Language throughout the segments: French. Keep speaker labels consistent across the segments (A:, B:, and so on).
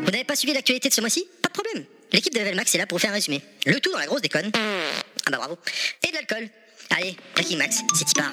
A: Vous n'avez pas suivi l'actualité de ce mois-ci Pas de problème. L'équipe de Level Max est là pour vous faire un résumé. Le tout dans la grosse déconne. Ah bah bravo. Et de l'alcool. Allez, Breaking Max, c'est y part.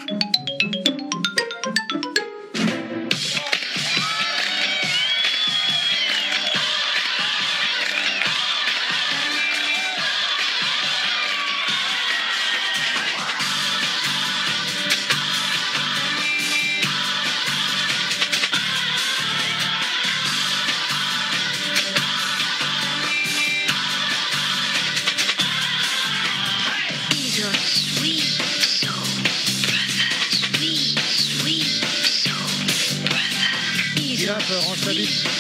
B: He's a sweet soul, brother. Sweet, sweet soul, brother. He's a
C: Hop, range ta bite.
B: soul,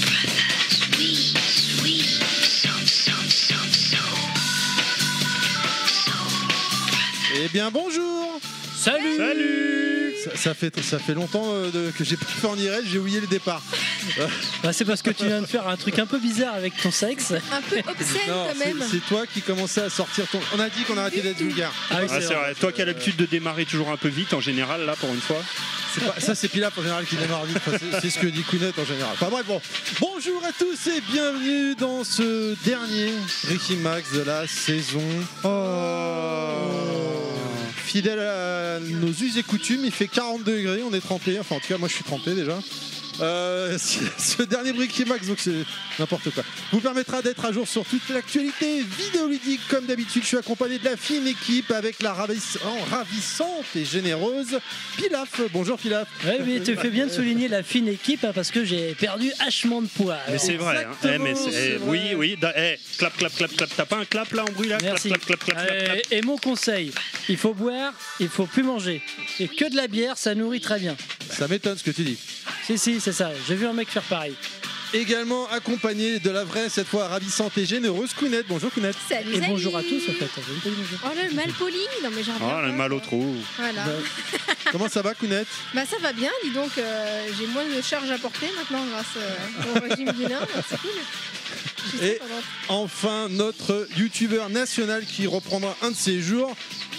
B: brother. Sweet, sweet soul, soul, soul, soul.
C: Eh bien bonjour
D: Salut
C: Salut ça, ça fait, ça fait longtemps euh, de- que j'ai pas fait en direct, j'ai oublié le départ.
D: Bah, C'est parce que tu viens de faire un truc un peu bizarre avec ton sexe.
E: un peu obscène
C: Non,
E: quand
C: c'est-
E: même.
C: c'est toi qui commençais à sortir ton... On a dit qu'on arrêtait d'être vulgaire.
D: Ah oui,
F: Ah, c'est vrai. Toi qui as l'habitude de démarrer toujours un peu vite en général, là pour une fois.
C: C'est pas- ça, c'est Pilaf en général qui démarre vite. Enfin, c'est- c'est ce que dit Kounet en général. Enfin bref, bon. Bonjour à tous et bienvenue dans ce dernier Ricky Max de la saison. Oh. Fidèle à nos us et coutumes, il fait 40 degrés, on est trempé. Enfin, en tout cas, moi je suis trempé déjà. Euh, ce ce dernier Bricky Max, donc c'est n'importe quoi, vous permettra d'être à jour sur toute l'actualité vidéoludique. Comme d'habitude, je suis accompagné de la fine équipe avec la raviss- en ravissante et généreuse Pilaf. Bonjour Pilaf.
D: Ouais, mais tu fais bien de souligner la fine équipe hein, parce que j'ai perdu hachement de poids.
F: Mais
D: Alors,
F: c'est vrai. hein. Eh, mais c'est- eh, oui, oui. da- eh, clap, clap, clap, clap. T'as pas un clap là en bruit là
D: Merci.
F: Clap, clap, clap, clap, clap,
D: Euh,
F: clap.
D: et mon conseil, il faut boire, il faut plus manger. Et que de la bière, ça nourrit très bien.
C: Ça m'étonne ce que tu dis.
D: Si, si, c'est ça. J'ai vu un mec faire pareil.
C: Également accompagné de la vraie, cette fois ravissante et généreuse Kounet. Bonjour Kounet.
E: Salut,
D: Et bonjour à
E: salut.
D: tous, en fait. J'ai même pas dit bonjour.
E: Oh le mal poli Non mais j'ai un
F: Oh, le mal au trou.
E: Voilà.
C: Euh, Comment ça va Kounet
E: Bah ça va bien, dis donc, euh, j'ai moins de charges à porter maintenant grâce euh, au régime du Nord, donc c'est cool. Je suis
C: Et-
E: surprenante.
C: Enfin, notre youtubeur national qui reprendra un de ses jours.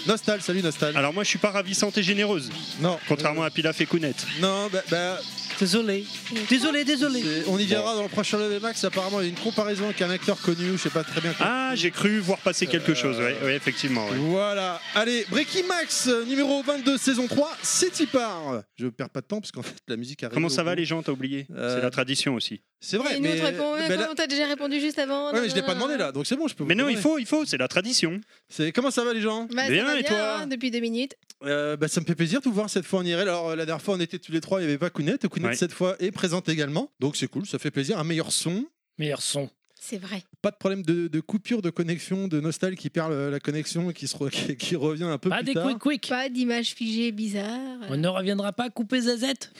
C: Nostal, salut Nostal.
F: Alors moi, je suis pas ravissante et généreuse,
C: non,
F: contrairement à Pilaf et Kounet.
C: non, bah, bah,
D: Désolé. Désolé, désolé.
C: c'est- on y verra dans le prochain Level Max. Apparemment, il y a une comparaison avec un acteur connu, je sais pas très bien. qui-
F: Ah, j'ai cru voir passer
D: Euh,
F: quelque chose. Ouais, ouais, effectivement. ouais.
C: Voilà, allez, Breaking Max euh, numéro 22, saison 3, c'est y part. Je perds pas de temps parce qu'en fait la musique arrive.
F: Comment
C: au
F: ça va
C: bout.
F: les gens T'as oublié
C: Euh,
F: C'est la tradition aussi.
C: C'est vrai,
E: Et nous,
C: mais,
E: on te répond, ouais,
C: mais
E: comment
C: là-
E: on t'a déjà répondu juste avant
C: ouais, mais je l'ai pas demandé là, donc c'est bon, je peux. vous
F: Mais non, il
C: demander.
F: faut, il faut. C'est la tradition.
C: C'est comment ça va les gens
E: Bah,
F: Bien,
E: ça va
F: et
E: bien,
F: toi
E: hein, depuis deux minutes.
C: Euh, bah, ça me fait plaisir de vous voir cette fois en IRL. Alors euh, la dernière fois on était tous les trois, il n'y avait pas Kounet. Kounet
F: Ouais.
C: cette fois est présente également. Donc c'est cool, ça fait plaisir. Un meilleur son.
D: Meilleur son.
E: C'est vrai.
C: Pas de problème de, de coupure de connexion, de Nostal qui perd le- la connexion et qui, se re- qui, qui revient un peu
D: Pas
C: plus
D: des
C: tard.
D: quick quick.
E: Pas d'image figée bizarre.
D: On ne reviendra pas couper zazette.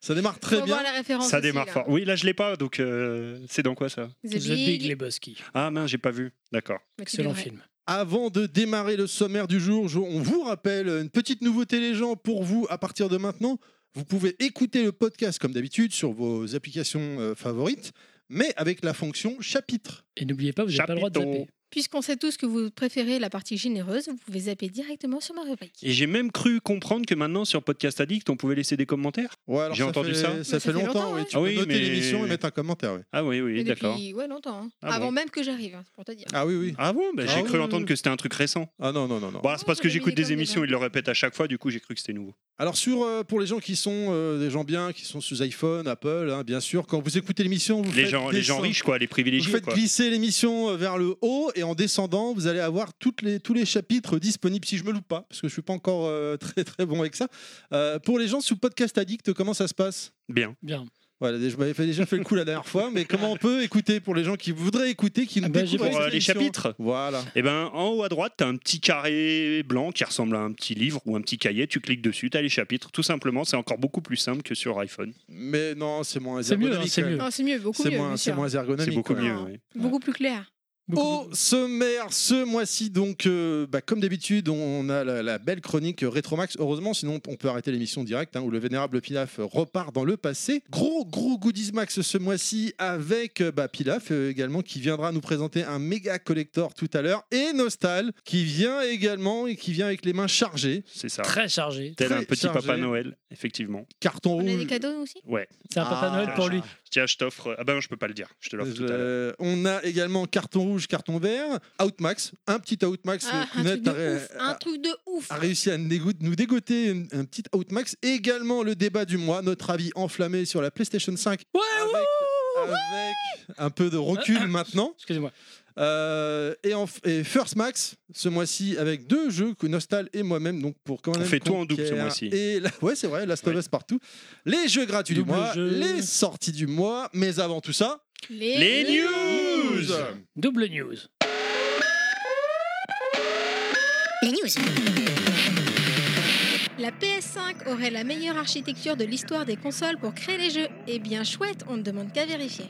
C: ça démarre
E: Faut
C: très bien.
E: voir la
D: Oh,
E: référence
F: Ça
E: aussi,
F: démarre
D: hein.
E: là.
F: fort. Oui, là, je l'ai pas. Donc, euh, c'est dans quoi ça
E: The,
D: The Big
E: Big.
D: Lebowski.
F: Ah, mince, j'ai pas vu. D'accord.
E: Mais tu
D: Excellent
E: devrais.
D: film.
C: Avant de démarrer le sommaire du jour, je- on vous rappelle une petite nouveauté les gens pour vous à partir de maintenant. Vous pouvez écouter le podcast comme d'habitude sur vos applications euh, favorites, mais avec la fonction chapitre.
D: Et n'oubliez pas, vous n'avez pas le droit de
F: Chapiteau.
D: zapper.
E: Puisqu'on sait tous que vous préférez la partie généreuse, vous pouvez zapper directement sur ma rubrique.
F: Et j'ai même cru comprendre que maintenant sur Podcast Addict, on pouvait laisser des commentaires.
C: Ouais, alors
F: J'ai
C: ça
F: entendu
C: fait-
F: ça.
C: Ça,
F: Mais
E: ça
C: fait
E: fait
C: longtemps,
E: longtemps,
C: oui.
E: ouais.
C: Tu
F: Ah
C: peux
F: oui,
C: noter
F: mais-
C: l'émission et mettre un commentaire. oui.
F: Ah oui, oui,
E: Et
F: d'accord.
E: depuis ouais, longtemps. hein.
F: Ah
E: Avant
F: bon.
E: même que j'arrive, hein, c'est pour te dire.
C: Ah oui, oui.
F: Ah bon bah,
C: Ah
F: J'ai
C: oui,
F: cru
C: oui,
F: entendre
C: oui.
F: que c'était un truc récent.
C: Ah non, non, non, non.
F: Bon, alors, c'est
E: Ah,
F: parce que
E: j'avais
F: j'écoute
E: des
F: des émissions, ils
E: candidats.
F: le répètent à chaque fois, du coup j'ai cru que c'était nouveau.
C: Alors sur euh, pour les gens qui sont euh, des gens bien, qui sont sous iPhone, Apple, hein, bien sûr, quand vous écoutez l'émission, vous
F: Les
C: faites
F: gens, les gens
C: descendre-
F: riches, quoi, les
C: Vous
F: privilégiés.
C: faites
F: Quoi.
C: glisser l'émission euh, vers le haut et en descendant, vous allez avoir toutes les, tous les chapitres disponibles, si je me loupe pas, parce que je suis pas encore euh, très très bon avec ça. Euh, pour les gens sous Podcast Addict, comment ça se passe
F: Bien.
D: Bien.
C: voilà, je m'avais fait- déjà fait le coup la dernière fois, mais comment on peut écouter pour les gens qui voudraient écouter, qui nous
D: Ah bah, j'ai
C: découvrent
F: Pour
D: Ouais,
F: euh,
C: cette
F: les
C: émission
F: chapitres
C: Voilà.
F: Eh ben, en haut à droite, t'as un petit carré blanc qui ressemble à un petit livre ou un petit cahier. Tu cliques dessus, t'as les chapitres. Tout simplement, c'est encore beaucoup plus simple que sur iPhone.
C: Mais non, c'est moins
D: C'est mieux,
C: ergonomique.
D: hein, c'est
C: quand même.
D: mieux.
E: Non, c'est mieux, beaucoup
C: C'est
E: mieux.
C: moins,
E: bien
C: c'est
E: sûr.
C: moins ergonomique.
F: C'est beaucoup
C: quoi.
F: mieux.
E: Non.
F: ouais.
E: Beaucoup plus clair.
C: Au sommaire ce mois-ci, donc, euh, bah, comme d'habitude, on a la, la belle chronique Rétromax. Heureusement, sinon on peut arrêter l'émission direct, hein, où le vénérable Pilaf repart dans le passé. Gros, gros goodies max ce mois-ci avec euh, bah, Pilaf euh, également qui viendra nous présenter un méga collector tout à l'heure et Nostal qui vient également et qui vient avec les mains chargées.
F: C'est ça.
D: Très chargé.
F: Tel
C: très
F: un petit
C: chargé.
F: Papa Noël. effectivement.
C: Carton
E: On a des
C: rouge.
E: cadeaux nous aussi
F: Ouais.
D: C'est un Papa
C: Ah.
D: Noël pour lui.
F: Tiens, je t'offre. Ah ben, je peux pas le dire. Je te l'offre tout à l'heure.
C: Euh, on a également carton rouge, carton vert, Outmax, un petit Outmax.
E: Ah,
C: donc
E: un,
C: Kounet
E: truc de
C: a ré-
E: ouf, un
C: a-
E: truc de ouf
C: a réussi à négo- nous dégoter une- un petit Outmax. Et également le débat du mois, notre avis enflammé sur la PlayStation 5
D: Ouais,
C: avec, avec un peu de recul maintenant.
D: Excusez-moi.
C: Euh, et, en, et First Max, ce mois-ci, avec deux jeux, que Nostal et moi-même. Donc pour quand
F: On
C: même
F: fait tout en double ce
C: Conquer
F: mois-ci.
C: Et la- ouais, c'est vrai, Last of
F: Ouais.
C: Us partout. Les jeux gratuits
D: Double
C: du mois,
D: jeu.
C: les sorties du mois. Mais avant tout ça,
F: Les news.
D: Double news.
A: Les news.
E: La PS5 aurait la meilleure architecture de l'histoire des consoles pour créer les jeux. Eh bien chouette, on ne demande qu'à vérifier.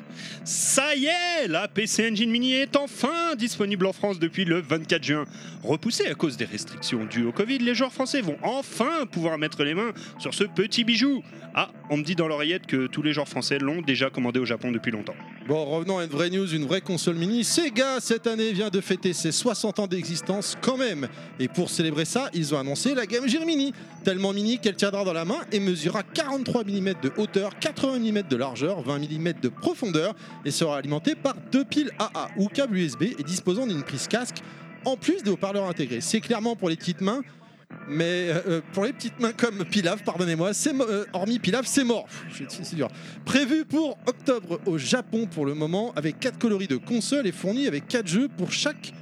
F: Ça y est, la PC Engine Mini est enfin disponible en France depuis le 24 juin. Repoussée à cause des restrictions dues au Covid, les joueurs français vont enfin pouvoir mettre les mains sur ce petit bijou. Ah, on me dit dans l'oreillette que tous les joueurs français l'ont déjà commandé au Japon depuis longtemps.
C: Bon, revenons à une vraie news, une vraie console mini. Sega, cette année, vient de fêter ses 60 ans d'existence quand même. Et pour célébrer ça, ils ont annoncé la Game Gear Mini. Tellement mini qu'elle tiendra dans la main et mesurera 43 mm de hauteur, 80 mm de largeur, 20 mm de profondeur et sera alimentée par deux piles AA ou câbles USB et disposant d'une prise casque en plus des haut-parleurs intégrés. C'est clairement pour les petites mains. Mais euh, pour les petites mains comme Pilaf, pardonnez-moi, c'est mo- euh, hormis Pilaf, c'est mort. Pff, C'est c'est dur. Prévu pour octobre au Japon pour le moment, avec 4 coloris de console et fourni avec 4 jeux pour chaque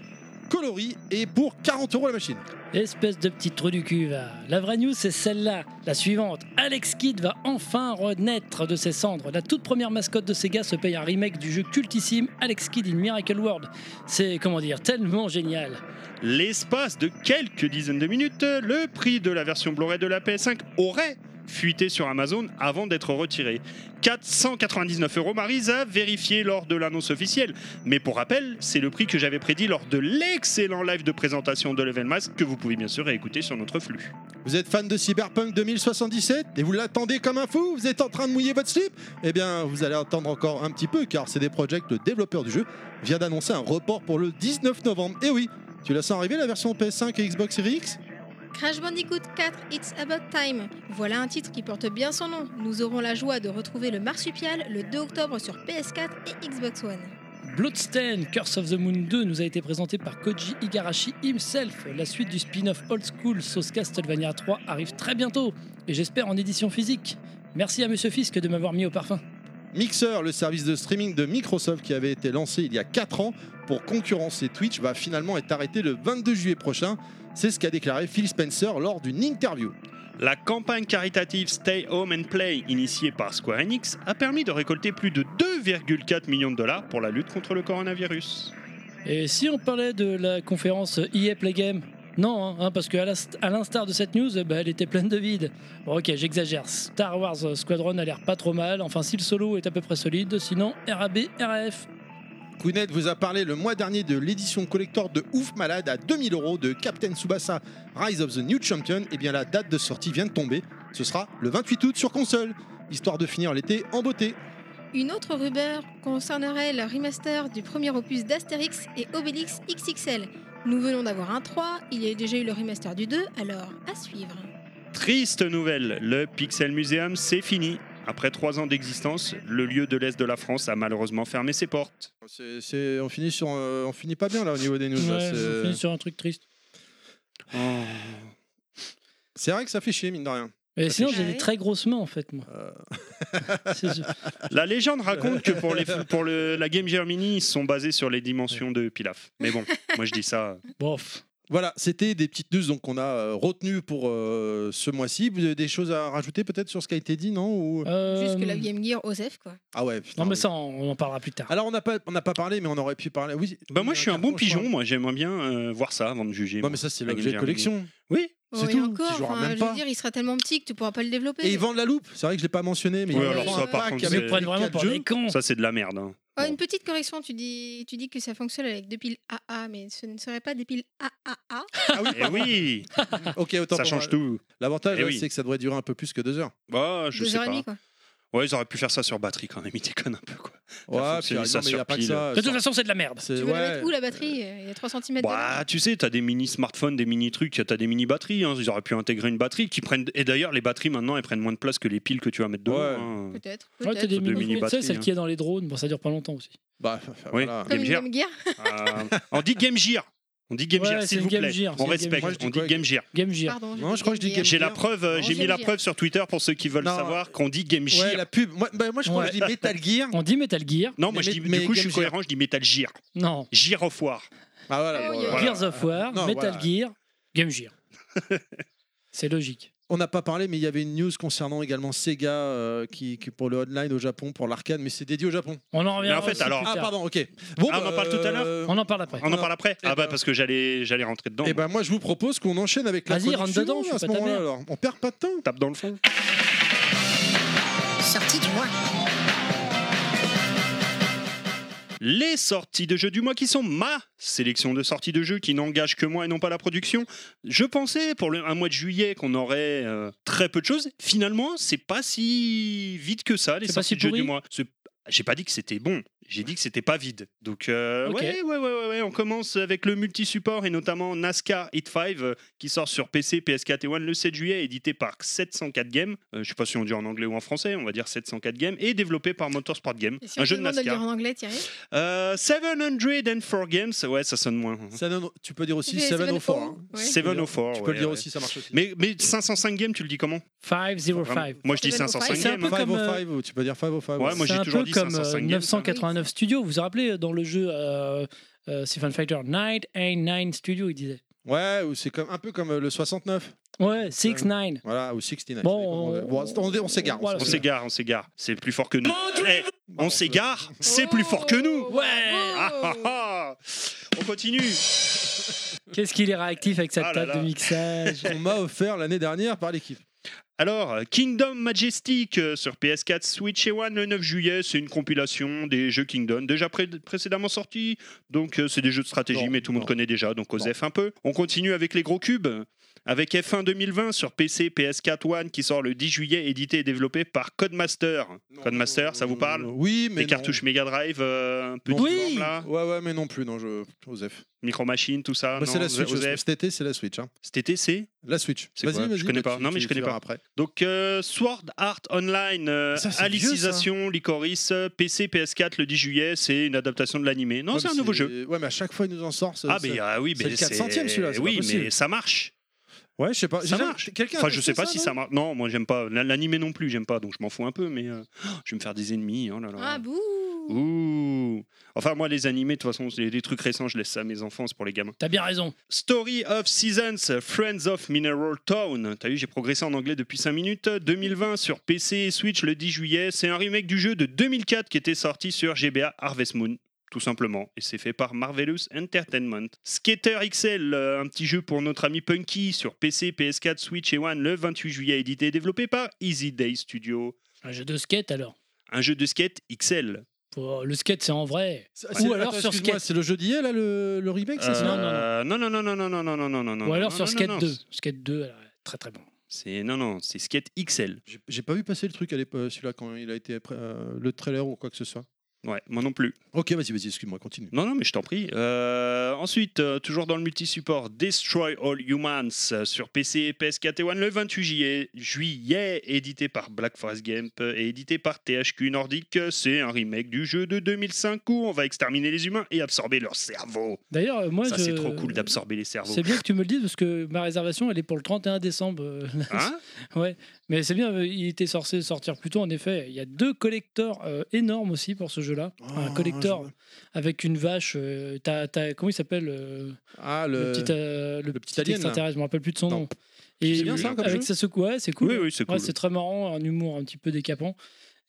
C: coloris et pour 40 euros la machine.
D: Espèce de petit trou du cul, va. La vraie news, c'est celle-là. La suivante. Alex Kidd va enfin renaître de ses cendres. La toute première mascotte de Sega se paye un remake du jeu cultissime Alex Kidd in Miracle World. C'est, comment dire, tellement génial.
F: L'espace de quelques dizaines de minutes, le prix de la version Blu-ray de la PS5 aurait fuité sur Amazon avant d'être retiré. 499 euros Marise a vérifié lors de l'annonce officielle. Mais pour rappel, c'est le prix que j'avais prédit lors de l'excellent live de présentation de Level Mask que vous pouvez bien sûr écouter sur notre flux.
C: Vous êtes fan de Cyberpunk 2077 et vous l'attendez comme un fou Vous êtes en train de mouiller votre slip Eh bien, vous allez attendre encore un petit peu car CD Projekt, le développeur du jeu, vient d'annoncer un report pour le 19 novembre. Et oui, tu la sens arriver la version PS5 et Xbox Series X
E: Crash Bandicoot 4 It's About Time. Voilà un titre qui porte bien son nom. Nous aurons la joie de retrouver le marsupial le 2 octobre sur PS4 et Xbox One.
D: Bloodstained Curse of the Moon 2 nous a été présenté par Koji Igarashi himself. La suite du spin-off Old School Sauce Castlevania 3 arrive très bientôt et j'espère en édition physique. Merci à Monsieur Fisk de m'avoir mis au parfum.
C: Mixer, le service de streaming de Microsoft qui avait été lancé il y a 4 ans pour concurrencer Twitch, va finalement être arrêté le 22 juillet prochain. C'est ce qu'a déclaré Phil Spencer lors d'une interview.
F: La campagne caritative Stay Home and Play, initiée par Square Enix, a permis de récolter plus de 2,4 millions de dollars pour la lutte contre le coronavirus.
D: Et si on parlait de la conférence EA Play Game Non, hein, hein, parce qu'à l'instar de cette news, euh, bah, elle était pleine de vide. Bon, ok, j'exagère. Star Wars Squadron a l'air pas trop mal. Enfin, si le solo est à peu près solide, sinon RAB, RAF.
C: Kounet vous a parlé le mois dernier de l'édition collector de Ouf Malade à 2000 euros de Captain Tsubasa Rise of the New Champion. Et bien la date de sortie vient de tomber. Ce sera le 28 août sur console, histoire de finir l'été en beauté.
E: Une autre rumeur concernerait le remaster du premier opus d'Astérix et Obélix XXL. Nous venons d'avoir un 3, il y a déjà eu le remaster du 2, alors à suivre.
F: Triste nouvelle, le Pixel Museum, c'est fini. Après trois ans d'existence, le lieu de l'Est de la France a malheureusement fermé ses portes.
C: C'est- c'est- on, finit sur, euh, on finit pas bien là au niveau des news. là,
D: Ouais,
C: c'est- oh.
D: on finit sur un truc triste.
C: C'est vrai que ça fait chier, mine de rien.
D: Et sinon,
E: fait
D: j'ai
E: chier.
D: des très grosses mains en fait, moi.
C: Euh.
D: C'est ce-
F: La légende raconte que pour, les, pour le, la Game Gear Mini, ils se sont basés sur les dimensions de Pilaf. Mais bon, moi je dis ça.
D: Bof.
C: Voilà, c'était des petites news donc qu'on a euh, retenues pour euh, ce mois-ci. Vous avez Des choses à rajouter peut-être sur ce qui a été dit, non Ou-
D: Euh,
E: Juste que la Game Gear Osef quoi.
C: Ah ouais. putain,
D: Non, mais
C: oui.
D: ça, on en parlera plus tard.
C: Alors on n'a pas on n'a pas parlé, mais on aurait pu parler. Oui.
F: Bah moi
C: oui,
F: je suis un
C: carton,
F: bon
C: je crois.
F: pigeon, moi j'aimerais bien euh, voir ça avant de juger.
C: Non
F: moi.
C: mais ça c'est
F: La
C: l'objet de
F: Game
C: collection.
F: Oui,
C: C'est
E: Oh, et
C: tout,
E: encore,
C: tu joueras
E: enfin,
C: même
E: je veux
C: pas.
E: dire, il sera tellement petit que tu pourras pas le développer.
C: Et ils vendent la loupe. C'est vrai que je l'ai pas mentionné, mais
F: Oui,
C: ils
E: alors
C: vendent
E: ça,
C: un
F: par
C: pack
F: contre,
D: Ils
C: avec
D: nous prennent vraiment
C: quatre
D: pour
C: jeux.
D: des cons.
F: ça c'est de la merde. hein.
E: Ah,
F: Bon.
E: Une petite correction, tu dis, tu dis que ça fonctionne avec deux piles AA, mais ce ne serait pas des piles AAA.
C: Ah oui.
F: Eh oui,
C: Ok, autant
F: ça
C: pour
F: change
C: moi.
F: tout.
C: L'avantage
F: Eh
C: ouais,
F: oui.
C: c'est que ça devrait durer un peu plus que deux heures.
F: Bah je
E: deux
F: sais
E: heures et
F: pas.
E: demie quoi.
F: Ouais, ils auraient pu faire ça sur batterie quand même, ils déconnent un peu quoi.
C: Ouais, puis
F: fonctionné ça
C: non, mais il n'y a
F: sur
C: pas que
F: pile.
C: ça.
D: De toute façon, c'est de la merde.
C: C'est-
E: Tu veux
C: ouais.
E: la mettre où la batterie euh, Il y a 3 cm
F: Bah, tu sais, t'as des mini smartphones, des mini trucs, t'as des mini batteries. hein. Ils auraient pu intégrer une batterie qui prennent. Et d'ailleurs, les batteries maintenant, elles prennent moins de place que les piles que tu vas mettre dedans.
C: Ouais.
F: hein.
E: Peut-être.
D: Ouais, t'as
E: peut-être.
D: des
F: Sur deux
D: mini Tu sais,
F: mini-batteries,
D: celle qui est dans les drones, bon, ça dure pas longtemps aussi.
C: Bah,
F: Oui.
C: voilà.
E: Comme une
F: Game Gear.
E: Game Gear.
F: Euh, on dit Game Gear. On dit Game
D: Ouais,
F: Gear,
D: c'est
F: s'il
D: une
F: vous
D: Game
F: plaît.
D: Gear, c'est
F: on
D: une
F: respecte.
D: Game
C: Gear.
F: on dit Game Gear.
D: Game Gear.
E: Pardon.
C: Non, je crois que je dis Game
F: J'ai la
C: Gear.
F: preuve. euh,
E: Non,
F: J'ai mis
E: Game
F: la
E: Gear.
F: preuve sur Twitter pour ceux qui veulent
C: Non.
F: savoir qu'on dit Game Gear.
C: Ouais, la pub. Moi, bah, moi je crois que je dis
D: Ouais.
C: Metal Gear.
D: On dit Metal Gear.
F: Non, moi,
C: Mais-
F: je dis,
C: mais
F: du coup, je suis
C: Game Gear.
F: cohérent. Je dis Metal Gear.
D: Non.
F: Gear of War.
C: Ah voilà.
E: Oh,
C: bon,
E: yeah.
C: voilà.
D: Gears of War,
C: Non,
D: Metal
C: voilà.
D: Gear, Game Gear. c'est logique.
C: On n'a pas parlé, mais il y avait une news concernant également Sega euh, qui, qui pour le online au Japon, pour l'arcade, mais c'est dédié au Japon.
D: On en
F: Mais
D: revient.
F: en fait, alors-
C: Ah pardon, ok. Bon,
F: Ah, on en parle tout à l'heure
C: euh,
D: On en parle après.
F: On en
C: Voilà.
F: parle après
C: Eh
F: Ah bah
C: ben.
F: parce que j'allais j'allais rentrer dedans.
C: Eh ben moi je vous propose qu'on enchaîne avec la
D: Vas-y,
C: chronique
D: rentre dedans,
C: suivante
D: je suis
C: à ce
D: pas ta
C: moment-là
D: mère.
C: alors. On perd pas de temps.
F: Tape dans le fond.
A: Sortie du mois.
F: Les sorties de jeux du mois qui sont ma sélection de sorties de jeux qui n'engagent que moi et non pas la production. Je pensais pour le, un mois de juillet qu'on aurait euh, très peu de choses. Finalement, c'est pas si vite que ça les
D: C'est pas
F: sorties
D: si
F: de jeux du
D: pourri
F: mois. C'est- J'ai pas dit que c'était bon, j'ai dit que c'était pas vide. Donc euh,
D: Ok.
F: ouais, ouais, ouais, ouais, ouais, on commence avec le multi-support et notamment NASCAR Hit 5 euh, qui sort sur PC, PS4 et One le 7 juillet, édité par 704 Games. Euh, je sais pas si on dit en anglais ou en français, on va dire 704 Games et développé par Motorsport Games.
E: Et si
F: un
E: on te
F: jeu de
E: demande de le
F: NASCAR.
E: dire en anglais, Thierry
F: Euh, 704 Games, ouais, ça sonne moins. hein.
C: Ça donne- tu peux dire aussi
E: J'ai
C: 704. hein.
E: ouais.
F: 704,
C: Tu peux
F: ouais,
C: le dire
F: ouais.
C: aussi, ça marche aussi.
F: Mais, mais 505 Games, tu le dis comment
D: 505.
F: Moi, je dis 505
D: C'est un
F: Games. hein.
D: peu comme, euh,
C: 505, ou tu peux dire 505.
F: Ouais, Ah, moi,
D: C'est
F: j'ai
D: un
F: toujours
D: peu
F: dit
D: comme
F: 505
D: euh,
F: games,
D: 989 Studios. Vous vous rappelez euh, dans le jeu euh, euh, Stephen Fighter, Night and Nine Studio, il disait.
C: Ouais, ou c'est comme, un peu comme euh, le 69.
D: Ouais,
F: Euh.
D: 6-9.
C: Voilà, ou 69.
D: Bon,
C: c'est-
D: on-
C: bon, on, on s'égare.
D: voilà,
F: On
D: c'est-
F: s'égare, on s'égare. C'est plus fort que nous. Eh, on s'égare, c'est
E: Oh,
F: plus fort que nous.
E: bravo.
D: Ouais.
F: Ah, ah, ah. On continue.
D: Qu'est-ce qu'il est réactif avec
F: Ah
D: sa
F: là
D: table
F: là.
D: de mixage
C: On m'a offert l'année dernière par l'équipe.
F: Alors, Kingdom Majestic euh, sur PS4, Switch et One le 9 juillet, c'est une compilation des jeux Kingdom déjà pré- précédemment sortis. Donc, euh, c'est des jeux de stratégie,
C: Non,
F: mais tout le
C: non.
F: monde connaît déjà, donc
C: Non.
F: aux F un peu. On continue avec les gros cubes, avec F1 2020 sur PC, PS4, One qui sort le 10 juillet, édité et développé par Codemaster. Codemaster, ça vous parle
C: Oui, mais.
F: Les
C: non.
F: cartouches Mega Drive, euh, un peu
C: Non,
D: Oui.
F: forme, là,
C: Ouais, ouais, mais non plus, non, je. Joseph.
F: Micro Machine, tout ça.
C: Bah, c'est
F: Ah non,
C: la Switch.
F: Joseph,
C: Cet été, c'est la Switch. hein.
F: Cet été, c'est
C: La Switch.
F: C'est quoi
C: Vas-y,
F: Je
C: vas-y.
F: connais
C: bah,
F: pas.
C: tu-
F: Non, mais
C: tu-
F: je
C: tu
F: connais
C: verras
F: pas.
C: Après.
F: Donc euh, Sword Art Online, euh,
C: Ça, c'est vieux,
F: Alicization, Licorice, euh, PC, PS4 le 10 juillet, c'est une adaptation de l'animé. Non,
C: Ouais,
F: c'est un
C: mais
F: nouveau jeu.
C: Ouais, mais à chaque fois, il nous en sort.
F: Ah, mais, ah oui,
C: c'est
F: mais
C: le 400e, celui-là, c'est pas
F: Oui,
C: possible.
F: mais ça marche.
C: Ouais, je sais pas.
F: Ça
C: J'ai jamais-
F: marche.
C: Quelqu'un a
F: Enfin, je
C: testé
F: sais pas si
C: non
F: ça marche. Non, moi j'aime pas l'animé non plus, j'aime pas, donc je m'en fous un peu, mais euh, oh, je vais me faire des ennemis. Oh là là.
E: Ah, bouh
F: Ouh. Enfin, moi les animés, de toute façon, les, les trucs récents, je laisse ça à mes enfants, c'est pour les gamins.
D: T'as bien raison.
F: Story of Seasons, Friends of Mineral Town. T'as vu, j'ai progressé en anglais depuis 5 minutes. 2020 sur PC et Switch le 10 juillet. C'est un remake du jeu de 2004 qui était sorti sur GBA Harvest Moon. Tout simplement, et c'est fait par Marvelous Entertainment. Skater XL, euh, un petit jeu pour notre ami Punky sur PC, PS4, Switch et One le 28 juillet, édité et développé par Easy Day Studio.
D: Un jeu de skate alors.
F: Un jeu de skate XL.
D: Faut- Le skate, c'est en vrai.
C: C'est- c'est- attends,
D: alors sur
C: excuse-moi,
D: Skate.
C: C'est le jeu d'hier, là, le, le remake, ça, c'est
D: non,
F: Euh, non, non, non, non, non, non, non, non, non, non, non.
D: Ou alors
F: non,
D: sur
F: non,
D: Skate
F: non,
D: 2. Skate 2, alors, très très bon.
F: C'est non, non, c'est skate XL.
C: J'ai- J'ai pas vu passer le truc à l'époque, celui-là, quand il a été après, euh, le trailer ou quoi que ce soit.
F: Ouais, moi non plus.
C: Ok, vas-y, vas-y, excuse-moi, continue.
F: Non, non, mais je t'en prie. Euh, ensuite, euh, toujours dans le multi-support, Destroy All Humans euh, sur PC, PS4 et One le 28 juillet, juillet, édité par Black Forest Game euh, et édité par THQ Nordic. Euh, C'est un remake du jeu de 2005 où on va exterminer les humains et absorber leur cerveau.
D: D'ailleurs, euh, moi,
F: Ça,
D: je-
F: c'est trop cool d'absorber les cerveaux.
D: C'est bien que tu me le dises parce que ma réservation, elle est pour le 31 décembre. euh,
F: Hein
D: Mais c'est bien, euh, il était censé sortir plus tôt, en effet. Il y a deux collecteurs euh, énormes aussi pour ce jeu-là. un
C: Oh,
D: collector
C: je-
D: avec une vache. euh, t'as- t'as- comment il s'appelle euh,
C: Ah,
D: le...
C: le.
D: petit, euh,
C: le
D: le petit
C: petit alien, là.
D: extraterrestre, je me rappelle plus de son
C: Non.
D: nom. Et
C: C'est bien ça, comme
D: avec
C: jeu
D: sa secou- ouais, c'est cool.
F: Oui, oui, c'est cool.
D: Ouais, c'est très marrant, un humour un petit peu décapant.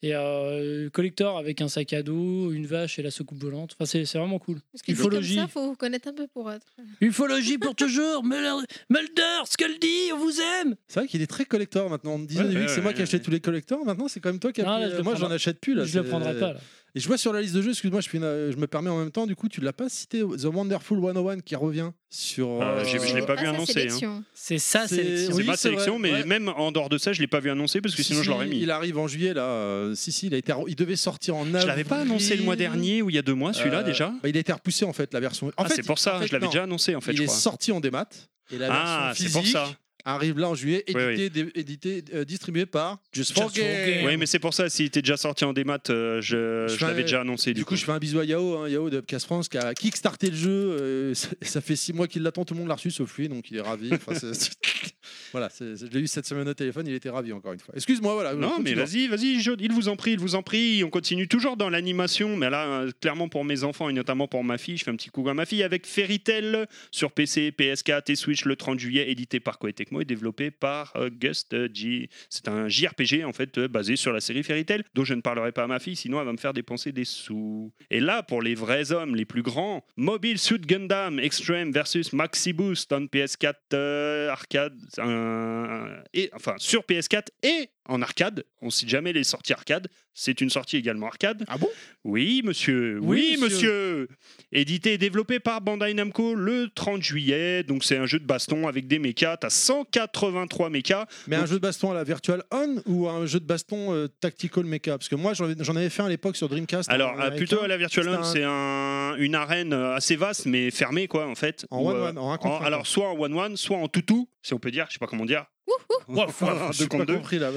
D: Et euh, collector avec un sac à dos, une vache et la secoupe volante. Enfin, c'est c'est vraiment cool.
E: Parce que c'est comme
D: Ufologie.
E: ça, faut connaître un peu pour être.
D: Ufologie pour toujours. Mulder, Mulder, Scully, on vous aime.
C: C'est vrai qu'il est très collector maintenant. On me disait
F: Ouais,
C: au début
F: ouais,
C: que c'est moi
F: ouais,
C: qui achetais
F: ouais.
C: tous les collectors. Maintenant, c'est quand même toi qui as
D: Non,
C: pris- euh,
D: là, je le
C: Moi, j'en
D: prendrai-
C: achète plus. Là,
D: je le
C: c'est-
D: prendrai pas. là.
C: Et je vois sur la liste de jeux, excuse-moi, je, fais une, euh, je me permets en même temps, du coup, tu l'as pas cité, The Wonderful 101 qui revient sur. euh,
F: Ah, j'ai- je l'ai pas vu
E: euh, sa
F: annoncé, hein.
E: sélection.
D: C'est ça,
C: C'est-
D: sélection.
F: C'est
C: Oui,
F: ma
C: c'est
F: sélection,
C: vrai,
F: mais
C: ouais.
F: même en dehors de ça, je l'ai pas vu annoncer parce que
C: Si,
F: sinon
C: si,
F: je l'aurais mis.
C: Il arrive en juillet là. euh, si si, il a été, re- il devait sortir en avril.
F: Je l'avais pas annoncé le mois dernier ou il y a deux mois, celui-là
C: Euh,
F: déjà.
C: bah, Il a été repoussé en fait la version. En
F: ah,
C: fait,
F: c'est pour ça,
C: en fait,
F: je l'avais
C: non.
F: déjà annoncé en fait,
C: il
F: je
C: est
F: crois.
C: sorti en démat et la
F: Ah, c'est
C: version
F: pour
C: physique
F: ça.
C: arrive là en juillet, édité,
F: Oui, oui.
C: dé- édité, euh, distribué par Just for
D: Just for
C: Game.
D: Game.
F: Oui, mais c'est pour ça, s'il était déjà sorti en démat, euh, je,
C: Je
F: je
C: fais-
F: l'avais déjà annoncé.
C: Du coup, je fais un bisou à Yao, hein, Yao de Upcast France, qui a kickstarté le jeu. euh, ça, ça fait six mois qu'il l'attend, tout le monde l'a reçu, sauf lui, donc il est ravi. Enfin, c'est- c'est- voilà, c'est- je l'ai eu cette semaine au téléphone, il était ravi encore une fois. Excuse-moi, voilà.
F: Non, mais
C: continue.
F: vas-y, vas-y, je- il vous en prie, il vous en prie. On continue toujours dans l'animation, mais là, euh, clairement pour mes enfants et notamment pour ma fille, je fais un petit coup à ma fille avec Fairytale sur PC, PS4 et Switch le 30 juillet, édité par Koei Tecmo et développé par euh, Gust euh, G. C'est un JRPG en fait euh, basé sur la série Fairytale, dont je ne parlerai pas à ma fille, sinon elle va me faire dépenser des sous. Et là, pour les vrais hommes, les plus grands, Mobile Suit Gundam Extreme versus Maxi Boost en PS4 euh, arcade, un- et enfin sur PS4 et en arcade. On ne sait jamais les sorties arcade. C'est une sortie également arcade.
C: Ah bon
F: Oui, monsieur.
D: Oui,
F: Oui, monsieur. Édité et développé par Bandai Namco le 30 juillet. Donc, c'est un jeu de baston avec des mechas. T'as 183 mechas.
C: Mais un
F: Donc-
C: jeu de baston à la Virtual On ou un jeu de baston euh, Tactical Mecha Parce que moi, j'en j'en avais fait un à l'époque sur Dreamcast.
F: Alors,
C: en
F: euh, plutôt à la Virtual
C: c'est
F: One,
C: un-
F: c'est un- une arène euh, assez vaste, mais fermée, quoi, en fait.
C: En
F: Où, euh,
C: one-one, en un
F: en-
C: contre un.
F: alors, soit en one-one, soit en toutou, si on peut dire. Je sais pas comment dire.
C: Ouf, ouf,
F: Deux
C: j'ai pas
F: contre deux. Bah,
C: compris là.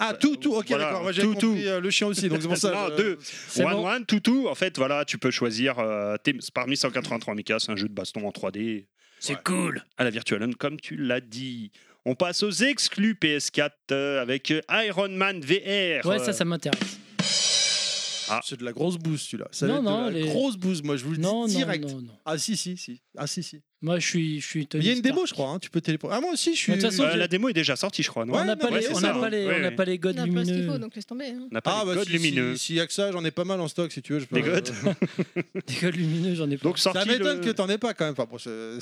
C: Ah, tout, tout, ok,
F: Voilà,
C: d'accord. Moi, j'ai
F: tout,
C: compris euh, le chien aussi, donc c'est pour ça. euh,
F: Non,
C: je-
F: deux.
D: C'est
F: One
D: bon.
F: One, Toutou, en fait, voilà, tu peux choisir euh, tes- parmi 183 mechas, c'est un jeu de baston en 3D.
D: C'est
F: Ouais.
D: cool.
F: à la Virtual One, comme tu l'as dit. On passe aux exclus PS4 euh, avec euh, Iron Man euh, VR.
D: Ouais,
C: euh,
D: ça, ça m'intéresse.
C: C'est de la grosse bouse, celui-là. Ça
D: Non,
C: va être
D: non,
C: de la
D: les-
C: grosse bouse, moi, je vous le
D: Non,
C: dis
D: non,
C: direct.
D: non, non.
C: Ah, si, si, si. Ah, si, si.
D: Moi, je suis, je suis
C: Mais
D: Tony
C: Il y a une
D: Stark.
C: démo, je crois. hein, Tu peux téléporter. Ah, moi aussi, je suis.
D: Mais de toute façon,
F: Euh, la démo est déjà sortie, je crois. Non
D: on n'a
C: Ouais,
D: pas,
C: non,
D: les-
C: ouais,
D: on
C: c'est
D: n'a
C: ça.
D: pas les,
F: Ouais,
D: on n'a
F: ouais.
D: pas les
E: Il
D: godes
E: n'a pas ce qu'il faut,
D: lumineux.
E: donc laisse tomber. hein.
F: On n'a pas
C: Ah,
F: les
C: bah,
F: codes
C: si,
F: lumineux.
C: si- S'il y a que ça, j'en ai pas mal en stock, si tu veux. Je peux...
F: Des codes
D: Des godes lumineux, j'en ai pas.
F: Donc sorti
C: Ça m'étonne
F: le-
C: que t'en aies pas quand même. Enfin, bon, c'est-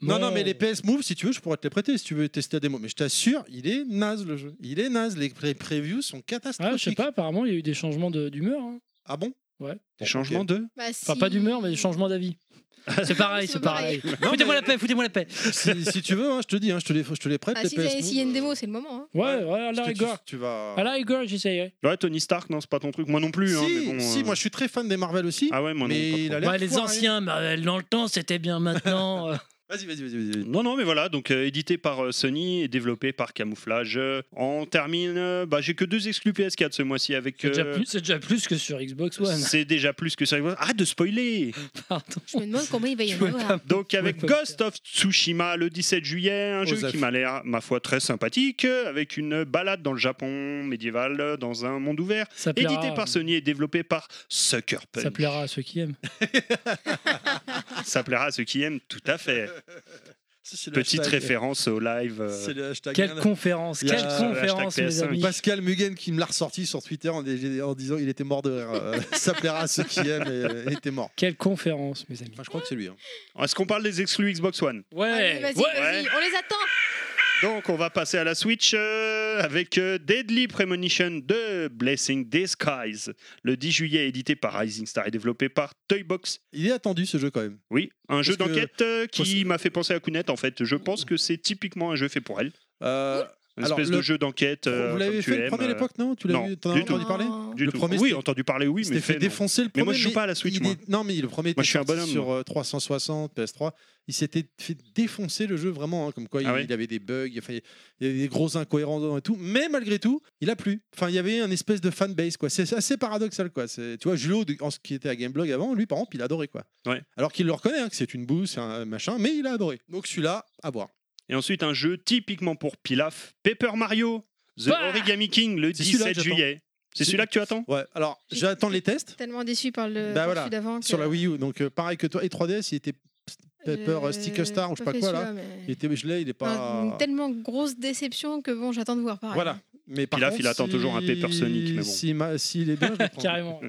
C: non, non,
D: Bon.
C: mais les PS Move, si tu veux, je pourrais te les prêter si tu veux tester la démo. Mais je t'assure, il est naze le jeu. Il est naze. Les pré- previews sont
D: Ah,
C: catastrophiques.
D: je sais pas, apparemment, il y a eu des changements de- d'humeur. hein.
C: Ah bon
D: Ouais.
F: Des changements
C: ok.
F: de
E: Bah,
D: Enfin,
E: si-
D: pas d'humeur, mais des changements d'avis. C'est pareil, c'est
E: C'est
D: pareil.
E: pareil.
D: Foutez-moi la paix, foutez-moi la paix.
C: si, si tu veux, hein, je te dis, hein, je, te les, je te les prête.
E: Ah,
C: les
E: si,
C: PS
E: s'il y a-
C: Move,
E: s'il y a une
C: euh,
E: démo, c'est le moment. hein.
D: Ouais, ouais, à Ah, la
C: tu- tu-
D: rigueur.
C: Tu vas.
D: À la rigueur, j'essayerai.
F: Ouais, Tony Stark, non, c'est pas ton truc. Moi non plus. hein,
C: Si,
F: mais bon,
C: si,
F: euh,
C: moi je suis très fan des Marvel aussi.
F: Ah ouais, moi non.
C: mais
F: pas
C: il
F: trop.
C: a l'air
D: Ouais, les
C: foiré.
D: anciens, Marvel, dans le temps, c'était bien maintenant. euh.
C: Vas-y, vas-y, vas-y. vas-y.
F: Non, non, mais voilà, donc euh, édité par euh, Sony et développé par Camouflage. Euh, On termine. euh, bah, j'ai que deux exclus PS4 ce mois-ci avec.
D: C'est déjà,
F: euh,
D: plus- c'est déjà plus que sur Xbox One.
F: C'est déjà plus que ça. Ah, de spoiler
D: Pardon.
E: Je me demande comment il va y
D: Je
E: en
D: pouvais
E: avoir.
D: pas-
F: Donc avec
D: pouvez pas
F: Ghost of Tsushima le 17 juillet, un jeu
C: Osef.
F: qui m'a l'air, ma foi, très sympathique, euh, avec une balade dans le Japon médiéval, euh, dans un monde ouvert,
D: Ça plaira,
F: édité par Sony et développé par Sucker
D: Ça
F: Punch.
D: plaira à ceux qui aiment.
F: Ça plaira à ceux qui aiment, tout à fait.
C: Ça, c'est le
F: Petite
C: hashtag.
F: référence au live. euh,
C: C'est le hashtag.
D: Quelle
C: Nana.
D: conférence,
C: Il y a
D: quelle
C: le
D: conférence,
F: hashtag
D: mes
F: PS5.
D: amis.
C: Pascal Mugen qui me l'a ressorti sur Twitter en, dé- en disant il était mort de rire. Euh, ça plaira à ceux qui aiment et, et était mort.
D: Quelle conférence, mes amis.
C: Enfin, je crois que c'est lui. hein.
F: Est-ce qu'on parle des exclus Xbox One
E: Allez,
D: Ouais,
E: vas-y,
D: ouais.
E: vas-y, on les attend.
F: Donc on va passer à la Switch euh, avec euh, Deadly Premonition 2 Blessing Disguise, le 10 juillet édité par Rising Star et développé par Toybox
C: Il est attendu ce jeu quand même.
F: Oui, un jeu
C: Parce que-
F: d'enquête euh, qui
C: Parce-
F: m'a fait penser à Kounet en fait. Je pense que c'est typiquement un jeu fait pour elle.
C: Euh,
F: Une
C: Alors,
F: espèce
C: le-
F: de jeu d'enquête. euh,
C: vous
F: comme
C: l'avez
F: tu
C: fait le
F: aimes,
C: premier à
F: euh,
C: l'époque, non Tu l'as
F: non,
C: vu T'en as
F: du
C: entendu
E: tout.
C: parler
E: Non.
F: du
C: hein, Le
F: tout.
C: premier,
F: oui,
C: c'était-
F: entendu parler, oui,
C: Il
F: mais
C: s'était fait
F: fait, non.
C: défoncer le
F: Mais
C: premier.
F: moi je joue pas à la Switch
C: il
F: moi.
C: est- Non, mais le premier était
F: Moi, je suis un
C: sorti
F: bonhomme,
C: sur
F: moi.
C: euh, 360, PS3. Il s'était fait défoncer le jeu vraiment, hein, comme quoi il-
F: Ah ouais
C: il, avait des bugs, enfin, il y avait des grosses incohérences dedans et tout. Mais malgré tout, il a plu. Enfin, il y avait un espèce de fanbase, quoi. C'est assez paradoxal, quoi. C'est- Tu vois, Julo, de- en ce qui était à Gameblog avant, lui, par exemple, il adorait, quoi.
F: Ouais.
C: Alors qu'il le reconnaît, hein, que c'est une bouse, c'est un machin, mais il a adoré. Donc celui-là, à voir.
F: Et ensuite un jeu typiquement pour Pilaf, Paper Mario, The
D: Bah
F: Origami King le
C: C'est celui-là
F: 17
C: que j'attends.
F: juillet. C'est
C: C'est-
F: celui-là que tu attends
C: Ouais, alors, j'attends les tests
E: Tellement déçu par le
C: Bah
E: par
C: voilà,
E: celui d'avant. que-
C: sur la Wii U. Donc, euh, pareil que toi, et 3DS, il était Pepper
E: Euh,
C: Sticker Star ou je sais pas
E: fait
C: quoi, là.
E: celui-là, mais-
C: Il était, je l'ai, il est
E: Enfin,
C: pas.
E: une tellement grosse déception que bon, j'attends de voir pareil.
C: Voilà. Mais par
F: Pilaf,
C: contre,
F: il attend
C: si-
F: toujours un Paper Sonic, mais bon.
C: Si ma- s'il est bien, je le prends.
D: Carrément.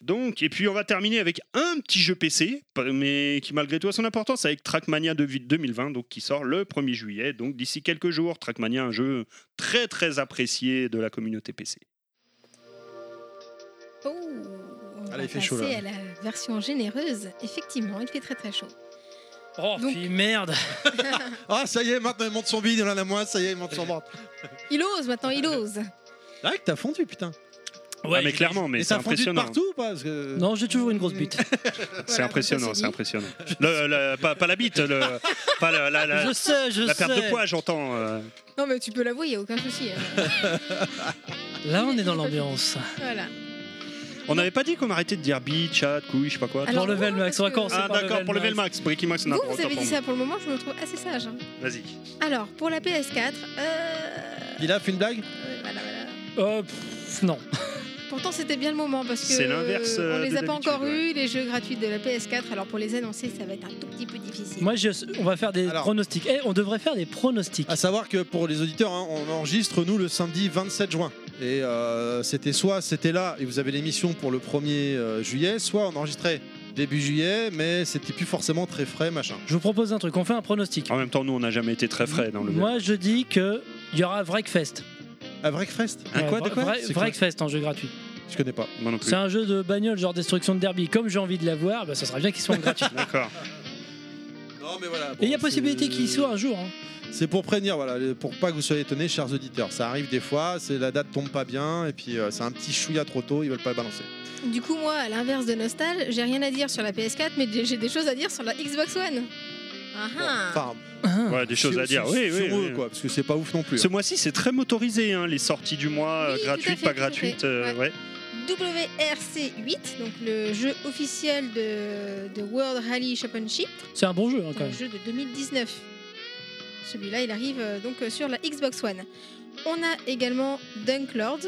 F: Donc, et puis on va terminer avec un petit jeu PC, pa- mais qui malgré tout a son importance, avec Trackmania de- 2020, donc qui sort le 1er juillet, donc d'ici quelques jours. Trackmania, un jeu très très apprécié de la communauté PC.
E: Oh, on
C: Ah là,
E: va
C: il fait chaud, là.
E: passer à la version généreuse. Effectivement, il fait très très chaud.
D: Oh,
E: Donc-
D: puis merde
C: Ah, ça y est, maintenant il monte son bide, il en a moins, ça y est, il monte son bras.
E: Il ose maintenant, il ose.
C: C'est vrai que t'as fondu, putain.
D: Ouais,
F: ah, mais
D: j'ai-
F: clairement, mais
C: Et
F: c'est
C: ça a fondu de
F: impressionnant. hein.
C: partout ou pas Parce que-
D: Non, j'ai toujours une grosse bite.
F: C'est
E: Voilà,
F: impressionnant,
E: donc ça,
F: c'est impressionnant. Le- le- pas, pas la bite, le- pas la, la- la-
D: je sais, je
F: la
D: sais.
F: perte de poids, j'entends. euh.
E: Non, mais tu peux l'avouer, il n'y a aucun souci. euh,
D: Là, on est dans l'ambiance.
E: voilà.
F: On n'avait pas dit qu'on arrêtait de dire bite, chat, couille, je sais pas quoi.
E: Alors,
D: pour le
E: non,
D: Velmax,
E: parce
D: on va
E: que-
D: commencer
F: Ah
D: par
F: d'accord, pour le Velmax, Breaking Max, on a
E: Vous,
F: pas
E: vous
F: autant
E: avez
F: pour
E: dit
F: moi.
E: ça pour le moment, je me trouve assez sage. hein.
F: Vas-y.
E: Alors, pour la PS4, euh,
C: Il a fait une blague
E: euh, voilà, voilà.
D: Oh, pff, non.
E: Pourtant, c'était bien le moment parce que
F: C'est l'inverse,
E: euh,
F: euh,
E: on les
F: de
E: a pas
F: d'habitude,
E: encore eu les jeux gratuits de la PS4. Alors pour les annoncer, ça va être un tout petit peu difficile.
D: Moi, je- on va faire des
C: Alors.
D: pronostics. Eh, on devrait faire des pronostics.
F: Ah,
C: À savoir que pour les auditeurs, hein, on enregistre nous le samedi 27 juin. Et euh, c'était soit c'était là et vous avez l'émission pour le 1er euh, juillet, soit on enregistrait début juillet, mais c'était plus forcément très frais, machin.
D: Je vous propose un truc. On fait un pronostic.
F: En même temps, nous, on n'a jamais été très frais dans le.
D: Moi, je dis que il y aura Breakfest.
C: À Breakfast
F: Un quoi, de
D: Vra-
F: quoi
D: Vra-
C: C'est quoi
D: Breakfest en jeu gratuit.
C: Je connais pas.
F: Moi non plus.
D: bah, C'est un jeu de bagnole, genre destruction de derby. Comme j'ai envie de l'avoir, bah, ça sera bien qu'il soit en gratuit.
F: D'accord.
C: Non, mais voilà.
D: Et il y a possibilité qu'il soit un jour. hein.
C: C'est pour prévenir, voilà, le- pour pas que vous soyez étonnés, chers auditeurs. Ça arrive des fois, c'est la date tombe pas bien, et puis euh, c'est un petit chouïa trop tôt, ils veulent pas le balancer.
E: Du coup, moi, à l'inverse de Nostal, j'ai rien à dire sur la PS4, mais j'ai j'ai des choses à dire sur la Xbox One. Ah
C: Bon,
E: ah.
C: Enfin,
F: Ouais, des choses
C: sur-
F: à dire.
C: sur-
F: Oui,
C: sur
F: oui.
C: eux,
F: oui.
C: quoi, parce que c'est pas ouf non plus. hein.
F: Ce mois-ci, c'est très motorisé, hein, les sorties du mois, euh,
E: Oui, tout à
F: gratuites, pas
E: fait, tout à fait.
F: gratuites. euh, ouais.
E: WRC 8, donc le jeu officiel de, de World Rally Championship,
D: C'est un bon jeu hein, quand
E: un
D: même.
E: jeu de 2019. Celui-là, il arrive euh, donc euh, sur la Xbox One. On a également Dunk Lord.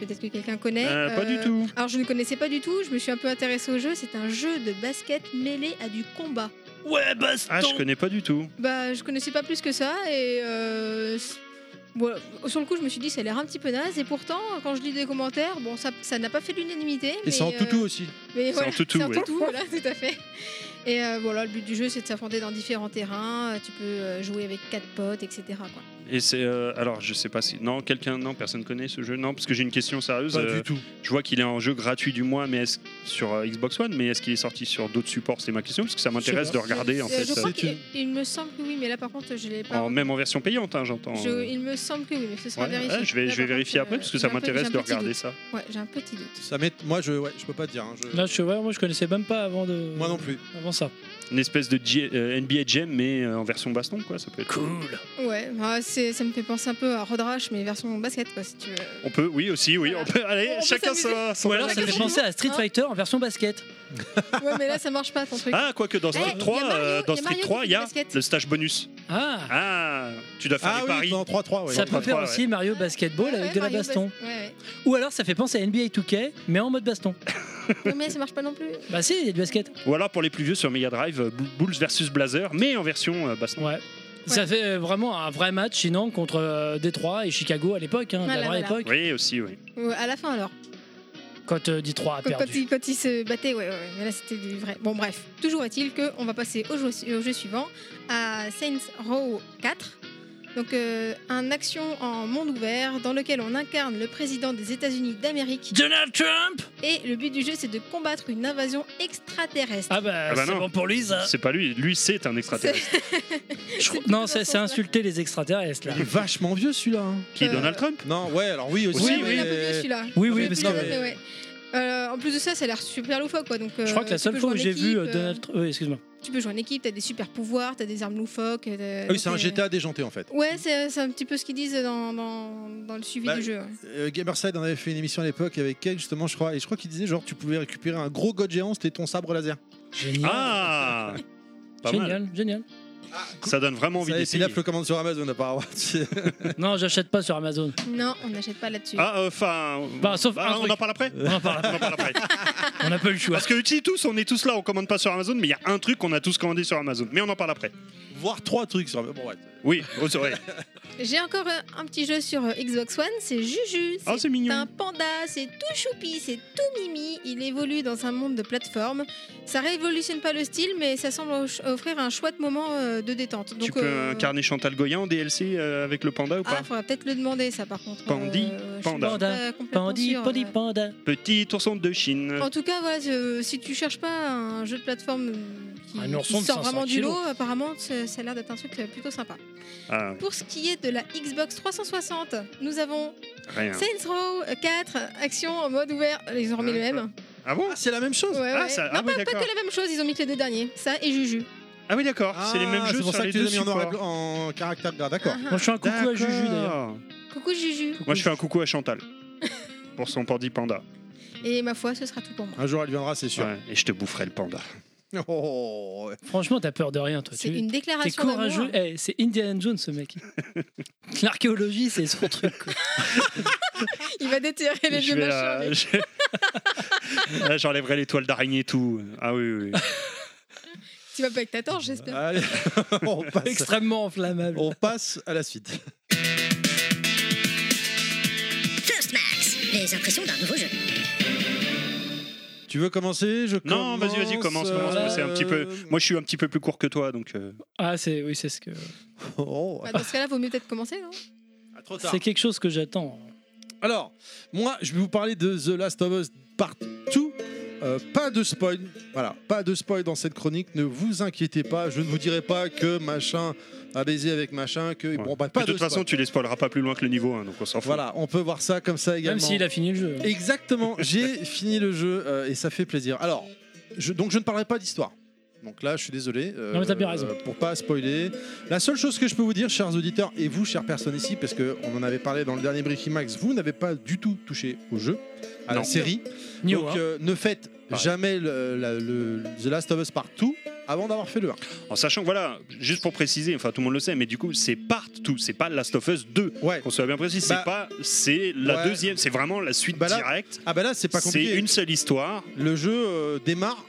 E: Peut-être que quelqu'un connaît.
F: Euh, Pas du
E: Euh,
F: tout.
E: Alors je ne connaissais pas du tout, je me suis un peu intéressée au jeu, c'est un jeu de basket mêlé à du combat.
D: Ouais, baston.
F: Ah, je connais pas du tout.
E: Bah je connaissais pas plus que ça et euh, c- voilà. sur le coup je me suis dit ça a l'air un petit peu naze et pourtant quand je lis des commentaires, bon ça ça n'a pas fait l'unanimité.
C: et c'est en
E: mais, euh,
C: toutou aussi.
E: mais
F: C'est
E: voilà,
F: en toutou,
E: c'est en
F: ouais.
E: toutou, voilà, tout à fait. Et euh, voilà, le but du jeu c'est de s'affronter dans différents terrains, euh, tu peux euh, jouer avec quatre potes, etc. quoi.
F: Et c'est euh, alors je sais pas si non quelqu'un non personne connaît ce jeu non parce que j'ai une question sérieuse.
C: Pas
F: euh,
C: du tout.
F: je vois qu'il est en jeu gratuit du mois mais est-ce sur euh, Xbox One mais est-ce qu'il est sorti sur d'autres supports c'est ma question parce que ça
D: pas.
F: m'intéresse de regarder en
E: Euh,
F: fait. euh,
E: je crois
C: c'est
E: qu'il
C: une-
E: il me semble que oui, mais là par contre je l'ai pas.
F: En, même en version payante hein, j'entends.
E: Je- il me semble que oui, mais ce sera
F: Ouais,
E: vérifié.
F: ouais, je vais,
E: Là,
F: je vais
E: par contre,
F: vérifier après
E: euh,
F: parce que
E: j'ai
F: ça
E: un peu- j'ai
F: m'intéresse
E: un
F: de
E: petit doute.
F: regarder ça.
E: Ouais, j'ai un petit doute.
C: Ça m'est- Moi, je, ouais, je peux pas te dire. hein, je-
D: Là, je, ouais, moi, je connaissais même pas avant de.
C: Moi non plus.
D: Avant ça.
F: Une espèce de G- euh, NBA Jam mais euh, en version baston quoi ça peut être.
D: Cool.
E: Ouais, bah, c'est- ça me fait penser un peu à Rodrash, mais version basket, quoi, si tu veux.
F: On peut oui aussi oui
E: Voilà.
F: on peut allez
E: On peut
F: chacun
E: s'amuser.
F: ça.
D: Ou alors, ça
E: Chacun
D: fait
E: son
D: penser
E: tour,
D: à Street
E: hein.
D: Fighter en version basket.
E: Ouais, mais là, ça marche pas, ton truc.
F: Ah quoique dans Street
E: Eh, y a
F: 3
E: Mario-
F: euh,
E: y a
F: dans Street
E: Mario qui
F: 3 il y
E: fait
F: a
E: du basket.
F: le stage bonus.
D: Ah,
F: Ah tu dois faire
C: Ah
F: les
C: oui,
F: paris.
C: dans 3-3, ouais.
D: ça peut
F: trois,
D: faire
F: ouais.
D: aussi Mario Basketball
E: Ouais,
D: avec
E: Ah ouais,
D: de la
E: Mario
D: baston.
E: Bas- Ouais,
D: Ou alors ça fait penser à NBA 2K, mais en mode baston.
E: ouais. mais ça marche pas non plus.
D: Bah si, il y a du basket.
F: Ou alors pour les plus vieux sur Mega Drive, euh, Bull- Bulls versus Blazer, mais en version euh, baston.
D: Ouais. Ça fait euh, vraiment un vrai match, sinon, contre euh, Détroit et Chicago à l'époque, hein, de
E: Voilà,
D: la vraie
E: voilà.
D: époque,
F: Oui, aussi, oui.
E: Ouais, à la fin, alors.
D: quand euh, Détroit a
E: Quand, quand
D: perdu.
E: il, quand il se battait, ouais, ouais, ouais. Mais là, c'était du vrai. Bon, bref. Toujours est-il qu'on va passer au jeu, au jeu suivant, à Saints Row 4. Donc, euh, un action en monde ouvert dans lequel on incarne le président des États-Unis d'Amérique.
D: Donald Trump
E: Et le but du jeu, c'est de combattre une invasion extraterrestre.
D: Ah bah,
F: Ah bah
D: c'est
F: non.
D: bon pour lui ça.
F: C'est pas lui, lui c'est un extraterrestre.
D: Je-
E: plutôt
D: Non,
E: dans
D: c'est
E: ce
D: c'est
E: sens-là.
D: insulter les extraterrestres là.
C: Il est vachement vieux celui-là. hein.
F: Qui est
E: Euh,
F: Donald Trump
C: Non, ouais, alors oui aussi.
F: Aussi,
E: Ouais, ouais, il est
C: mais...
E: un peu vieux, celui-là.
D: euh, Oui,
E: Je
D: oui,
E: l'ai
D: parce
E: plus
C: non,
E: jamais,
C: mais-
D: que
E: ouais. Euh, en plus de ça, ça a l'air super loufoque quoi. Donc,
D: je
E: euh,
D: crois que la
E: tu
D: seule
E: peux
D: fois où
E: jouer
D: j'ai
E: en
D: vu
E: équipe,
D: euh,
E: euh,
D: Donald Trump. Oui, excuse-moi.
E: Tu peux jouer en équipe, t'as des super pouvoirs, t'as des armes loufoques. euh,
C: Ah oui, c'est
E: donc,
C: un
E: euh,
C: GTA déjanté en fait.
E: Ouais, c'est c'est un petit peu ce qu'ils disent dans, dans, dans le suivi
C: Bah,
E: du jeu. hein. ouais.
C: Euh, Gamerside en avait fait une émission à l'époque avec Keg justement, je crois, et je crois qu'il disait genre tu pouvais récupérer un gros god géant, c'était ton sabre laser.
D: Génial.
F: Ah Pas mal.
D: génial, génial.
F: Ça donne vraiment envie
C: Ça, C'est là
F: d'essayer.
C: que le commande sur Amazon apparemment.
D: Non, j'achète pas sur Amazon.
E: Non, on n'achète pas là-dessus.
F: Ah, euh, enfin. euh,
D: Bah, sauf un
F: ah, on
D: truc.
F: en parle
E: Euh.
F: après
D: On en parle
F: On en parle après.
D: On n'a pas eu le choix.
F: Parce que Uti, tous, on est tous là, on commande pas sur Amazon, mais il y a un truc qu'on a tous commandé sur Amazon. Mais on en parle après.
C: Voir trois trucs sur Bon, ouais.
F: Oui, oh, c'est vrai.
E: J'ai encore euh, un petit jeu sur euh, Xbox One, c'est Juju.
F: Ah, c'est mignon.
E: un panda, c'est tout choupi, c'est tout mimi. Il évolue dans un monde de plateforme. Ça révolutionne pas le style, mais ça semble offrir un chouette moment euh, euh, de détente. Donc,
F: tu peux
E: euh,
F: incarner Chantal Goya en DLC euh, avec le panda ou
E: Ah,
F: pas
E: faudra peut-être le demander, ça, par contre.
F: Pandi,
E: Euh, je suis
F: panda.
E: pas complètement
D: Pandi,
E: sûre,
D: pandi,
E: euh.
D: panda.
F: Petit ourson de Chine.
E: En tout cas, voilà, je- si tu cherches pas un jeu de plateforme euh, qui,
D: Un ourson
E: qui
D: de
E: sort
D: 500
E: vraiment du
D: kilos.
E: lot, apparemment, ça ça a l'air d'être un truc euh, plutôt sympa.
F: Ah,
E: Pour ce qui est de la Xbox 360, nous avons
F: rien.
E: Saints Row 4, action en mode ouvert. Ils ont remis le même.
F: Ah bon
C: Ah, c'est la même chose
E: Ouais, ouais.
F: Ah, ça-
E: non,
F: ah oui,
E: pas, pas
F: d'accord.
E: que la même chose, ils ont mis que les deux derniers. Ça et Juju.
F: Ah oui, d'accord, c'est les mêmes
C: Ah,
F: jeux
C: C'est pour
F: sur
C: ça
F: les
C: que tu
F: deux
C: les as mis en, noir et
F: supports.
C: blanc- en caractère gras, d'accord.
E: Ah,
D: Moi, je fais un coucou à Juju d'ailleurs.
F: D'accord.
E: ah. Coucou Juju.
F: Moi, je fais un coucou à Chantal pour son pandi panda.
E: Et ma foi, ce sera tout pour moi.
C: Un jour elle viendra, c'est sûr.
F: Ouais, et je te boufferai le panda.
C: Oh,
D: Franchement, t'as peur de rien, toi.
E: C'est
D: Ah, tu-
E: une
D: T'es
E: déclaration d'amour.
D: courageux. Eh, c'est Indiana Jones, ce mec. L'archéologie, c'est son truc. quoi.
E: Il va déterrer les
F: Je
E: vieux
F: vais,
E: machins.
F: euh,
E: lui.
F: je- Là, j'enlèverai les toiles d'araignée et tout. Ah oui, oui, oui.
E: Tu vas pas avec ta torche,
F: Ah.
E: j'espère.
C: Allez, on passe,
D: Extrêmement enflammable.
F: Oh.
C: on passe à la suite.
A: First Max, les impressions d'un nouveau jeu.
C: Tu veux commencer Je
F: Non,
C: commence,
F: vas-y, vas-y, commence, commence.
C: euh,
F: moi, c'est un petit peu... Moi, je suis un petit peu plus court que toi, donc. euh,
D: Ah, c'est oui, c'est ce que.
C: Oh,
E: Bah, dans ce cas-là, vaut mieux peut-être commencer, non
C: ah, trop tard.
D: C'est quelque chose que j'attends.
C: Alors, moi, je vais vous parler de The Last of Us Part 2. Euh, pas de spoil, voilà, pas de spoil dans cette chronique, ne vous inquiétez pas, je ne vous dirai pas que machin a baisé avec machin, que
F: Ouais.
C: bon, bah, pas
F: de
C: de,
F: toute façon,
C: spoil.
F: tu les spoileras pas plus loin que le niveau 1, donc on s'en fout.
C: Voilà, on peut voir ça comme ça également.
D: Même s'il a fini le jeu.
C: Exactement, j'ai fini le jeu euh, et ça fait plaisir. Alors, je- donc je ne parlerai pas d'histoire. Donc là, je suis désolé. euh,
D: Non, mais t'as bien raison.
C: Pour pas spoiler. La seule chose que je peux vous dire, chers auditeurs et vous, chères personnes ici, parce qu'on en avait parlé dans le dernier Briefing Max, vous n'avez pas du tout touché au jeu, à la
F: Non.
C: série.
D: Nioh,
C: donc
D: hein.
C: euh, ne faites
F: Pareil.
C: jamais le, la- le- The Last of Us Part 2 avant d'avoir fait le 1.
F: En sachant que voilà, juste pour préciser, enfin tout le monde le sait, mais du coup c'est part tout, c'est pas Last of Us 2.
C: Ouais.
F: Qu'on soit bien précis, c'est
C: Bah,
F: pas, c'est la
C: ouais.
F: deuxième, c'est vraiment la suite
C: Bah là,
F: directe.
C: Ah bah là, c'est pas compliqué.
F: C'est une seule histoire.
C: Le jeu euh, démarre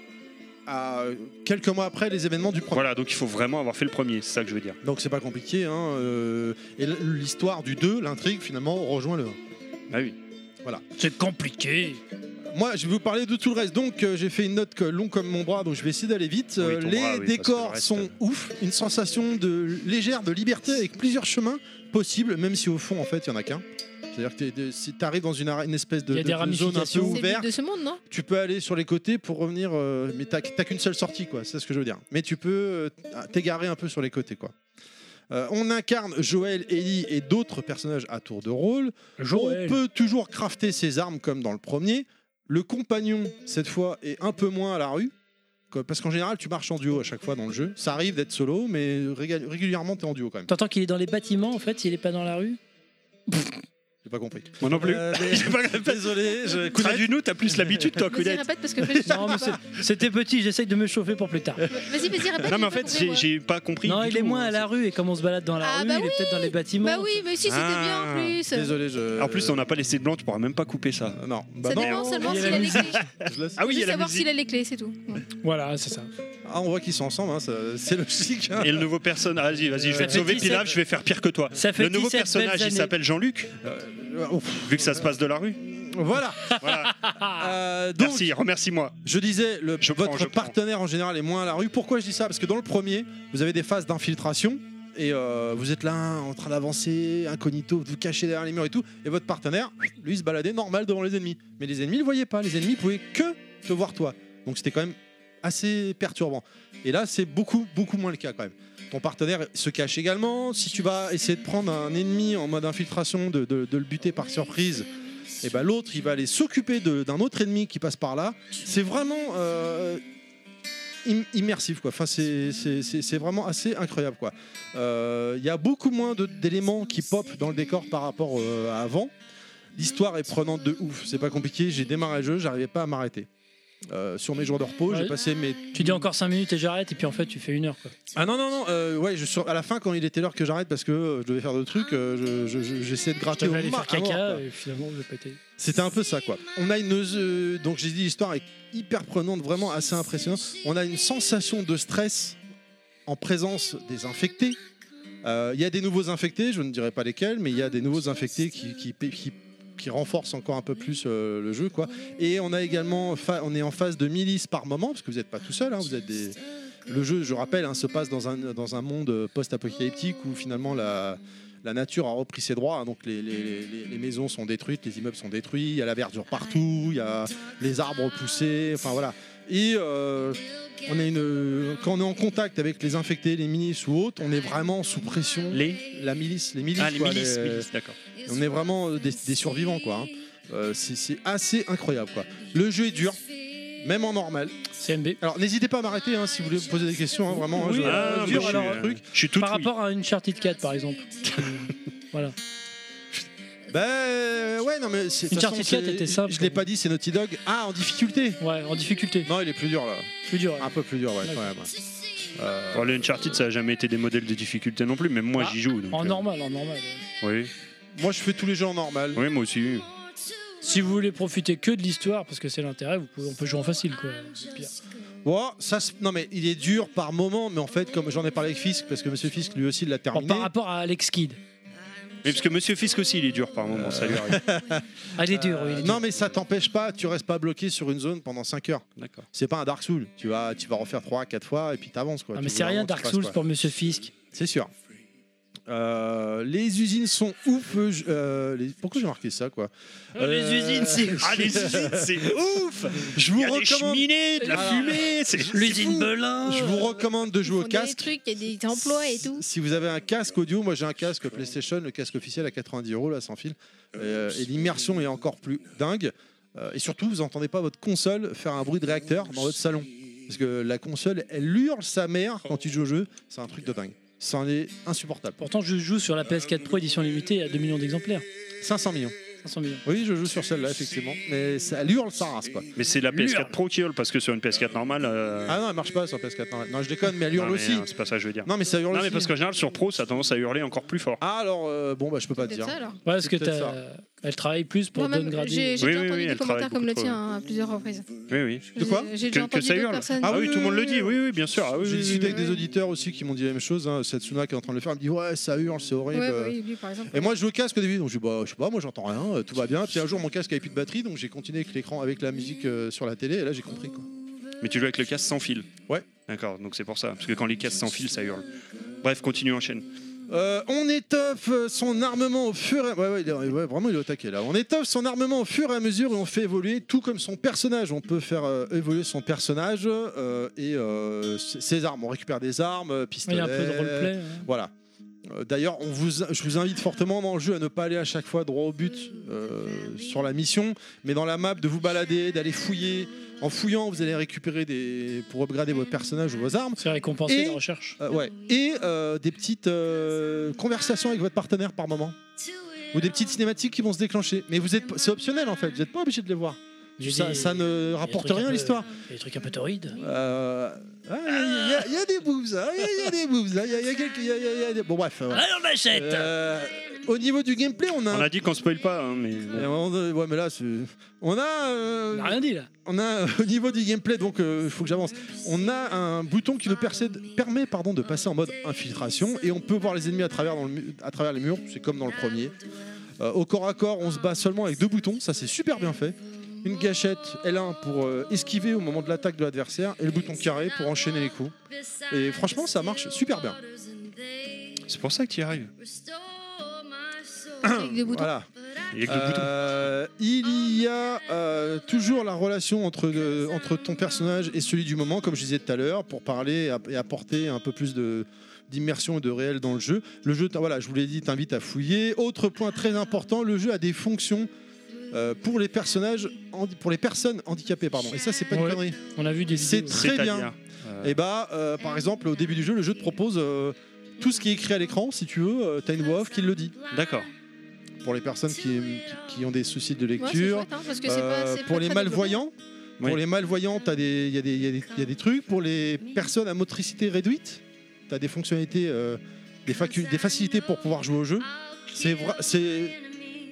C: à quelques mois après les événements du premier.
F: Voilà, donc il faut vraiment avoir fait le premier, c'est ça que je veux dire.
C: Donc c'est pas compliqué. Hein, euh, et l- l'histoire du 2, l'intrigue finalement, rejoint le 1. Bah
F: Ah oui.
D: C'est compliqué.
C: Moi, je vais vous parler de tout le reste. Donc euh, j'ai fait une note que- longue comme mon bras, donc je vais essayer d'aller vite.
F: Oui,
C: Euh,
F: ton
C: les
F: bras, oui, parce que le
C: décors
F: reste,
C: sont
F: euh.
C: ouf. Une sensation de légère de liberté avec plusieurs chemins possibles, même si au fond en fait il y en a qu'un. C'est-à-dire que t'es- t'es- si tu arrives dans une, ara- une espèce de,
D: Il y a
C: de-
D: des
C: de zone un peu
D: ramifications.
E: C'est le but
C: ouverte,
E: de ce monde, non
C: tu peux aller sur les côtés pour revenir, euh, mais t'as t'as qu'une seule sortie, quoi. C'est ce que je veux dire. Mais tu peux euh, t'égarer un peu sur les côtés, quoi. Euh, on incarne Joël, Ellie et d'autres personnages à tour de rôle. On
D: Joël.
C: peut toujours crafter ses armes comme dans le premier. Le compagnon, cette fois, est un peu moins à la rue. quoi, Parce qu'en général, tu marches en duo à chaque fois dans le jeu. Ça arrive d'être solo, mais réga- régulièrement, t'es en duo quand même.
D: T'entends qu'il est dans les bâtiments en fait, il est pas dans la rue.
C: J'ai pas compris.
F: Moi non plus.
C: Euh, mais- Désolé, je... Kounad-
F: du nous, t'as plus l'habitude toi,
E: Vas-y,
F: Kounet.
E: répète parce que je
D: Non, mais c'est- c'était petit, j'essaye de me chauffer pour plus tard.
E: Vas-y, vas-y, répète.
F: Non mais
E: j'ai
F: en
E: pas
F: fait,
E: compris,
F: j'ai-
E: moi.
F: j'ai pas compris.
D: Non,
F: du
D: il est
F: tout,
D: moins
F: hein.
D: à la rue et comme on se balade dans la
E: Ah,
D: rue,
E: bah
D: il est peut-être dans les bâtiments.
E: Bah oui, mais si, c'était
F: Ah.
E: bien en plus.
C: Désolé, je.
F: En plus, on n'a pas laissé de blanc, tu pourras même pas couper ça.
C: Euh, Non, bah
E: Ça
C: non,
E: dépend
D: non,
E: seulement
D: il y a
E: s'il
D: la
E: a les clés.
C: je laisse-
F: Ah oui, il y
E: Juste
F: a la
E: savoir s'il
F: musique.
E: a les clés, c'est tout. Ouais.
D: Voilà, c'est ça.
C: Ah, on voit qu'ils sont ensemble, hein, ça- c'est logique. hein.
F: Et le nouveau personnage, Ah, vas-y,
C: Euh,
F: vas-y, je
D: Ça
F: vais te
D: fait
F: sauver, puis là,
D: 17.
F: je vais faire pire que toi.
D: Ça fait
F: Le nouveau
D: 17
F: personnage,
D: belles
F: il
D: années.
F: s'appelle Jean-Luc,
C: Euh, ouf,
F: vu que ça se passe de la rue.
C: voilà.
F: Voilà.
C: Euh, donc,
F: Merci, remercie-moi.
C: je disais, le,
F: Je
C: votre
F: prends, je prends.
C: partenaire en général est moins à la rue. Pourquoi je dis ça Parce que dans le premier, vous avez des phases d'infiltration. Et euh, vous êtes là en train d'avancer, incognito, vous cachez derrière les murs et tout. Et votre partenaire, lui, se baladait normal devant les ennemis. Mais les ennemis ne le voyaient pas. Les ennemis pouvaient que te voir toi. Donc c'était quand même assez perturbant. Et là, c'est beaucoup, beaucoup moins le cas quand même. Ton partenaire se cache également. Si tu vas essayer de prendre un ennemi en mode infiltration, de, de- de le buter par surprise, et ben l'autre, il va aller s'occuper de- d'un autre ennemi qui passe par là. C'est vraiment euh, im- immersif, quoi. Enfin, c'est- c'est c'est- c'est vraiment assez incroyable, quoi. Euh, Il y a beaucoup moins de- d'éléments qui pop dans le décor par rapport euh, à avant. L'histoire est prenante de ouf. C'est pas compliqué. J'ai démarré le jeu, j'arrivais pas à m'arrêter. Euh, sur mes jours de repos, j'ai
D: Ouais.
C: passé mes
D: Tu dis encore 5 minutes et j'arrête, et puis en fait, tu fais une heure. Quoi.
C: ah non, non, non, euh, ouais, je suis à la fin quand il était l'heure que j'arrête parce que euh, je devais faire d'autres trucs, euh, je- je- je- j'essayais de
D: Je
C: gratter au
D: devais aller
C: ma-
D: faire
C: à mort,
D: caca,
C: quoi.
D: et finalement, j'ai pas été.
C: C'était un peu ça quoi. On a une. euh, donc j'ai dit, l'histoire est hyper prenante, vraiment assez impressionnante. On a une sensation de stress en présence des infectés. Euh, Il y a des nouveaux infectés, je ne dirais pas lesquels, mais il y a des nouveaux infectés qui, qui, qui- qui renforcent encore un peu plus euh, le jeu quoi. Et on a également, fa- on est en phase de milice par moment parce que vous n'êtes pas tout seul, hein, vous êtes des, Le jeu, je rappelle, hein, se passe dans un, dans un monde euh, post-apocalyptique où finalement la, la nature a repris ses droits. hein. donc les, les- les- les maisons sont détruites, les immeubles sont détruits, il y a la verdure partout, il y a les arbres poussés, enfin voilà. Et euh, on est une, quand on est en contact avec les infectés, les milices ou autres, on est vraiment sous pression.
F: Les.
C: La milice, les milices,
F: Ah, les Ah,
C: quoi,
F: milices,
C: les-
F: milices, d'accord.
C: on est vraiment euh, des, des survivants quoi. hein. Euh, c'est- c'est assez incroyable quoi. Le jeu est dur, même en normal.
D: CMB.
C: Alors n'hésitez pas à m'arrêter hein, si vous voulez me poser des questions hein, vraiment. hein,
D: Oui,
C: je-
D: euh,
F: Ah,
D: dur,
F: moi,
D: alors,
F: je, suis, euh,
C: truc.
F: je suis tout
D: Par
F: oui.
D: rapport à Uncharted 4, par exemple. Euh, voilà.
C: Bah euh, ouais non mais c'est. de toute
D: Uncharted
C: façon,
D: 4
C: c'est-
D: était simple.
C: Je l'ai pas dit, c'est Naughty Dog. Ah en difficulté.
D: Ouais, en difficulté.
C: Non Ah, il est plus dur là,
D: Plus dur. ouais.
C: un peu plus dur ouais quand
D: D'accord.
C: même. Euh,
F: Bon, les Uncharted, ça n'a jamais été des modèles de difficulté non plus, mais moi
D: Ah,
F: j'y joue. donc,
D: En
F: euh,
D: normal, en normal.
F: Oui.
C: moi je fais tous les jeux en normal.
F: oui, moi aussi.
D: Si vous voulez profiter que de l'histoire, parce que c'est l'intérêt, vous pouvez- on peut jouer en facile, quoi. C'est pire.
C: Ouais, ça se- non mais il est dur par moment mais en fait comme j'en ai parlé avec Fisk parce que Monsieur Fisk lui aussi l'a
D: Bon,
C: terminé.
D: par rapport à Alex Kidd.
F: Mais parce que Monsieur Fisk aussi, il est dur par moment, ça lui arrive.
D: Ah, il est dur, oui.
C: Euh,
D: il est
C: non
D: dur.
C: mais ça t'empêche pas, tu restes pas bloqué sur une zone pendant 5 heures.
F: D'accord.
C: c'est pas un Dark Souls. Tu vas, tu vas refaire 3 4 fois et puis t'avances quoi.
D: Ah,
C: Tu
D: mais
C: vois
D: c'est rien
C: vraiment
D: Dark
C: ce qui se
D: Souls
C: passe, quoi.
D: pour Monsieur Fisk.
C: C'est sûr. Euh, les usines sont ouf. euh, je- euh, les- Pourquoi j'ai marqué ça quoi Euh,
D: Les usines, c'est.
F: Ah, les usines, c'est ouf
C: Je
F: Il
C: vous
F: y a des
C: recommande.
F: cheminées, de la
C: Ah.
F: fumée, c'est
D: L'usine
C: fou.
D: Belin.
C: Je vous recommande de
E: Ils
C: jouer
E: font
C: au
E: Des
C: casque.
E: trucs, il y a des emplois et tout.
C: Si vous avez un casque audio, moi j'ai un casque PlayStation, le casque officiel à 90 euros là sans fil. Euh, et l'immersion est encore plus dingue. Euh, et surtout, vous n'entendez pas votre console faire un bruit de réacteur dans votre salon. Parce que la console, elle hurle sa mère quand tu joues au jeu. C'est un truc de dingue. C'en est insupportable.
D: Pourtant, je joue sur la PS4 Pro édition limitée à 2 millions d'exemplaires.
C: 500 millions.
D: 500 millions.
C: Oui, je joue sur celle-là, effectivement. Mais ça elle hurle sa race, quoi.
F: Mais c'est la PS4
D: Lure.
F: Pro qui hurle, parce que sur une PS4 normale. euh,
C: Ah non, elle marche pas sur PS4. Non, non, je déconne, mais elle
F: non,
C: hurle
F: mais,
C: aussi.
F: euh, C'est pas ça que je veux dire.
C: Non, mais ça hurle
F: Non, mais
C: aussi.
F: parce qu'en général, sur Pro, ça a tendance à hurler encore plus fort.
C: Ah, alors, euh, bon, bah, je peux pas te dire.
E: Peut-être ça alors.
D: Ouais, parce
C: C'est
D: que
C: peut-être
D: t'as- elle travaille plus pour
E: Moi-même,
D: downgrader.
E: j'ai j'ai
F: Oui, oui,
E: déjà
F: oui,
E: entendu des
F: elle travaille
E: commentaires comme le
F: beaucoup,
E: tien hein, à plusieurs reprises.
F: Oui, oui.
C: De quoi
E: J'ai- J'ai
F: Que,
E: déjà
F: que
E: entendu
F: ça
E: d'autres
F: hurle.
E: personnes.
F: Ah,
C: Ah
F: oui,
C: oui,
F: tout le monde
C: oui,
F: le
C: oui,
F: dit, oui, oui, bien sûr. Ah, oui,
C: J'ai
F: oui,
C: discuté
F: oui.
C: avec des auditeurs aussi qui m'ont dit la même chose. Hein. Setsuna qui est en train de le faire, elle me dit Ouais, ça hurle, c'est horrible.
E: Ouais, oui, lui, par exemple.
C: Et moi, je joue au casque au début, donc je dis Bah, je sais pas, moi, j'entends rien, euh, tout va bien. Puis un jour, mon casque avait plus de batterie, donc j'ai continué avec l'écran, avec la musique euh, sur la télé, et là, j'ai compris, quoi.
F: Mais tu joues avec le casque sans fil.
C: Ouais.
F: D'accord, donc c'est pour ça. Parce que quand les casques sans fil, ça hurle. Bref, continue, enchaîne.
C: Euh, on étoffe son armement au fur et ouais, ouais, il est- ouais, vraiment il est au taquet là. On étoffe son armement au fur et à mesure et on fait évoluer tout comme son personnage. On peut faire euh, évoluer son personnage euh, et euh, ses ses armes. On récupère des armes, euh,
D: Il
C: pistolets.
D: y a un peu de roleplay. hein.
C: Voilà. Euh, D'ailleurs, on vous, je vous invite fortement dans le jeu à ne pas aller à chaque fois droit au but euh, sur la mission, mais dans la map de vous balader, d'aller fouiller. En fouillant, vous allez récupérer des pour upgrader vos personnages ou vos armes.
D: C'est récompensé
C: Et-
D: la recherche.
C: Euh, ouais. Et euh, des petites euh, conversations avec votre partenaire par moment. Ou des petites cinématiques qui vont se déclencher. Mais vous êtes, c'est optionnel en fait, vous n'êtes pas obligé de les voir.
D: J'ai
C: Ça,
D: des-
C: ça ne
D: il y a des
C: rapporte
D: trucs un
C: rien à
D: peu-
C: l'histoire.
D: Il y a des trucs un peu torrides.
C: Euh, ah, Il y, a- il y a des boobs, hein, il y, a- il y a des boobs, hein, il y a- il y a quelques- il y a- il y a- il y a des- Bon bref. euh,
D: Allez, on achète
C: euh, au niveau du gameplay, on a.
F: On a dit qu'on spoil pas, hein, mais. bon.
C: Euh, on- ouais, mais là, c'est- on a, euh,
D: On a rien dit là.
C: on a euh, au niveau du gameplay, donc euh, il faut que j'avance. On a un bouton qui nous percède- permet pardon, de passer en mode infiltration et on peut voir les ennemis à travers, dans le mu- à travers les murs, c'est comme dans le premier. Euh, au corps à corps, on se bat seulement avec deux boutons, ça c'est super bien fait. Une gâchette L1 pour euh, esquiver au moment de l'attaque de l'adversaire et le bouton carré pour enchaîner les coups. Et franchement, ça marche super bien.
F: C'est pour ça que tu y arrives.
E: Avec des boutons.
C: Voilà.
F: Il y a que le bouton.
C: Euh, il y a euh, toujours la relation entre, le- entre ton personnage et celui du moment, comme je disais tout à l'heure, pour parler et app- et apporter un peu plus de d'immersion et de réel dans le jeu. Le jeu, t'as- voilà, je vous l'ai dit, t'invite à fouiller. Autre point très important, le jeu a des fonctions euh, pour les personnages, handi- pour les personnes handicapées, pardon. Et ça, c'est pas une
D: Ouais.
C: connerie.
D: On a vu des
C: C'est
D: vidéos.
C: très
F: C'est-à-dire,
C: bien.
F: euh,
C: Et bah, euh, par exemple, au début du jeu, le jeu te propose euh, tout ce qui est écrit à l'écran, si tu veux, euh, t'as une voix off qui le dit.
F: D'accord.
C: Pour les personnes qui, qui- qui ont des soucis de
E: Ouais, c'est
C: lecture,
E: chouette, hein, parce que c'est pas-
C: euh,
E: c'est pas
C: pour les
E: très
C: malvoyants,
F: Oui.
C: pour les malvoyants, t'as des, il y, a des- y a des- y a des trucs. Pour les personnes à motricité réduite, tu as des fonctionnalités, euh, des, facu- des facilités pour pouvoir jouer au jeu. C'est vrai, c'est,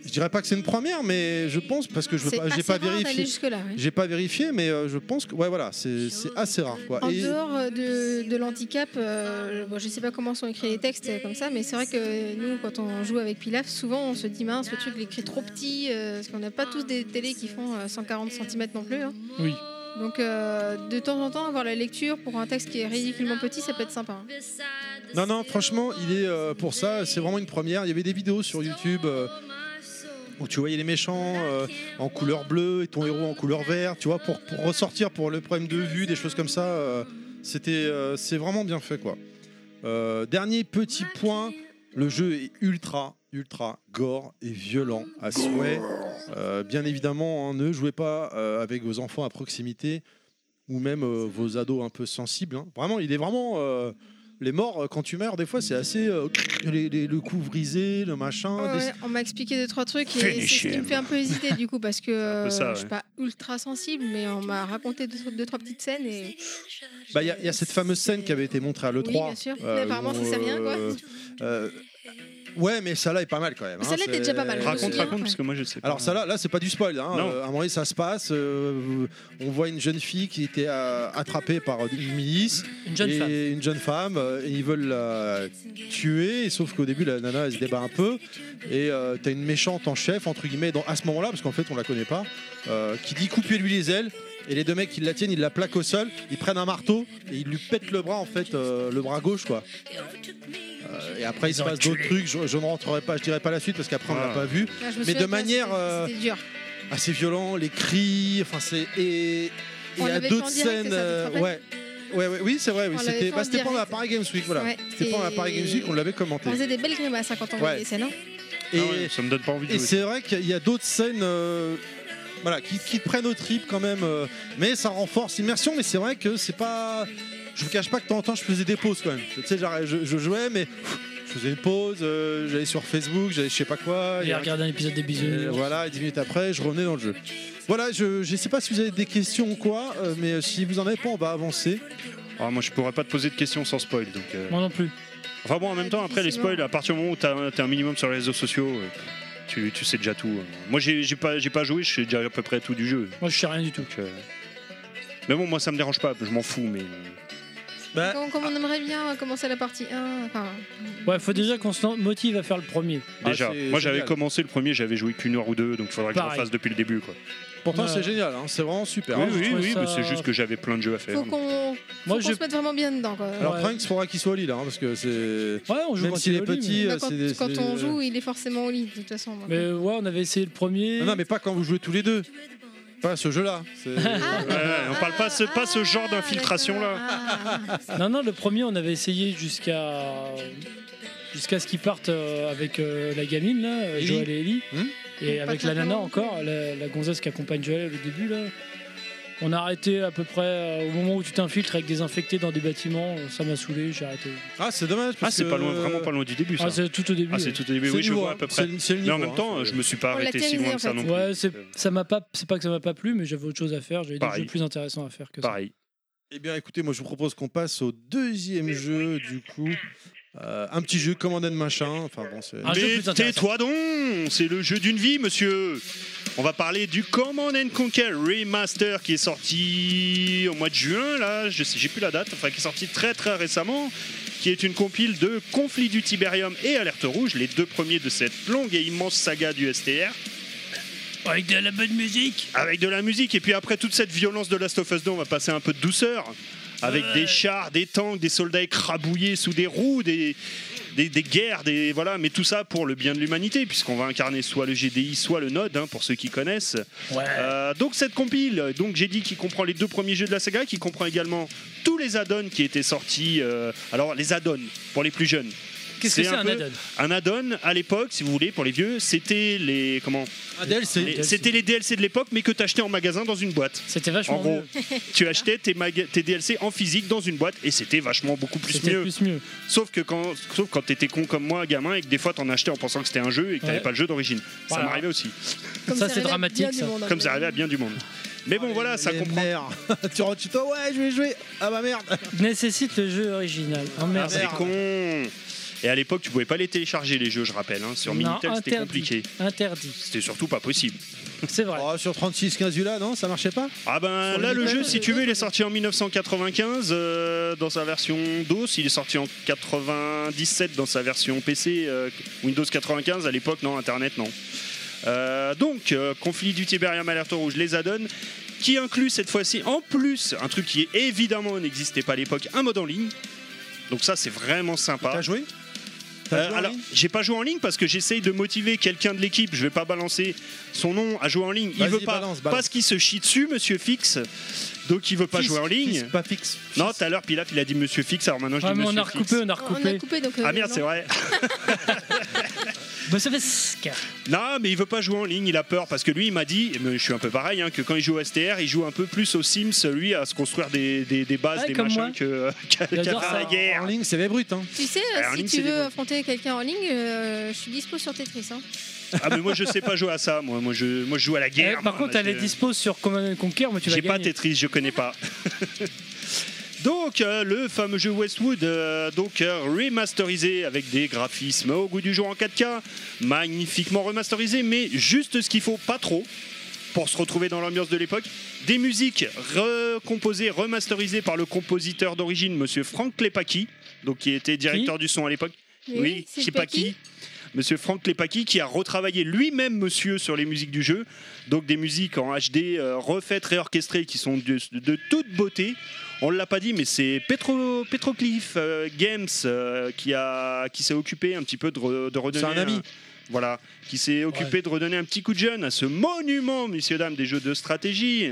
C: je dirais pas que c'est une première, mais je pense parce que je veux
E: développé.
C: pas,
E: C'est
C: j'ai pas
E: assez rare d'aller
C: vérifié,
E: jusque-là. ouais.
C: j'ai pas vérifié, mais euh, je pense que, ouais, voilà, c'est c'est assez rare, quoi.
E: En
C: Et-
E: dehors euh, de, de l'handicap, euh, bon, je sais pas comment sont écrits les textes euh, comme ça, mais c'est vrai que nous, quand on joue avec Pilaf, souvent on se dit mince, le truc l'écrit trop petit, euh, parce qu'on n'a pas tous des télés qui font euh, 140 cm non plus. hein.
D: Oui.
E: Donc euh, de temps en temps, avoir la lecture pour un texte qui est ridiculement petit, ça peut être sympa. hein.
C: Non, non, franchement, il est euh, pour ça, c'est vraiment une première. Il y avait des vidéos sur YouTube euh, où tu voyais les méchants euh, en couleur bleue et ton héros en couleur vert, tu vois, pour, pour ressortir pour le problème de vue, des choses comme ça. euh, C'était, euh, c'est vraiment bien fait, quoi. Euh, dernier petit point, le jeu est ultra, ultra gore et violent à souhait. Euh, bien évidemment, hein, ne jouez pas euh, avec vos enfants à proximité ou même euh, vos ados un peu sensibles. hein. Vraiment, il est vraiment. euh, les morts, euh, quand tu meurs, des fois, c'est assez. euh, les- les- le cou brisé, le machin.
E: Ouais,
C: des-
E: ouais, on m'a expliqué deux trois trucs et c'est
F: Finish
E: ce qui me
F: him.
E: fait un peu hésiter du coup parce que
F: peu ça,
E: euh, je suis
F: ouais.
E: pas ultra sensible mais on m'a raconté deux, deux trois petites scènes et
C: Bah, il y, a- il y a cette fameuse scène qui avait été montrée à l'E3.
E: oui bien sûr mais apparemment
C: où,
E: ça sert à rien quoi.
C: euh, euh, ouais, mais ça là est pas mal quand même. hein.
E: Celle-là était
C: C'est-
E: déjà pas mal, je me
F: Raconte,
E: souviens.
F: raconte, parce que moi je sais pas.
C: Alors ça là, là c'est pas du spoil. Hein.
F: Non.
C: Euh, à un moment donné, ça se passe. euh, on voit une jeune fille qui était euh, attrapée par une milice
D: Une jeune
C: et
D: femme.
C: une jeune femme. euh, et ils veulent la tuer. Sauf qu'au début la nana elle se débat un peu et euh, t'as une méchante en chef entre guillemets dans- à ce moment-là parce qu'en fait on la connaît pas euh, qui dit coupez-lui les ailes. Et les deux mecs qui la tiennent, ils la plaquent au sol, ils prennent un marteau et ils lui pètent le bras en fait, euh, le bras gauche quoi. Euh, et après il se passe d'autres trucs. Je, je ne rentrerai pas, je dirai pas la suite parce qu'après on l'a
F: Ah.
C: pas vu.
E: Ah, je me
C: mais
E: souviens
C: de
E: que là,
C: manière,
E: c'était-
C: euh,
E: c'était dur.
C: assez violent, les cris, enfin c'est et et il
E: On
C: y a
E: l'avait
C: d'autres
E: fait en direct,
C: scènes,
E: ça, tu te
C: euh,
E: rappelles
C: ouais. Ouais, ouais, oui, c'est vrai, oui,
E: On l'avait
C: c'était
E: fait en
C: bah, c'était pendant la
E: direct.
C: Paris Games Week, voilà.
E: Ouais,
C: C'était pendant la
E: et-
C: Paris Games Week, on l'avait commenté.
E: On faisait des belles grimaces hein, quand on voyait
C: Ouais.
E: les scènes. hein.
F: Ah
C: Et,
F: ouais, ça me donne pas envie de
C: et
F: jouer.
C: c'est vrai qu'il y a d'autres scènes euh, voilà, qui, qui te prennent au trip quand même, euh, mais ça renforce l'immersion, mais c'est vrai que c'est pas. Je vous cache pas que de temps en temps je faisais des pauses quand même. Tu sais, j'arrête- je, je jouais, mais pff, je faisais une pause, euh, j'allais sur Facebook, j'allais je sais pas quoi. il y
D: Il
C: a
D: a
C: un
D: regardé un épisode des
C: euh,
D: bisous.
C: voilà, et 10 minutes après, je revenais dans le jeu. Voilà, je ne sais pas si vous avez des questions ou quoi, euh, mais euh, si vous en avez pas, on va avancer.
F: Ah, moi je pourrais pas te poser de questions sans spoil. Donc, euh,
D: Moi non plus.
F: Enfin bon, en même temps, après les spoils, à partir du moment où t'as t'as un minimum sur les réseaux sociaux, euh, tu, tu sais déjà tout. hein. Moi j'ai j'ai pas, j'ai pas joué, je sais déjà à peu près tout du jeu.
D: Moi je sais rien du tout.
F: Donc, euh, Mais bon, moi ça me dérange pas, je m'en fous, mais. euh,
C: Bah,
E: Comme, comme on aimerait bien commencer la partie 1. Enfin,
D: Ouais, faut déjà qu'on se motive à faire le premier.
C: Ah,
F: Déjà,
C: c'est
F: moi j'avais
C: génial.
F: commencé le premier, j'avais joué qu'une heure ou deux, donc faudrait que je
D: Pareil.
F: fasse depuis le début. Quoi.
C: pourtant,
D: Ouais.
C: c'est génial, hein, c'est vraiment super.
F: oui,
D: je
F: oui,
D: trouvais
F: oui,
D: ça-
F: mais c'est juste que j'avais plein de jeux à faire.
E: faut qu'on faut
D: Moi
E: qu'on
D: je.
E: se mette vraiment bien dedans. Quoi.
C: Alors,
D: Ouais.
C: Pranks, il faudra qu'il soit au lit là, hein, parce que c'est.
D: Ouais, on joue
C: Même
D: quand
C: s'il
D: il
C: est
D: au lit,
C: petit,
D: mais-
C: euh,
E: Non, Bah, quand,
C: c'est des-
E: quand
C: c'est
E: on
C: des-
E: joue, il est forcément au lit de toute façon. donc.
D: Mais ouais, on avait essayé le premier.
C: Ah Non, non, mais pas quand vous jouez tous les deux. Pas ce jeu-là. c'est-
E: Ah,
F: Ouais, ouais, on parle pas ce- pas ce genre d'infiltration, là.
E: d'accord. Ah.
D: Non, non, le premier, on avait essayé jusqu'à jusqu'à ce qu'ils partent euh, avec euh, la gamine, là, euh,
C: Ellie.
D: Joël et Ellie.
C: Hmm
D: et
E: Pas
D: avec
E: très
D: la nana
F: hein
E: loin non plus.
D: encore, la, la gonzesse qui accompagne Joël au début, là. On a arrêté à peu près euh, au moment où tu t'infiltres avec des infectés dans des bâtiments. Ça m'a saoulé, j'ai arrêté.
C: Ah, c'est dommage.
F: Ah,
C: parce
F: c'est
C: que-
F: pas loin, vraiment pas loin du début. Ça.
D: Ah, c'est tout au début.
F: Ah, c'est
D: ouais.
F: tout au début,
C: c'est
F: oui, je
C: niveau,
F: vois à
C: hein,
F: peu près.
C: c'est le- C'est le
F: Mais
C: niveau.
F: en même temps,
C: hein,
F: je me suis pas
E: On
F: arrêté si
E: l'atterrissait,
F: loin
E: en
F: que ça
E: fait.
F: non plus.
D: Ouais, c'est-
F: Euh,
D: ça m'a pas, c'est pas que ça m'a pas plu, mais j'avais autre chose à faire. J'avais des
F: Pareil.
D: jeux plus intéressants à faire que ça.
F: Pareil.
C: Eh bien, écoutez, moi, je vous propose qu'on passe au deuxième jeu, du coup. Euh, un petit jeu Command and Machin. Enfin, bon, c'est.
D: Un jeu
F: Mais
D: plus intéressant.
F: tais-toi donc C'est le jeu d'une vie, monsieur On va parler du Command and Conquer Remaster qui est sorti au mois de juin, là, je sais, j'ai plus la date, enfin qui est sorti très très récemment, qui est une compile de Conflit du Tiberium et Alerte Rouge, les deux premiers de cette longue et immense saga du STR.
D: Avec de la bonne musique.
F: avec de la musique et puis après toute cette violence de Last of Us 2 on va passer à un peu de douceur avec
D: Ouais.
F: des chars, des tanks, des soldats écrabouillés sous des roues, des, des, des guerres, des voilà, mais tout ça pour le bien de l'humanité puisqu'on va incarner soit le GDI, soit le Node hein, pour ceux qui connaissent.
D: Ouais.
F: Euh, donc cette compile, donc j'ai dit qu'il comprend les deux premiers jeux de la saga, qui comprend également tous les add-ons qui étaient sortis. euh, alors les add-ons pour les plus jeunes.
D: Qu'est-ce que
F: c'est
D: c'est
F: un
D: un
F: peu-
D: add-on
F: Un add-on à l'époque, si vous voulez, pour les vieux, c'était les comment
C: Un DLC.
F: les- C'était les DLC de l'époque, mais que t'achetais en magasin dans une boîte.
D: C'était
F: En
D: vachement
F: gros,
D: mieux.
F: tu achetais tes, maga- tes DLC en physique dans une boîte et c'était vachement beaucoup plus
D: C'était
F: mieux.
D: plus mieux.
F: Sauf que quand, sauf quand t'étais con comme moi, gamin, et que des fois t'en achetais en pensant que c'était un jeu et que t'avais
D: Ouais.
F: pas le jeu d'origine.
D: Voilà.
F: Ça m'arrivait aussi.
E: Comme
D: Ça,
E: ça
D: c'est
E: arrivait à
D: dramatique,
E: bien du
D: ça.
E: monde, hein,
F: Comme ça
E: mais-
F: arrivait à bien du monde. Mais bon, voilà, ça
C: Les
F: comprend.
C: mères. tu rentres chez toi, ouais, je vais jouer. Ah bah merde.
D: Nécessite le jeu original. Oh
F: Ah,
D: merde.
F: c'est con Et à l'époque, tu pouvais pas les télécharger les jeux, je rappelle. hein. Sur
D: Non, Ah,
F: Minitel, c'était
D: interdit.
F: compliqué.
D: Interdit.
F: C'était surtout pas possible.
D: C'est vrai.
C: Oh, sur 36 15 là, non, ça marchait pas
F: Ah ben
C: Sur
F: là le
C: Minitel,
F: jeu si tu veux il est sorti en 1995 euh, dans sa version DOS, il est sorti en 97 dans sa version PC euh, Windows 95 à l'époque non internet non. Euh, donc euh, conflit du Tiberium alerte rouge les add-ons qui inclut cette fois-ci en plus un truc qui évidemment n'existait pas à l'époque, un mode en ligne. Donc ça c'est vraiment sympa.
C: T'as joué
F: Ah. Euh, alors, j'ai pas joué en ligne parce que j'essaye de motiver quelqu'un de l'équipe. Je vais pas balancer son nom à jouer en ligne. Il
C: Vas-y,
F: veut pas
C: balance, balance.
F: parce qu'il se chie dessus, Monsieur Fix. Donc il veut pas jouer en ligne.
C: Pas fixe.
F: Non, tout à l'heure Pilaf il a dit Monsieur Fix. Alors maintenant je
D: Ah,
F: dis
D: mais on
F: Monsieur
D: a
F: Fix.
D: recoupé, on a
E: On a
D: recoupé.
E: coupé donc. euh,
F: Ah merde,
E: non.
F: c'est vrai.
D: Bah, ça fait sc.
F: Non, mais il veut pas jouer en ligne, il a peur parce que lui, il m'a dit, et je suis un peu pareil, hein, que quand il joue au STR, il joue un peu plus aux Sims, lui, à se construire des, des- des bases,
D: Ouais,
F: des
D: comme
F: machins
D: moi.
F: que- qu'à qu'à
D: J'adore
F: faire
D: ça.
F: la guerre.
C: En ligne, c'est les brutes. Hein.
E: Tu sais, euh,
F: Ah, en
E: si
F: ligne, c'est
E: tu
F: des
E: veux
F: boîtes.
E: affronter quelqu'un en ligne, euh, je suis dispo sur Tetris. hein.
F: Ah, mais moi, je sais pas jouer à ça, moi, moi, je, moi, je joue à la
D: Eh,
F: guerre.
D: Par
F: moi,
D: contre,
F: parce
D: elle est
F: que-
D: dispo sur Command and Conquer, mais tu vas
F: J'ai pas
D: gagner.
F: Tetris, je connais pas. Donc euh, le fameux jeu Westwood, euh, donc euh, remasterisé avec des graphismes au goût du jour en 4K, magnifiquement remasterisé, mais juste ce qu'il faut, pas trop, pour se retrouver dans l'ambiance de l'époque. Des musiques recomposées, remasterisées par le compositeur d'origine, Monsieur Frank Klepaki, donc qui était directeur du son à l'époque.
E: Mais
F: Oui,
E: c'est
F: Klepaki.
E: Paki.
F: Monsieur Franck Klepaki qui a retravaillé lui-même monsieur sur les musiques du jeu, donc des musiques en HD euh, refaites, réorchestrées qui sont de, de toute beauté. On l'a pas dit, mais c'est Petro, Petroclif euh, Games euh, qui a qui s'est occupé un petit peu de, re- de redonner. euh,
C: C'est un ami.
F: voilà, qui s'est occupé de redonner un petit coup de jeune à ce monument, messieurs dames, des jeux de stratégie.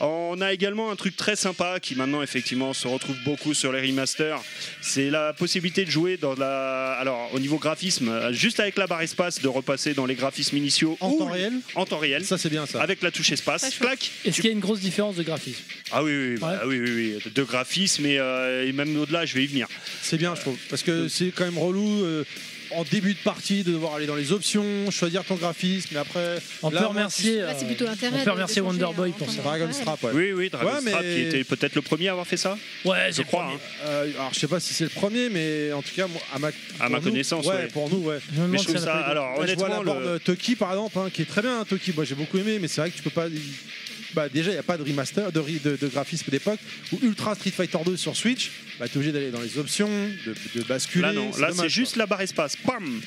F: On a également un truc très sympa qui maintenant effectivement se retrouve beaucoup sur les remasters. C'est la possibilité de jouer dans la. Alors au niveau graphisme, euh, juste avec la barre espace, de repasser dans les graphismes initiaux
C: En
F: ou
C: temps réel.
F: en temps réel.
C: Ça, c'est bien ça.
F: Avec la touche
E: Ça,
F: espace,
E: je
F: clac.
D: Est-ce qu'il y a une grosse différence de graphisme
F: Ah oui, oui, oui, bah oui, oui, oui. de graphisme et, euh, et même au-delà, je vais y venir.
C: C'est bien, je trouve. Parce que c'est quand même relou. euh, en début de partie, de devoir aller dans les options, choisir ton graphisme, mais après.
D: On
C: là,
D: peut
C: on-
D: remercier.
E: Là,
D: euh,
E: c'est plutôt intérêt.
D: on
E: de-
D: peut remercier
E: de changer,
D: Wonderboy
E: hein,
D: pour ça.
E: enfin,
C: Dragon
E: ouais.
C: Strap, ouais.
F: Oui, oui, Dragon's
C: Ouais, mais-
F: Trap, qui était peut-être le premier à avoir fait ça,
D: Ouais,
F: je crois. hein.
C: Euh, alors, je sais pas si c'est le premier, mais en tout cas, moi, à ma, pour
F: ma
C: nous,
F: connaissance,
C: ouais,
F: ouais.
C: Pour nous, ouais.
D: Je me
F: Mais
D: demande
F: je
D: si
F: trouve
D: ça n'a
F: ça,
D: pas été-
F: alors
C: Là, je vois la
F: honnêtement,
C: borne
F: le-
C: Toki par exemple, hein, qui est très bien, hein, Toki. Moi j'ai beaucoup aimé, mais c'est vrai que tu peux pas. Bah, déjà, il n'y a pas de remaster, de, ri- de, de graphisme d'époque. Ou Ultra Street Fighter 2 sur Switch, bah, t'es obligé d'aller dans les options, de, de basculer.
F: là non, là c'est
C: dommage,
F: juste la barre espace. Pam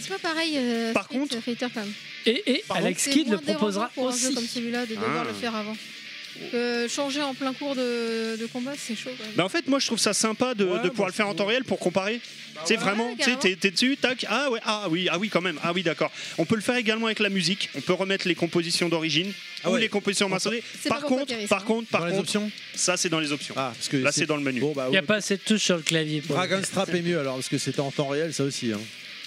E: C'est pas pareil. euh,
F: Par
E: Street
F: contre-
E: Fighter quand même.
D: Et, et
C: Pardon
D: Alex
E: C'est
D: Kidd le
E: moins dérangeant
D: proposera
E: pour un jeu comme
D: aussi.
E: celui-là de devoir
F: Ah.
E: le faire avant. Que changer en plein cours de, de combat, c'est chaud. Quand même.
F: Mais en fait, moi je trouve ça sympa de,
C: Ouais,
F: de pouvoir
C: bah,
F: le faire en temps réel pour comparer. Tu sais,
E: ouais,
F: vraiment, tu sais,
E: carrément.
F: t'es t'es dessus, tac, ah ouais, ah oui, ah oui, quand même, ah oui, d'accord. On peut le faire également avec la musique, on peut remettre les compositions d'origine
C: Ah
F: ou
C: ouais.
F: les compositions maçonnées.
E: C'est
F: Par
E: pas contre
F: contre,
E: Iris,
F: par
E: hein.
F: contre,
C: quoi.
F: par
C: dans les
F: contre,
C: options
F: ça c'est dans les options.
C: Ah, parce que
F: Là
C: c'est-
F: c'est dans le menu.
C: Bon, bah,
D: Il n'y a
C: oui.
D: pas assez de touches sur le clavier. pour-
C: Dragon Strap est mieux alors, parce que c'était en temps réel, ça aussi. hein.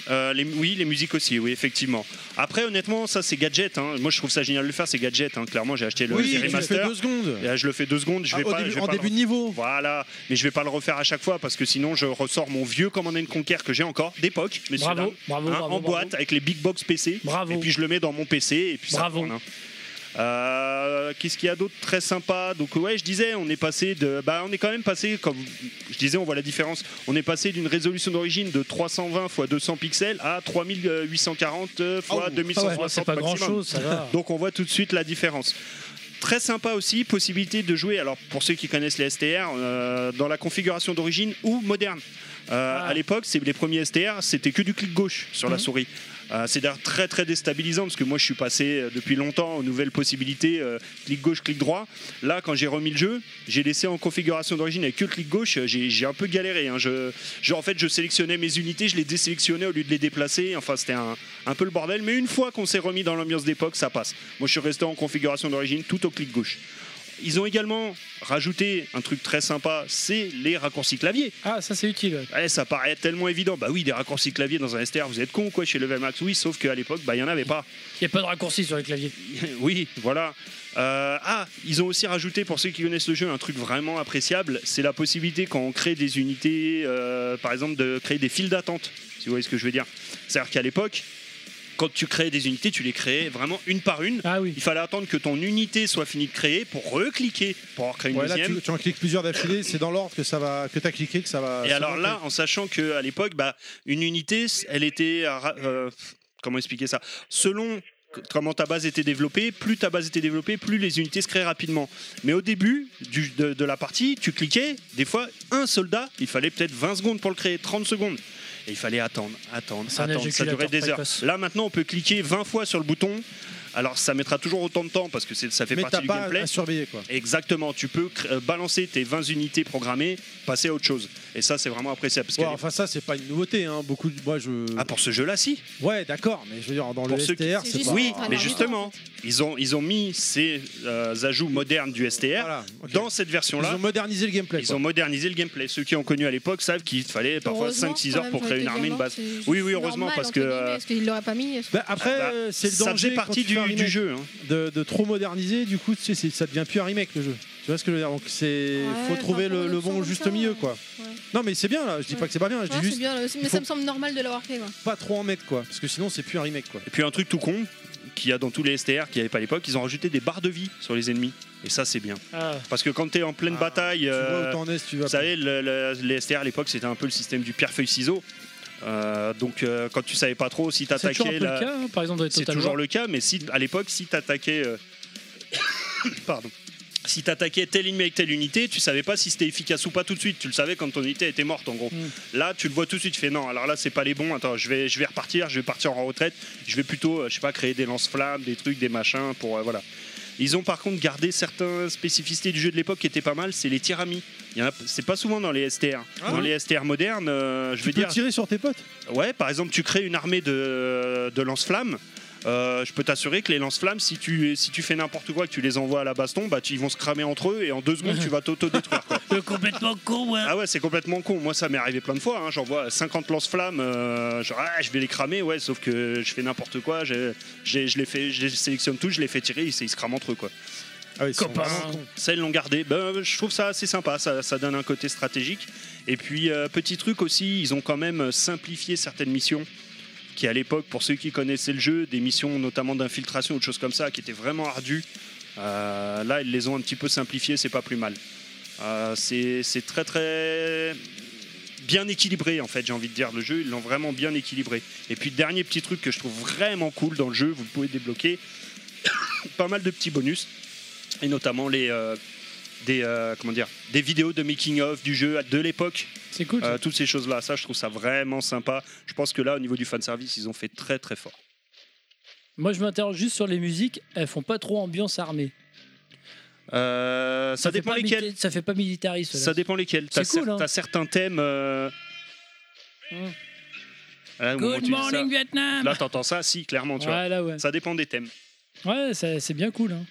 F: Euh, les- oui, les musiques aussi, oui, effectivement. Après, honnêtement, ça c'est gadget. hein. Moi je trouve ça génial de le faire, c'est gadget. hein. Clairement, j'ai acheté le
C: oui,
F: série
C: tu le fais
F: master.
C: deux secondes.
F: Et là, je le fais deux secondes, je vais
C: Ah, au
F: pas.
C: début-
F: je vais
C: en
F: pas
C: début
F: le-
C: de niveau.
F: Voilà, mais je vais pas le refaire à chaque fois parce que sinon je ressors mon vieux Command and Conquer que j'ai encore d'époque, messieurs dames,
D: Bravo, bravo,
F: hein,
D: bravo.
F: en
D: bravo.
F: boîte avec les big box PC.
D: Bravo.
F: Et puis je le mets dans mon PC et puis ça
D: Bravo.
F: tourne, hein. Euh, Qu'est-ce qu'il y a d'autre très sympa Donc ouais, je disais, on est passé de, bah on est quand même passé, comme je disais, on voit la différence. On est passé d'une résolution d'origine de 320 x 200 pixels à 3840 x
C: Ah ouais,
F: 2160
D: Ouais, c'est pas grand
F: maximum.
D: chose, ça va.
F: Donc on voit tout de suite la différence. Très sympa aussi, possibilité de jouer, alors pour ceux qui connaissent les STR, euh, dans la configuration d'origine ou moderne. Euh,
D: Ah.
F: À l'époque, c'est les premiers STR, c'était que du clic gauche sur la
D: Mhm.
F: souris. Euh, c'est d'ailleurs très très déstabilisant parce que moi je suis passé euh, depuis longtemps aux nouvelles possibilités euh, clic gauche, clic droit. Là, quand j'ai remis le jeu, j'ai laissé en configuration d'origine avec que le clic gauche, euh, j'ai j'ai un peu galéré. hein. Je, je- en fait, je sélectionnais mes unités, je les désélectionnais au lieu de les déplacer. Enfin, c'était un, un peu le bordel. Mais une fois qu'on s'est remis dans l'ambiance d'époque, ça passe. Moi, je suis resté en configuration d'origine tout au clic gauche. Ils ont également rajouté un truc très sympa, c'est les raccourcis clavier.
D: Ah, ça c'est utile. ouais.
F: Ouais, ça paraît tellement évident. Bah oui, des raccourcis clavier dans un STR, vous êtes con quoi chez Level Max Oui, sauf qu'à l'époque, bah il y en avait pas.
D: Il n'y a pas de raccourci sur le clavier.
F: oui, voilà. Euh, ah, ils ont aussi rajouté, pour ceux qui connaissent le jeu, un truc vraiment appréciable, c'est la possibilité quand on crée des unités, euh, par exemple, de créer des files d'attente, si vous voyez ce que je veux dire. C'est-à-dire qu'à l'époque, quand tu créais des unités, tu les créais vraiment une par une.
D: Ah oui.
F: Il fallait attendre que ton unité soit finie de créer pour recliquer, pour en créer une
C: Ouais, là,
F: deuxième.
C: tu, tu en cliques plusieurs d'affilée, c'est dans l'ordre que ça va, que t'as cliqué, que ça va.
F: Et
C: ça
F: alors
C: va
F: là, en sachant qu'à l'époque, bah, une unité, elle était. à ra- euh, comment expliquer ça Selon c- comment ta base était développée, plus ta base était développée, plus les unités se créaient rapidement. Mais au début du- de, de la partie, tu cliquais, des fois, un soldat, il fallait peut-être 20 secondes pour le créer, 30 secondes. Et il fallait attendre, attendre,
D: C'est un
F: attendre. Ça
D: éjaculateur
F: durait des heures.
D: précoce.
F: Là, maintenant, on peut cliquer 20 fois sur le bouton. Alors ça mettra toujours autant de temps parce que c'est- ça fait
C: mais
F: partie
C: t'as
F: du
C: pas
F: gameplay.
C: à surveiller quoi.
F: Exactement, tu peux cr- euh, balancer tes 20 unités programmées, passer à autre chose. Et ça, c'est vraiment appréciable. Parce que-
C: Ouais, enfin ça c'est pas une nouveauté hein. beaucoup de... moi je
F: Ah, pour ce jeu-là, si.
C: ouais d'accord mais je veux dire dans le
F: Pour ceux qui-
C: STR
E: C'est
C: c'est
E: juste
C: pas
F: Oui,
E: Ah,
F: mais
E: non,
F: justement, ils ont, ils ont mis ces euh, ajouts modernes du STR
C: Voilà, ok.
F: dans cette
C: ils
F: version-là.
C: ont modernisé le gameplay
F: Ils
C: quoi.
F: ont modernisé le gameplay. Ceux qui ont connu à l'époque savent qu'il fallait parfois
E: Heureusement,
F: 5-6
E: quand
F: heures
E: même,
F: pour
E: j'ai
F: créer une
E: envie de
F: armée
E: dire,
F: de
E: non,
F: base.
E: c'est juste
F: Oui, oui, heureusement,
E: normal,
F: parce
E: entre
F: que,
E: guillemets,
F: euh,
E: Parce qu'il l'aurait pas mis.
C: Bah, après
F: Ah bah,
C: euh, c'est le
F: Ça
C: danger
F: faisait
C: quand
F: partie
C: tu fais un
F: du, du
C: remake,
F: jeu. hein.
C: de, de trop moderniser du coup tu sais, c'est- ça devient plus un remake le jeu tu vois ce que je veux dire donc c'est
E: Ouais,
C: faut
E: enfin,
C: trouver
E: pour
C: le,
E: une
C: le
E: option
C: bon
E: comme
C: juste
E: ça,
C: milieu
E: ouais.
C: quoi
E: Ouais.
C: non mais c'est bien là je dis pas
E: Ouais.
C: que c'est pas bien je dis
E: Ouais, c'est
C: juste
E: bien, mais
C: faut-
E: ça me semble normal de l'avoir fait.
F: Bah,
E: quoi.
C: pas trop en mettre quoi parce que sinon c'est plus un remake quoi
F: Et puis un truc tout con qu'il y a dans tous les STR qu'il n'y avait pas à l'époque, ils ont rajouté des barres de vie sur les ennemis. Et ça, c'est bien.
D: Ah,
F: Parce que quand tu es en pleine
C: Ah,
F: bataille,
C: tu
F: euh,
C: vois où t'en es si tu vas
F: vous savez, le- le- les STR à l'époque, c'était un peu le système du pierre-feuille-ciseau. Euh, donc euh, quand tu savais pas trop si
D: c'est toujours un
F: t'attaquais
D: peu le
F: la,
D: cas, hein, par exemple, dans les
F: C'est
D: Total
F: toujours
D: War.
F: le cas, mais si, à l'époque, si t'attaquais. euh, Pardon. Si t'attaquais tel ennemi avec telle unité, tu savais pas si c'était efficace ou pas tout de suite. Tu le savais quand ton unité était morte, en gros.
D: Mm.
F: Là, tu le vois tout de suite. Tu fais non, alors là, c'est pas les bons. Attends, je vais, je vais repartir, je vais partir en retraite. Je vais plutôt, euh, je sais pas, créer des lance-flammes, des trucs, des machins pour. euh, voilà. Ils ont par contre gardé certaines spécificités du jeu de l'époque qui étaient pas mal, c'est les tiramis. Il y en a- C'est pas souvent dans les STR.
C: Ah
F: dans
C: ouais
F: les STR modernes, euh, je
C: tu
F: veux
C: peux
F: dire,
C: tirer sur tes potes
F: Ouais, par exemple, tu crées une armée de, de lance-flammes. Euh, je peux t'assurer que les lance-flammes, si tu, si tu fais n'importe quoi et que tu les envoies à la baston, bah, tu- ils vont se cramer entre eux et en deux secondes, tu vas t'auto-détruire. quoi.
D: Le Euh, complètement con, ouais.
F: Ah ouais, c'est complètement con. Moi, ça m'est arrivé plein de fois. hein. J'envoie 50 lance-flammes, euh, genre, ah, je vais les cramer, ouais, sauf que je fais n'importe quoi, je, je, je les fais, je les sélectionne tous, je les fais tirer, ils, se- ils se crament entre eux. Quoi.
C: ah oui, ils sont
D: Copain.
C: vraiment cons.
F: Ça, ils l'ont gardé. Ben, je trouve ça assez sympa. Ça, ça donne un côté stratégique. Et puis, euh, petit truc aussi, ils ont quand même simplifié certaines missions qui, à l'époque, pour ceux qui connaissaient le jeu, des missions notamment d'infiltration ou de choses comme ça, qui étaient vraiment ardues. Euh, là, ils les ont un petit peu simplifiées. C'est pas plus mal. Euh, c'est c'est très très bien équilibré en fait j'ai envie de dire le jeu ils l'ont vraiment bien équilibré et puis dernier petit truc que je trouve vraiment cool dans le jeu vous pouvez débloquer pas mal de petits bonus et notamment les euh, des euh, comment dire des vidéos de making of du jeu de l'époque
D: C'est cool. ça.
F: Euh, toutes ces choses là ça je trouve ça vraiment sympa je pense que là au niveau du fan service ils ont fait très très fort
D: Moi, je m'interroge juste sur les musiques. Elles font pas trop ambiance armée.
F: Euh, ça,
D: fait
F: dépend
D: pas
F: lesquels
D: milita- Ça fait pas militariste. là.
F: ça dépend lesquels t'as
D: C'est cool,
F: cer-
D: hein.
F: t'as certains thèmes euh,
D: Mm.
F: là, au moment où
D: Good
F: tu dis ça-
D: morning Vietnam.
F: Là, t'entends ça, si, clairement, tu vois.
D: ouais, là, ouais.
F: Ça dépend des thèmes.
D: Ouais, ça- c'est bien cool. hein.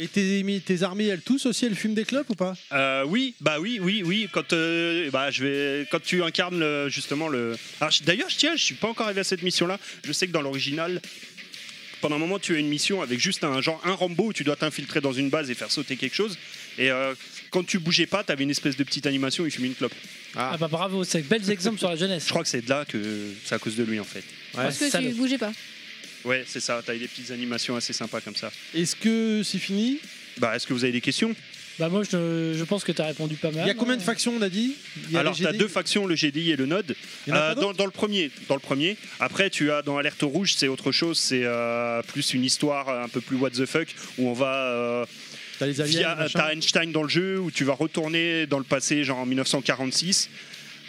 C: et tes, ennemis- tes armées elles tous aussi elles fument des clopes ou pas
F: Euh, oui, bah oui, oui, oui. Quand, euh, bah, je vais, quand tu incarnes le- justement le. Alors, je- D'ailleurs, je tiens, je suis pas encore arrivé à cette mission-là. Je sais que dans l'original, pendant un moment, tu as une mission avec juste un genre un Rambo où tu dois t'infiltrer dans une base et faire sauter quelque chose. Et euh, quand tu bougeais pas, t'avais une espèce de petite animation et tu mets une clope.
C: Ah.
D: Ah bah bravo, c'est belles exemples sur la
F: Je
D: jeunesse.
F: crois que c'est de là que c'est à cause de lui en fait.
D: Ah,
E: Parce que
D: salaud.
E: tu bougeais pas.
F: Oh, Ouais, c'est ça. T'as eu des petites animations assez sympas comme ça.
C: est-ce que c'est fini
F: Bah, est-ce que vous avez des questions
D: Bah moi je, je pense que t'as répondu pas mal.
C: il y a combien de
D: hein.
C: factions on a dit Il y a
F: Alors,
C: les
F: t'as
C: GD,
F: deux factions, le GDI et le Node.
C: il y en a
F: Euh,
C: pas d'autres
F: dans, dans le premier, dans le premier. Après, tu as dans Alerte Rouge, c'est autre chose, c'est euh, plus une histoire euh, un peu plus what the fuck où on va euh,
C: T'as les aliens,
F: via euh,
C: machin.
F: t'as Einstein dans le jeu où tu vas retourner dans le passé, genre en 1946.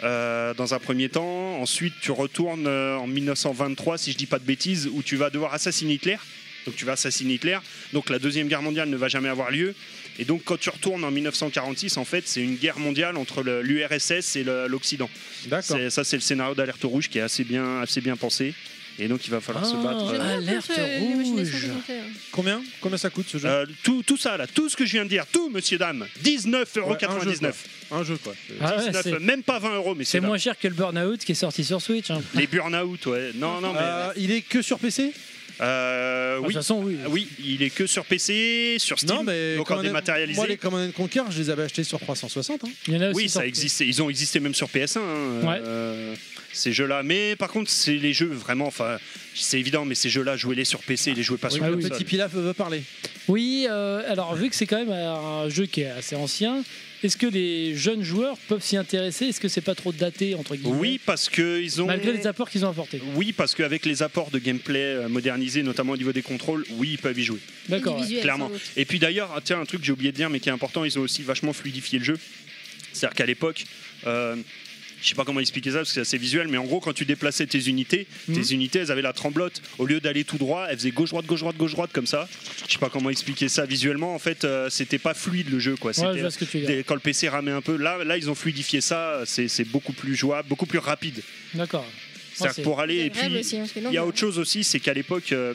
F: euh, dans un premier temps, ensuite tu retournes euh, en 1923, si je dis pas de bêtises, où tu vas devoir assassiner Hitler. Donc tu vas assassiner Hitler. Donc la deuxième guerre mondiale ne va jamais avoir lieu. Et donc quand tu retournes en 1946, en fait, c'est une guerre mondiale entre le- l'URSS et le- l'Occident.
C: D'accord.
F: C'est- Ça, c'est le scénario d'Alerte Rouge qui est assez bien, assez bien pensé. Et donc, il va falloir se
D: Ah.
F: battre.
E: J'aime
F: euh,
E: bien un
D: Alerte
E: peu ce- les machinations
D: rouge.
E: qu'ils ont fait, hein.
C: Combien Combien ça coûte ce jeu
F: euh, tout, tout ça, là, tout ce que je viens de dire, tout, monsieur, dame, 19,99€.
C: Un jeu quoi.
D: Ah ouais,
F: 19,
D: c'est-
F: même pas 20 euros, mais
D: C'est
F: euh, c'est
D: moins cher que le Burnout qui est sorti sur Switch. hein.
F: Les burn-out, ouais. Non, non, mais.
C: Euh, il est que sur PC
F: euh,
D: Ah, De
F: oui.
D: toute façon oui.
F: Oui, il est que sur PC, sur Steam,
C: Non mais
F: donc en
C: Command-
F: dématérialisé.
C: Moi les Command and Conquer, je les avais achetés sur 360. hein.
D: Il y en a aussi
F: Oui, ça
D: sorti.
F: existait. Ils ont existé même sur PS1. hein,
D: Ouais.
F: euh, ces jeux-là. Mais par contre, c'est les jeux vraiment. Enfin, c'est évident, mais ces jeux-là, jouez-les sur PC, les jouez pas sur
C: le
F: console.
C: petit Pilaf veut parler.
D: Oui, euh, alors vu que c'est quand même un jeu qui est assez ancien, est-ce que les jeunes joueurs peuvent s'y intéresser Est-ce que c'est pas trop daté entre guillemets
F: Oui, parce que ils ont.
D: Malgré les apports qu'ils ont apportés.
F: Oui, parce qu'avec les apports de gameplay euh, modernisés, notamment au niveau des contrôles, oui, ils peuvent y jouer,
D: D'accord. ouais.
E: Individuel, sans
F: clairement.
E: doute.
F: Et puis d'ailleurs, ah, tiens, un truc que j'ai oublié de dire, mais qui est important, ils ont aussi vachement fluidifié le jeu. C'est-à-dire qu'à l'époque, euh, je sais pas comment expliquer ça parce que c'est assez visuel, mais en gros, quand tu déplaçais tes unités,
D: Mhm.
F: tes unités, elles avaient la tremblote. Au lieu d'aller tout droit, elles faisaient gauche droite gauche droite gauche droite comme ça. Je sais pas comment expliquer ça visuellement. En fait, euh, c'était pas fluide le jeu, quoi.
D: Ouais, je
F: C'était-
D: vois ce que tu veux dire.
F: des- quand le PC ramait un peu, là, là ils ont fluidifié ça, c'est c'est beaucoup plus jouable, beaucoup plus rapide.
D: D'accord.
F: C'est-à-dire
D: c'est-
F: que pour aller, et
E: Rêve
F: puis
E: aussi, hein, parce que non,
F: il y a autre chose aussi, c'est qu'à l'époque, euh,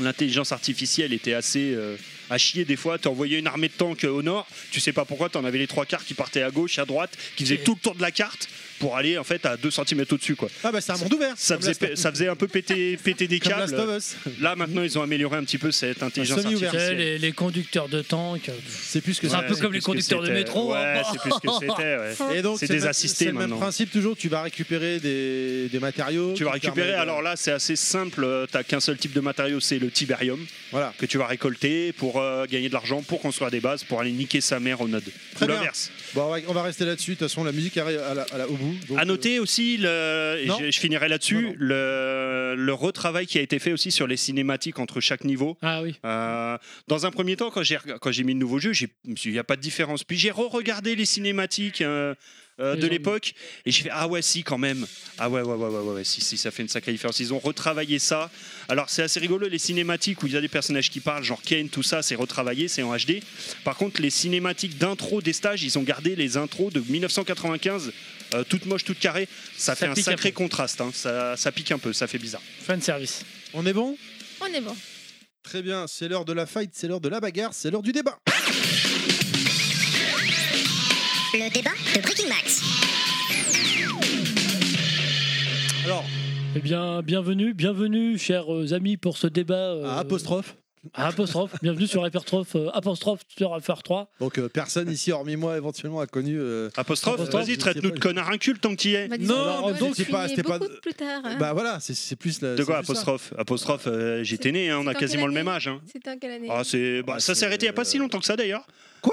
F: l'intelligence artificielle était assez euh, à chier des fois. Tu envoyais une armée de tanks euh, au nord, tu sais pas pourquoi, tu en avais les trois quarts qui partaient à gauche, à droite, qui faisaient
D: Et-
F: tout le tour de la carte pour aller en fait à 2 cm au-dessus. quoi.
C: Ah bah c'est un monde ouvert.
F: Ça
C: comme
F: faisait,
C: Last-
F: pe- ça faisait un peu péter, péter des
C: comme Last
F: câbles.
C: of Us.
F: Là maintenant, ils ont amélioré un petit peu cette intelligence
C: semi-ouvert.
D: Tu sais,
F: artificielle.
D: les, les conducteurs de tank. euh, pff,
C: C'est plus que
D: C'est
C: ça.
D: un peu
F: c'est
D: comme
F: plus
D: les
F: que
D: conducteurs de
F: c'était.
D: métro, hein.
F: Ouais, c'est plus que c'était. ouais.
C: Et donc,
F: C'est
C: le
F: des
C: même-
F: assistés,
C: C'est le même
F: maintenant.
C: principe toujours. Tu vas récupérer des, des matériaux.
F: Tu vas
C: qui te
F: récupérer,
C: permettent de-
F: alors là c'est assez simple, euh, t'as qu'un seul type de matériau, c'est le tiberium,
C: Voilà.
F: que tu vas récolter pour euh, gagner de l'argent, pour construire des bases, pour aller niquer sa mère au node.
C: Très
F: Ou
C: bien.
F: l'inverse.
C: Bon, on va- on va rester là-dessus. De toute façon, la musique arrive à la- à la- au bout. donc,
F: À noter aussi, le, et
C: Non.
F: je, je finirai
C: Non,
F: là-dessus,
C: non.
F: le, le retravail qui a été fait aussi sur les cinématiques entre chaque niveau.
D: Ah oui.
F: Euh, dans un premier temps, quand j'ai reg- quand j'ai mis le nouveau jeu, j'ai- je me suis dit, il n'y a pas de différence. Puis j'ai re-regardé les cinématiques euh, euh,
D: Ils
F: de
D: ont-
F: l'époque et j'ai fait ah ouais si quand même ah ouais ouais ouais ouais, ouais, ouais, si, si ça fait une sacrée différence. Ils ont retravaillé ça. Alors c'est assez rigolo les cinématiques où il y a des personnages qui parlent, genre Kane, tout ça, c'est retravaillé, c'est en HD. Par contre, les cinématiques d'intro des stages, ils ont gardé les intros de 1995. euh, toutes moches, toutes carrées, ça, fait un
D: pique un
F: sacré
D: peu.
F: contraste, hein. ça, ça pique un peu, ça fait bizarre.
D: Fan service.
C: euh, On est bon
E: On est bon.
C: Très bien. C'est l'heure de la fight, c'est l'heure de la bagarre, c'est l'heure du débat.
A: Le débat de Breaking Max.
C: Alors,
D: Eh bien, bienvenue, bienvenue, chers euh, amis, pour ce débat. euh,
C: à apostrophe.
D: à apostrophe. bienvenue sur Hypertrophe, euh, apostrophe sur Hyper 3.
C: Donc, euh, personne ici, hormis moi, éventuellement, a connu. euh,
F: Apostrophe,
D: Apostrophe,
F: vas-y,
C: je
F: traite-nous
C: sais
F: de
C: pas.
F: connard inculte tant que t'y es.
E: Bah,
D: Non,
E: disons,
D: donc,
E: je
C: c'était pas-
E: finis
C: c'était pas-
E: beaucoup plus tard. hein.
C: Bah voilà, c'est- c'est plus la.
F: De
C: Euh, c'est
F: quoi
C: plus ça.
F: apostrophe Apostrophe, euh, j'étais né, hein, on a
E: C'est en
F: quasiment
E: quelle
F: le même
E: année
F: âge. hein.
E: C'était en quelle année
F: Ah, c'est, bah,
C: Ah,
F: ça
C: c'est-
F: s'est arrêté il n'y a pas si longtemps que ça d'ailleurs.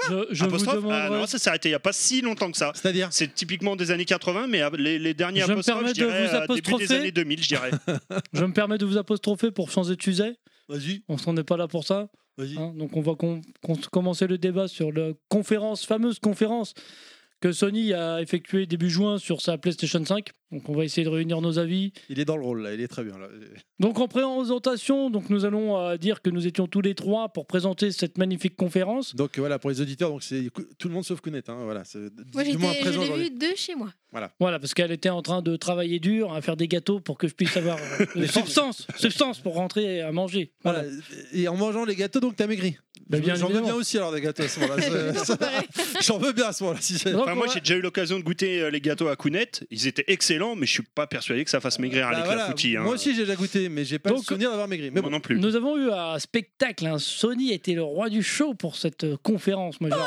D: Je, euh, je vous
F: apostrophe Ah
D: demanderai-
F: non, ça s'est arrêté il n'y a pas si longtemps que ça.
C: C'est-à-dire
F: C'est typiquement des années 80, mais euh, les, les derniers
D: Je me
F: apostrophes,
D: permets
F: je
D: de vous
F: dirais, euh, début des
D: apostropher.
F: années 2000, je dirais.
D: je me permets de vous apostropher pour changer de sujet.
C: Vas-y,
D: On s'en est pas là pour ça.
C: vas-y.
D: hein. Donc on va com- com- commencer le débat sur la conférence, fameuse conférence que Sony a effectuée début juin sur sa PlayStation 5. Donc on va essayer de réunir nos avis.
C: Il est dans le rôle là, il est très bien là.
D: Donc en présentation, donc nous allons euh, dire que nous étions tous les trois pour présenter cette magnifique conférence.
C: Donc voilà, pour les auditeurs, donc c'est tout le monde sauf Kounet. Hein, voilà, c'est
E: Moi,
C: du moins
E: j'étais- je
C: présent
E: l'ai
C: aujourd'hui.
E: vu de chez moi.
D: Voilà, parce qu'elle était en train de travailler dur, à faire des gâteaux pour que je puisse avoir euh,
C: Mais c'est-
D: substance, substance pour rentrer à manger. Voilà.
C: Voilà. Et en mangeant les gâteaux, donc t'as maigri.
D: Bah, bien
C: J'en veux
D: évidemment.
C: bien aussi alors des gâteaux à ce moment-là. Ça- ça- J'en veux bien à ce moment-là. Si c'est-
D: Donc,
F: Enfin,
D: on
F: moi,
D: va-
F: j'ai déjà eu l'occasion de goûter euh, les gâteaux à Counette. Ils étaient excellents, mais je suis pas persuadé que ça fasse maigrir
C: Bah,
F: avec
C: voilà.
F: la foutille. hein.
C: Moi aussi j'ai déjà goûté, mais j'ai pas le
D: Donc-
C: souvenir d'avoir maigri. Mais
F: Moi
C: bon,
F: non plus.
D: Nous avons eu un spectacle. hein. Sony était le roi du show pour cette euh, conférence. Moi, j'ai envie.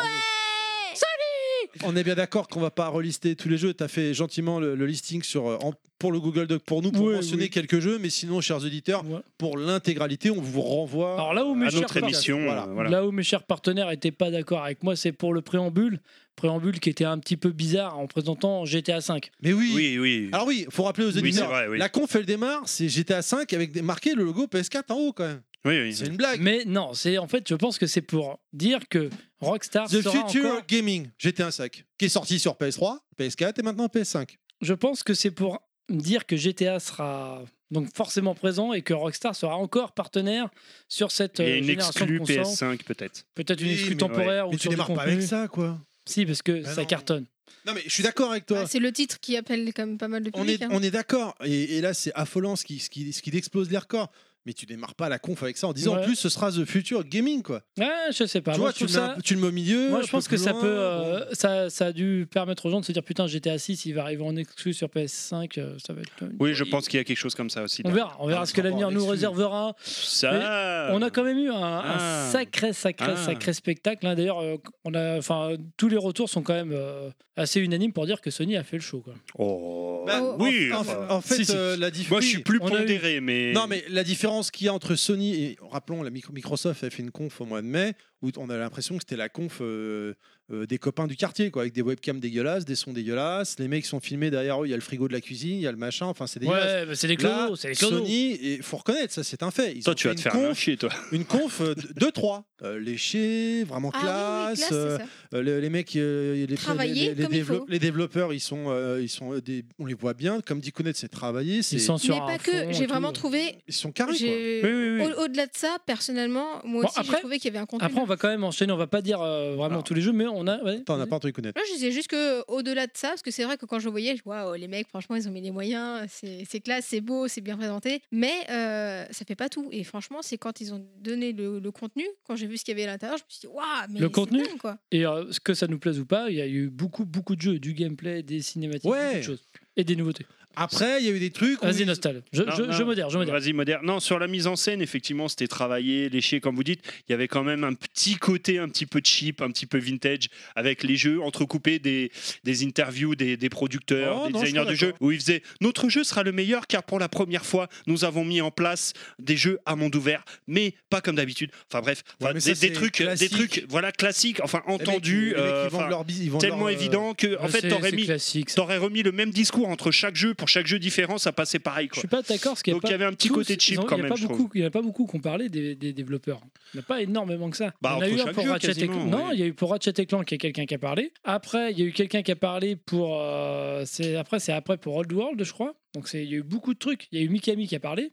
C: on est bien d'accord qu'on va pas relister tous les jeux. T'as fait gentiment le, le listing sur euh, en- pour le Google Doc pour nous pour
D: Oui,
C: mentionner
D: oui.
C: quelques jeux, mais sinon, chers auditeurs,
D: Ouais.
C: pour l'intégralité, on vous renvoie
D: Alors là où mes
F: À
D: chers
F: notre
D: par-
F: émission,
C: Voilà.
F: euh, voilà.
D: Là où mes chers partenaires n'étaient pas d'accord avec moi, c'est pour le préambule. Préambule qui était un petit peu bizarre en présentant GTA V.
C: Mais oui.
F: Oui, oui.
C: Alors oui, faut rappeler aux
F: Oui, c'est
C: auditeurs.
F: vrai, oui.
C: La conf elle démarre, c'est GTA 5 avec des- marqué le logo PS4 en haut quand même.
F: Oui, oui.
C: C'est une blague.
D: Mais non, c'est en fait, je pense que c'est pour dire que Rockstar
C: The
D: sera
C: Future
D: encore-
C: Gaming GTA 5 qui est sorti sur PS3, PS4 et maintenant PS5.
D: Je pense que c'est pour dire que GTA sera donc forcément présent et que Rockstar sera encore partenaire sur cette
F: Il y a
D: euh,
F: une
D: génération
F: exclue
D: de consoles.
F: PS5 peut-être.
D: Peut-être une
C: Oui,
D: exclue
C: mais
D: temporaire
C: Mais
D: ou
C: tu
D: sur du
C: démarres
D: contenu.
C: pas avec ça quoi.
D: Si, parce que
C: Bah
D: ça
C: non.
D: cartonne.
C: Non mais je suis d'accord avec toi.
E: Ah, c'est le titre qui appelle quand même pas mal de
C: on
E: public.
C: est
E: hein.
C: on est d'accord et, et là c'est affolant ce qui ce qui ce qui explose les records. Mais tu démarres pas la conf avec ça en disant
D: Ouais.
C: en plus ce sera The Future Gaming quoi.
D: Ah, je sais pas.
C: tu
D: Moi,
C: vois, tu,
D: je trouve
C: le mets
D: ça-
C: un peu- tu le mets au milieu.
D: Moi,
C: un
D: je pense que
C: plus
D: ça
C: loin,
D: peut,
C: bon.
D: euh, ça, ça a dû permettre aux gens de se dire putain, GTA 6, il va arriver en exclu sur PS5, euh, ça va être.
F: Oui, je pense qu'il y a quelque chose comme ça aussi.
D: On verra, on verra
C: Ah,
D: ce que
C: par rapport
D: l'avenir
C: à
D: nous
C: l'exclu.
D: réservera.
F: Ça.
D: On a quand même eu un, un
F: Ah.
D: sacré, sacré,
F: Ah.
D: sacré spectacle. hein. D'ailleurs, euh, on a, enfin, tous les retours sont quand même euh, assez unanimes pour dire que Sony a fait le show. quoi.
F: Oh.
C: Bah,
F: oui.
C: En,
F: enfin,
C: en fait,
D: Si, si.
C: euh, la diff-
F: Moi, je
C: oui.
F: suis plus
D: On a eu-
F: pondéré, mais.
C: Non mais la différence qu'il y a entre Sony et, rappelons, la micro- Microsoft a fait une conf au mois de mai où on a l'impression que c'était la conf euh, euh, des copains du quartier, quoi, avec des webcams dégueulasses, des sons dégueulasses, les mecs sont filmés derrière eux, il y a le frigo de la cuisine, il y a le machin, enfin c'est dégueulasse.
D: Ouais, mais c'est des
C: Là,
D: clodos, c'est des clodos.
C: Sony, et faut reconnaître, ça c'est un fait. Ils
F: Toi,
C: ont
F: tu
C: fait
F: vas te
C: une
F: faire
C: conf,
F: chier, toi.
C: une conf euh, 2-3. léché, Euh, vraiment
E: Ah oui, oui,
C: classe.
E: classe,
C: euh,
E: c'est ça.
C: euh, les, les mecs, euh, les, les-
E: Travailler
C: les- les
E: comme il
C: dévelop-
E: faut.
C: les développeurs, ils sont, euh, ils sont euh, des- on les voit bien. Comme dit Kounet, c'est travaillé. c'est-
D: Ils
C: Ils
D: sont
C: sont,
D: sur
E: Mais
D: un
E: pas
D: fond
E: que,
D: et
E: j'ai
D: tout.
E: vraiment trouvé.
C: carrés. quoi.
E: j'ai-
F: Oui, oui, oui.
E: au- Au-delà de ça, personnellement, moi
D: Bon,
E: aussi,
D: après-
E: j'ai trouvé qu'il y avait un contenu.
D: Après, on va quand même enchaîner, on va pas dire euh, vraiment
F: Ah.
C: Alors.
D: tous les jeux, mais on a. ouais.
C: Attends, on n'a pas entendu Kounet.
E: Là, je sais juste que euh, au-delà de ça, parce que c'est vrai que quand je le voyais, je waouh, les mecs, franchement, ils ont mis les moyens, c'est c'est classe, c'est beau, c'est bien présenté, mais euh, ça fait pas tout. Et franchement, c'est quand ils ont donné le, le contenu, quand j'ai vu ce qu'il y avait à l'intérieur, je me suis dit waouh, mais
D: Le
E: c'est
D: contenu
E: dingue, quoi.
D: Et euh, ce que ça nous plaise ou pas, il y a eu beaucoup, beaucoup de jeux, du gameplay, des cinématiques,
C: Ouais.
D: beaucoup de choses. Et des nouveautés.
C: Après, il y a eu des trucs. où
D: Vas-y,
C: ils-
D: Nostal. Je,
F: Non,
D: je,
F: non.
D: je modère, je modère.
F: Vas-y, moderne. Non, sur la mise en scène, effectivement, c'était travaillé, léché, comme vous dites. Il y avait quand même un petit côté un petit peu cheap, un petit peu vintage, avec les jeux entrecoupés des, des interviews des, des producteurs,
C: Oh,
F: des
C: non, je suis
F: designers
C: pas
F: du jeu,
C: d'accord.
F: où ils faisaient Notre jeu sera le meilleur car pour la première fois, nous avons mis en place des jeux à monde ouvert, mais pas comme d'habitude. Enfin bref,
C: Ouais,
F: enfin,
C: mais
F: des,
C: ça,
F: des
C: c'est
F: trucs, des
C: classique.
F: trucs, voilà, classiques, enfin
C: les mecs,
F: entendus,
C: ils- les mecs,
F: euh,
C: ils vendent
F: enfin,
C: leur bis- ils vendent
F: tellement
C: leur, euh,
F: évident que, en
D: Ouais,
F: fait,
D: c'est-
F: t'aurais
D: c'est
F: mis.
D: classique. ça.
F: T'aurais remis le même discours entre chaque jeu, pour chaque jeu différent, ça passait pareil.
D: Je
F: Quoi.
D: suis pas d'accord parce qu'il y a
F: Donc il y
D: pas.
F: avait un petit
D: tous-
F: côté
D: ils
F: cheap
D: ont-
F: quand
D: il y a
F: même,
D: pas
F: je trouve.
D: beaucoup, Il n'y en a pas beaucoup qu'on parlait des, des développeurs. Il n'y en a pas énormément que ça.
F: Bah,
D: il y en a
F: entre
D: eu un
F: chaque
D: pour
F: jeu,
D: Ratchet et
F: quasiment,
D: Clank. Non,
F: oui.
D: il y a eu pour Ratchet et Clank, il y a quelqu'un qui a parlé. Après, il y a eu quelqu'un qui a parlé pour. euh, c'est après, c'est après pour Old World, je crois. Donc c'est- il y a eu beaucoup de trucs. Il y a eu Mikami qui a parlé,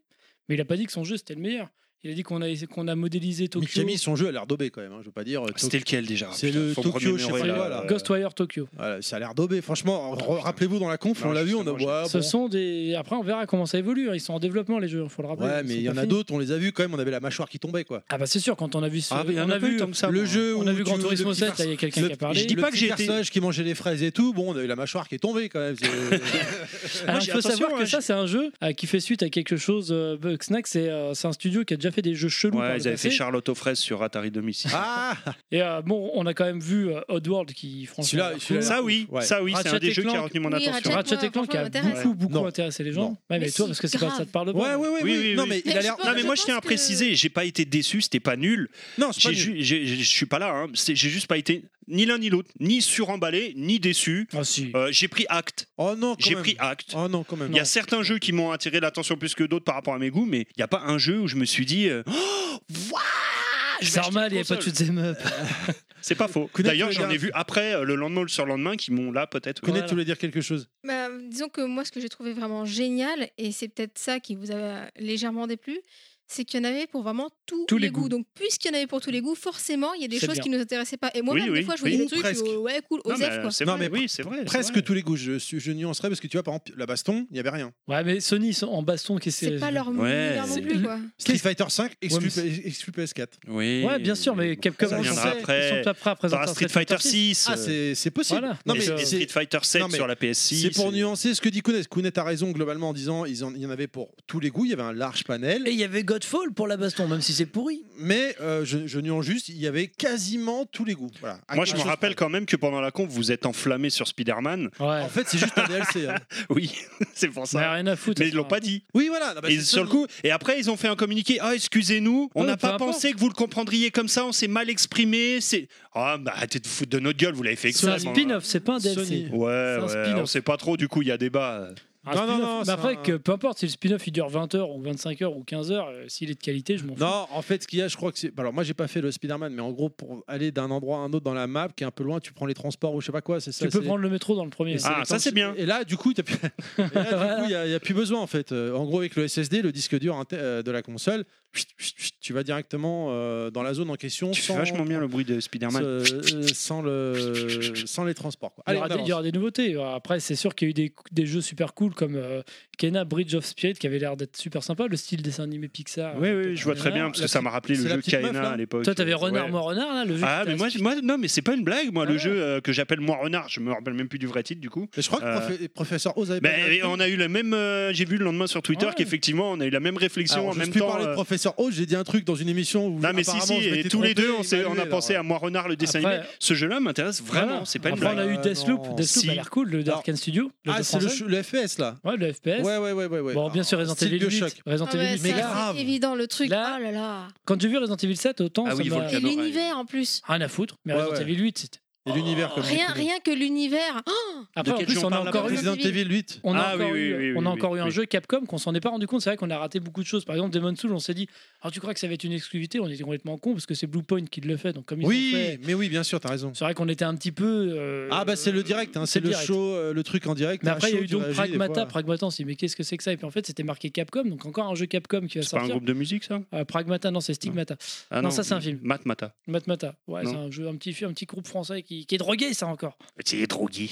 D: mais il n'a pas dit que son jeu c'était le meilleur. Il a dit qu'on a, qu'on a modélisé Tokyo.
C: Mikami, son jeu a l'air daubé quand même. hein, je veux pas dire. euh,
F: C'était lequel déjà
C: C'est
F: Putain,
C: le
F: faut me
C: Tokyo, je sais
F: remémorer,
C: pas
F: là. euh,
C: quoi, là.
D: euh, Ghostwire Tokyo.
C: Voilà, ça a l'air daubé. Franchement,
F: Putain,
C: re-
F: putain.
C: rappelez-vous dans la conf,
F: Non,
C: on l'a vu, on a.
F: justement, j'ai-
C: ouais,
D: Ce
C: Ah bon.
D: sont des. Après, on verra comment ça évolue. hein. Ils sont en développement les jeux, faut le rappeler.
C: Ouais,
D: Ils
C: mais
D: sont
C: il y
D: pas
C: en a
D: finis.
C: d'autres, on les a vus quand même, on avait la mâchoire qui tombait quoi.
D: Ah bah c'est sûr, quand on a vu ce,
F: Ah, mais il y en
D: on
F: a pas eu tant que ça,
D: le
F: moi.
D: jeu,
C: On
D: on
C: a
D: a
C: vu
D: vu
C: le
D: Grand
C: petit-
D: Turismo
C: le
D: 7,
C: petit
D: là, il y a quelqu'un
C: Le-
D: qui a parlé.
C: Je dis
F: Le
C: pas
F: petit
C: que j'ai été.
F: personnage
C: personnage qui mangeait les fraises et tout, bon, on a eu la mâchoire qui est tombée quand même.
D: Alors,
F: j'ai-
D: Ah, il faut
F: attention,
D: savoir
F: hein,
D: que ça, c'est un jeu euh, qui fait suite à quelque chose. euh, Bugsnax, c'est euh, c'est un studio qui a déjà fait des jeux chelous. par
F: Ouais,
D: le
F: ils avaient
D: passé.
F: fait Charlotte aux fraises sur Atari 2006.
C: ah
D: Et euh, bon, on a quand même vu euh, Oddworld qui, franchement,
C: Celui-là,
D: a-
C: celui-là,
F: ça oui,
C: Ouais.
F: ça oui, c'est un
D: Ratchet
F: des
D: et
F: jeux qui a
D: Clank.
F: retenu mon
E: Oui,
F: attention.
E: Ratchet,
D: Ratchet et
E: moi,
D: Clank qui a
E: Ah, franchement, m'intéresse.
D: beaucoup, beaucoup
C: Non.
D: intéressé les gens.
C: Non.
D: Ouais, mais,
E: Mais
D: toi,
E: si,
D: parce que c'est pas,
E: grave.
D: ça te parle pas.
C: Ouais, ouais, ouais,
F: Oui, oui,
C: Non,
F: oui.
C: mais il
E: Mais
C: a l'air.
E: je
F: Non
E: pense-
F: mais moi je tiens à
E: que-
F: préciser, j'ai pas été déçu, c'était pas nul.
C: Non, c'est pas
F: J'ai
C: nul.
F: ju- j'ai- Je suis pas là, hein. C'est- j'ai juste pas été ni l'un ni l'autre, ni suremballé, ni déçu.
D: Ah si.
F: Euh, j'ai pris acte,
C: Oh non, quand
F: j'ai
C: même.
F: pris acte.
C: Oh non, quand même.
F: Il y a certains jeux qui m'ont attiré l'attention plus que d'autres par rapport à mes goûts, mais il n'y a pas un jeu où je me suis dit, euh, Oh, waouh, Ah, je vais acheter une
D: Zarma, il n'y avait pas de
F: console.
D: shoot 'em up.
F: C'est pas faux.
C: Connais-tu
F: D'ailleurs,
C: le
F: j'en
C: gars
F: ai vu après, euh, le lendemain ou le surlendemain, qui m'ont là peut-être.
C: Kounet,
D: Voilà.
C: tu voulais dire quelque chose
E: Bah, disons que moi, ce que j'ai trouvé vraiment génial, et c'est peut-être ça qui vous a légèrement déplu, c'est qu'il y en avait pour vraiment tous,
D: Tous les
E: les goûts.
D: goûts.
E: Donc, puisqu'il y en avait pour tous les goûts, forcément, il y a des
D: C'est
E: choses
D: bien.
E: qui nous intéressaient pas. Et moi, même
F: Oui, oui,
E: des fois, je voyais
C: oui.
E: des trucs,
C: Presque.
E: je- ouais, cool,
F: Non, mais,
E: Osef,
F: euh,
E: quoi.
F: c'est
C: Non,
F: vrai,
C: mais
F: oui, c'est vrai. c'est
C: Presque
F: vrai.
C: tous les goûts. Je, suis- je nuancerais parce que tu vois, par exemple, la baston, il n'y avait rien.
D: Ouais, mais Sony, sont en baston, qui
E: C'est pas leur
F: Ouais.
E: univers non
F: C'est-
E: plus, quoi.
C: Street Fighter 5 exclu,
D: Ouais, mais
C: exclu PS4.
F: Oui.
D: Ouais, bien sûr, mais Capcom,
F: Ça
D: ils sont
F: viendra
D: prêts-
F: après.
D: ils sont prêts à présenter
F: Par
D: un
F: Street Fighter 6.
C: Ah, c'est c'est possible.
D: Voilà.
C: Non,
F: Non,
C: mais
D: Et, euh,
C: c'est-
F: Street Fighter 7
C: non, mais
F: sur la PS6.
C: c'est pour nuancer ce que dit Kounet. Kounet a raison globalement en disant ils en- il y en avait pour tous les goûts. Il y avait un large panel.
D: Et il y avait Godfall pour la baston, même si c'est pourri.
C: Mais euh, je, je nuance juste, il y avait quasiment tous les goûts. Voilà. À
F: Moi,
C: quelque
F: je me
C: chose
F: rappelle
C: près.
F: quand même que pendant la conf, vous êtes enflammé sur Spider-Man.
D: Ouais.
C: En fait, c'est juste un DLC. hein.
F: Oui, c'est pour
D: Ça n'a
F: ça.
D: rien à foutre.
F: Mais
D: ça
F: ils l'ont
D: sera-
F: pas dit.
C: Oui, voilà. non, bah,
F: et
C: c'est
F: sur
C: ça.
F: le coup, et après ils ont fait un communiqué. Ah, excusez-nous, on
D: Ouais,
F: n'a
D: peu
F: pas pensé que vous le comprendriez comme ça. On s'est mal exprimé. C'est ah bah arrêtez de vous foutre de notre gueule. Vous l'avez fait
D: C'est un
F: exprès. ce moment-là.
D: spin-off, c'est pas un DLC.
C: Sony.
F: Ouais,
D: un
F: ouais.
D: spin-off.
F: On sait pas trop. Du coup, il y a débat.
C: Non,
D: Un spin-off.
C: non, non,
D: Mais
C: c'est
D: après,
C: un-
D: que, peu importe si le spin-off il dure 20h ou 25h ou 15h, s'il est de qualité, je m'en fous.
C: Non, en fait, ce qu'il y a, je crois que c'est. bah, Alors, moi, j'ai pas fait le Spider-Man, mais en gros, pour aller d'un endroit à un autre dans la map qui est un peu loin, tu prends les transports ou je sais pas quoi, c'est ça.
D: tu peux
C: c'est-
D: prendre le métro dans le premier.
C: et c'est
F: Ah,
C: les
F: ça, c'est bien.
C: Et là, du coup, t'as plus- et là, du
D: Voilà.
C: coup, il n'y a, plus besoin en fait. Euh, En gros, avec le SSD, le disque dur inté- euh, de la console, chut, chut, chut, tu vas directement euh, dans la zone en question
F: Tu fais
C: sans,
F: vachement bien le bruit de Spider-Man.
C: euh, sans le, sans les transports. quoi.
D: Il y,
C: Allez,
D: aura
C: on
D: des, il
C: avance.
D: y aura des nouveautés. Après, c'est sûr qu'il y a eu des, des jeux super cool comme euh, Kena Bridge of Spirit qui avait l'air d'être super sympa, le style dessin animé Pixar. euh,
F: Oui, oui, je vois très bien, parce que
C: la
F: ça m'a rappelé le
C: c'est la
F: jeu
C: petite meuf,
F: Kaena
C: là.
F: à l'époque.
D: Toi, t'avais Renard,
F: Ouais.
D: moi Renard, là, le jeu.
F: Ah,
D: qui
F: mais moi,
D: t'a-
F: moi, non, mais c'est pas une blague, moi,
D: Ah
F: le
D: ouais.
F: jeu euh, que j'appelle Moi Renard, je me rappelle même plus du vrai titre du coup.
C: Mais je crois que
F: Euh,
C: profe- professeur Oz avait pas
F: Ben,
C: dit un
F: et
C: truc.
F: on a eu la même. euh, J'ai vu le lendemain sur Twitter
D: Eh Ouais.
F: qu'effectivement, on a eu la même réflexion
C: Alors,
F: en
C: je
F: même
C: suis
F: temps.
C: parlé de
F: euh,
C: professeur Oz, j'ai dit un truc dans une émission où.
F: Non mais si
C: apparemment,
F: si
C: je m'étais
F: et tous les
C: trompé,
F: deux on, s'est-
C: il m'a
F: on
C: allumé,
F: a pensé
C: alors.
F: à Moi Renard le dessin
D: Après-
F: animé. Ce jeu là m'intéresse vraiment,
D: Voilà.
F: c'est pas une
D: Après,
F: blague.
D: on a eu
C: Euh,
D: Deathloop.
C: non.
D: Deathloop
F: Si.
D: a l'air cool, le
C: Alors-
D: Dark Studio. le
C: Ah,
D: jeu
C: c'est le,
D: français.
C: ch- le FS là.
D: Ouais, le FPS.
C: Ouais, ouais, ouais, ouais. ouais.
D: Bon, bien sûr, Resident
C: Style
D: Evil 8.
C: Bioshock.
D: Resident
E: Ah ouais,
D: Evil
E: ça,
C: mais
D: 8.
E: c'est
C: grave.
E: évident le truc.
D: Là-
E: oh là là.
D: Quand j'ai vu Resident Evil 7, autant
G: Ah
D: ça
G: oui,
D: m'a
G: Volcano.
E: Et
G: J'adorais.
E: l'univers en plus.
D: rien à foutre. Mais
C: Ouais,
D: Resident
C: ouais.
D: Evil 8, c'était.
C: Et l'univers comme
E: Rien,
C: tout.
E: rien que l'univers. Oh,
D: Après,
G: De
D: en
G: quel
D: plus,
G: jeu on
D: on a
G: parle, là
D: encore eu.
C: Resident Evil 8.
D: On a
F: Ah
D: encore
F: oui,
D: eu,
F: oui, oui,
D: on a
F: oui,
D: encore eu un
F: oui.
D: jeu Capcom qu'on s'en est pas rendu compte. C'est vrai qu'on a raté beaucoup de choses. Par exemple, Demon's Souls, on s'est dit Ah, tu crois que ça va être une exclusivité On était complètement con parce que c'est Blue Point qui le fait. Donc, comme ils ont
C: Oui,
D: fait-
C: mais oui, bien sûr, t'as raison.
D: c'est vrai qu'on était un petit peu. euh,
C: Ah bah c'est le direct, hein, c'est le
D: direct.
C: show, euh, le truc en direct.
D: Mais
C: un
D: après, il y a
C: show,
D: eu
C: tu
D: donc
C: réagis des
D: Pragmata.
C: fois.
D: Pragmata, on s'est dit Mais qu'est-ce que c'est que ça Et puis en fait, c'était marqué Capcom. Donc, encore un jeu Capcom qui va
F: C'est pas un
D: sortir.
F: groupe de musique ça
D: Euh, Pragmata, non, c'est Stigmata.
F: Ah
D: Non, ça, c'est un film.
F: Matmata.
D: Matmata. Ouais,
F: Non.
D: c'est un jeu, un petit, un petit groupe français qui, qui est drogué, ça encore.
F: C'est drogué.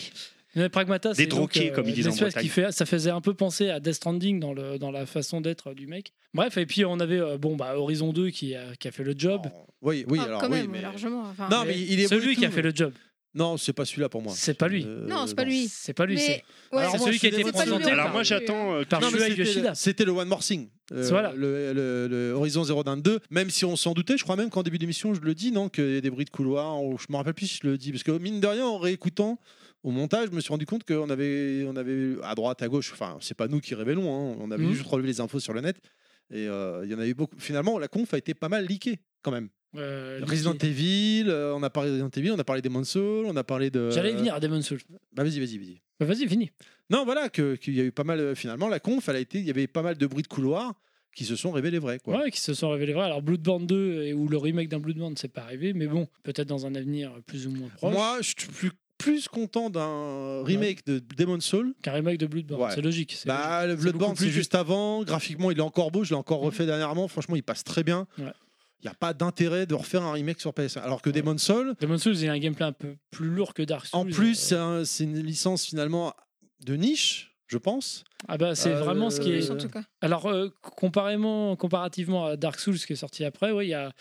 D: Mais Pragmata, c'est donc,
F: droqués, comme ils disent en
D: l'espèce
F: Bretagne.
D: qui fait, ça faisait un peu penser à Death Stranding dans, le, dans la façon d'être euh, du mec. Bref, et puis on avait euh, bon bah Horizon 2 qui a, qui a fait le job.
C: Oh, Oui, oui,
E: ah,
C: alors
E: quand
C: oui,
E: même,
C: mais-
E: largement. enfin.
C: Non, mais il est beau
D: celui
C: et
D: qui a
C: tout,
D: fait le job.
C: Non, c'est pas celui-là pour moi.
D: C'est pas lui.
C: Euh,
E: Non, c'est pas lui.
D: C'est pas lui,
E: Mais-
D: c'est
E: ouais.
C: Alors,
D: c'est
C: moi,
D: celui
C: je
D: qui a
C: suis
D: été
E: désolé.
D: présenté
E: C'est pas lui,
F: Alors
D: par,
E: Par-
F: moi j'attends euh,
D: par
C: Non, mais
D: Shuei
C: c'était-
D: Yoshida.
C: C'était le One More Thing. euh,
D: Voilà.
C: Le, le- le Horizon 022. Même si on s'en doutait, je crois même qu'en début d'émission, je le dis, non, qu'il y a des bruits de couloir. Ou je me rappelle plus si je le dis. Parce que mine de rien, en réécoutant au montage, je me suis rendu compte qu'on avait, on avait à droite, à gauche. Enfin, c'est pas nous qui révélons. hein, on avait
D: Mhm.
C: juste relevé les infos sur le net. Et euh, il y en a eu beaucoup. Finalement, la conf a été pas mal leakée quand même.
D: Euh, lui
C: Resident
D: qui-
C: Evil, euh, on a parlé de Resident Evil, on a parlé des Souls, on a parlé de.
D: J'allais y venir à Demon's Souls.
C: Bah vas-y, vas-y, vas-y.
D: Bah, Vas-y, fini.
C: Non, voilà, que- qu'il y a eu pas mal. euh, Finalement, la conf, elle a été, il y avait pas mal de bruits de couloir qui se sont révélés vrais. Quoi.
D: Ouais, qui se sont révélés vrais. Alors Bloodborne 2 et- ou le remake d'un Bloodborne, c'est pas arrivé, mais bon, peut-être dans un avenir euh, plus ou moins proche
C: Moi, je suis plus, plus content d'un remake de Demon's Soul.
D: qu'un remake de Bloodborne.
C: Ouais.
D: C'est logique. c'est logique.
C: Bah, le
D: C'est
C: Bloodborne,
D: beaucoup plus Mhm.
C: c'est juste avant. Graphiquement, il est encore beau. Je l'ai encore refait dernièrement. Franchement, il passe très bien. Il
D: Ouais.
C: n'y a pas d'intérêt de refaire un remake sur PS1. Alors que
D: Ouais.
C: Demon's Soul,
D: Demon's Souls, il a un gameplay un peu plus lourd que Dark Souls.
C: en plus,
D: euh,
C: c'est un- c'est une licence finalement de niche, je pense.
D: Ah bah c'est
C: Euh,
D: vraiment ce qui
E: Plus,
D: est.
E: en tout cas.
D: Alors euh, comparément, comparativement à Dark Souls qui est sorti après, ouais, il y a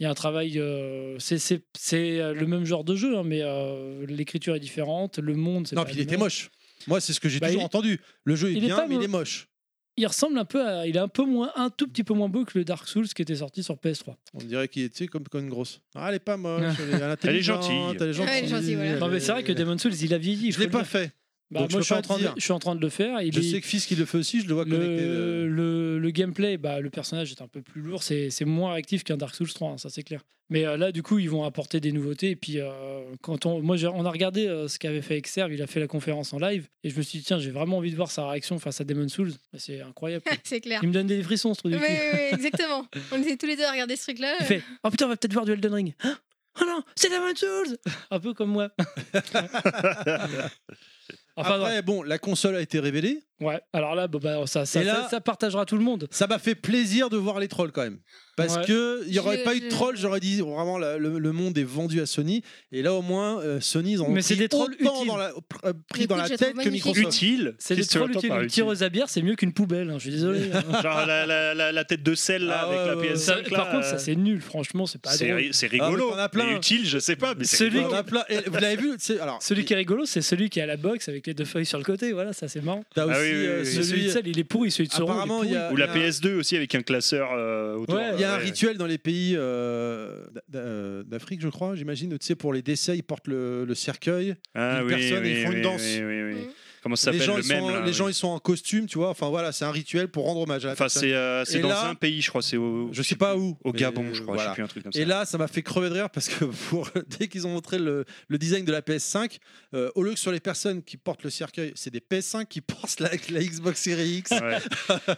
D: il y a un travail. euh, c'est- c'est c'est, euh, le même genre de jeu, hein, mais euh, l'écriture est différente, le monde. c'est
C: Non,
D: pas
C: puis il
D: le
C: était
D: même.
C: moche. Moi, c'est ce que j'ai
D: Bah,
C: toujours
D: il-
C: entendu. Le jeu est
D: il est
C: bien,
D: pas
C: mais il
D: mo-
C: est moche.
D: Il ressemble un peu à. Il est un peu moins, un tout petit peu moins beau que le Dark Souls qui était sorti sur PS3.
C: On dirait qu'il est tu sais, comme, comme une grosse. Ah, elle est pas moche, elle est, elle est
F: Elle est
C: intelligente,
F: gentille.
C: Elle est gentille.
E: Ouais, elle est gentille, voilà.
D: Non mais c'est vrai que Demon's Souls, il a vieilli.
C: Euh, Je
D: faut
C: l'ai
D: le
C: pas
D: dire.
C: fait.
D: Bah,
C: donc je
D: moi
C: peux
D: je suis,
C: pas
D: en train
C: te
D: de,
C: dire.
D: je suis en train de le faire. Il
C: Je
D: est-
C: sais que Fils qui le fait aussi, je le vois connecté.
D: le,
C: euh,
D: le, le gameplay, bah, le personnage est un peu plus lourd, c'est c'est moins actif qu'un Dark Souls 3, hein, ça c'est clair. Mais euh, là, du coup, ils vont apporter des nouveautés. Et puis, euh, quand on, moi, j'ai- on a regardé euh, ce qu'avait fait Exerve, il a fait la conférence en live, et je me suis dit, tiens, j'ai vraiment envie de voir sa réaction face à Demon's Souls. Bah, C'est incroyable. quoi.
E: C'est clair.
D: il me donne des frissons, ce truc.
E: Oui,
D: du
E: oui,
D: cul.
E: oui, exactement. On était tous les deux à regarder ce truc-là. euh,
D: Il fait, oh putain, on va peut-être voir du Elden Ring. Hein Oh non, c'est Demon's Souls Un peu comme moi. enfin,
C: Après, bon, la console a été révélée.
D: ouais. Alors là, bah, bah, ça, ça,
C: Et là-
D: ça- ça partagera tout le monde.
C: Ça m'a fait plaisir de voir les trolls quand même. Parce
D: Ouais.
C: que il n'y aurait
E: Je-
C: pas eu de
E: je-
C: trolls, j'aurais dit oh, vraiment la- le, le monde est vendu à Sony. Et là au moins, euh, Sony ils en ont
D: Mais c'est
C: pris
D: des trolls
C: autant
D: utiles.
C: dans la, pr- euh, pris dans
E: Écoute,
C: la
E: je les
C: tête
E: trouve
C: que
E: magnifiques.
C: Microsoft.
F: Utile
D: C'est des
F: Qu'est-ce que tu
D: trolls
F: entends
D: utiles.
F: par
D: Une
F: utile
D: tireuse à bière, c'est mieux qu'une poubelle. hein, je suis désolé. hein.
F: Genre la, la, la, la tête de sel là
C: Ah ouais,
F: avec
C: ouais, ouais.
F: la PS5.
D: Ça-
F: là,
D: par contre, ça c'est nul. Franchement, c'est pas
F: bah, c'est
D: drôle.
F: ri- c'est rigolo.
C: Ah, mais t'en as plein.
F: Mais utile, je sais pas. Mais c'est
D: Celui-
C: Il y
F: rigolo.
C: en a plein. Et Vous l'avez vu c'est- alors,
D: Celui qui est rigolo, c'est celui qui a la box avec les deux feuilles sur le côté. Voilà, ça c'est marrant.
C: t'as aussi
F: oui, oui,
C: euh,
F: oui, oui.
D: Celui,
C: celui.
D: de Sel, il est pourri. Celui de Sauron, il est
C: Apparemment, il y a-
F: Ou la
C: il y a-
F: PS2 aussi avec un classeur euh, autour.
D: Ouais,
C: Il y a un
F: Ouais.
C: rituel dans les pays euh, d- d- euh, d'Afrique, je crois, j'imagine. Tu sais, pour les décès, ils portent le, le cercueil.
F: Ah,
C: Une
F: oui,
C: personne,
F: oui,
C: ils font une
F: oui,
C: danse.
F: oui, oui, oui.
E: Mm.
F: Comment ça
C: Les
F: s'appelle
C: gens,
F: le
C: ils
F: même
C: sont,
F: là,
C: les
F: oui.
C: gens, ils sont en costume, tu vois. Enfin voilà, c'est un rituel pour rendre hommage à la
F: Enfin,
C: personne.
F: c'est euh, c'est
C: Et
F: dans
C: là-
F: un pays, je crois. C'est au.
C: Je sais pas où.
F: Au
C: mais
F: Gabon, je crois. Je
C: Euh, voilà.
F: sais plus un truc comme ça.
C: Et là, ça m'a fait crever de rire parce que pour, dès qu'ils ont montré le, le design de la PS5, euh, au lieu que sur les personnes qui portent le cercueil, c'est des PS5 qui portent la, la Xbox Series X.
F: Ouais.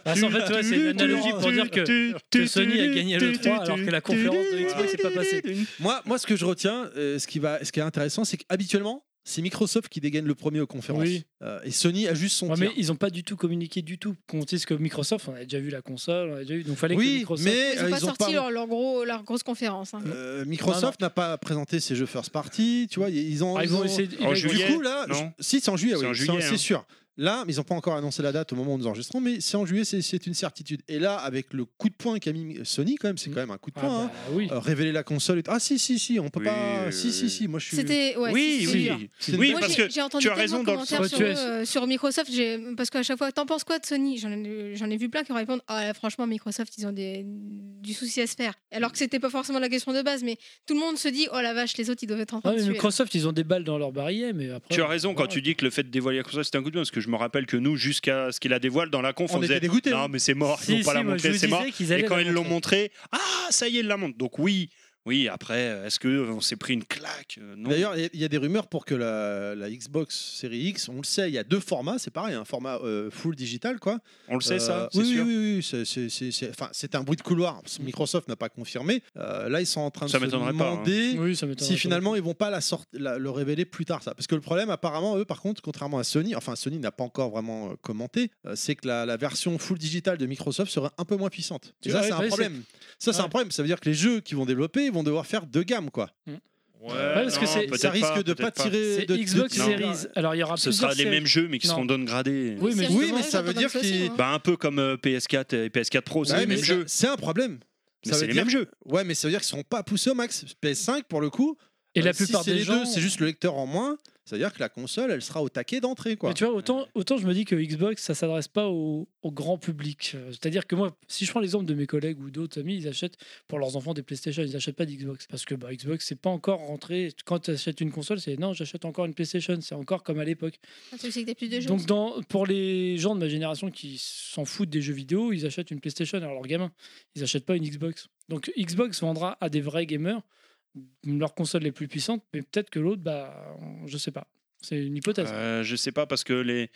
D: Parce qu'en fait, ouais, Bah, c'est une analogie pour dire que, que Sony a gagné le 3 alors que la conférence de Xbox n'est pas passée.
C: Moi, moi, ce que je retiens, euh, ce, qui va, ce qui est intéressant, c'est qu'habituellement, c'est Microsoft qui dégaine le premier aux conférences.
D: Oui.
C: Euh, et Sony a juste son
D: Ouais,
C: tir.
D: mais ils n'ont pas du tout communiqué du tout. On sait ce que Microsoft, on a déjà vu la console, on a déjà vu. Donc fallait que
C: Oui,
D: Microsoft.
C: mais
E: Ils
C: euh,
E: n'ont pas
C: ils ont
E: sorti
C: pas-
E: leur, leur gros, leur grosse conférence. hein.
C: Euh, Microsoft n'a pas présenté ses jeux first party, tu vois, ils ont,
D: Ah, ils vont
C: ont-
D: essayer. de-
F: en
D: ils-
F: juillet,
C: du coup là,
F: non
C: je- si c'est en juillet,
F: C'est
C: oui,
F: en
C: c'est
F: juillet,
C: c'est
F: hein.
C: sûr. Là, mais ils n'ont pas encore annoncé la date au moment où nous enregistrons, mais c'est en juillet, c'est- c'est une certitude. Et là, avec le coup de poing qu'a mis Sony, quand même, c'est
D: Mm.
C: quand même un coup de
D: Ah,
C: poing.
D: bah,
C: hein.
D: oui.
C: Euh, révéler la console. et- Ah si si si, on peut
F: Oui,
C: pas.
F: oui,
C: si si
F: oui.
C: si, moi je suis.
E: C'était. ouais,
F: Oui,
E: c'est- c'est dur.
F: oui. Oui,
E: Moi,
F: parce
E: j'ai-
F: que.
E: j'ai entendu
F: tu as
E: tellement
F: raison
E: de
F: dans le
E: commentaires
D: sens-
E: sur,
D: Tu
E: eux,
D: as-
E: euh, sur Microsoft, j'ai- parce qu'à chaque fois, t'en penses quoi de Sony J'en ai j'en ai vu plein qui répondent Ah, là, franchement, Microsoft, ils ont des, du souci à se faire. Alors que c'était pas forcément la question de base, mais tout le monde se dit Oh la vache, les autres, ils doivent être en train
D: Ah,
E: de
D: mais
E: tuer.
D: Microsoft, ils ont des balles dans leur barillet, mais après.
F: Tu as raison quand
D: voilà.
F: tu dis que le fait de dévoiler la console c'était un coup de poing parce que que je me rappelle que nous, jusqu'à ce qu'il la dévoile dans la conf,
C: On
F: on,
C: était
F: faisait
C: dégoûtés,
F: Non,
C: hein.
F: mais c'est mort,
D: Si,
F: ils vont pas
D: si,
F: la
D: moi, je
F: montrer,
D: vous
F: c'est mort.
D: disais qu'ils allaient
F: Et quand
D: la
F: ils l'ont
D: montrer.
F: montré, ah, ça y est, ils la montrent. Donc oui, oui, après, est-ce qu'on s'est pris une claque Euh, Non.
C: D'ailleurs, il y a- il y, a des rumeurs pour que la, la Xbox Series X, on le sait, il y a deux formats, c'est pareil, un format euh, full digital, quoi.
F: on le sait,
C: Euh,
F: ça, c'est
C: oui,
F: sûr. Mm.
C: oui, oui, oui, c'est- c'est- c'est- c'est- enfin, c'est un bruit de couloir. Microsoft n'a pas confirmé. Euh, là, ils sont en train
F: Ça
C: de se
F: m'étonnerait pas, hein.
C: demander
D: Oui, ça m'étonnerait
C: si
D: pas.
C: finalement ils vont pas la, sort- la- le révéler plus tard, ça. Parce que le problème, apparemment, eux, par contre, contrairement à Sony, enfin, Sony n'a pas encore vraiment euh, commenté, euh, c'est que la, la version full digital de Microsoft serait un peu moins puissante.
D: Tu
C: Et ça,
D: vois,
C: c'est
D: ouais,
C: un problème. Ça, c'est
D: Ouais.
C: un problème. Ça veut dire que les jeux qu'ils vont développer ils vont devoir faire deux gammes, quoi.
F: Ouais,
D: parce que
F: non,
D: c'est- Ah,
F: peut-être
C: ça risque de
F: peut-être
C: pas tirer.
D: C'est
C: de- de
D: Xbox
C: tirer-
D: Series. Alors il y aura
F: Ce
D: plusieurs
F: sera les
D: séries.
F: mêmes jeux, mais qui
D: Non.
F: seront downgradés.
D: Oui, mais
C: Oui, mais ça veut dire qu'il-
E: qu'il.
F: Bah, un peu comme euh, PS4 et PS4 Pro, c'est
C: Ouais,
F: les
C: mais
F: mêmes
C: ça-
F: jeux.
C: C'est un problème.
F: Mais
C: ça
F: c'est
C: veut
F: les
C: dire-
F: mêmes jeux.
C: Ouais, mais ça veut dire qu'ils seront pas poussés au max. PS5 pour le coup.
D: Et la
C: euh, si
D: plupart
C: c'est
D: des
C: les
D: gens.
C: deux, c'est juste le lecteur en moins. Ça veut dire que la console, elle sera au taquet d'entrée, quoi.
D: Mais tu vois, autant, autant je me dis que Xbox, ça s'adresse pas au, au grand public. Euh, C'est-à-dire que moi, si je prends l'exemple de mes collègues ou d'autres amis, ils achètent pour leurs enfants des PlayStation, ils n'achètent pas d'Xbox. Parce que bah, Xbox, c'est pas encore rentré. Quand tu achètes une console, c'est non, j'achète encore une PlayStation. C'est encore comme à l'époque.
E: Le truc, c'est que t'as plus de jeux.
D: Donc dans, pour les gens de ma génération qui s'en foutent des jeux vidéo, ils achètent une PlayStation à leurs gamins. Ils n'achètent pas une Xbox. Donc Xbox vendra à des vrais gamers leurs consoles les plus puissantes, mais peut-être que l'autre, bah, on- je sais pas. C'est une hypothèse.
F: Euh, je sais pas parce que les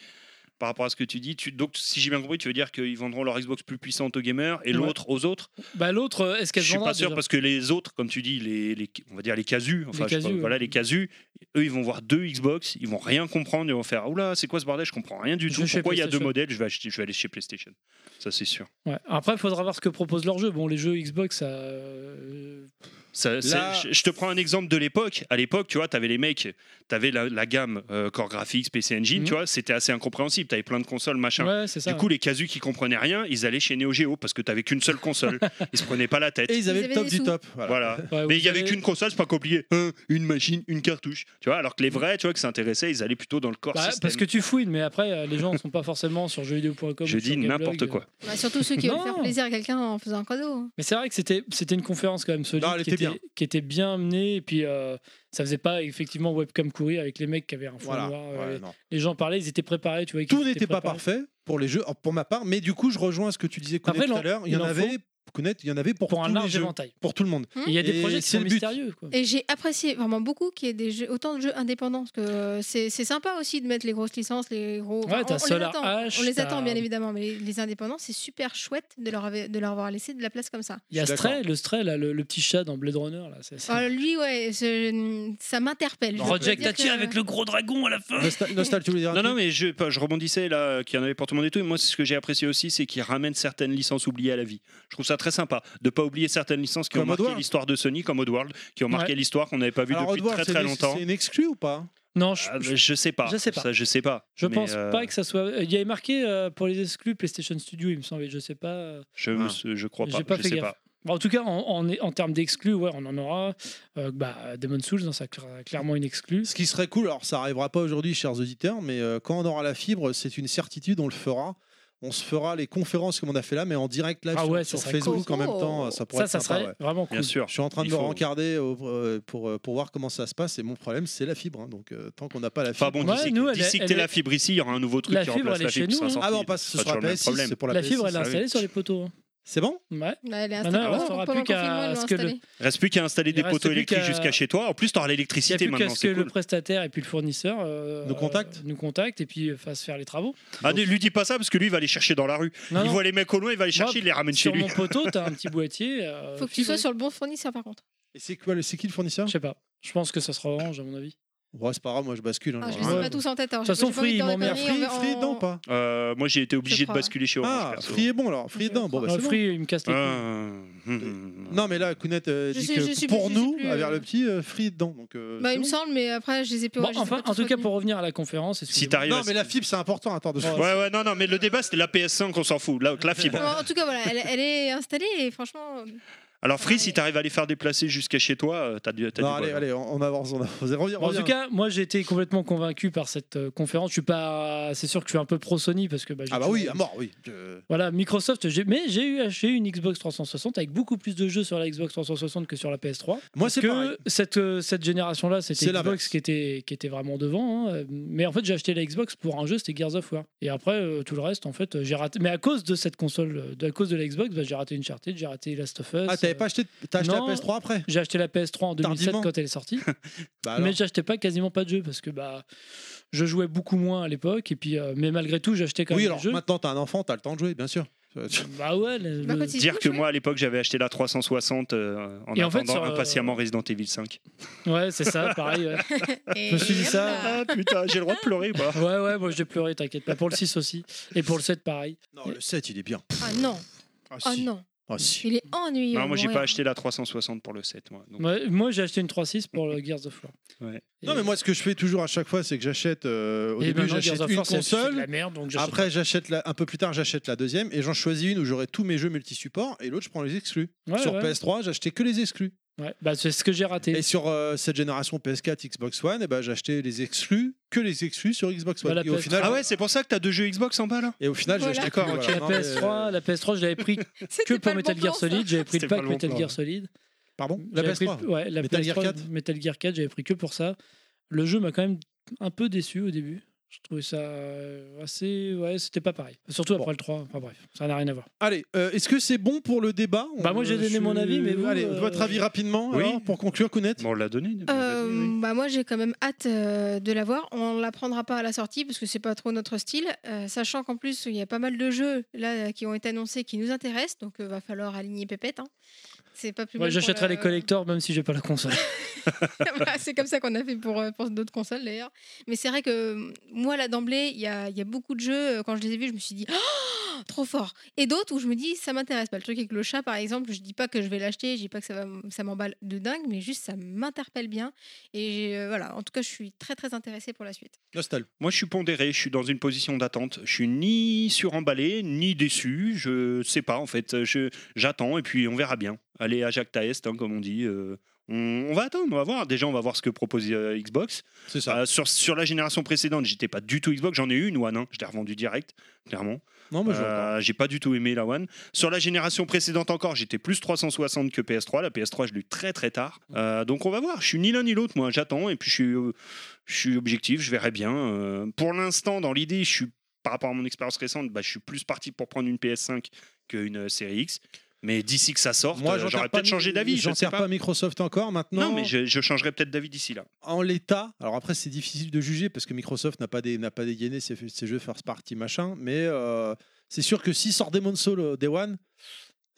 F: par rapport à ce que tu dis, tu... donc si j'ai bien compris, tu veux dire qu'ils vendront leur Xbox plus puissante aux gamers et
D: Ouais.
F: l'autre aux autres.
D: Bah l'autre, euh, est-ce
F: Je
D: qu'elle
F: suis
D: vendra
F: pas sûr
D: déjà
F: parce que les autres, comme tu dis, les, les- on va dire les casus,
D: Les
F: enfin, je sais pas,
D: casus,
F: voilà
D: ouais.
F: les casus, eux ils vont voir deux Xbox, ils vont rien comprendre, ils vont faire oula c'est quoi ce bordel, je comprends rien du
D: Je
F: tout.
D: vais chez
F: Pourquoi il y a deux
D: PlayStation.
F: modèles, je vais acheter, je vais aller chez PlayStation. Ça c'est sûr.
D: Ouais. Après, il faudra voir ce que proposent leurs jeux. Bon, les jeux Xbox, ça, euh,
F: Ça, c'est-
C: Là-
F: je, je te prends un exemple de l'époque. À l'époque, tu vois, t'avais les mecs, t'avais la, la gamme euh, Core Graphics, PC Engine,
D: Mhm.
F: tu vois, c'était assez incompréhensible. T'avais plein de consoles, machin.
D: ouais, c'est ça.
F: Du coup, les casus qui comprenaient rien, ils allaient chez Neo Geo parce que t'avais qu'une seule console. ils se prenaient pas la tête.
C: Et ils avaient
E: Ils
C: le
E: avaient
C: top
E: des
C: du
E: sous.
C: top. Voilà.
F: Voilà.
D: Ouais,
F: Mais
D: vous
F: il y avait
D: avez-
F: qu'une console, c'est pas compliqué. Un, une machine, une cartouche. Tu vois, alors que les vrais, tu vois, qui s'intéressaient, ils allaient plutôt dans le corps
D: Bah, parce que tu fouines, mais après, euh, les gens ne sont pas forcément sur jeuxvideo.com.
F: je
D: ou sur
F: dis
D: Gameblog. euh,
F: n'importe quoi.
E: Bah, surtout ceux qui veulent
D: Non.
E: faire plaisir à quelqu'un en faisant un cadeau. hein.
D: Mais c'est vrai que c'était c'était une conférence quand même solide
C: Non, elle
D: qui,
C: était bien.
D: qui était bien menée et puis euh, ça faisait pas effectivement webcam courir avec les mecs qui avaient un fond
C: Voilà.
D: noir.
C: Ouais,
D: euh,
C: non.
D: Les gens parlaient, ils étaient préparés, tu vois. ils
C: Tout
D: étaient
C: n'était pas
D: préparés.
C: parfait pour les jeux, or, pour ma part, mais du coup, je rejoins ce que tu disais Kounet,
D: Après,
C: tout
D: l'en-
C: à l'heure. Il y en
D: l'enfo-
C: avait, Kounet, il y en avait pour,
D: Pour
C: tous
D: un
C: les
D: large
C: jeux,
D: éventail.
C: pour tout le monde.
D: Et Il y a des
C: Et
D: projets qui
C: c'est le
D: sont
C: but.
D: mystérieux. Quoi.
E: Et j'ai apprécié vraiment beaucoup qu'il y ait des jeux, autant de jeux indépendants. Parce que euh, c'est c'est sympa aussi de mettre les grosses licences, les gros.
D: Ouais, t'as
E: on, on les
D: Solar
E: attend,
D: Ash,
E: on les
D: t'as-
E: attend bien évidemment, mais les, les indépendants, c'est super chouette de leur, avoir, de leur avoir laissé de la place comme ça.
D: Il y a
C: Je suis
D: Stray,
C: d'accord.
D: le Stray, là, le, le petit chat dans Blade Runner. Là, c'est- c'est-
E: Alors, lui, ouais, je- ça m'interpelle. je dois
D: Reject
E: dire
D: Atia
E: que-
D: avec le gros dragon à la fin.
C: Nostal, Nostal, tu voulais dire un
F: Non, non,
C: truc
F: mais je, pas- je rebondissais là, euh, qu'il y en avait pour tout le monde et tout. Et moi, c'est ce que j'ai apprécié aussi, c'est qu'ils ramènent certaines licences oubliées à la vie. Je trouve ça très sympa de pas oublier certaines licences qui
C: Comme
F: ont marqué
C: Oddworld.
F: l'histoire de Sony, comme Oddworld, qui ont marqué
D: Ouais.
F: l'histoire qu'on n'avait pas vue
C: Alors,
F: depuis
C: Oddworld,
F: très
C: c'est
F: très
C: une-
F: longtemps.
C: C'est une exclue ou pas
D: Non, je,
F: Ah,
D: je-
F: Je sais pas.
D: Je sais pas.
F: Ça, je sais pas.
D: je
F: Mais,
D: pense
F: euh,
D: pas que ça soit. Il y avait marqué euh, pour les exclus PlayStation Studio, il me semble. et Je sais pas. euh,
F: Je, me- je crois
D: J'ai
F: pas.
D: pas
F: je
D: fait
F: sais
D: gaffe.
F: pas.
D: Bon, Bah, en tout cas, en, en, en termes d'exclus, ouais, on en aura. Euh, bah, Demon Souls, non, ça cla- clairement une exclue.
C: Ce qui serait cool, alors ça arrivera pas aujourd'hui, chers auditeurs, mais euh, quand on aura la fibre, c'est une certitude, on le fera. On se fera les conférences comme on a fait là, mais en direct live
D: Ah
C: sur-
D: ouais, ça
C: sur,
D: serait
C: Facebook
E: cool.
C: en même temps. Ça pourrait
D: Ça, ça
C: être sympa,
D: serait
C: ouais.
D: vraiment cool.
F: Bien sûr.
C: Je suis en train de
F: Il
C: me
F: faut-
C: rencarder au- euh, pour, euh, pour voir comment ça se passe. Et mon problème, c'est la fibre. hein. Donc, euh, tant qu'on n'a pas la fibre.
F: Enfin bon,
D: Ouais,
F: d'ici,
D: nous, elle
F: d'ici
D: est-
F: que t'es
D: elle est-
F: la fibre ici, il y aura un nouveau truc
D: La
F: qui
D: fibre,
F: remplace
D: elle est
F: la fibre
D: chez
F: qui sera
D: nous, hein.
F: sortie.
C: ah non, pas ce
F: sera
C: sera
F: toujours le
C: pas
F: même
C: S6,
F: problème.
C: c'est pour la,
D: La
C: PS6.
D: fibre, elle est
F: ah oui.
D: installée sur les poteaux. hein.
C: C'est bon
D: Ouais.
E: Ouais, Elle est
D: Maintenant,
E: installée.
D: on restera
E: Pendant
D: plus
E: le
D: qu'à
E: confinement, ils l'ont
D: ce que le-
E: installée.
F: Reste plus qu'à installer
D: Il
F: des
D: reste
F: poteaux
D: plus
F: électriques
D: qu'à-
F: jusqu'à chez toi. En plus, t'auras
D: Il n'y a
F: l'électricité
D: plus qu'à
F: maintenant.
D: ce que
F: C'est
D: le
F: cool.
D: prestataire et puis le fournisseur euh,
C: Nous contactent.
D: euh, nous contactent et puis euh, fasse faire les travaux.
F: Ah, ne lui dis pas ça parce que lui, il va aller chercher dans la rue.
D: Non,
F: il
D: non,
F: voit les mecs au loin, il va les
D: Moi,
F: chercher, il les ramène chez
D: sur
F: lui.
D: mon poteau, t'as un petit boîtier. euh,
E: Faut que tu
D: fixe.
E: sois sur le bon fournisseur par contre.
C: Et c'est quoi le- c'est qui le fournisseur
D: Je sais pas. Je pense que ça sera orange, à mon avis.
C: Ouais, C'est pas grave, moi je bascule. hein,
E: Ah, je
C: j'ai
E: les
D: Ouais.
E: ai
C: rien.
E: pas tous en tête. alors
D: De toute
E: j'ai pas
D: façon, Free,
E: envie de
D: ils
E: leur
D: m'ont mis un
E: donner, on
C: Free,
E: verra-
C: Free, non pas.
F: Euh, moi, j'ai été obligé de
E: crois.
F: basculer chez Orange.
C: Ah,
F: perso.
C: Free est bon alors. Free est
E: Je
C: dedans. Bon,
E: crois.
C: bah,
D: Non,
C: c'est bon.
D: Free, il me casse les couilles.
F: Ah, hum, hum.
C: Non, mais là, Kounet euh,
E: Je
C: dit
E: sais- je
C: que
E: sais plus,
C: pour
E: je sais
C: nous,
E: plus,
C: vers
E: euh.
C: le petit, euh, Free est dedans. Donc, euh,
E: Bah,
C: c'est
E: il me
C: bon.
E: semble, mais après, je les ai plus.
D: Bon,
E: je les ai
D: enfin,
E: pas
D: en tout
E: tous
D: cas,
E: retenus.
D: pour revenir à la conférence,
F: Si
D: excusez-moi.
F: t'arrives à
C: Non,
F: ce-
C: mais la fibre, c'est important. Attends, deux
D: Ouais.
C: secondes.
F: Ouais, ouais, non, non, mais le débat, c'était la PS5, on s'en fout. Là, que la fibre.
E: Non, en tout cas, voilà, elle, elle est installée et franchement,
F: Alors Free, si t'arrives à les faire déplacer jusqu'à chez toi, euh, t'as du, t'as
C: Non,
F: du
C: allez,
F: bol.
C: allez, on, on avance, on avance. Reviens,
D: Bon, en
C: reviens.
D: tout cas, moi j'ai été complètement convaincu par cette euh, conférence. Je suis pas, c'est sûr que je suis un peu pro Sony parce que bah, j'ai
C: ah bah
D: toujours-
C: oui, à mort, oui. Euh,
D: Voilà, Microsoft. j'ai- Mais j'ai eu acheté une Xbox 360 avec beaucoup plus de jeux sur la Xbox 360 que sur la PS3.
C: Moi,
D: Parce
C: c'est
D: que
C: pareil.
D: cette euh, cette génération là, c'était
C: C'est la
D: Xbox
C: verse.
D: qui était qui était vraiment devant. hein. Mais en fait, j'ai acheté la Xbox pour un jeu, c'était Gears of War. Et après euh, tout le reste, en fait, j'ai raté. Mais à cause de cette console, euh, de, à cause de la Xbox, bah, j'ai raté Uncharted, j'ai raté Last of Us.
C: Ah, t'avais pas acheté, t'as acheté
D: non.
C: la PS3 après
D: J'ai acheté la PS3 en 2007
C: Tardivement.
D: quand elle est sortie.
C: Bah alors.
D: Mais j'achetais pas quasiment pas de jeux parce que bah je jouais beaucoup moins à l'époque et puis euh, mais malgré tout j'achetais quand
C: Oui,
D: même
C: alors
D: des jeux.
C: maintenant t'as un enfant, t'as le temps de jouer, bien sûr.
D: Bah ouais. le-
E: Bah,
D: le-
E: quand il
F: Dire
E: touche,
F: que
E: oui.
F: moi à l'époque j'avais acheté la 360 euh, en
D: Et en fait,
F: attendant
D: sur, euh,
F: impatiemment Resident Evil 5.
D: Ouais c'est ça pareil. Ouais
E: Et-
D: Je me suis dit
E: et
D: ça.
E: hop là.
F: Ah putain, j'ai le droit de pleurer moi.
D: ouais, ouais, moi j'ai pleuré t'inquiète pas pour le 6 aussi et pour le 7 pareil.
C: Non, le 7, il est bien.
E: Ah non,
C: Ah,
E: oh
C: si.
E: non,
C: Ah, si.
E: il est ennuyeux.
F: Non, moi j'ai
E: ouais.
F: pas acheté la 360 pour le 7 moi. Donc,
D: Ouais, moi j'ai acheté une 3.6 pour le Gears of War.
F: Ouais.
D: Et-
C: Non, mais moi, ce que je fais toujours à chaque fois, c'est que j'achète. euh, au
D: et
C: début,
D: maintenant,
C: j'achète
D: Eh ben Gears of
C: une
D: War, c'est- c'est de
C: console.
D: la merde donc j'achète-
C: Après, j'achète la... un peu plus tard, j'achète la deuxième et j'en choisis une où j'aurai tous mes jeux multi-supports et l'autre, je prends les exclus.
D: Ouais,
C: sur
D: ouais.
C: PS3, j'achetais que les exclus.
D: Ouais, bah c'est ce que j'ai raté.
C: Et sur euh, cette génération PS4, Xbox One, eh ben, j'achetais les exclus, que les exclus sur Xbox One.
D: Bah, la
C: et, au
D: PS3.
C: final,
F: Ah ouais, c'est pour ça que t'as deux jeux Xbox en bas là
C: et au final, j'ai
E: Voilà.
C: acheté que-
F: D'accord, ok.
D: la
C: non, mais- euh,
D: PS3, la PS3, je l'avais pris que
E: C'était pas
D: pour
E: le
D: Metal
E: bon
D: Gear
E: plan, ça.
D: Solid, j'avais pris le
F: C'était pas
D: pack
F: le bon
D: Metal
F: plan,
D: Gear
F: ouais.
D: Solid.
C: Pardon La
D: J'avais pris
C: PS3
D: le- ouais, la
C: Metal Gear
D: PS3,
C: 4.
D: Metal Gear 4, j'avais pris que pour ça. Le jeu m'a quand même un peu déçu au début. Je trouvais ça euh, assez. Ouais, c'était pas pareil. Surtout après
C: Bon.
D: le 3. Enfin bref, ça n'a rien à voir.
C: Allez, euh, est-ce que c'est bon pour le débat euh,
D: Bah, moi, j'ai
C: je
D: donné
C: suis-
D: mon avis, mais vous,
C: Allez,
D: euh,
C: votre avis rapidement,
F: Oui.
C: alors, pour conclure, Kounet
F: Bon, on l'a donné. mais
E: Euh,
F: vas-y, oui.
E: bah moi j'ai quand même hâte euh, de l'avoir. On l'apprendra pas à la sortie parce que c'est pas trop notre style. Euh, sachant qu'en plus il y a pas mal de jeux là qui ont été annoncés qui nous intéressent, donc euh, va falloir aligner pépette. hein. C'est pas plus.
D: Ouais,
E: mal pour
D: J'achèterai
E: la-
D: les collectors même si j'ai pas la console.
E: Voilà, Bah, c'est comme ça qu'on a fait pour, euh, pour d'autres consoles d'ailleurs. Mais c'est vrai que euh, moi là d'emblée il y a, il y a beaucoup de jeux euh, quand je les ai vus je me suis dit Ah, trop fort. Et d'autres où je me dis ça m'intéresse pas. Le truc avec le chat par exemple, je dis pas que je vais l'acheter, je dis pas que ça va m- ça m'emballe de dingue, mais juste ça m'interpelle bien. Et euh, voilà, en tout cas, je suis très très intéressée pour la suite.
C: Nostal.
F: Moi, je suis pondéré, je suis dans une position d'attente. Je suis ni suremballé, ni déçu. Je sais pas, en fait. Je- J'attends et puis on verra bien. Allez, à Jacques Taest, hein, comme on dit. euh, on, on va attendre, on va voir. Déjà, on va voir ce que propose euh, Xbox.
C: C'est ça.
F: Euh, sur, sur la génération précédente, j'étais pas du tout Xbox. J'en ai eu une One, hein. je l'ai revendue direct, clairement.
C: non, mais je vois pas.
F: Euh, J'ai pas du tout aimé la One. Sur la génération précédente encore, j'étais plus 360 que PS3. La PS3, je l'ai eu très très tard.
C: Mm.
F: Euh, donc on va voir. Je suis ni l'un ni l'autre, moi. J'attends et puis je suis, euh, je suis objectif. Je verrai bien. Euh, pour l'instant, dans l'idée, je suis par rapport à mon expérience récente, bah, je suis plus parti pour prendre une PS5 qu'une euh, série X. Mais d'ici que ça sorte,
C: Moi,
F: euh,
C: j'enterre
F: j'aurais
C: pas
F: peut-être
C: Mi-
F: changé d'avis. Je sais
C: J'enterre
F: pas.
C: pas. Microsoft encore maintenant.
F: Non, mais je, je changerai peut-être d'avis d'ici là.
C: En l'état, alors après c'est difficile de juger parce que Microsoft n'a pas, des, n'a pas dégainé ses, ses jeux first party machin, mais euh, c'est sûr que si sort Demon's Soul euh, Day One,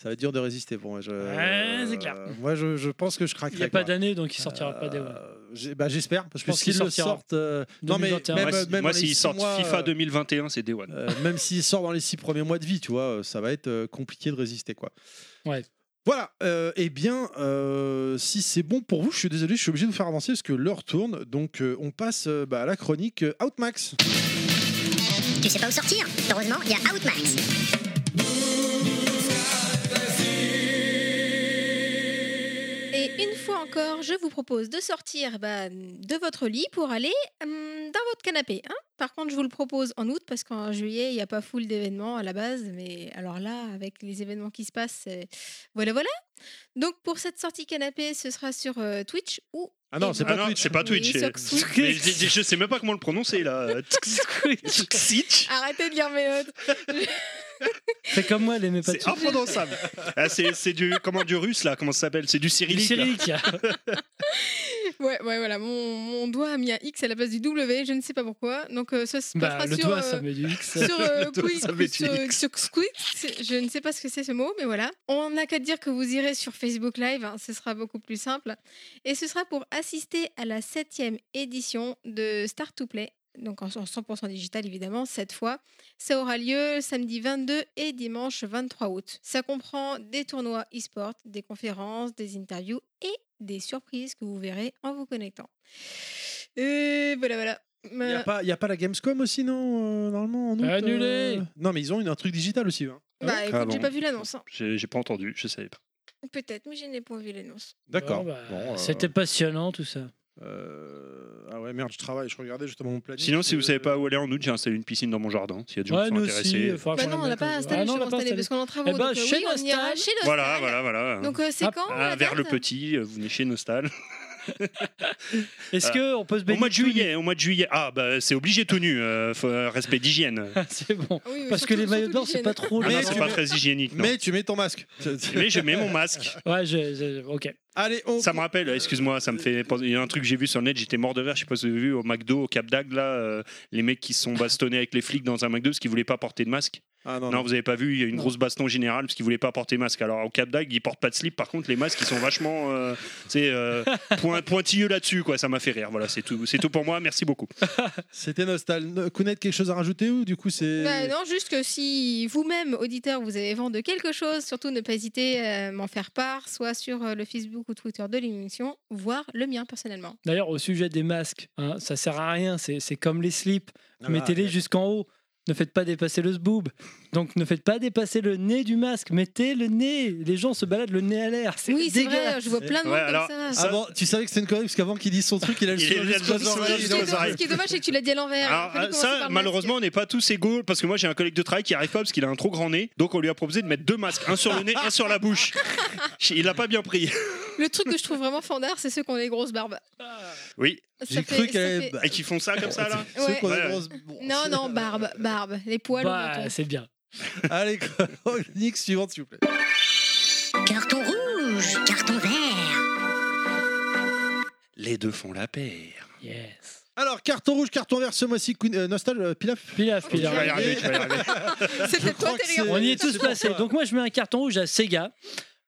C: ça va être dur de résister. Bon, je, euh,
D: Ouais, c'est clair.
C: moi je, je pense que je
D: Il
F: Ah,
C: craquerai.
D: n'y a pas E
C: quoi.
D: d'année donc il sortira pas des.
C: Euh, j'ai- bah, J'espère, parce que
D: pense qu'il
C: s'ils le
D: sortira.
C: sortent. euh, non, mais
D: 2021.
C: même,
F: moi, si-
C: même
F: moi,
C: dans les
F: s'ils
C: six
F: sortent
C: mois,
F: FIFA
C: euh,
F: 2021, c'est Day One.
C: euh, même s'il sort dans les six premiers mois de vie, tu vois, euh, ça va être euh, compliqué de résister, quoi.
D: Ouais.
C: Voilà. euh, eh bien, euh, si c'est bon pour vous, je suis désolé, je suis obligé de vous faire avancer parce que l'heure tourne. Donc, euh, on passe euh, bah, à la chronique euh, Outmax.
A: Tu sais pas où sortir Heureusement, il y a Outmax.
E: Et une fois encore, je vous propose de sortir bah, de votre lit pour aller hum, dans votre canapé. hein. Par contre, je vous le propose en août parce qu'en juillet, il n'y a pas foule d'événements à la base. Mais alors là, avec les événements qui se passent, c'est- voilà, voilà. Donc pour cette sortie canapé, ce sera sur euh, Twitch ou.
C: Ah non,
E: Eh
C: c'est
E: ben,
F: Ah
C: pas
F: non,
C: Twitch.
F: c'est pas Twitch.
E: Oui,
F: euh,
E: Soxwitch.
F: mais je, je- je sais même pas comment le prononcer là. Twitch.
E: Arrêtez de lire mes notes.
D: C'est comme moi, elle aimait pas de
F: C'est imprononçable. Ah, c'est c'est du comment du russe là, comment ça s'appelle C'est du
D: Du
F: cyrillique. là.
D: cyrillique.
E: Ouais, ouais, voilà, mon, mon doigt a mis un X à la place du W, je ne sais pas pourquoi. Donc euh, ça se
D: Bah,
E: passera
D: le
E: sur.
D: doigt, ça
E: euh,
D: met du X.
E: sur euh,
F: Le doigt,
E: Quick-
F: ça met
E: sur-
F: du X.
E: sur Squid, c'est- je ne sais pas ce que c'est ce mot, mais voilà. On n'a qu'à dire que vous irez sur Facebook Live, hein, ce sera beaucoup plus simple. Et ce sera pour assister à la septième édition de Start to Play, donc en en 100% digital évidemment, cette fois. Ça aura lieu samedi 22 et dimanche 23 août. Ça comprend des tournois e-sport, des conférences, des interviews et des surprises que vous verrez en vous connectant. Et voilà, voilà.
C: Il
D: Euh.
C: n'y a, pas- y a pas la Gamescom aussi, non euh, Normalement, en août,
D: Annulé
C: euh, Non, mais ils ont une, un truc digital aussi. hein.
E: Bah écoute,
F: Ah
E: j'ai
F: bon.
E: pas vu l'annonce. hein.
F: J'ai j'ai pas entendu, je savais pas.
E: Peut-être, mais je n'ai pas vu l'annonce.
C: D'accord.
D: Bon, bah,
C: Bon,
F: Oh.
C: euh,
D: C'était passionnant tout ça.
C: euh, Ah ouais, merde, je travaille. Je regardais justement mon planning.
F: Sinon, si vous
C: Euh,
F: savez pas où aller en août, j'ai installé une piscine dans mon jardin. S'il y a des gens
D: Ouais,
F: qui sont
D: nous
F: intéressés. euh,
D: aussi. euh, faudra
E: Bah
D: qu'on
E: non, on
D: le
E: l'a
D: mette
E: pas
D: au-
E: installé,
D: Ah non,
E: je
D: on l'a
E: l'ai
D: pas
E: installé
D: installé.
E: parce qu'on est en travaux.
D: Eh ben,
E: donc, euh,
D: chez
E: oui, on ira
D: Nostal.
E: chez Nostal.
F: Voilà, voilà, voilà.
E: Donc euh, c'est
D: Ah,
E: quand
F: Ah,
E: la
F: vers le
E: date
F: petit, euh, vous venez chez Nostal.
D: Est-ce que on peut se
F: Ah. Au
D: baigner
F: mois de
D: tout nu
F: juillet, au mois de juillet. Ah, bah c'est obligé tout nu, euh, faut- euh, respect d'hygiène.
D: Ah, C'est bon.
E: Oui, oui,
D: Parce que
E: surtout-
D: les maillots de bain,
E: surtout
D: c'est
E: l'hygiène.
D: pas trop
F: Ah
D: le
F: non,
C: Mais
F: c'est
C: tu
F: pas
C: mets-
F: très hygiénique, non. Mais...
C: Mais tu mets ton masque.
F: je mets mon masque.
D: Ouais, je- je- ok.
C: Allez, on.
F: Ça me rappelle, excuse-moi, ça me fait. penser- Il y a un truc que j'ai vu sur le net, j'étais mort de rire, je sais pas si vous avez vu, au McDo, au Cap d'Agde, là, euh, les mecs qui se sont bastonnés avec les flics dans un McDo parce qu'ils voulaient pas porter de masque.
C: Ah non,
F: Non,
C: non.
F: vous avez pas vu, il y a une
D: Non.
F: grosse baston générale parce qu'ils voulaient pas porter masque. Alors au Cap d'Agde, ils portent pas de slip. Par contre, les masques, ils sont vachement, euh, c'est euh, point- pointilleux là-dessus, quoi. Ça m'a fait rire. Voilà, c'est tout, c'est tout pour moi. Merci beaucoup.
C: C'était nostal. Kounet, quelque chose à rajouter ou du coup c'est.
E: Bah non, juste que si vous-même, auditeur, vous avez vent de quelque chose, surtout ne pas hésiter à m'en faire part, soit sur euh, le Facebook ou Twitter de l'émission, voire le mien personnellement.
D: D'ailleurs, au sujet des masques, hein, ça sert à rien. C'est c'est comme les slips.
C: Ah,
D: Mettez-les jusqu'en haut. Ne faites pas dépasser le zboob. Donc, ne faites pas dépasser le nez du masque. Mettez le nez. Les gens se baladent le nez à l'air. C'est
E: Oui, c'est
D: dégueulasse. ah,
E: vrai, je vois plein de
F: Ouais,
E: monde
F: alors,
E: comme ça.
F: ça-
C: Avant, tu savais que c'était une connerie parce qu'avant qu'il dise son truc, il a le
F: Il
C: sourire
F: a le
C: jusqu'aux
F: sourire
E: Ce
C: oreilles.
E: qui est
F: jusqu'aux
C: Il est-
E: dommage-
F: oreilles.
E: Ce qui est dommage, c'est que tu l'as dit à l'envers.
F: Alors
E: Il fallait
F: euh,
E: commencer par
F: ça,
E: masque.
F: malheureusement, on n'est pas tous égaux parce que moi j'ai un collègue de travail qui arrive pas parce qu'il a un trop grand nez. Donc on lui a proposé de mettre deux masques, un sur le nez, un sur la bouche. Il l'a pas bien pris.
E: Le truc que je trouve vraiment fandard, c'est ceux qui ont des grosses barbes.
F: Oui,
E: Ça
C: J'ai
E: fait-
C: cru
E: ça
C: qu'elle allait-
E: fait-
F: et qui font ça comme ça là.
C: euh, Ceux
E: Ouais.
C: qu'on a
F: Ouais.
C: grosse- bon,
E: Non,
C: c'est-
E: non, barbe, barbe, les poils
D: Bah,
E: au menton.
D: c'est bien.
C: Allez, chronique suivante, s'il vous plaît.
B: Carton rouge, carton vert.
F: Les deux font la paire.
D: Yes.
C: Alors, carton rouge, carton vert ce mois-ci. Queen- euh, Nostal, euh, Pilaf
D: Pilaf,
F: Tu vas y
D: pilaf.
F: arriver, tu vas y arriver.
E: C'est peut-être
C: crois
E: toi,
C: que
E: t'es
C: c'est-
E: rire.
D: On y est tous
C: C'est pour
D: passés.
C: toi.
D: Donc moi, je mets un carton rouge à Sega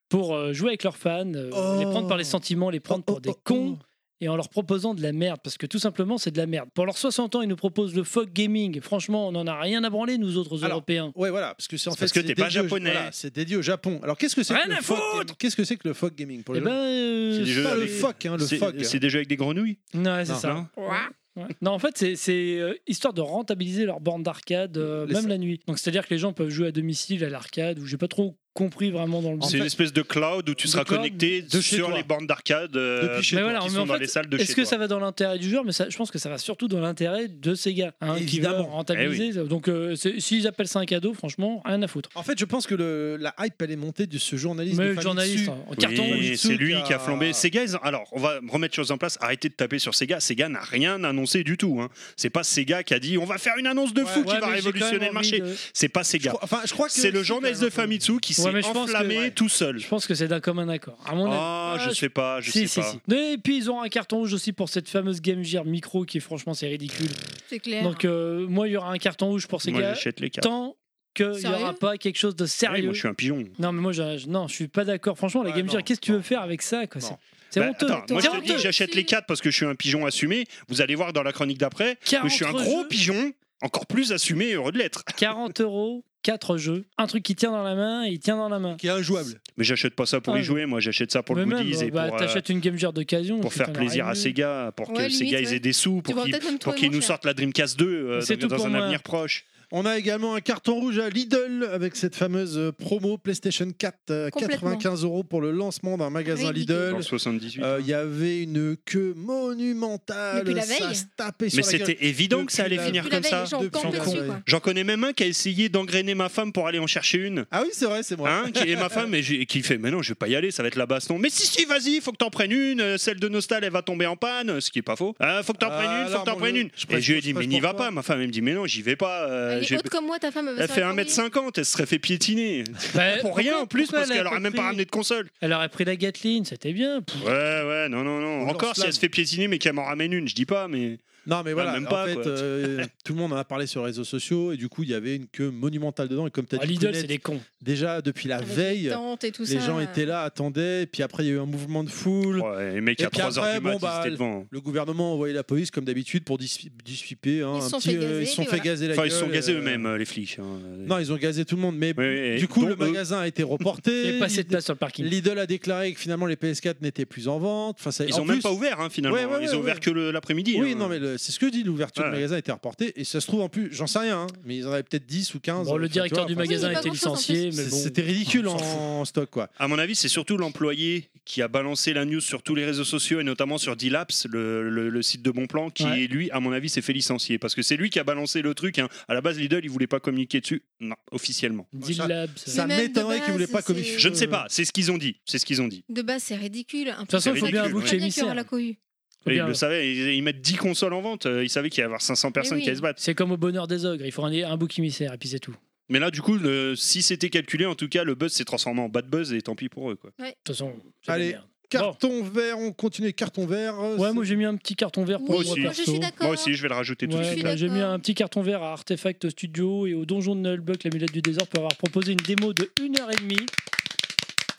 D: pour euh, jouer avec leurs fans, euh, les
C: Oh.
D: prendre par les sentiments, les prendre
C: Oh,
D: pour
C: oh,
D: des
C: oh, oh.
D: cons et en leur proposant de la merde. Parce que tout simplement, c'est de la merde. Pour leurs 60 ans, ils nous proposent le Fog Gaming. Franchement, on n'en a rien à branler, nous autres
C: Alors,
D: Européens.
C: Ouais, voilà, parce que c'est en
F: C'est
C: fait.
F: parce que
C: c'est
F: t'es pas
C: dédié au-
F: japonais.
C: voilà, c'est dédié au Japon. Alors, qu'est-ce que c'est
D: Rien
C: que le
D: à
C: Fog
D: foutre
C: Gaming Qu'est-ce que c'est que le Fog Gaming pour
D: Eh
C: les
D: ben,
C: gens
D: euh,
F: C'est des jeux
C: Pas le
F: avec-
C: Fog, hein, le
F: C'est-
C: Fog.
F: C'est déjà avec des grenouilles.
D: Ouais, Ah, c'est
C: Non.
D: ça. Ouais. Non, en fait, c'est- c'est euh, histoire de rentabiliser leur bande d'arcade, euh,
C: Les-
D: même la nuit. Donc, c'est-à-dire que les gens peuvent jouer à domicile, à l'arcade, où j'ai pas trop compris vraiment dans le
F: C'est
D: jeu.
F: une espèce de cloud où tu
D: De
F: seras
D: cloud
F: connecté
C: de chez
F: sur
C: toi.
F: les bornes d'arcade euh,
C: Depuis chez
D: Mais
C: toi.
D: voilà,
F: qui
D: mais
F: sont
D: en
F: dans
D: fait,
F: les salles de
D: Est-ce
F: chez
D: que
F: toi.
D: ça va dans l'intérêt du joueur Mais ça, je pense que ça va surtout dans l'intérêt de Sega, hein, qui veulent
C: Évidemment.
D: rentabiliser.
F: Eh
D: Donc, euh, c'est- s'ils appellent ça un cadeau, franchement, rien à foutre.
C: En fait, je pense que le- la hype, elle est montée de ce journaliste.
D: Mais
C: de
D: le journaliste,
C: Famitsu.
D: hein, en carton
F: Oui,
D: rouge.
C: Fujitsu
F: c'est lui
C: qui a-
F: qui a flambé. Sega, ils ont- alors on va remettre choses en place. Arrêtez de taper sur Sega. Sega n'a rien annoncé du tout. Hein. C'est pas Sega qui a dit on va faire une annonce de fou
C: Ouais,
F: qui
D: Ouais,
F: va
D: mais j'ai quand même
F: révolutionner le
D: envie
F: marché.
D: de-
F: C'est pas
C: Je
F: Sega.
C: crois- Enfin, je crois que.
F: C'est le journaliste de Famitsu qui s'est
D: Ouais, mais je pense que-
F: enflammé
D: ouais.
F: tout seul.
D: Je pense que c'est d'un commun accord. À mon avis.
F: Ah, je
D: Ah,
F: sais pas, je
D: Si,
F: sais
D: si,
F: pas.
D: si. Et puis ils auront un carton rouge aussi pour cette fameuse Game Gear Micro qui, franchement, c'est ridicule.
E: C'est clair.
D: Donc, euh, moi, il y aura un carton rouge pour
F: Moi
D: Sega
F: j'achète les cartes.
D: tant qu'il n'y aura
E: Sérieux
D: pas quelque chose de
F: Oui,
D: sérieux.
F: moi je suis un pigeon.
D: Non, mais moi, je, je- non, je suis pas d'accord. Franchement, la
C: Ouais,
D: Game
C: non,
D: Gear, qu'est-ce que tu
C: non.
D: veux faire avec ça quoi C'est
C: Non.
D: c'est
F: Bah,
D: honteux.
F: attends, moi
D: C'est
F: je te dis
D: honteux.
F: j'achète les cartes parce que je suis un pigeon assumé. Vous allez voir dans la chronique d'après que je suis un
D: 40
F: gros
D: jeux.
F: pigeon, encore plus assumé et heureux de l'être.
D: 40 euros, 4 jeux, un truc qui tient dans la main et il tient dans la main.
C: Qui est injouable.
F: Mais j'achète pas ça pour
D: Ah,
F: y jouer, moi j'achète ça pour le
D: Mais même,
F: goodies et
D: bah,
F: pour, euh,
D: t'achètes une Game Gear d'occasion.
F: pour
D: puis
F: faire
D: t'en as
F: plaisir
D: rien
F: à
D: eu.
F: Sega, pour que
E: Ouais, limite,
F: Sega ils aient
E: ouais.
F: des sous,
E: Tu
F: pour
E: pourras
F: qu'ils
E: peut-être même
F: pour
E: trouver
F: qu'ils
E: moins
F: nous
E: cher.
F: sortent la Dreamcast 2 euh,
D: C'est
F: dans,
D: tout
F: dans
D: pour
F: un
D: moi.
F: avenir proche.
C: On a également un carton rouge à Lidl avec cette fameuse euh, promo PlayStation 4, euh,
E: Complètement.
C: 95 euros pour le lancement d'un magasin
E: Ridicule.
C: Lidl.
F: Dans 78.
C: Euh, Il y avait une queue monumentale.
E: Depuis la
C: Ça
E: veille
C: se tapait sur
F: Mais
C: la gueule.
F: c'était évident que
C: Depuis
F: ça allait
C: la-
F: finir
D: euh,
E: Depuis
F: comme
E: la veille,
F: ça.
E: les gens
C: Depuis
E: campaient
F: la
E: dessus,
C: veille.
E: quoi.
F: J'en connais même un qui a essayé d'engrainer ma femme pour aller en chercher une.
C: Ah oui, c'est vrai, c'est moi.
F: Hein, qui, et ma femme et j'ai- qui fait mais non je vais pas y aller ça va être la baston mais si si vas-y faut que t'en prennes une euh, celle de Nostal elle va tomber en panne ce qui est pas faux Ah, faut que t'en
C: Ah,
F: prennes une faut
C: alors,
F: que t'en
C: mon
F: prennes
C: Dieu,
F: une
C: je
F: et
C: presse-
F: je lui ai
C: je
F: dit mais
C: presse
F: n'y
C: pour
F: va
C: toi.
F: pas ma femme elle me dit mais non j'y vais pas euh,
E: Elle est
F: j'ai-
E: haute comme moi, ta femme. va
F: elle
E: se
F: fait
E: faire
F: 1m50 elle se serait fait piétiner
D: Bah,
F: pour rien
D: pourquoi-
F: en plus
D: pourquoi
F: parce
D: elle a
F: qu'elle aurait
D: pas
F: même pas
D: pris-
F: ramené de console
D: Elle aurait pris la Gatling, c'était bien. Pff,
F: Ouais, ouais, non, non,
C: Ou
F: non.
C: leur
F: Encore si
C: slam.
F: elle se fait piétiner, mais qu'elle m'en ramène une, je dis pas, mais.
C: Non, mais voilà,
F: Bah, même pas,
C: en fait,
F: quoi.
C: euh, tout le monde en a parlé sur les réseaux sociaux et du coup, il y avait une queue monumentale dedans. Et comme tu as
D: ah,
C: dit,
D: Lidl,
C: Kounet,
D: c'est des cons.
C: déjà depuis la
E: Avec
C: veille,
E: Tente et Ah, tout
C: les
E: ça.
C: gens étaient là, attendaient. Et puis après, il y a eu un mouvement de foule.
F: Ouais, les mecs,
C: Et
F: à
C: puis
F: 3h
C: après,
F: du mat,
C: bon,
F: ils
C: bah,
F: étaient devant.
C: Le gouvernement a envoyé la police, comme d'habitude, pour dis- dissiper. hein,
E: Ils se
C: un
E: sont
C: petit,
E: fait
C: euh,
E: gazer,
C: ils se sont
E: puis
C: fait
E: voilà.
C: gazer la
F: Enfin, ils
C: gueule,
F: sont gazés
C: euh,
F: eux-mêmes, euh, les flics. hein.
C: Non, ils ont gazé tout le monde. Mais
F: Oui, oui, euh,
C: du coup,
F: dont
C: le
F: eux.
C: magasin a été
D: Il
C: reporté.
D: n'y a pas assez de
C: Lidl-
D: place sur le parking.
C: Lidl a déclaré que finalement, les PS4 n'étaient plus en vente. Enfin, ça-
F: Ils
C: en
F: ont même
C: plus-
F: pas ouvert, hein, finalement.
C: Ouais, ouais,
F: ils
C: ouais,
F: ont ouvert
C: ouais.
F: que le- l'après-midi.
C: Oui,
F: hein.
C: non, mais le- c'est ce que je dis, l'ouverture
F: Ouais.
C: du magasin était reportée. Et ça se trouve en plus, j'en sais rien, hein, mais ils en avaient peut-être 10 ou 15.
D: Bon, le
C: enfin, tu
D: directeur
C: vois,
D: du
C: enfin,
D: magasin
E: il y a
D: était
E: pas grand-chose en
D: licencié, mais
C: c'est-
D: bon.
C: C'était ridicule hein.
D: on
C: en,
D: s'en fout.
C: en stock, quoi.
F: À mon avis, c'est surtout l'employé qui a balancé la news sur tous les réseaux sociaux et notamment sur Dilapse, le, le- le site de Bon Plan, qui,
D: Ouais.
F: lui, à mon avis, s'est fait licencier. Parce que c'est lui qui a balancé le truc. hein. À la base, Lidl, il voulait pas communiquer dessus. Non, officiellement.
D: Deal
C: Ça-
D: Lab, ça-
C: Ça
E: Mais même de
C: m'étonnerait qu'ils
E: base,
C: voulaient pas
E: c'est-
C: communiquer.
F: Je ne sais pas, c'est ce qu'ils ont dit. C'est ce qu'ils ont dit.
E: De base, c'est ridicule. Un
D: toute façon, il faut bien
F: ridicule,
D: avouer que
F: ouais.
D: chez
E: bien qu'il y aura
D: Emissaire,
E: la cohue.
D: faut
F: Et ils
D: bien-
F: le savaient, ils, ils mettent 10 consoles en vente. euh, Ils savaient qu'il y avait 500 personnes
E: oui.
F: qui allaient se battre.
D: c'est comme au bonheur des ogres, il faut un, un bouc émissaire et puis c'est tout. De
F: Mais là, du coup, le- si c'était calculé, en tout cas, le buzz s'est transformé en bad buzz et tant pis pour eux. Quoi.
D: toute façon, c'est
C: Allez.
D: de la merde.
C: Carton vert, on continue. Carton vert. euh,
D: Ouais,
C: c'est-
D: moi j'ai mis un petit carton vert pour
F: Moi
E: Oui,
D: moi
F: aussi.
E: moi, je
D: perso.
E: suis d'accord.
F: Moi aussi, je vais le rajouter tout de
D: Ouais,
F: suite.
D: bah,
F: là.
D: j'ai mis
E: D'accord.
D: un petit carton vert à Artefact Studio et au donjon de Nullbuck, l'amulette du désordre, pour avoir proposé une démo de 1h30.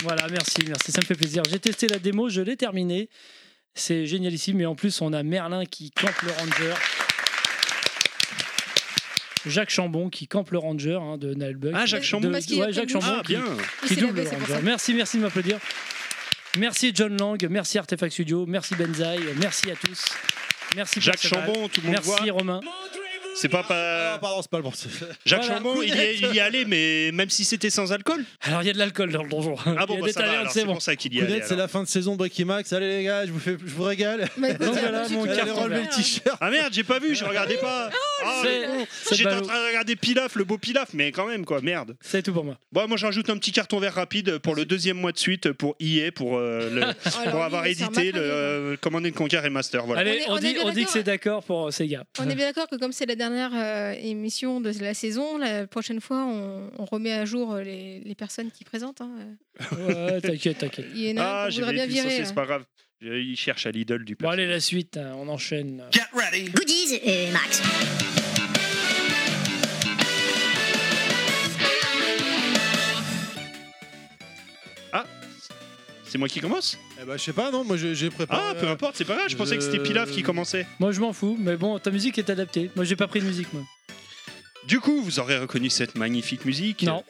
D: Voilà, merci, merci, ça me fait plaisir. J'ai testé la démo, je l'ai terminée. C'est génialissime, mais en plus, on a Merlin qui campe le Ranger. Jacques Chambon qui campe le Ranger hein, de Nullbuck.
F: Ah, Jacques Chambon.
D: De-
E: Parce qu'il y a
D: ouais, Jacques
E: plein de
D: Chambon
F: Ah,
D: qui-
F: bien.
D: qui
E: Oui, c'est la
D: double
E: baie,
D: le
E: c'est pour
D: Ranger.
E: ça.
D: Merci, merci de m'applaudir. Merci John Lang, merci Artefact Studio, merci Benzaï, merci à tous. Merci
F: Jacques
D: Perceval.
F: Chambon, tout le monde voit.
D: Merci Romain.
F: C'est pas, pas...
C: Ah, pardon, c'est pas le bon. c'est-
F: Jacques
D: Voilà.
F: Chambon, il y, est- il y est allé, mais même si c'était sans alcool.
D: Alors il y a de l'alcool dans le donjon.
F: Ah
D: il y
F: bon,
D: a
F: bah,
D: des
F: ça va,
D: tavernes,
F: alors,
D: c'est
F: c'est
D: bon.
F: pour ça qu'il y est allé.
C: Coudette, c'est
F: alors.
C: la fin de saison de Breaking Max. Allez les gars, je vous, fais, je vous régale.
E: Mais écoute,
D: Donc
E: euh,
D: voilà,
E: j'ai
D: mon
E: tout
C: Allez
D: carton
E: compris.
C: relever le
D: vert.
C: t-shirt.
F: Ah merde, j'ai pas vu, je regardais pas. Ah,
D: Oh, C'est-
F: le con.
D: c'est
F: J'étais en
D: ballot.
F: train de regarder Pilaf, le beau Pilaf, mais quand même quoi, merde.
D: C'est tout pour moi.
F: Bon, moi je rajoute un petit carton vert rapide pour le deuxième mois de suite pour EA pour, euh, le-
E: Oh, alors,
F: pour
E: lui,
F: avoir
E: il s'est
F: édité le
E: remarqué,
F: euh, Command and Conquer Remaster. Voilà.
D: hein. Allez, on,
E: On est- on est
D: dit,
E: bien
D: on dit que
E: d'accord.
D: c'est d'accord pour euh, Sega.
E: On est bien d'accord que comme c'est la dernière euh, émission de la saison, la prochaine fois, on, on remet à jour euh, les, les personnes qui présentent. hein.
D: Ouais, t'inquiète, t'inquiette.
E: Il y en a
F: Ah,
E: un qu'on
F: j'ai
E: voudrait bien
F: bien
E: virer.
D: hein.
F: c'est
E: là.
F: pas grave. Euh, Il cherche à l'idole du
D: Bon,
F: plat.
D: allez, la suite, hein, on enchaîne.
B: Goodies
A: euh,
B: et Max.
F: C'est moi qui commence
C: Eh ben, je sais pas, non, moi j'ai j'ai préparé.
F: Ah, peu
C: euh,
F: importe, c'est pas grave, je pensais que c'était
C: je-
F: Pilaf qui commençait.
D: Moi, je m'en fous, mais bon, ta musique est adaptée. Moi, j'ai pas pris de musique, moi.
F: Du coup, vous aurez reconnu cette magnifique musique
D: Non.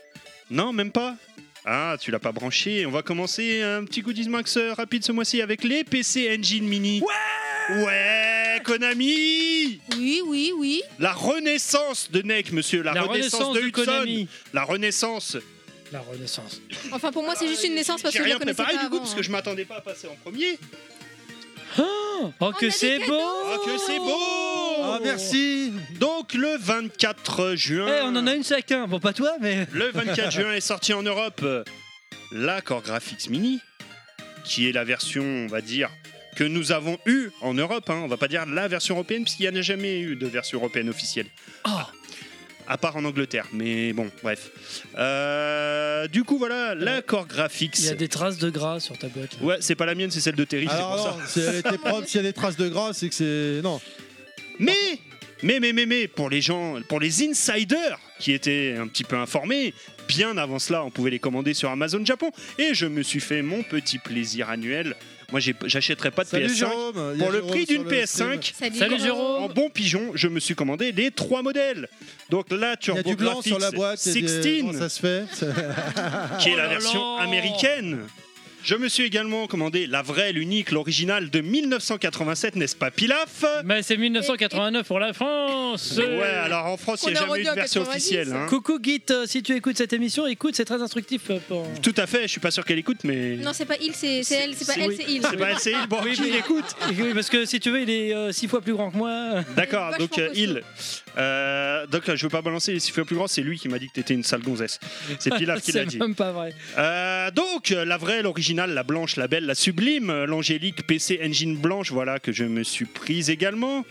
F: Non, même pas Ah, tu l'as pas branché. On va commencer un petit goodies max euh, rapide ce mois-ci avec les PC Engine Mini. Ouais Ouais, Konami
E: Oui, oui, oui.
F: La renaissance de NEC, monsieur. La, renaissance, de Hudson. La renaissance.
D: La renaissance.
E: Enfin, pour moi, Ah, c'est juste une naissance parce
F: J'ai
E: que je la
F: rien
E: connaissais
F: préparé
E: pas
F: du coup,
E: avant,
F: parce que
E: hein.
F: je m'attendais pas à passer en premier.
D: Oh, que
E: a
D: c'est
E: des
D: beau
F: Oh, que c'est beau
C: Ah, merci.
F: Donc, le 24 juin.
D: Eh, on en a une chacun. Bon, pas toi, mais.
F: Le 24 juin est sorti en Europe euh, la Core Graphics Mini, qui est la version, on va dire, que nous avons eue en Europe. hein. On va pas dire la version européenne, puisqu'il n'y en a jamais eu de version européenne officielle.
D: Oh.
F: À part en Angleterre, mais bon, bref. Euh, du coup, voilà, la Core Graphics.
D: Il y a des traces de gras sur ta boîte. là.
F: Ouais, c'est pas la mienne, c'est celle de Terry, c'est pour
C: Alors,
F: ça.
C: non, si elle était propre, s'il y a des traces de gras, c'est que c'est. Non.
F: Mais, mais, mais, mais, mais, pour les gens, pour les insiders qui étaient un petit peu informés, bien avant cela, on pouvait les commander sur Amazon Japon. Et je me suis fait mon petit plaisir annuel. Moi, j'ai- j'achèterai pas de
C: Salut
F: PS5.
C: Jérôme. il y a
F: Pour le
C: Jérôme
F: prix
C: sur
F: d'une
C: le
F: PS5,
C: stream.
D: Salut, Jérôme.
F: en bon pigeon, je me suis commandé les trois modèles. Donc là,
C: Il y a du blanc
F: TurboGrafx
C: sur la boîte. il y a des-
F: 16,
C: comment ça se fait
F: qui est
D: Oh
F: la
D: là
F: version
D: là.
F: américaine. Je me suis également commandé la vraie, l'unique, l'originale de 1987, n'est-ce pas Pilaf
D: Mais c'est 1989 pour la France
F: Ouais, alors en France, il n'y a
E: Qu'on a
F: jamais eu
E: rendu
F: de
E: en
F: version
E: 90.
F: officielle. hein.
D: Coucou Git, euh, si tu écoutes cette émission, écoute, c'est très instructif euh, pour.
F: Tout à fait, je suis pas sûr qu'elle écoute, mais.
E: Non, c'est pas il, c'est c'est elle, c'est pas
D: c'est-
E: elle,
D: oui.
E: c'est il.
F: C'est pas LCI, bon,
D: Oui,
F: qui
D: mais-
F: l'écoute
D: Oui, parce que si tu veux, il est euh, six fois plus grand que moi.
F: D'accord,
E: Vachement
F: donc euh,
E: costaud.
F: il. Euh, donc euh, je veux pas balancer, si fait plus grand, c'est lui qui m'a dit que t'étais une sale gonzesse. C'est Pilaf qui l'a
D: C'est
F: dit.
D: même pas vrai.
F: Euh, donc euh, la vraie, l'originale, la blanche, la belle, la sublime, euh, l'angélique PC Engine blanche, voilà que je me suis prise également.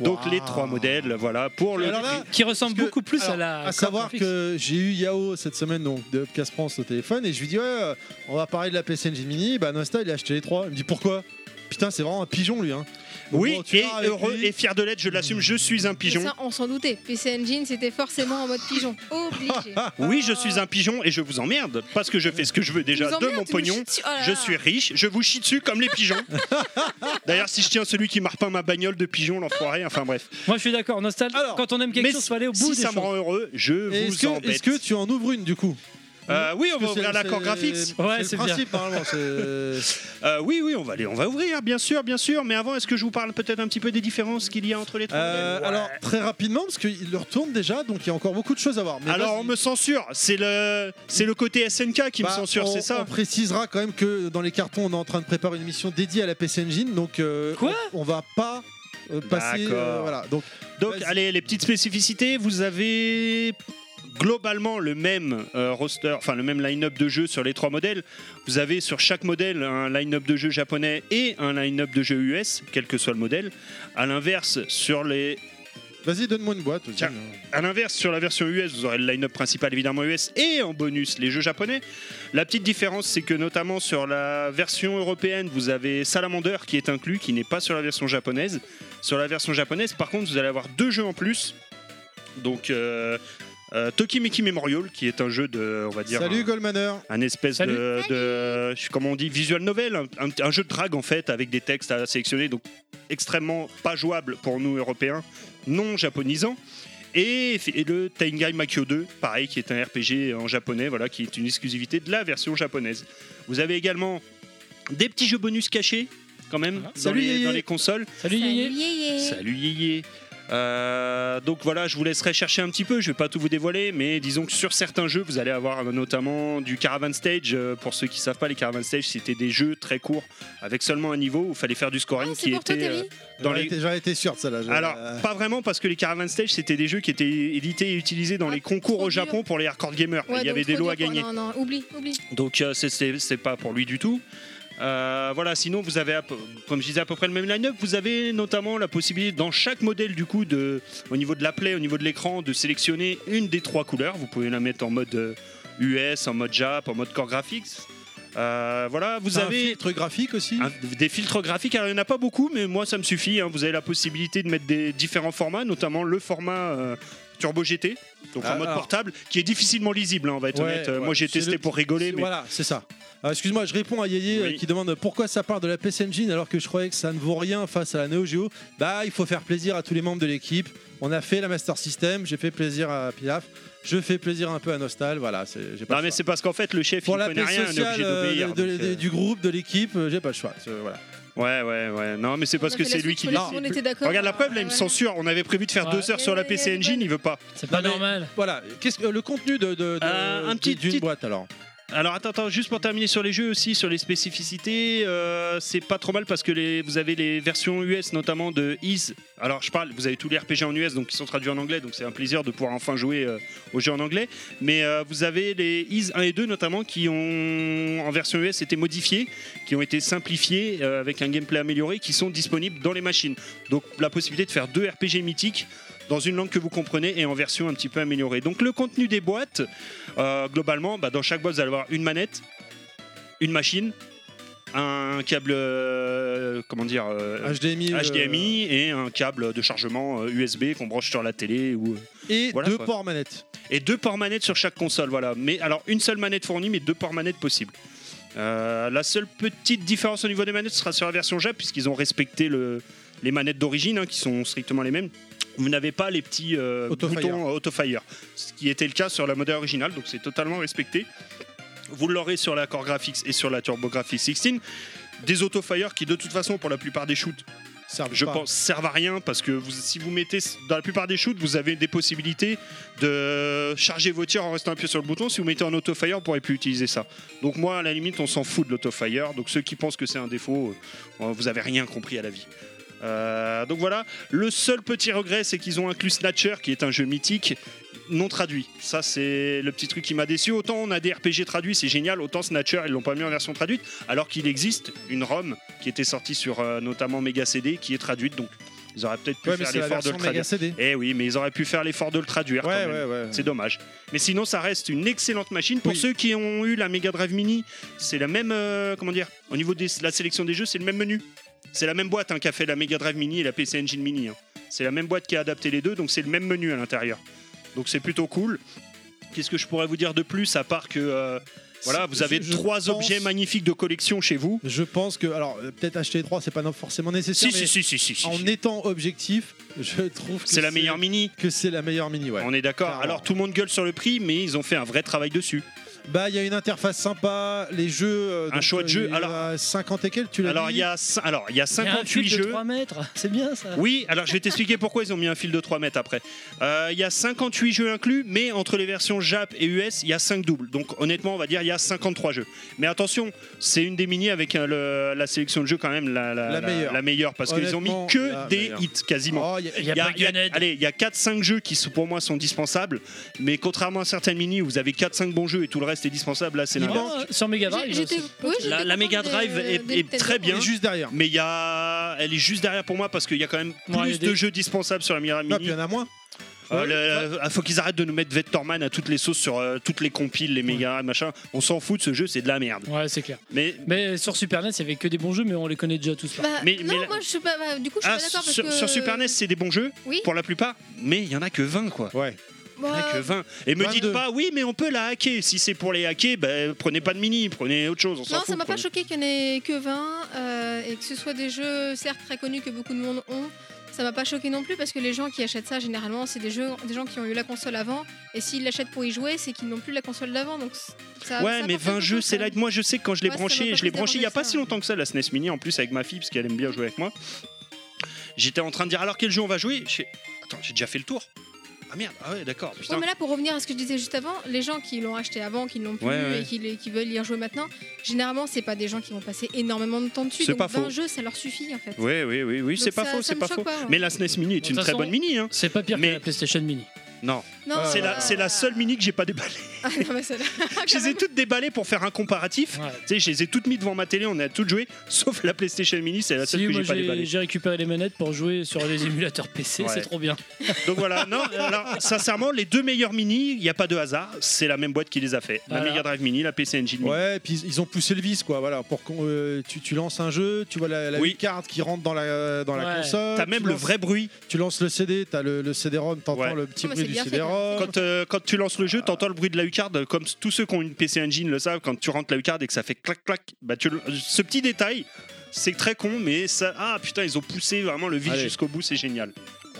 F: Donc
C: Waouh.
F: les trois modèles, voilà pour le.
C: Alors là,
D: Qui ressemble
C: Parce que-
D: beaucoup plus
C: alors,
D: à la.
C: À savoir
D: Cortex.
C: que j'ai eu Yao cette semaine donc, de Upcast France au téléphone et je lui dis ouais, euh, on va parler de la PC Engine Mini. Bah Nosta il a acheté les trois. Il me dit pourquoi Putain, c'est vraiment un pigeon lui. Hein. Donc,
F: oui,
C: bon, tu
F: et
C: pars avec
F: heureux
C: lui.
F: et fier de l'être, je l'assume, je suis un pigeon.
E: Ça, on s'en doutait. PC Engine, c'était forcément en mode pigeon. Obligé.
F: Oui, je suis un pigeon et je vous emmerde parce que je fais ce que je veux
E: Tu
F: déjà
E: nous
F: de
E: emmerdes,
F: mon
E: tu nous
F: pognon.
E: chies dessus. Oh là
F: Je
E: là.
F: suis riche, je vous chie dessus comme les pigeons. D'ailleurs, si je tiens celui qui m'a repeint ma bagnole de pigeon, l'enfoiré, enfin bref.
D: Moi, je suis d'accord. Nostal.
C: Alors,
D: Quand on aime
F: mais
D: quelque chose, faut aller au bout
F: si
D: des
F: ça me
D: choses.
F: rend heureux, je
C: Et
F: vous
C: Est-ce que,
F: embête.
C: est-ce que tu en ouvres une du coup
F: Euh, oui, on va
C: Parce que
F: ouvrir
C: c'est-
F: l'accord
C: c'est-
F: graphique.
D: Ouais,
C: c'est
D: c'est
C: le principe, normalement. c'est-
F: Euh, oui, oui, on va aller, on va ouvrir, hein, bien sûr, bien sûr. Mais avant, est-ce que je vous parle peut-être un petit peu des différences qu'il y a entre les trois
C: Euh,
F: modèles
C: Alors, très rapidement, parce qu'il le retourne déjà, donc il y a encore beaucoup de choses à voir. Mais
F: Alors
C: vas-y.
F: on me censure, c'est le c'est le côté SNK qui me
C: Bah,
F: censure,
C: on-
F: c'est ça.
C: On précisera quand même que dans les cartons, on est en train de préparer une émission dédiée à la PC Engine, donc euh,
D: Quoi
C: on, on va pas euh, passer.
F: D'accord.
C: euh, voilà. Donc,
F: Donc
C: Vas-y.
F: allez, les petites spécificités, vous avez globalement le même euh, roster, enfin le même line-up de jeux sur les trois modèles. Vous avez sur chaque modèle un line-up de jeux japonais et un line-up de jeux US, quel que soit le modèle. À l'inverse, sur les
C: vas-y, donne-moi une boîte.
F: Tiens.
C: vas-y.
F: à l'inverse, sur la version US, vous aurez le line-up principal évidemment US et en bonus les jeux japonais. La petite différence, c'est que notamment sur la version européenne, vous avez Salamander qui est inclus, qui n'est pas sur la version japonaise. Sur la version japonaise, par contre, vous allez avoir deux jeux en plus. Donc, euh, euh, Tokimeki Memorial, qui est un jeu de, on va dire, euh,
C: Salut
F: un,
C: Goldmaner.
F: un espèce
D: Salut.
F: de, de- je- comment on dit, visual novel, un, un jeu de drague en fait, avec des textes à sélectionner, donc extrêmement pas jouable pour nous Européens, non japonisants. Et, et le Tengai Makio 2, pareil, qui est un RPG en japonais, voilà, qui est une exclusivité de la version japonaise. Vous avez également des petits jeux bonus cachés, quand même,
D: Ah.
F: dans
C: Salut,
F: les-
C: Yéyé.
F: dans les consoles.
D: Salut Yéyé
F: Salut Yéyé. Euh, donc voilà, je vous laisserai chercher un petit peu, je vais pas tout vous dévoiler, mais disons que sur certains jeux, vous allez avoir euh, notamment du Caravan Stage. Euh, Pour ceux qui savent pas, les Caravan Stage, c'était des jeux très courts avec seulement un niveau où il fallait faire du scoring
E: Ah, c'est
F: qui
E: pour toi,
F: était.
E: Terry
F: euh, dans
C: J'aurais
F: les...
C: été- J'aurais été sûr de ça là. je-
F: Alors,
C: euh,
F: pas vraiment parce que les Caravan Stage, c'était des jeux qui étaient édités et utilisés dans
E: Ah,
F: les concours
E: trop
F: au
E: dur.
F: Japon pour les hardcore gamers.
E: Ouais,
F: il y avait
E: donc
F: des
E: trop
F: lots à
E: dur pour-
F: gagner.
E: Non, non, oublie, oublie.
F: Donc euh, c'est- c'est c'est pas pour lui du tout. Euh, voilà, sinon vous avez, à peu- comme je disais, à peu près le même line-up. Vous avez notamment la possibilité, dans chaque modèle du coup, de, au niveau de la plaie, au niveau de l'écran, de sélectionner une des trois couleurs. Vous pouvez la mettre en mode euh, US, en mode Jap, en mode Core Graphics. Euh, voilà, vous
C: t'as un
F: avez
C: filtre graphique aussi.
F: un- des filtres graphiques. Alors il n'y en a pas beaucoup, mais moi ça me suffit. hein. Vous avez la possibilité de mettre des différents formats, notamment le format euh, Turbo GT, donc
C: Ah,
F: en mode
C: alors.
F: portable, qui est difficilement lisible. hein, on va être
C: Ouais,
F: honnête. Euh,
C: ouais.
F: Moi j'ai
C: C'est
F: testé
C: le-
F: pour rigoler,
C: C'est-
F: mais
C: Voilà, c'est ça. Euh, Excuse-moi, je réponds à Yéyé
F: Oui.
C: euh, qui demande pourquoi ça parle de la PC Engine alors que je croyais que ça ne vaut rien face à la Neo Geo. Bah, il faut faire plaisir à tous les membres de l'équipe. On a fait la Master System, j'ai fait plaisir à Pilaf, je fais plaisir un peu à Nostal. Voilà, c'est- j'ai pas
F: Non
C: le
F: mais
C: choix.
F: c'est parce qu'en fait le chef
C: pour
F: il
C: la
F: connaît
C: paix
F: rien, on est
C: sociale
F: obligé d'obéir.
C: euh, de-
F: donc,
C: de-
F: euh,
C: du groupe, de l'équipe, euh, j'ai pas le choix. c'est- Voilà.
F: Ouais ouais ouais. Non mais c'est parce
E: On a
F: que
E: fait
F: c'est
E: la
F: lui qui
E: switch
F: décide.
E: police, On était d'accord. Euh,
F: Regarde la preuve là, il me
E: Ouais.
F: censure. On avait prévu de faire
D: Ouais.
F: deux heures sur la
E: Ouais, ouais,
F: PC
E: ouais,
F: Engine,
E: ouais.
F: il veut pas.
D: C'est pas
C: Non, mais-
D: normal.
C: Voilà. Qu'est-ce que le contenu de, de- de-
F: Euh, un
C: de-
F: petit-
C: d'une
F: petit-
C: boîte alors
F: Alors attends attends, juste pour terminer sur les jeux aussi, sur les spécificités, euh, c'est pas trop mal parce que les, vous avez les versions US notamment de Is. Alors je parle, vous avez tous les RPG en US donc qui sont traduits en anglais, donc c'est un plaisir de pouvoir enfin jouer euh, aux jeux en anglais. Mais euh, vous avez les Is 1 et 2 notamment qui ont en version US été modifiés, qui ont été simplifiés euh, avec un gameplay amélioré, qui sont disponibles dans les machines. Donc la possibilité de faire deux RPG mythiques dans une langue que vous comprenez et en version un petit peu améliorée. Donc le contenu des boîtes, euh, globalement, bah, dans chaque boîte, vous allez avoir une manette, une machine, un câble, euh, comment dire, euh,
C: HDMI. euh,
F: HDMI et un câble de chargement euh, USB qu'on branche sur la télé ou
C: et
F: Voilà,
C: deux
F: quoi.
C: ports manettes.
F: et deux ports manettes sur chaque console. Voilà. Mais alors une seule manette fournie, mais deux ports manettes possibles. Euh, la seule petite différence au niveau des manettes sera sur la version JAP, puisqu'ils ont respecté le- les manettes d'origine, hein, qui sont strictement les mêmes. Vous n'avez pas les petits euh,
C: Autofire.
F: boutons euh, autofire, ce qui était le cas sur la modèle originale, donc c'est totalement respecté. Vous l'aurez sur la Core Graphics et sur la TurboGrafx 16. Des autofire qui, de toute façon, pour la plupart des shoots,
C: Servent
F: je
C: pas.
F: pense, servent à rien parce que vous- si vous mettez dans la plupart des shoots, vous avez des possibilités de charger vos tirs en restant appuyé sur le bouton. Si vous mettez en autofire, vous ne pourrez plus utiliser ça. Donc, moi, à la limite, on s'en fout de l'autofire. Donc, ceux qui pensent que c'est un défaut, euh, vous avez rien compris à la vie. Euh, donc voilà, le seul petit regret c'est qu'ils ont inclus Snatcher qui est un jeu mythique non traduit. Ça c'est le petit truc qui m'a déçu. Autant on a des RPG traduits, c'est génial, autant Snatcher ils l'ont pas mis en version traduite alors qu'il existe une ROM qui était sortie sur euh, notamment Mega CD qui est traduite donc ils auraient peut-être pu
C: Ouais, mais
F: faire
C: c'est la
F: l'effort de
C: version
F: le
C: méga
F: traduire.
C: CD.
F: Eh oui, mais ils auraient pu faire l'effort de le traduire quand
C: Ouais,
F: même.
C: ouais, ouais.
F: C'est dommage. Mais sinon, ça reste une excellente machine. Pour
C: Oui.
F: ceux qui ont eu la Mega Drive Mini, c'est la même. euh, comment dire Au niveau de la sélection des jeux, c'est le même menu. C'est la même boîte hein, qui a fait la Mega Drive Mini et la PC Engine Mini. hein. C'est la même boîte qui a adapté les deux, donc c'est le même menu à l'intérieur. Donc c'est plutôt cool. Qu'est-ce que je pourrais vous dire de plus à part que. euh, voilà,
C: C'est-
F: vous avez
C: je- je
F: trois
C: pense-
F: objets magnifiques de collection chez vous.
C: Je pense que alors euh, peut-être acheter les trois, c'est pas non- forcément nécessaire.
F: Si, si,
C: mais
F: si, si, si, si.
C: En étant objectif, je trouve que
F: C'est la meilleure mini.
C: que c'est la meilleure mini. Ouais.
F: On est d'accord.
C: Clairement.
F: Alors tout le monde gueule sur le prix, mais ils ont fait un vrai travail dessus.
C: Bah, il y a une interface sympa, les jeux. euh,
F: Un
C: donc,
F: choix de
C: euh,
F: jeux,
C: il y en a 50 et quelques, tu l'as
F: Alors il y a cin- alors
D: Il
F: il y a
D: y a un
F: 58
D: fil de
F: jeux.
D: 3 mètres, c'est bien ça.
F: Oui, alors je vais t'expliquer pourquoi ils ont mis un fil de 3 mètres après. Euh, Il y a 58 jeux inclus, mais entre les versions Jap et US, il y a 5 doubles. Donc honnêtement, on va dire il y a 53 jeux. Mais attention, c'est une des mini avec euh, le- la sélection de jeux quand même la, la-
C: La
F: la-
C: meilleure.
F: la meilleure parce qu'ils ont mis
C: Honnêtement, la
F: que des
C: meilleure.
F: hits quasiment.
C: Oh, il y a-
D: Il y a,
F: Il y a-
D: pas
F: il y a-
D: Gunhead.
F: allez, il y a 4-5 jeux qui sont, pour moi sont dispensables, mais contrairement à certaines mini où vous avez 4-5 bons jeux et tout le reste est dispensable, là c'est
D: Il
F: l'inverse.
D: manque sur Mega
E: J'ai-
D: Drive.
E: j'étais-
D: c'est-
E: oui, j'étais
F: La- la
E: contente
F: Mega
E: des-
F: Drive est-
E: des
F: est
E: Nintendo.
F: très bien.
C: Elle est juste derrière.
F: Mais il y a, elle est juste derrière pour moi parce qu'il y a quand même
D: Ouais, il y
F: plus
D: a des-
F: de jeux dispensables sur la Mira
C: Non, puis il
F: Mini.
C: y en a moins.
F: Euh, le- euh, faut qu'ils arrêtent de nous mettre Vectorman à toutes les sauces sur euh, toutes les compiles, les méga machin. On s'en fout de ce jeu, c'est de la merde.
D: Ouais, c'est clair.
F: Mais
D: Mais sur Super NES, il y avait que des bons jeux, mais on les connaît déjà tous.
E: Bah,
F: Mais-
E: non,
F: mais la-
E: moi je suis pas. bah, du coup, je suis
F: ah,
E: pas d'accord parce
F: sur,
E: que.
F: sur Super NES, c'est des bons jeux
E: Oui.
F: pour la plupart, mais il y en a que 20 quoi.
C: Ouais.
F: Il
E: Bah,
F: y en a que 20. Et me dites
C: 22.
F: pas, oui, mais on peut la hacker. Si c'est pour les hacker, ben, prenez pas de mini, prenez autre chose. On s'en
E: Non,
F: fout,
E: ça m'a pas
F: prenez-
E: choqué qu'il n'y en ait que 20 euh, et que ce soit des jeux certes très connus que beaucoup de monde ont. Ça m'a pas choqué non plus parce que les gens qui achètent ça généralement c'est des jeux des gens qui ont eu la console avant et s'ils l'achètent pour y jouer c'est qu'ils n'ont plus la console d'avant donc c- ça
F: Ouais,
E: ça
F: mais
E: apporte quelque
F: 20 jeux,
E: chose,
F: c'est
E: ça.
F: light. Moi, je sais que quand je l'ai
E: Ouais, ça m'a
F: branché,
E: pas
F: je l'ai
E: plus
F: branché il y a
E: dérangé,
F: pas
E: ça.
F: si longtemps que ça, la SNES Mini, en plus avec ma fille, parce qu'elle aime bien jouer avec moi. J'étais en train de dire, alors quel jeu on va jouer Je fais, Attends, j'ai déjà fait le tour. Ah merde, ah ouais, d'accord. putain.
E: Ouais, Oh, mais là pour revenir à ce que je disais juste avant, les gens qui l'ont acheté avant, qui l'ont plus
F: Ouais, ouais.
E: et qui, les- qui veulent y rejouer maintenant, généralement c'est pas des gens qui vont passer énormément de temps dessus.
F: C'est
E: Donc
F: pas
E: 20
F: faux.
E: jeux ça leur suffit en fait.
F: Oui, oui, oui, oui,
E: Donc
F: c'est pas
E: ça-
F: faux,
E: ça
F: c'est
E: me
F: pas
E: choque
F: faux.
E: pas, ouais.
F: Mais la SNES Mini est
D: De
F: une
D: toute
F: très
D: façon-
F: bonne mini, hein.
D: C'est pas pire
F: Mais-
D: que la PlayStation Mini.
F: Non,
E: Non,
C: Ah,
F: c'est
E: euh,
F: la, c'est la seule mini que j'ai pas déballée.
E: Ah, non, mais celle-là,
F: Je les ai toutes déballées pour faire un comparatif.
D: Ouais.
F: Tu sais, je les ai toutes mis devant ma télé, on a toutes joué, sauf la PlayStation Mini, c'est la seule
D: Si,
F: que
D: moi
F: j'ai pas
D: j'ai
F: déballée.
D: j'ai récupéré les manettes pour jouer sur les émulateurs PC,
F: Ouais.
D: c'est trop bien.
F: Donc voilà, non, alors, sincèrement, les deux meilleurs mini, il n'y a pas de hasard, c'est la même boîte qui les a fait. La
D: Voilà.
F: Mega Drive Mini, la PC Engine Mini.
C: Ouais, et puis ils ont poussé le vice, quoi. Voilà, pour qu'on, euh, tu, tu lances un jeu, tu vois la, la
F: Oui.
C: carte qui rentre dans la, dans la
D: Ouais.
C: console.
F: T'as
C: tu
F: même le
C: lances-
F: vrai bruit.
C: Tu lances le CD, t'as le, le CD-ROM, t'entends
F: Ouais.
C: le petit
E: Oh, mais
C: bruit
E: c'est
C: du
E: bien fait,
C: CD-ROM.
F: Quand, euh, quand tu lances le jeu, t'entends le bruit de la U-Card, comme tous ceux qui ont une PC Engine le savent, quand tu rentres la U-Card et que ça fait clac clac, bah tu le- ce petit détail, c'est très con, mais ça. Ah putain, ils ont poussé vraiment le vide
C: Allez.
F: jusqu'au bout, c'est génial.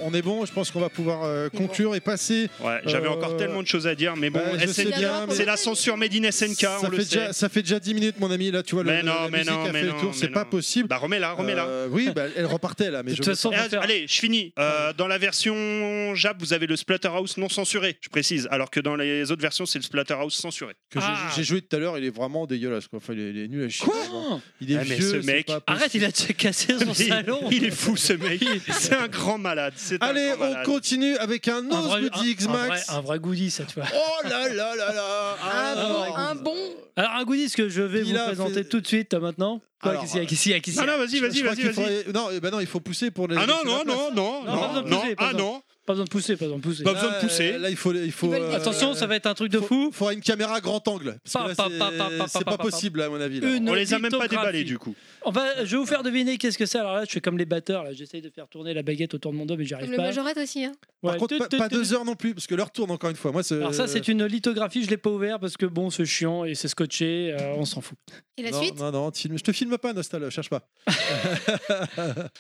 C: On est bon, je pense qu'on va pouvoir euh, conclure et passer.
F: Ouais, j'avais
C: Euh,
F: encore tellement de choses à dire, mais bon,
C: ouais, je sais
F: SNK,
C: bien, mais-
F: c'est la censure Made in SNK,
C: ça,
F: on le
C: fait
F: sait.
C: déjà, ça fait déjà 10 minutes, mon ami. Là, tu vois, le,
F: Mais
C: le-
F: non,
C: la
F: mais
C: musique
F: non,
C: a
F: mais
C: fait le
F: non,
C: tour,
F: mais
C: c'est
F: non.
C: pas possible.
F: Bah remets-la, remets-la.
C: Euh, oui, bah, elle repartait là, mais
D: De
C: je
D: toute façon, on
F: Eh,
D: va faire-
F: Allez, je finis. Euh, dans la version Jap, vous avez le Splatterhouse non censuré, je précise, alors que dans les autres versions, c'est le Splatterhouse censuré.
C: que j'ai-
D: Ah.
C: j'ai joué tout à l'heure, il est vraiment dégueulasse. Quoi. Enfin, il est, il est nul à chier. vraiment. Il est
F: Ah, mais
C: vieux,
F: ce
C: c'est
F: mec-
C: pas possible.
D: Arrête, il a déjà cassé son
F: Il-
D: salon.
F: Il est fou ce mec. C'est un grand malade. C'est un
C: Allez,
F: grand
C: on
F: malade.
C: continue avec un
D: Un
C: autre
D: vrai- un-
C: goodie
D: un vrai-
C: X-Max.
D: Un vrai goodie cette fois.
C: Oh là là là là
E: un,
C: Ah,
E: bon,
C: non.
E: un bon
F: Euh.
D: Alors un goodies que je vais
C: Il
D: vous
C: a
D: présenter
C: fait-
D: tout de suite euh, maintenant. Quoi
C: Alors,
D: Qu'est-ce qu'il y a Qu'est-ce qu'il y a Qu'est-ce
F: euh, Non,
D: qu'il y a
F: non, vas-y,
C: Je
F: vas-y,
C: crois
F: vas-y,
C: qu'il
F: vas-y.
C: faudrait- Non, eh ben non, il faut pousser pour les.
F: Ah non,
C: laisser la
F: non,
C: place.
F: non, non,
D: Non, pas
F: non,
D: besoin de
F: non.
D: pousser, pas
F: Ah
D: besoin.
F: non.
D: Pas
F: Bah,
D: besoin de pousser, pas besoin de pousser.
F: Pas besoin de
C: Là,
F: pousser.
C: Là, il faut, il faut.
E: Ils veulent-
C: euh,
D: Attention, ça va être un truc de fou.
C: Faudra une caméra grand angle. Parce que là,
D: Pa, pa,
C: c'est-
D: pa, pa, pa,
C: c'est
D: pa,
C: pas
D: pa,
C: possible, à mon avis. là.
D: Une
F: On les a même pas
D: lithographie.
F: déballés du coup.
D: On va, je vais vous faire deviner qu'est-ce que c'est. Alors là, je fais comme les batteurs. Là, j'essaye de faire tourner la baguette autour de mon dos, mais j'y
E: comme
D: arrive
E: le
D: pas.
E: majorette aussi. Hein.
C: Par
D: Ouais.
C: contre,
D: Tut,
C: pas,
D: tut,
C: pas
D: tut.
C: deux heures non plus, parce que leur tourne encore une fois. Moi,
D: Alors ça, c'est une lithographie. Je l'ai pas ouvert parce que bon, c'est chiant et c'est scotché. euh, on s'en fout.
E: Et la
C: non,
E: suite
C: non, non, filme- je te filme pas, Nostal, cherche pas.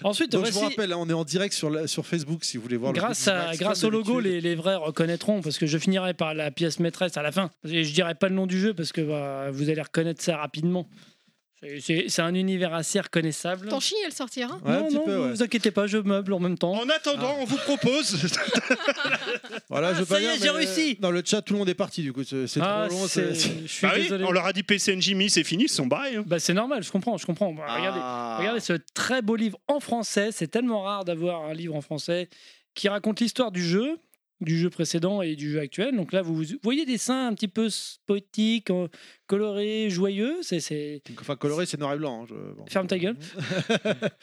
D: Ensuite,
C: Donc, je
D: voici-
C: vous rappelle, hein, on est en direct sur, la- sur Facebook si vous voulez voir
D: Grâce,
C: le
D: à, grâce au logo, les, les vrais reconnaîtront, parce que je finirai par la pièce maîtresse à la fin. Et je dirai pas le nom du jeu, parce que bah, vous allez reconnaître ça rapidement. C'est- C'est c'est un univers assez reconnaissable.
E: T'en chies à le sortir. hein.
C: Ouais, un
D: non,
C: petit
D: non,
C: peu, ouais. Oh,
D: vous inquiétez pas, je meuble en même temps.
F: En attendant, on vous propose.
C: Voilà, je veux
D: Ah, ça
C: pas
D: y est,
C: dire,
D: j'ai
C: mais-
D: réussi.
C: Dans le chat, tout le monde est parti, du coup, c'est c'est
D: Ah,
C: trop long.
D: c'est-
C: c'est-
D: je suis
F: Bah oui,
D: désolé.
F: on leur a dit PC Engine, c'est fini, ils sont barrés. hein.
D: Bah, c'est normal, je comprends, je comprends. Bah, regardez, regardez ce très beau livre en français. C'est tellement rare d'avoir un livre en français qui raconte l'histoire du jeu, du jeu précédent et du jeu actuel. Donc là, vous vous voyez des dessins un petit peu spotiques, euh, colorés, joyeux. C'est- C'est
C: Enfin, coloré, c'est noir et blanc. hein, je- bon.
D: Ferme ta gueule.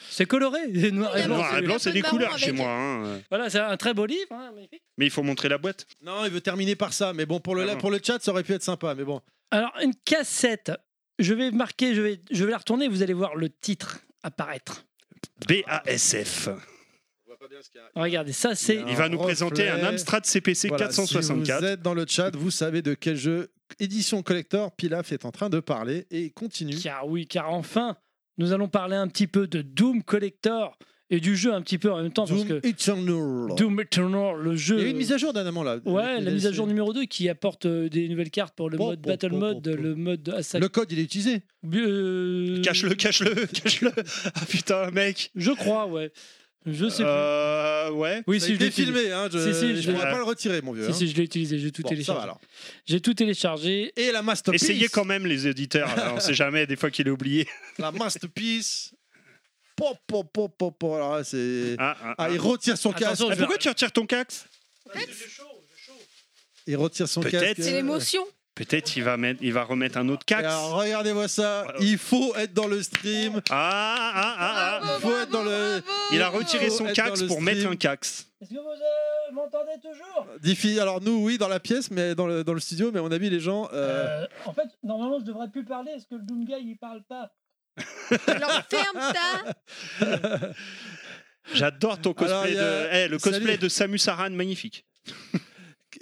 D: c'est coloré, c'est noir et
E: Oui,
D: blanc.
F: Noir et
D: Ah, c'est-
F: blanc, c'est des
E: Baron
F: couleurs
E: avec-
F: chez moi. hein.
D: Voilà, c'est un très beau livre. hein, magnifique.
F: Mais il faut montrer la boîte.
C: Non, il veut terminer par ça, mais bon, pour le,
F: Ah bon.
C: pour le chat, ça aurait pu être sympa, mais bon.
D: Alors, une cassette. Je vais marquer, je vais, je vais la retourner, vous allez voir le titre apparaître.
F: BASF.
D: Regardez, ça c'est...
C: Non.
F: Il va nous
C: Reflet.
F: présenter un Amstrad CPC
C: Voilà, Si
F: 464.
C: vous êtes dans le chat, vous savez de quel jeu édition collector Pilaf est en train de parler et il continue.
D: Car oui, car enfin, nous allons parler un petit peu de Doom Collector. et du jeu un petit peu en même temps parce
C: Doom
D: que
C: Eternal.
D: Doom Eternal, le jeu.
C: Il y a eu une mise à jour euh, dernièrement là.
D: Euh, Ouais,
C: Avec
D: la
C: les
D: mise à
C: DLC.
D: jour numéro 2 qui apporte euh, des nouvelles cartes pour le
C: Bon,
D: mode
C: bon,
D: Battle
C: bon,
D: Mode,
C: bon, bon.
D: le mode Assassin.
C: Le code il est utilisé.
D: Euh,
F: Cache-le, cache-le, cache-le. Ah putain, mec.
D: Je crois, ouais. Je sais
F: Euh,
D: plus.
F: ouais.
D: Oui,
C: Ça a
D: si je
C: été
D: l'ai utilisé.
C: filmé, hein, je
D: Si, si, je
C: ne pourrais
F: l'ai-
C: pas le retirer, mon vieux.
D: Si,
C: hein.
D: si, je l'ai utilisé, j'ai tout
C: Bon, ça va,
D: téléchargé.
C: alors.
D: J'ai tout téléchargé.
C: Et la masterpiece.
F: Essayez quand même les éditeurs, là, on sait jamais, des fois qu'il est oublié.
C: La masterpiece. Pop, pop, pop, pop, pop. Alors là, c'est.
F: Ah, ah,
C: Ah,
F: ah.
C: il retire son casque.
D: Attention,
F: Ah,
D: je vais-
F: pourquoi tu retires ton cax
C: Il retire son
F: Peut-être.
C: casque.
E: C'est l'émotion.
F: Peut-être il va mettre, il va remettre un autre
C: Et
F: cax.
C: alors,
F: Ah
C: Regardez-moi ça.
F: Ouais, ouais.
C: Il faut être dans le stream.
F: ah ah
E: Oh,
F: ah.
C: Il faut être dans le.
F: Il a retiré son
C: Faut être
F: cax
C: dans Oh, le
F: pour
C: stream.
F: mettre un cax.
D: Est-ce que vous euh, m'entendez toujours
C: Diffi- Alors nous, oui, dans la pièce, mais dans le, dans le studio, mais à mon avis, les gens. euh,
D: En fait, normalement, je devrais plus parler. Est-ce que le Doom Guy, il parle pas
E: Alors ferme ta.
F: J'adore ton
C: Alors, il
F: cosplay
C: y a-
F: de, Eh, le cosplay
C: Salut.
F: de Samus Aran, magnifique.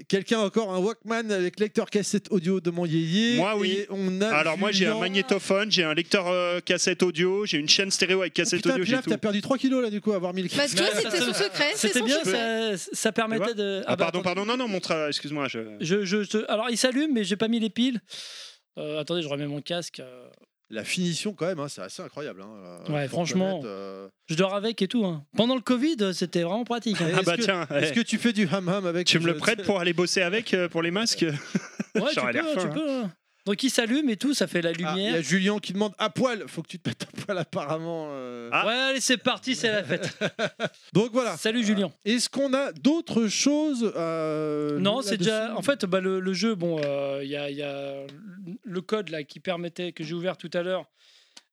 C: Quelqu'un encore un Walkman avec lecteur cassette audio de mon yéyé.
F: Moi, oui.
C: Et on a
F: Alors moi j'ai un
C: Julien-
F: magnétophone, j'ai un lecteur euh, cassette audio, j'ai une chaîne stéréo avec
C: Oh,
F: cassette
C: Putain,
F: audio, j'ai
C: Pilaf,
F: tout.
C: t'as perdu 3 kilos là du coup à avoir mis le
E: Bah, tu
D: Mais
E: vois,
D: ça,
E: c'était
D: ça-
E: son secret. C'est
D: C'était
E: son
D: bien,
E: secret.
D: ça, ça permettait de.
F: Ah pardon,
D: bah,
F: pardon, non non mon travail, excuse-moi. Je...
D: Je, je, je- alors il s'allume, mais j'ai pas mis les piles. Euh, attendez, je remets mon casque. euh,
C: La finition quand même, hein, c'est assez incroyable. hein, euh,
D: Ouais,
C: faut
D: franchement.
C: reconnaître, euh.
D: Je dors avec et tout. hein. Pendant le Covid, euh, c'était vraiment pratique. hein.
C: Et
F: Ah
C: est-ce
F: bah
C: que-
F: tiens,
C: Est-ce
F: eh,
C: que tu fais du ham ham avec euh,
F: tu me le
C: je-
F: prêtes pour aller bosser avec euh, pour les masques
D: Ouais, tu
F: j'aurais
D: peux,
F: l'air faim,
D: tu
F: hein.
D: peux, hein. Donc il s'allume et tout, ça fait la
C: Ah, Il y a
D: lumière.
C: Julien qui demande à poil. Faut que tu te mettes à poil apparemment. euh.
F: Ah.
D: Ouais, allez, c'est parti, c'est la fête.
C: Donc voilà.
D: Salut Julien.
C: Est-ce qu'on a d'autres choses euh,
D: non,
C: nous,
D: c'est
C: là-dessus
D: déjà. En fait, bah, le, le jeu, bon, euh, il y, a, il y a le code là qui permettait que j'ai ouvert tout à l'heure.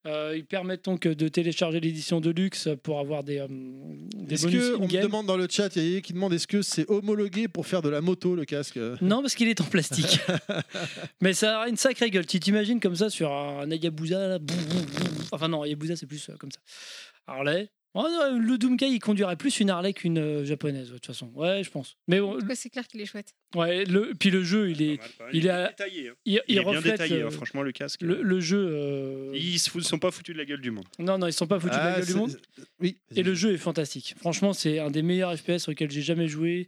D: Euh, il permet donc de télécharger l'édition de luxe pour avoir des, euh, des
C: Est-ce
D: bonus
C: que on me
D: in-game.
C: demande dans le chat, il y a Yéyé qui demande est-ce que c'est homologué pour faire de la moto le casque euh?
D: Non, parce qu'il est en plastique. Mais ça a une sacrée gueule. Tu t'imagines comme ça sur un Ayabusa là, boum, boum, boum. Enfin, non, Ayabusa, c'est plus euh, comme ça. Harley. Oh, non, le Doomguy, il conduirait plus une Harley qu'une euh, japonaise, ouais, de toute façon. Ouais, je pense. Mais bon,
E: En tout cas, c'est clair qu'il est chouette.
D: ouais, le, puis le jeu, il est, il est
F: bien
D: à-
F: détaillé. hein.
D: il,
F: Il,
D: il
F: est bien
D: reflète,
F: détaillé,
D: euh,
F: hein, franchement le casque.
D: le, le jeu. euh,
F: Ils se foutent- sont pas foutus de la gueule du monde.
D: Non, non, ils sont pas foutus de
C: Ah,
D: la gueule du
C: c'est-
D: monde.
C: Oui.
D: Et le jeu est fantastique. Franchement, c'est un des meilleurs FPS auxquels j'ai jamais joué.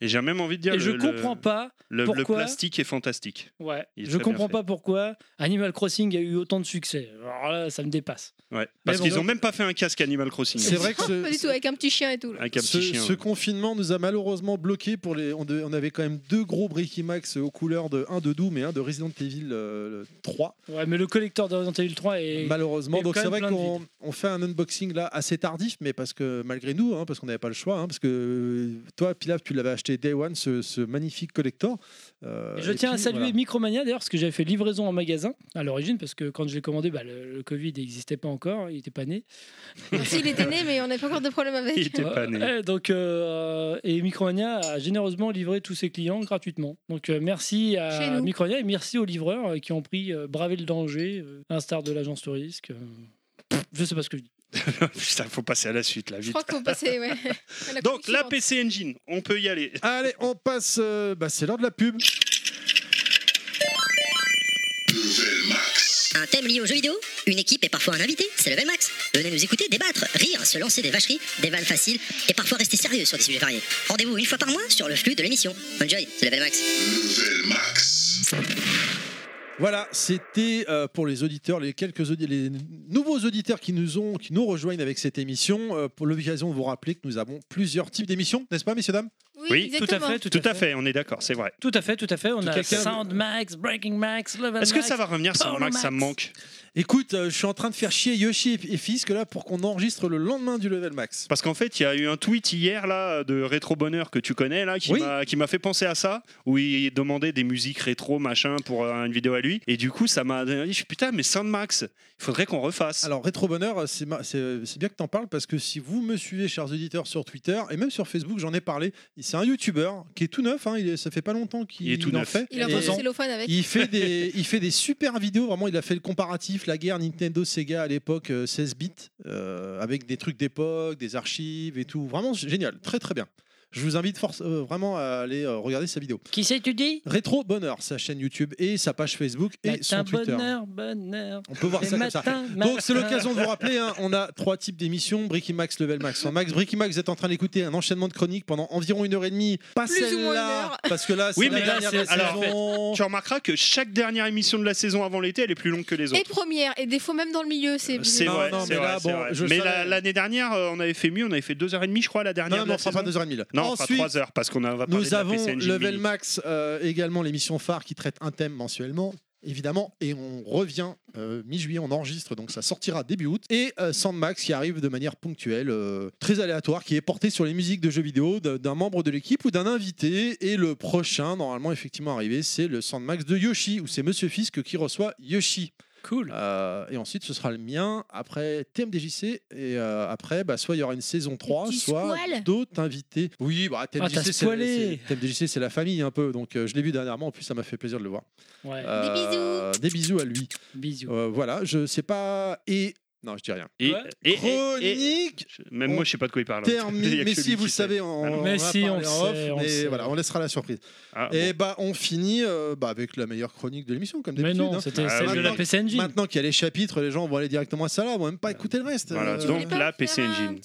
F: Et j'ai même envie de dire
D: Et
F: le,
D: je
F: le-
D: comprends pas.
F: le- le
D: pourquoi-
F: plastique est fantastique.
D: Ouais.
F: Il est
D: Je
F: très bien
D: comprends
F: fait.
D: pas pourquoi Animal Crossing a eu autant de succès. Alors là, ça me dépasse.
F: Ouais, parce
D: bon,
F: qu'ils
D: donc-
F: ont même pas fait un casque Animal Crossing.
C: C'est vrai que
E: Oh, Pas du tout,
C: ce,
E: avec un petit chien et tout. là.
F: Avec un hein.
C: ce-
F: petit chien.
C: ce confinement nous a malheureusement bloqué pour les. On, de- on avait quand même deux gros Bricky Max aux couleurs de un de Doom et un de Resident Evil euh, 3
D: Ouais, mais le collecteur de Resident Evil 3 est.
C: malheureusement.
D: et
C: Donc
D: quand
C: c'est vrai
D: même plein de
C: qu'on on fait un unboxing là assez tardif, mais parce que malgré nous, hein, parce qu'on n'avait pas le choix, hein, parce que euh, toi Pilaf tu l'avais acheté Day One ce, ce magnifique collector. Euh,
D: Et je
C: et
D: tiens à
C: puis,
D: saluer
C: voilà.
D: Micromania d'ailleurs, parce que j'avais fait livraison en magasin à l'origine, parce que quand je l'ai commandé, bah, le, le Covid n'existait pas encore, il n'était pas né.
E: Si, il était né, mais on n'a pas encore de problème avec.
F: Il était pas né.
D: Euh, ouais, donc, euh, et Micromania a généreusement livré tous ses clients gratuitement. Donc euh, merci
E: Chez
D: à
E: nous.
D: Micromania et merci aux livreurs euh, qui ont pris euh, bravé le danger, euh, à l'instar de l'agence de risque. euh, pff, je sais pas ce que je dis.
F: Putain, faut passer à la suite là,
E: Je
F: vite.
E: crois qu'on passait. Ouais. à la
F: Donc la
E: suivante.
F: PC Engine, on peut y aller.
C: Allez, on passe. euh, bah, c'est l'heure de la pub.
A: Un thème lié aux jeux vidéo, une équipe et parfois un invité, c'est Level Max. Venez nous écouter, débattre, rire, se lancer des vacheries, des vannes faciles et parfois rester sérieux sur des sujets variés. Rendez-vous une fois par mois sur le flux de l'émission. Enjoy, c'est Level Max.
C: Voilà, c'était euh, pour les auditeurs, les quelques audi- les nouveaux auditeurs qui nous ont, qui nous rejoignent avec cette émission. euh, pour l'occasion, vous rappeler que nous avons plusieurs types d'émissions, n'est-ce pas, messieurs dames
E: Oui,
F: Oui,
D: Tout à
E: exactement.
D: fait, tout,
F: Tout à fait, on est d'accord, c'est vrai.
D: Tout à fait, tout à fait. On
C: Tout
D: a
C: quelqu'un-
D: Sound Max, Breaking Max, Level
F: Est-ce que
D: Max.
F: ça va revenir sur
D: Polo
F: Max Ça me
D: Max.
F: manque.
C: Écoute, euh, je suis en train de faire chier Yoshi et, et Fisk là pour qu'on enregistre le lendemain du level max.
F: Parce qu'en fait, il y a eu un tweet hier là de Rétro Bonheur que tu connais là, qui
C: Oui.
F: m'a- qui m'a fait penser à ça, où il demandait des musiques rétro machin pour euh, une vidéo à lui. Et du coup, ça m'a dit je suis, putain, mais Soundmax, il faudrait qu'on refasse.
C: Alors, Rétro Bonheur, euh, c'est ma- c'est euh, c'est bien que t'en parles parce que si vous me suivez, chers auditeurs, sur Twitter et même sur Facebook, j'en ai parlé. C'est un youtubeur qui est tout neuf, hein, il est- ça fait pas longtemps qu'il
F: Il est tout
C: en
F: neuf.
C: fait.
E: Il a
C: Et-
E: un cellophane avec.
C: Il fait, des, il fait des super vidéos, vraiment. Il a fait le comparatif, la guerre Nintendo Sega à l'époque, euh, 16 bits, euh, avec des trucs d'époque, des archives et tout. Vraiment c'est génial, très très bien. Je vous invite force- euh, vraiment à aller euh, regarder sa vidéo.
D: Qui c'est, tu dis
C: Rétro Bonheur, sa chaîne YouTube et sa page Facebook et son
D: Matin,
C: Twitter.
D: bonheur, bonheur.
C: On peut voir
D: Et
C: ça comme ça.
D: matin,
C: Donc c'est
D: matin.
C: l'occasion de vous rappeler, hein, on a trois types d'émissions, Bricky Max, Level Max, en Max. Bricky Max, vous êtes en train d'écouter un enchaînement de chroniques pendant environ une heure et demie. Pas
E: Plus ou moins une
C: celle-là,
E: heure.
C: parce que là c'est
F: Oui,
C: la
F: mais là,
C: dernière de la
F: c'est- alors,
C: saison.
F: Tu remarqueras que chaque dernière émission de la saison avant l'été, elle est plus longue que les
E: Et
F: autres.
E: première, et des fois même dans le milieu, c'est.
F: C'est
C: Non,
F: vrai,
C: non,
F: c'est
C: mais
F: vrai,
C: là,
F: c'est
C: bon,
F: vrai.
C: je
F: Mais
C: savais-
F: la- l'année dernière, euh, on avait fait mieux, on avait fait 2h30, je crois, la dernière.
C: Non,
F: de
C: non,
F: la
C: on fera
F: saison.
C: pas 2h30 là.
F: Non,
C: Ensuite,
F: pas 3h, parce qu'on en va parler
C: nous
F: de la
C: avons
F: PC Engine
C: Level
F: Mini.
C: Max, euh, également l'émission phare qui traite un thème mensuellement. Évidemment, et on revient euh, mi-juillet, on enregistre, donc ça sortira début août. Et euh, Sandmax qui arrive de manière ponctuelle, euh, très aléatoire, qui est porté sur les musiques de jeux vidéo de- d'un membre de l'équipe ou d'un invité. Et le prochain, normalement, effectivement arrivé, c'est le Sandmax de Yoshi, où c'est Monsieur Fisk qui reçoit Yoshi.
D: Cool.
C: Euh, et ensuite, ce sera le mien, après TMDJC, et euh, après, bah, soit il y aura une saison 3,
B: petits
C: soit
B: squales.
C: d'autres invités. Oui, bah, TMDJC,
D: Ah, t'as
C: c'est-
D: spoilé.
C: c'est- TMDJC, c'est la famille un peu, donc euh, je l'ai vu dernièrement, en plus ça m'a fait plaisir de le voir.
D: Ouais,
C: Euh, Des bisous à lui.
D: bisous.
C: Euh, voilà, je sais pas, et... Non, je dis rien.
F: Et,
D: Ouais.
F: et- et- et-
C: Chronique
F: je- Même moi, je sais pas de quoi il parle. Il y
C: terminée.
F: a que
C: mais
F: lui
C: si
F: qui
C: vous le
F: sait.
C: savez, on,
F: Ah non.
C: on va
D: Mais si,
C: parler
D: on
C: en
D: le
C: off,
D: sait, on
C: mais
D: le sait.
C: voilà, on laissera la surprise.
F: Ah, bon.
C: Et bah, on finit euh, bah, avec la meilleure chronique de l'émission, comme
D: Mais
C: d'habitude. hein.
D: non, c'était
F: Ah,
D: celle de
F: oui.
D: la PC Engine.
C: Maintenant qu'il y a les chapitres, les gens vont aller directement à ça là, vont même pas écouter le reste.
F: Voilà,
C: Euh,
F: donc- la PC Engine.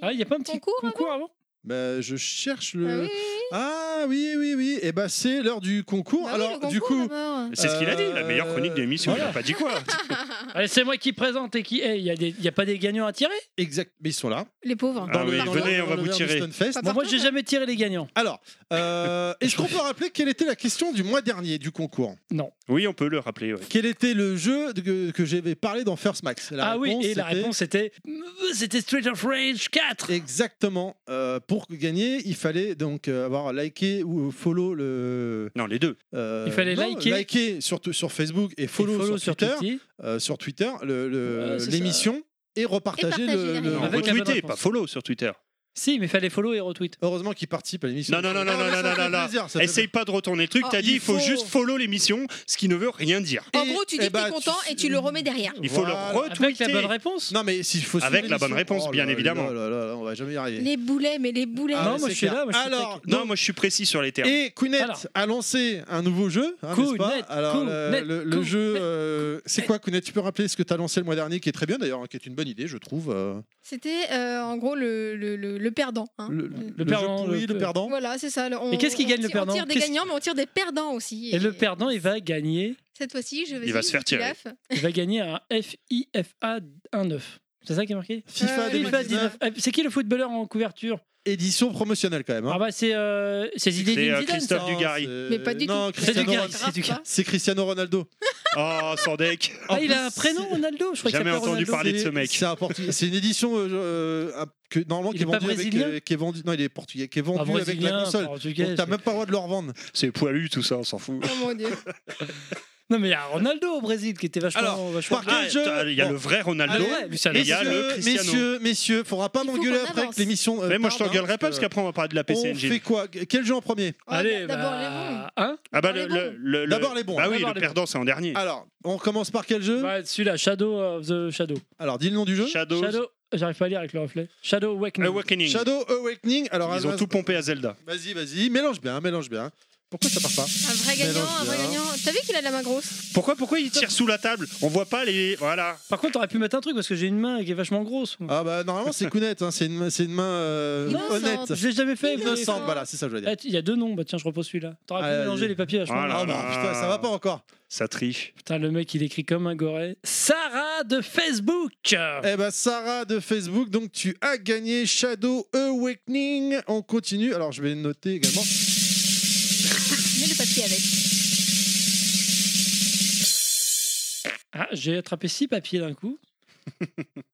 D: Ah, il n'y a pas un petit
E: Concours
D: concours,
E: avant
D: avant
C: bah, je cherche
E: Ah
C: le.
E: oui,
C: Ah oui, oui, oui. Et bah, c'est l'heure du concours.
E: bah oui,
C: Alors,
E: le
C: du
E: concours,
C: coup.
E: d'abord.
F: C'est ce qu'il a dit, la meilleure chronique de l'émission.
C: euh, voilà.
F: Il a pas dit quoi.
D: Allez, c'est moi qui présente et qui. Eh, Il n'y a, pas des gagnants à tirer
C: Exact. Mais ils sont là.
E: Les pauvres.
F: Ah oui, venez, on va
C: le
F: vous tirer.
C: Vermiston Fest.
E: Papa.
D: Bon, Moi, j'ai jamais tiré les gagnants.
C: Alors, euh, est-ce qu'on peut rappeler quelle était la question du mois dernier du concours
F: Oui, on peut le rappeler. ouais.
C: Quel était le jeu de- que, que j'avais parlé dans First Max La
D: ah oui,
C: réponse,
D: et la
C: c'était-
D: réponse était. C'était Street of Rage 4
C: Exactement. Euh, pour gagner, il fallait donc euh, avoir liké ou follow le.
F: Non, les deux.
C: euh,
D: Il fallait
C: non,
D: liker.
C: liker sur, sur Facebook et
D: Et
C: follow, sur Twitter.
D: Twitter.
C: euh, sur Twitter le- le-
D: Ouais, c'est
C: l'émission et repartager
E: Et partager
C: le,
E: derrière.
C: le-
F: Non,
D: Avec la bonne
F: retweeter,
D: réponse.
F: pas follow sur Twitter.
D: Si, mais fallait follow et retweet.
C: Heureusement qu'il participe à l'émission.
F: Non, non, non, non, non,
C: mais ça
F: non,
C: fait
F: non, non.
C: plaisir, ça fait
F: Essaye pas de retourner le truc.
E: Oh,
F: T'as dit,
C: il
F: il faut
C: faut-
F: juste follow l'émission, ce qui ne veut rien dire.
E: En
C: Et-
E: gros, tu
C: eh
E: dis que
C: bah,
E: t'es content
C: tu-
E: et tu le remets derrière.
F: Il faut
C: Voilà.
F: le
D: Avec la
F: retweeter.
D: bonne réponse
C: Non, mais s'il faut suivre
F: Avec la bonne
C: l'émission. Oh
F: réponse, bien
C: là là
F: évidemment.
C: là là là, on va jamais y arriver.
E: Les boulets, mais les boulets.
C: Eh. Ah,
D: Non,
C: mais
D: moi,
C: c'est
D: je suis
C: clair.
D: là, moi, je suis
C: Alors,
F: Non,
C: donc,
F: moi je suis précis sur les termes.
C: et Kounet
D: Alors.
C: a lancé un nouveau jeu, hein, n'est-ce pas
D: Kounet,
C: Alors, le-
D: Kounet,
C: le, le
D: Kounet,
C: jeu, euh, c'est quoi, Kounet Tu peux rappeler ce que tu as lancé le mois dernier, qui est très bien d'ailleurs, hein, qui est une bonne idée, je trouve. euh,
E: C'était euh, en gros le, le, le, le perdant. hein.
C: le, jeu
D: perdant,
C: pourri,
D: le-
C: le perdant.
E: Voilà, c'est ça. le- on-
D: Et qu'est-ce qui
E: on
D: gagne le
E: tire-
D: perdant
E: On tire des
D: Qu'est-ce-
E: gagnants, mais on tire des perdants aussi.
D: Et le perdant, il va gagner,
E: Cette fois-ci, je vais.
F: Il va se faire tirer.
D: il va gagner un FIFA 19. C'est ça qui est marqué
C: FIFA
E: Euh,
D: FIFA
C: 2019,
D: 19. Eh, C'est qui le footballeur en couverture
C: édition promotionnelle quand même. hein.
D: Ah bah c'est euh, c'est Zinedine
F: C'est euh,
D: Zidane, ça.
F: Christophe Dugarry.
C: c'est-
E: Mais pas du
C: Euh, Non,
E: tout.
D: C'est
C: Cristiano
D: Dugarry,
C: Ronaldo.
D: c'est Dugarry.
E: hein.
C: C'est Cristiano Ronaldo.
F: Oh, sans deck.
D: Ah,
C: En
D: il a un
C: plus,
D: prénom Ronaldo, je crois qu'il
F: Jamais
D: s'appelle
F: entendu
D: Ronaldo.
F: parler de
C: C'est-
F: ce mec.
C: C'est un portugais. C'est une édition euh, euh, un- que normalement
D: Il
C: qui est
D: est pas
C: vendue avec,
D: brésilien
C: euh, qui est vendue. Non, il est portugais. Qui est
D: Ah,
C: vendu avec la
D: brésilien,
C: console.
D: portugais,
C: Donc t'as
D: c'est-
C: même pas le droit de le revendre.
F: C'est poilu tout ça, on s'en fout.
E: Oh mon dieu.
D: Non mais il y a Ronaldo au Brésil qui était vachement
C: Alors,
D: vachement
C: par-
D: bien.
F: Ah,
C: Quel jeu
F: t'as- il y a
C: Bon.
F: le vrai
D: Ah
F: Ronaldo.
D: ouais, lui, ça
F: Et il y a
D: l'avait.
F: le
C: Messieurs,
F: Cristiano.
C: messieurs, messieurs, faudra pas
E: Il faut
C: m'engueuler
E: qu'on
C: après
E: avance.
C: que l'émission. euh,
F: Mais moi je
C: tarde, hein,
F: t'engueulerai pas parce
C: que
F: qu'après on va parler de la PC
C: On fait
F: Engine.
C: quoi Quel jeu en premier
E: Oh,
D: Allez,
E: D'abord
D: bah,
E: les bons.
D: hein
F: Ah bah
E: D'abord
F: le-
E: les
F: le-
E: bons.
F: le- le-
C: D'abord les bons.
F: Bah oui,
D: D'abord
F: le
D: les
F: perdant c'est en dernier.
C: Alors, on commence par quel jeu
D: Bah, celui-là Shadow of the Shadow.
C: Alors, dis le nom du jeu.
F: Shadow.
D: Shadow, j'arrive pas à lire avec le reflet. Shadow Awakening.
F: Awakening.
C: Shadow Awakening. Alors,
F: Ils ont
C: vas-
F: tout pompé à Zelda.
C: Vas-y, vas-y, mélange bien, mélange bien. Pourquoi ça part pas
E: Un vrai gagnant,
C: Mélange
E: un vrai
C: bien.
E: gagnant. T'as vu qu'il a de la main grosse
F: Pourquoi pourquoi ils tirent sous la table On voit pas les voilà.
D: Par contre, t'aurais pu mettre un truc parce que j'ai une main qui est vachement grosse.
C: Ah bah normalement c'est Kounet, hein, c'est une, c'est une main euh,
E: Innocente.
C: honnête,
D: J'ai jamais fait. mais-
C: innocente. Voilà, c'est ça que je veux dire.
D: Eh, tu- Il y a deux noms, bah tiens, je repose celui-là. T'aurais pu
C: Allez,
D: mélanger
C: vas-y.
D: les papiers vachement.
F: Voilà.
C: Ah
F: Ah
C: non,
F: là.
C: putain, ça va pas encore.
F: Ça triche.
D: Putain, le mec, il écrit comme un goré. Sarah de Facebook
C: Eh ben Sarah de Facebook, donc tu as gagné Shadow Awakening. On continue. Alors je vais noter également.
E: Mets le papier avec.
D: Ah, j'ai attrapé six papiers d'un coup.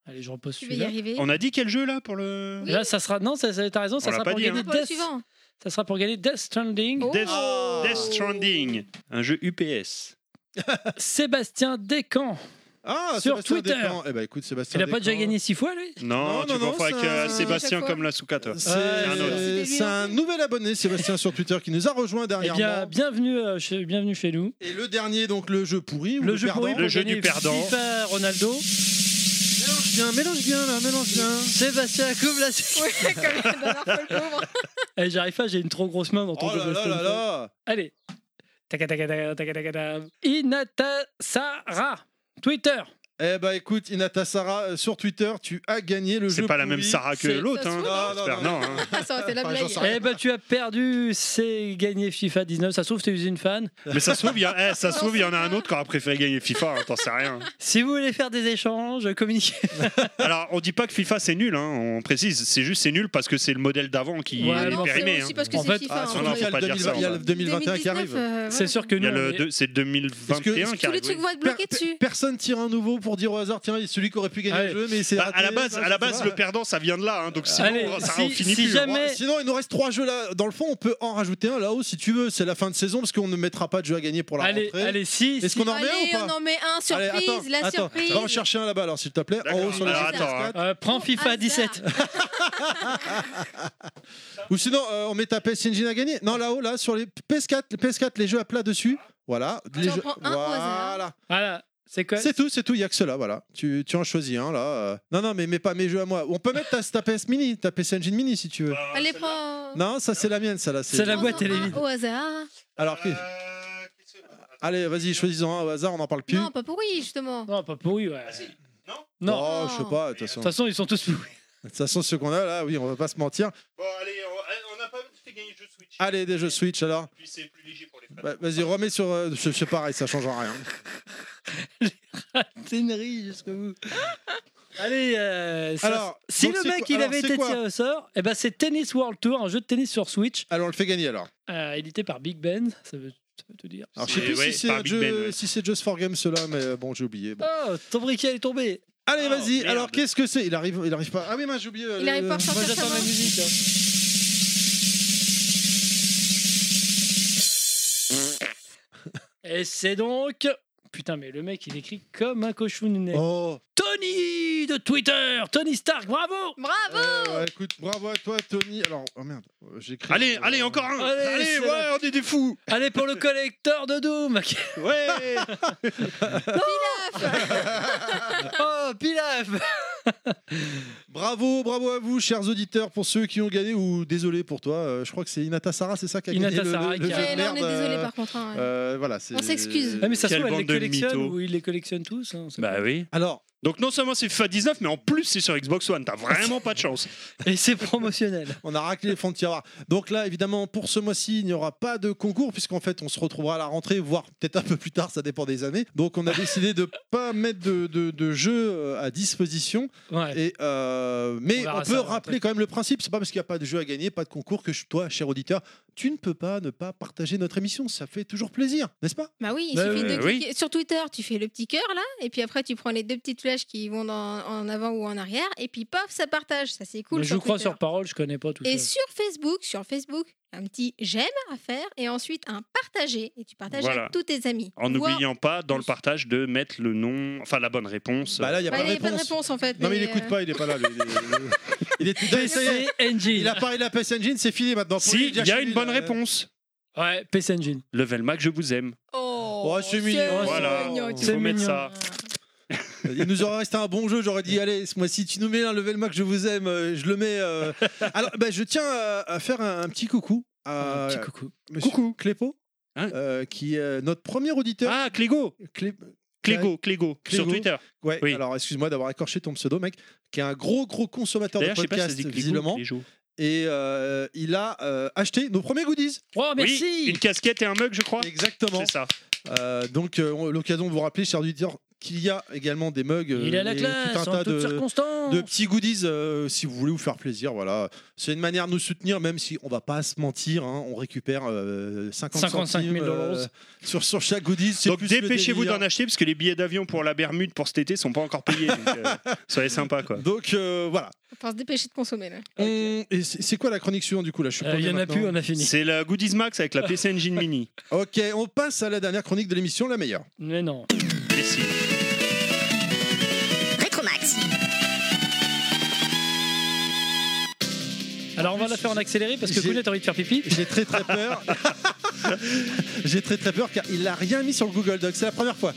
D: Allez, je repose
E: Tu vas y
D: celui-là.
E: arriver.
F: On a dit quel jeu là pour le
D: Là, ça sera. Non, ça, ça, t'as raison, ça
F: l'a
D: sera,
F: pas
D: pour
F: dit,
D: gagner
E: Ah, pour le
D: Death-
E: suivant.
D: ça sera pour gagner Death Stranding.
E: Oh.
F: Death,
C: Oh.
F: Death Stranding, un jeu UPS.
D: Sébastien Descamps.
C: Ah
D: Sur
C: Sébastien
D: Twitter.
C: Descamps. Eh ben écoute Sébastien.
D: Il a pas
C: Descamps,
D: déjà gagné six fois, lui
F: Non,
C: Non,
F: tu
C: non, non,
F: confonds avec
C: c'est
F: euh,
C: un-
F: Sébastien
E: Chaque fois.
F: comme la souka toi.
C: C'est
D: un
E: autre.
C: euh, c'est un nouvel abonné Sébastien sur Twitter qui nous a rejoint
D: Eh
C: dernièrement.
D: bien, bienvenue, euh, chez, bienvenue chez nous.
C: Et le dernier donc le jeu pourri ou
D: Le, jeu
C: perdant.
D: pourri pour
F: Le jeu
D: gagner
F: du perdant.
D: FIFA Ronaldo.
C: Mélange bien, mélange bien là, mélange bien.
D: Sébastien Koublas.
E: Ouais, comme la dernière fois, le pauvre.
D: Allez, Eh, j'arrive pas, j'ai une trop grosse main dans ton
C: Oh là
D: Ghost
C: là
D: Recon.
C: là là
D: Allez. Taca, taca, taca, taca, taca, taca. Inata Sara, Twitter.
C: Eh bah écoute, Inata Sara, euh, sur Twitter, tu as gagné le jeu.
F: C'est pas la même
C: pourri.
F: Sarah que
D: C'est-
F: l'autre, hein.
C: Non, non,
F: J'espère,
C: non.
F: non, hein.
E: Ah, ça aurait été la
C: Enfin, j'en
E: blague.
C: sais rien.
D: Eh ben, tu as perdu, c'est gagné FIFA 19. Ça se trouve, t'es une fan.
F: Mais ça se trouve, il y, a- eh, ça se trouve, il y en a un autre qui aura préféré gagner FIFA, hein, t'en sais rien.
D: Si vous voulez faire des échanges, communiquez.
F: Alors, on dit pas que FIFA c'est nul, hein, on précise, c'est juste c'est nul parce que c'est le modèle d'avant qui
D: Ouais,
E: Ah
F: est
E: non,
F: périmé.
E: c'est
F: hein.
E: aussi parce que
D: En fait,
E: c'est
C: Ah,
E: FIFA.
F: non,
C: surtout,
E: hein.
F: non,
C: il y a
F: faut
C: le
F: pas dire
C: 2020
F: ça,
C: il y a
F: on
C: le
F: va.
C: 2021 qui arrive.
E: 2019, euh, voilà.
D: C'est sûr que
F: Il y
D: nous.
F: a
D: on
F: le
D: est-
F: deux- c'est 2021
C: Parce
F: qui
E: Tous les
F: arrive.
E: trucs vont être bloqués
C: Per-
E: dessus.
C: Personne tire un nouveau pour dire au hasard, tiens, celui qui aurait pu gagner
D: Allez.
C: le jeu, mais c'est.
F: Bah, à
C: raté,
F: la base,
C: ça,
F: à la
C: ça
F: base
C: va.
F: le perdant ça vient de là, hein, donc sinon
D: Ah, Allez,
F: ça
D: si-
F: en finit
D: si
F: plus. hein.
D: jamais-
C: Bon, Sinon, il nous reste trois jeux là. Dans le fond, on peut en rajouter un là-haut si tu veux. C'est la fin de saison parce qu'on ne mettra pas de jeu à gagner pour la
D: Allez,
C: rentrée.
D: allez, si.
C: Est-ce
D: si.
C: qu'on en met un
E: Allez,
C: ou pas
E: on en met un, surprise,
C: Allez, attends,
E: la
C: attends,
E: surprise.
C: Va en chercher un là-bas alors, s'il te plaît. En haut
F: D'accord.
C: sur le
F: Alors,
E: jeu,
F: attends, hein.
D: Euh, prends
E: Au
D: FIFA
E: hasard.
D: 17.
F: hein.
C: Ou sinon, euh, on met ta PS Engine à gagner. Non, là-haut, là, sur les PS4, les PS4, les jeux à plat dessus. Voilà. Les
E: en
C: jeux-
E: prends un hein. au hasard.
C: Voilà.
D: Voilà. C'est quoi
C: C'est tout, c'est tout. Il y a que cela. Voilà. Tu, tu en choisis un là. euh. Non, non, mais mets pas mes jeux à moi. On peut mettre ta, ta PS Mini, ta PS Engine Mini si tu veux.
F: Bah,
E: Allez, prends.
C: Non, ça c'est la mienne, ça là.
D: C'est la
E: prends-en
D: boîte, elle est
E: un
D: vide.
E: Au hasard.
C: Alors, que- allez, vas-y, choisis-en un au hasard. On n'en parle plus.
E: Non, pas pourri, justement.
D: Non, pas pourri, ouais.
C: Ah,
D: Non.
C: Oh, je sais pas. De toute
D: De
C: façon,
D: toute façon, ils sont tous pourris.
C: de toute façon, ceux qu'on a là, oui, on va pas se mentir.
F: Bon, allez, on n'a pas fait gagner le jeu Switch.
C: Allez, des jeux Switch alors.
F: Puis c'est plus léger pour les fans.
C: Bah, vas-y, remets sur. euh, c'est c'est pareil, ça change en rien.
D: Ténérie jusqu'au bout. Allez, euh, ça-
C: Alors,
D: si
C: donc
D: le
C: c'est
D: mec
C: quoi-
D: il
C: alors,
D: avait
C: c'est
D: été
C: quoi
D: tiré au sort, eh ben c'est Tennis World Tour, un jeu de tennis sur Switch,
C: Allez, on le fait gagner alors.
D: euh, édité par Big Ben. Ça veut, ça veut tout dire.
C: Alors, je
F: C'est-
C: sais plus
F: ouais,
C: si c'est
F: par
C: un
F: Big
C: jeu-
F: Ben, ouais.
C: si c'est Just for Game cela, mais euh, bon, j'ai oublié. bon.
D: Oh, ton briquet est tombé.
C: Allez,
F: Oh,
C: vas-y.
F: merde.
C: Alors, qu'est-ce que c'est Il arrive, il arrive pas. Ah oui, moi j'ai oublié. euh,
E: Il arrive pas
D: Moi
E: à ressortir
D: j'attends
E: sa
D: la
E: main.
D: musique. hein. Et c'est donc. Putain, mais le mec il écrit comme un cochon
C: Oh,
D: Tony de Twitter, Tony Stark, bravo
E: Bravo
C: euh, ouais, écoute, bravo à toi, Tony. Alors, oh merde, euh, j'ai écrit-
F: Allez,
C: euh,
F: allez, encore un.
D: Allez,
F: Allez,
D: c'est
F: ouais,
D: la-
F: on est des fous.
D: Allez pour le collecteur de Doom
F: Ouais.
D: Oh, Pilaf
C: Bravo, bravo à vous, chers auditeurs, pour ceux qui ont gagné ou désolé pour toi. euh, je crois que c'est Inata Sara, c'est ça qui a
D: Hinata
C: gagné le-
D: Sara
C: le,
D: qui
C: le
D: a-
C: jeu de
E: Ouais, là, on est
C: merde,
E: désolé
C: euh,
E: par contre. hein, ouais.
C: euh, voilà, c'est-
E: On s'excuse.
D: Ah, mais ça se
F: Quelle
D: trouve, elle les
F: bande de
D: collectionne
F: mythos.
D: ou il les collectionne tous. hein, on sait
F: bah
D: pas.
F: oui.
C: Alors,
F: Donc non seulement c'est FIFA 19, mais en plus c'est sur Xbox One. T'as vraiment pas de chance.
D: Et c'est promotionnel.
C: On a raclé les fonds de tiroir. Donc là, évidemment, pour ce mois-ci, il n'y aura pas de concours, puisqu'en fait, on se retrouvera à la rentrée, voire peut-être un peu plus tard, ça dépend des années. Donc on a décidé de pas mettre de, de, de jeu euh, à disposition.
D: Ouais.
C: Et, euh, mais on,
D: verra ça à
C: peut
D: la
C: rappeler quand même le principe c'est pas parce qu'il n'y a pas de jeu à gagner, pas de concours, que je- toi, cher auditeur, tu ne peux pas ne pas partager notre émission. Ça fait toujours plaisir, n'est-ce pas
E: Bah oui, il
D: Bah
E: suffit
D: oui,
E: de
F: oui.
E: cliquer. Sur Twitter, tu fais le petit cœur là, et puis après tu prends les deux petites flèches qui vont dans- en avant ou en arrière, et puis paf, ça partage. Ça c'est
C: Bah,
E: cool.
D: Mais je
E: sur
D: crois
E: Twitter.
D: sur parole, je connais pas tout
E: Et
D: ça.
E: sur Facebook, sur Facebook, un petit j'aime à faire, et ensuite un partager, et tu partages
F: Voilà.
E: avec tous tes amis.
F: En
E: Voire-
F: n'oubliant pas dans le partage de mettre le nom, enfin la bonne réponse.
C: Bah là, il n'y a
E: Bah,
C: pas
E: il
C: de
E: n'y a
C: réponse.
E: pas de réponse en fait.
C: Non, mais il
E: mais,
C: n'écoute
E: euh,
C: pas, il n'est pas là. lui. Il est, il est- ça y est,
D: PC
C: il
D: Engine.
C: a parlé de la PS Engine, c'est fini maintenant. Faut
F: si,
C: lui dire
F: il y a
C: chez lui, euh,
F: une bonne
C: là.
F: réponse.
D: Ouais, PC Engine.
F: Level Mac, je vous aime.
E: Oh,
C: Oh, c'est mignon.
F: Voilà.
E: mignon,
F: Il
E: tu
D: C'est
F: faut mettre
D: mignon.
F: ça.
C: Il nous aurait resté un bon jeu, j'aurais dit allez, ce mois-ci tu nous mets un level max, je vous aime, euh, je le mets. euh. Alors bah, je tiens à, à faire un, un petit coucou à
D: Un Petit coucou.
C: Monsieur Clépo,
F: Hein
C: euh, qui est notre premier auditeur.
F: Ah, Clégo.
C: Clé-
F: Clégo, Clégo, sur
C: Clégo.
F: Twitter.
C: Ouais,
F: Oui.
C: alors excuse-moi d'avoir écorché ton pseudo, mec, qui est un gros gros consommateur de
F: D'ailleurs, je sais pas si ça se
C: podcasts
F: dit
C: visiblement,
F: Clégo. ou Clégo.
C: et euh, il a euh, acheté nos premiers goodies.
D: Oh, merci
F: Oui, une casquette et un mug, je crois.
C: Exactement.
F: C'est ça.
C: Euh, donc euh, l'occasion de vous rappeler, cher auditeur, qu'il y a également des mugs. euh,
D: Il a la
C: et
D: classe
C: tout un
D: en
C: tas
D: toutes
C: de,
D: circonstances.
C: de petits goodies euh, si vous voulez vous faire plaisir. Voilà, c'est une manière de nous soutenir, même si on va pas se mentir, hein, on récupère euh, 50
D: 55 000
C: centimes, euh,
D: dollars.
C: sur sur chaque goodies. c'est
F: Donc
C: plus le
F: dépêchez-vous
C: délire.
F: d'en acheter parce que les billets d'avion pour la Bermude pour cet été sont pas encore payés. donc, euh, soyez sympa quoi.
C: Donc euh, voilà.
E: Enfin, se dépêcher de consommer là.
C: On- et C'est c'est quoi la chronique suivante du coup là Je suis
D: Euh, Il
C: paumé
D: y en a
C: maintenant.
D: plus, on a fini.
F: C'est la Goodies Max avec la PC Engine Mini.
C: Ok, on passe à la dernière chronique de l'émission, la meilleure.
D: Mais non.
F: Et si.
B: Rétromax.
D: Alors on va la faire en accéléré parce que
C: J'ai-
D: Kounet a envie de faire pipi.
C: J'ai très très peur. J'ai très très peur car il n'a rien mis sur le Google Doc. C'est la première fois.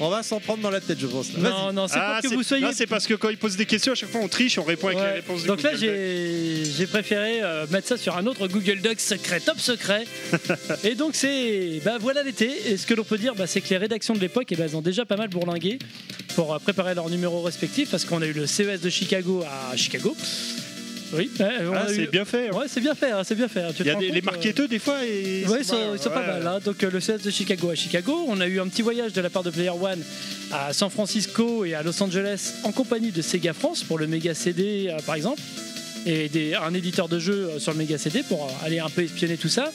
C: On va s'en prendre dans la tête, je pense. là. Vas-y.
D: Non, non, c'est
F: Ah,
D: pour que
F: c'est-
D: vous soyez.
F: non, c'est parce que quand ils posent des questions, à chaque fois on triche, on répond avec
D: Ouais.
F: les réponses du
D: Donc là,
F: Google Doc.
D: j'ai j'ai préféré euh, mettre ça sur un autre Google Doc secret, top secret. et donc, c'est. Bah voilà l'été. Et ce que l'on peut dire, bah, c'est que les rédactions de l'époque, eh ben, elles ont déjà pas mal bourlingué pour euh, préparer leurs numéros respectifs. Parce qu'on a eu le CES de Chicago à Chicago. Oui, ouais, on
F: Ah,
D: a eu-
F: c'est bien fait. hein.
D: Ouais, c'est bien fait, hein, c'est bien fait. hein. Tu te
F: Il y a
D: rends
F: des, les
D: compte, euh,
F: marketeurs des fois et
D: Ouais, ils sont, ils sont pas
F: ouais.
D: mal. hein. Donc euh, le CS de Chicago à Chicago, on a eu un petit voyage de la part de Player One à San Francisco et à Los Angeles en compagnie de Sega France pour le Mega CD euh, par exemple, et des- un éditeur de jeux euh, sur le Mega CD pour euh, aller un peu espionner tout ça.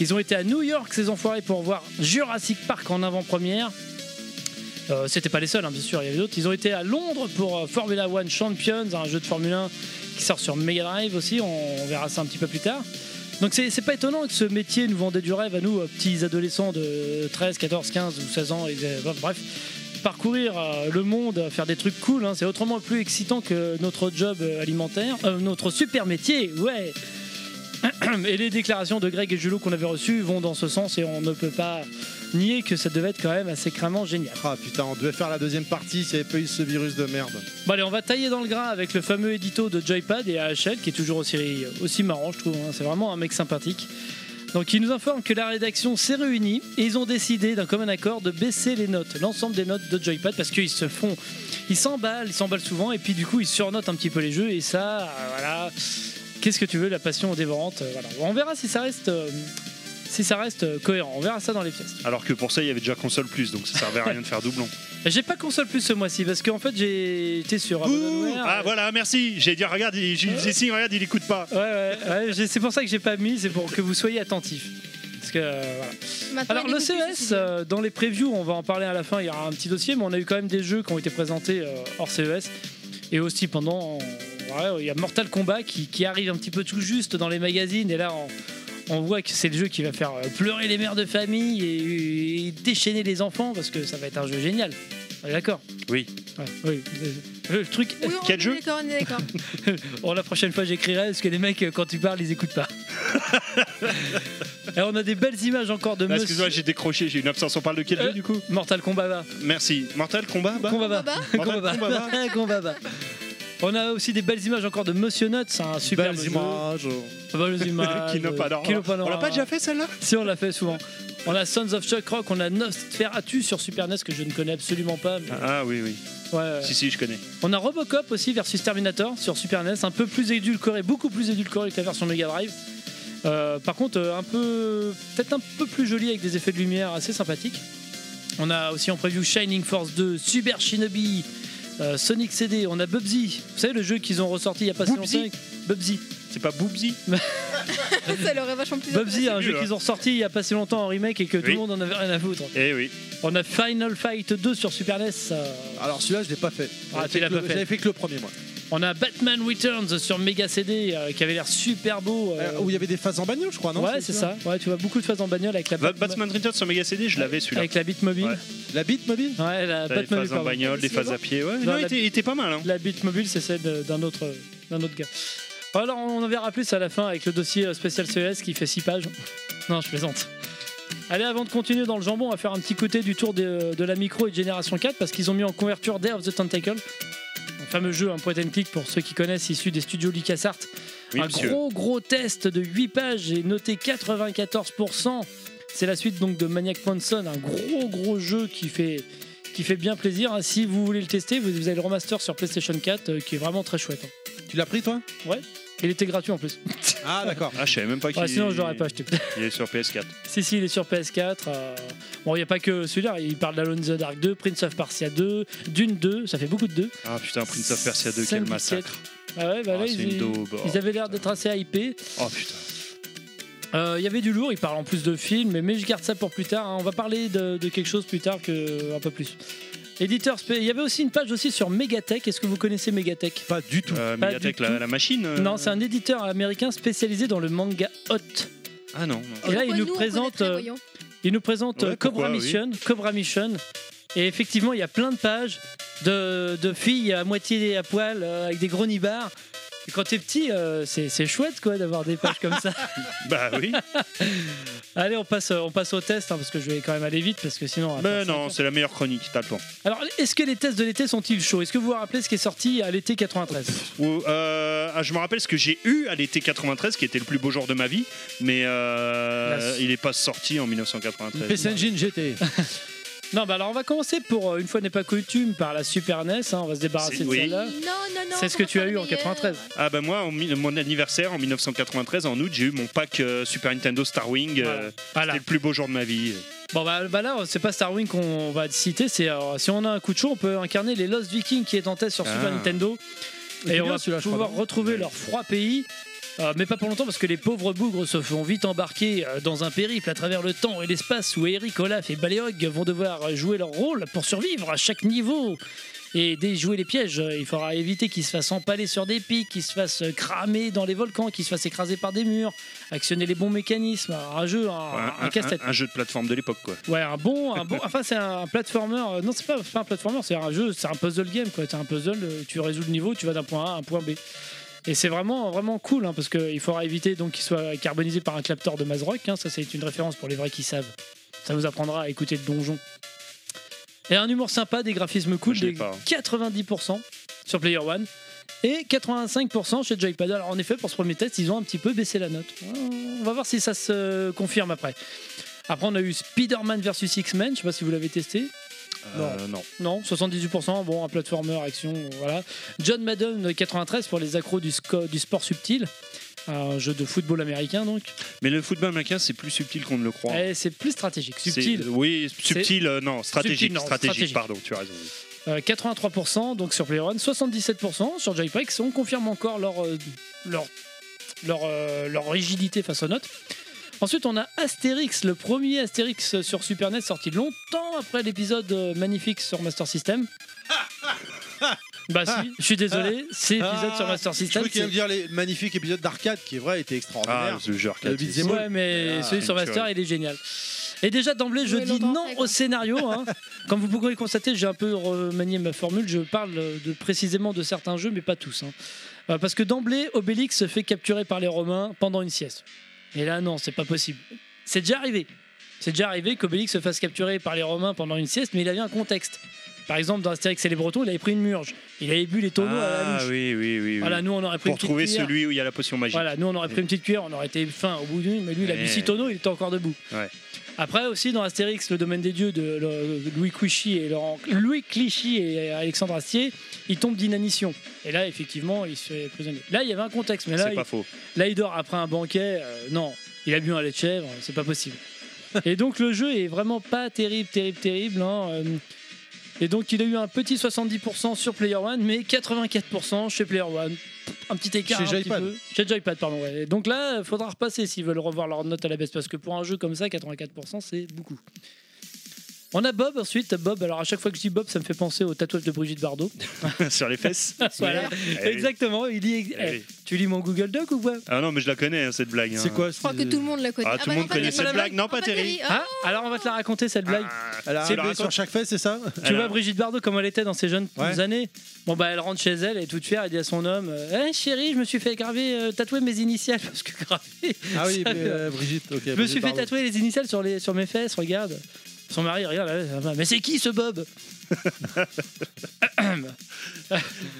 D: Ils ont été à New York ces enfoirés pour voir Jurassic Park en avant-première. Euh, C'était pas les seuls, hein, bien sûr, il y avait d'autres. Ils ont été à Londres pour euh, Formula One Champions, un jeu de Formule 1 qui sort sur Mega Drive aussi. on- on verra ça un petit peu plus tard. Donc c'est c'est pas étonnant que ce métier nous vendait du rêve à nous, euh, petits adolescents de 13, 14, 15 ou 16 ans, et, euh, bref, bref. Parcourir euh, le monde, euh, faire des trucs cool, hein, c'est autrement plus excitant que notre job euh, alimentaire, euh, notre super métier, ouais Et les déclarations de Greg et Julot qu'on avait reçues vont dans ce sens et on ne peut pas nier que ça devait être quand même assez cramant génial.
C: Ah putain, on devait faire la deuxième partie s'il n'y avait pas eu ce virus de merde.
D: Bon allez, on va tailler dans le gras avec le fameux édito de Joypad et AHL qui est toujours aussi, aussi marrant je trouve, hein. c'est vraiment un mec sympathique. Donc il nous informe que la rédaction s'est réunie et ils ont décidé d'un commun accord de baisser les notes, l'ensemble des notes de Joypad parce qu'ils se font, ils s'emballent, ils s'emballent souvent et puis du coup ils surnotent un petit peu les jeux et ça, euh, voilà, qu'est-ce que tu veux, la passion dévorante, euh, voilà. On verra si ça reste, euh, si ça reste euh, cohérent, on verra ça dans les pièces.
F: Alors que pour ça, il y avait déjà console plus, donc ça servait à rien de faire doublon.
D: J'ai pas console plus ce mois-ci parce qu'en fait j'ai été sur euh,
F: Ouh,
D: Abandonware.
F: ah voilà, merci. J'ai dit regarde, il, j'ai dit, si, regarde, il écoute pas. Bah,
D: Ouais, ouais, ouais, j'ai- c'est pour ça que j'ai pas mis, c'est pour que vous soyez attentifs. Parce que, euh, voilà.
E: Maintenant,
D: Alors
E: il
D: le
E: écoute plus
D: CES,
E: aussi.
D: euh, dans les previews, on va en parler à la fin, il y aura un petit dossier, mais on a eu quand même des jeux qui ont été présentés euh, hors CES. Et aussi pendant... ouais, il y a Mortal Kombat qui, qui arrive un petit peu tout juste dans les magazines, et là on, on voit que c'est le jeu qui va faire euh, pleurer les mères de famille et, et déchaîner les enfants, parce que ça va être un jeu génial. On est d'accord
F: Oui.
D: Ouais, oui. Le- le truc
E: Oui, on
F: quel
E: est
F: jeu
E: d'accord, on est d'accord.
D: Bon, la prochaine fois, j'écrirai parce que les mecs, euh, quand tu parles, ils écoutent pas. Et on a des belles images encore de
F: Ah,
D: Monsieur-
F: Excuse-moi, j'ai décroché, j'ai une absence. On parle de quel
D: Euh,
F: jeu du coup
D: Mortal Kombat. va.
F: Merci. Mortal Kombat bah
D: Kombat. va.
E: Baba
F: Mortal
D: Kombat.
F: Kombat, bah
D: Kombat, va. On a aussi des belles images encore de Monsieur Nuts, un super
C: Belles images.
D: Belles images.
F: Kino Panorama.
D: Kino
F: On l'a
D: Panorama.
F: pas déjà fait celle-là
D: Si on l'a fait souvent. On a Sons of Chuck Rock, on a Nosferatu sur Super NES que je ne connais absolument pas. mais-
F: Ah oui, oui.
D: Ouais, ouais.
F: Si, si, je connais.
D: On a Robocop aussi versus Terminator sur Super NES, un peu plus édulcoré, beaucoup plus édulcoré que la version Mega Drive. Euh, par contre, euh, un peu, peut-être un peu plus joli avec des effets de lumière assez sympathiques. On a aussi en preview Shining Force 2, Super Shinobi, euh, Sonic CD, on a Bubsy. Vous savez le jeu qu'ils ont ressorti il y a pas si
F: Bubsy
D: longtemps Bubsy.
F: C'est pas Boobsy
E: Ça l'aurait vachement plus
D: Bubsy, un
F: nul,
D: jeu
F: hein.
D: qu'ils ont ressorti il y a pas si longtemps en remake et que tout
F: Oui.
D: le monde en avait rien à foutre.
F: Eh oui.
D: On a Final Fight 2 sur Super NES. euh,
C: Alors celui-là, je l'ai pas fait.
D: Ah,
C: J'avais
D: tu
C: fait
D: l'as
C: que le-
D: pas fait.
C: J'avais fait que le premier, moi.
D: on a Batman Returns sur Mega CD euh, qui avait l'air super beau. euh,
C: Euh, où il y avait des phases en bagnole, je crois, non
D: ouais, c'est ça. Ouais, tu vois beaucoup de phases en bagnole avec la
F: Va-
D: Bat-
F: Batman Returns sur Mega CD, je l'avais celui-là.
D: avec la bite mobile.
F: Ouais.
D: Ouais,
C: La bite mobile
D: la
F: T'as Des
D: Batmobile,
F: phases en
D: pardon.
F: bagnole, des phases à pied. Ouais,
D: Dans
F: non,
D: la-
F: il était- il était pas mal. hein.
D: La bite mobile, c'est celle de- d'un autre euh, d'un autre gars. Alors, on en verra plus à la fin avec le dossier euh, spécial CES qui fait 6 pages. Non, je plaisante. Allez, avant de continuer dans le jambon, on va faire un petit côté du tour euh, de, de la micro et de Génération 4 parce qu'ils ont mis en couverture Day of the Tentacle, un fameux jeu, un point and click pour ceux qui connaissent, issu des studios LucasArts.
F: Oui,
D: un
F: monsieur.
D: gros gros test de 8 pages et noté 94%. C'est la suite donc de Maniac Manson, un gros gros jeu qui fait, qui fait bien plaisir. hein. Si vous voulez le tester, vous, vous avez le remaster sur PlayStation 4 euh, qui est vraiment très chouette. hein.
C: Tu l'as pris, toi
D: Il était gratuit en plus.
C: Ah, d'accord.
F: Ah, je savais même pas qu'il
D: Ouais, sinon je l'aurais pas acheté.
F: Il est sur PS4.
D: si si il est sur PS4. euh, Bon il n'y a pas que celui-là, il parle d'Alone in the Dark 2, Prince of Persia 2, Dune 2, ça fait beaucoup de 2.
F: Ah putain, Prince of Persia 2, quel
D: Syndicate.
F: massacre.
D: Ah ouais, bah
F: Ah,
D: là,
F: c'est
D: ils,
F: une daube.
D: ils avaient l'air d'être assez hypés.
F: Oh putain.
D: Euh, Il y avait du lourd, il parle en plus de films, mais je garde ça pour plus tard. hein. On va parler de, de quelque chose plus tard que un peu plus. Éditeur, spé- il y avait aussi une page aussi sur Megatech. Est-ce que vous connaissez Megatech
C: Pas du tout.
F: Euh,
D: Pas
F: Mediatek,
D: du
F: la,
D: tout.
F: la machine euh,
D: Non, c'est un éditeur américain spécialisé dans le manga hot.
F: Ah non. non.
D: Et là, il
E: Pourquoi
D: nous
E: on
D: présente,
E: connaîtrait,
D: euh,
E: voyons
D: Il nous présente
F: Ouais,
D: euh, Cobra
F: pourquoi, oui.
D: Mission, Cobra Mission. Et effectivement, il y a plein de pages de, de filles à moitié à poil euh, avec des gros nibards Et Quand t'es petit, euh, c'est c'est chouette quoi d'avoir des pages comme ça.
F: Bah oui.
D: Ah, Allez, on passe, euh, on passe au test hein, parce que je vais quand même aller vite parce que sinon. on va
F: Mais
D: faire
F: Ben Bah non,
D: cinq
F: c'est la meilleure chronique, t'as le temps.
D: heures. Alors, est-ce que les tests de l'été sont-ils chauds Est-ce que vous vous rappelez ce qui est sorti à l'été 93
F: Ou, euh, ah, je me rappelle ce que j'ai eu à l'été 93, qui était le plus beau jour de ma vie, mais euh,
D: La-
F: il n'est pas sorti en
C: Une
F: 1993.
C: PC Engine GT.
D: Non, bah alors on va commencer pour euh, une fois n'est pas coutume par la Super NES. hein, on va se débarrasser
F: C'est-
D: de
F: oui.
D: celle-là.
B: non, non.
D: C'est ce que tu as eu en 93.
F: Ah ben moi, en mi- mon anniversaire en 1993, en août, j'ai eu mon pack euh, Super Nintendo Star Wing. euh,
D: Voilà.
F: C'était
D: Voilà.
F: le plus beau jour de ma vie.
D: Bon bah, bah là, c'est pas Star Wing qu'on va citer. C'est alors, si on a un coup de chaud, on peut incarner les Lost Vikings qui est en test sur
F: Ah.
D: Super Nintendo.
C: Il est
D: Et on
C: bien,
D: va
C: celui-là, je
D: pouvoir
C: crois, non
D: retrouver leur froid pays. euh, mais pas pour longtemps parce que les pauvres bougres se font vite embarquer euh, dans un périple à travers le temps et l'espace où Eric, Olaf et Baléog vont devoir euh, jouer leur rôle pour survivre à chaque niveau et déjouer les pièges. Euh, Il faudra éviter qu'ils se fassent empaler sur des pics, qu'ils se fassent euh, cramer dans les volcans, qu'ils se fassent écraser par des murs, actionner les bons mécanismes. Alors, Un jeu, un, un casse-tête.
F: un jeu de plateforme de l'époque, quoi.
D: Ouais, un bon, un bon. Enfin, c'est un platformer. euh, Non, c'est pas, c'est pas un platformer, c'est un jeu, c'est un puzzle game, quoi. C'est un puzzle, euh, tu résous le niveau, tu vas d'un point A à un point B. Et c'est vraiment, vraiment cool, hein, parce qu'il faudra éviter donc qu'il soit carbonisé par un claptor de Mazrock. hein, ça, c'est une référence pour les vrais qui savent. Ça vous apprendra à écouter le donjon. Et un humour sympa, des graphismes cool,
F: Je l'ai
D: des
F: pas, hein.
D: 90% sur Player One et 85% chez Joypad. Alors en effet, pour ce premier test, ils ont un petit peu baissé la note. On va voir si ça se confirme après. Après, on a eu Spider-Man vs X-Men, je sais pas si vous l'avez testé.
F: Euh, non.
D: Non, 78%, bon, un platformer, action, voilà. John Madden 93 pour les accros du, sco- du sport subtil. Un jeu de football américain donc.
F: Mais le football américain, c'est plus subtil qu'on ne le croit.
D: Eh, c'est plus stratégique,
F: C'est-
D: subtil.
F: Oui, subtil, euh, non, stratégique,
D: Subtil, non,
F: stratégique,
D: stratégique.
F: pardon, tu as raison.
D: Euh, 83% donc sur PlayerOne, 77% sur Joypacks. On confirme encore leur, euh, leur, leur, euh, leur rigidité face aux notes. Ensuite, on a Astérix, le premier Astérix sur Super NES sorti longtemps après l'épisode euh, magnifique sur Master System. bah si, je suis désolé, c'est l'épisode sur Master
C: Ah. Je
D: System.
C: crois qu'il allait me dire les magnifiques épisodes d'arcade qui, est vrai, étaient
F: Ah,
C: extraordinaires.
F: ce
D: Euh,
F: jeu
C: Le
F: arcade.
C: beat'em
F: c'est-
C: up.
D: Ouais, mais
C: Ah,
D: celui sur
F: naturel.
D: Master, il est génial. Et déjà d'emblée, je
E: Oui,
D: dis
E: longtemps
D: non
E: après,
D: au
E: quoi.
D: scénario. hein. Comme vous pouvez le constater, j'ai un peu remanié ma formule. Je parle de, précisément de certains jeux, mais pas tous. hein. Euh, Parce que d'emblée, Obélix se fait capturer par les Romains pendant une sieste. Et là, non, c'est pas possible. C'est déjà arrivé. C'est déjà arrivé qu'Obélix se fasse capturer par les Romains pendant une sieste, mais il avait un contexte. Par exemple, dans Astérix et les Bretons, il avait pris une murge. Il avait bu les tonneaux à la
F: Ah
D: louche.
F: oui, oui, oui. oui.
D: Voilà, nous, on aurait pris
F: Pour
D: une petite
F: trouver
D: cuillère.
F: celui où il y a la potion magique.
D: Voilà, nous on aurait pris une petite cuillère, on aurait été fin au bout d'une, mais lui il a bu
F: Ouais.
D: six tonneaux, il était encore debout.
F: Ouais.
D: Après aussi dans Astérix, le domaine des dieux de, le- de Louis Clichy et Laurent- Louis Clichy et Alexandre Astier, il tombe d'inanition. Et là effectivement il se fait prisonnier. Là il y avait un contexte, mais là,
F: C'est
D: il,
F: pas faux.
D: là, il dort après un banquet. euh, non, il a bu un lait de chèvre, c'est pas possible. et donc le jeu est vraiment pas terrible, terrible, terrible. hein, euh, et donc il a eu un petit 70% sur Player One, mais 84% chez Player One. Un petit écart.
C: Chez
D: un petit
C: Joypad.
D: peu. Chez Joypad, pardon. ouais. Et Donc là, il faudra repasser s'ils veulent revoir leur note à la baisse, parce que pour un jeu comme ça, 84%, c'est beaucoup. On a Bob ensuite. Bob, alors à chaque fois que je dis Bob, ça me fait penser au tatouage de Brigitte Bardot.
F: Sur les fesses.
D: Voilà.
F: Eh oui.
D: Exactement. Il dit,
F: Eh
D: eh,
F: oui.
D: tu lis mon Google Doc ou quoi
F: Ah non, mais je la connais, hein, cette blague.
C: C'est
F: hein.
C: quoi
E: Je crois que tout le monde la connaît.
F: Ah, tout le
E: bah
F: monde
E: non, pas
F: connaît
E: Terry,
F: cette
E: pas
F: blague. Non, pas Terry.
E: Ah,
D: Ah, alors on va te la raconter cette blague.
F: Ah,
C: Elle a
F: tu la
C: un blé sur
F: racontes
C: chaque fesse, c'est ça
D: Tu
F: Alors-
D: vois Brigitte Bardot comme elle était dans ses jeunes
C: Ouais.
D: années. Bon bah elle rentre chez elle et toute fière elle dit à son homme euh, Eh, chérie je me suis fait graver euh, tatouer mes initiales parce que graver
C: Ah oui,
D: ça-
C: mais, euh, Brigitte, ok.
D: je me suis fait tatouer les initiales sur les sur mes fesses regarde son mari regarde là, ça va, mais c'est qui ce Bob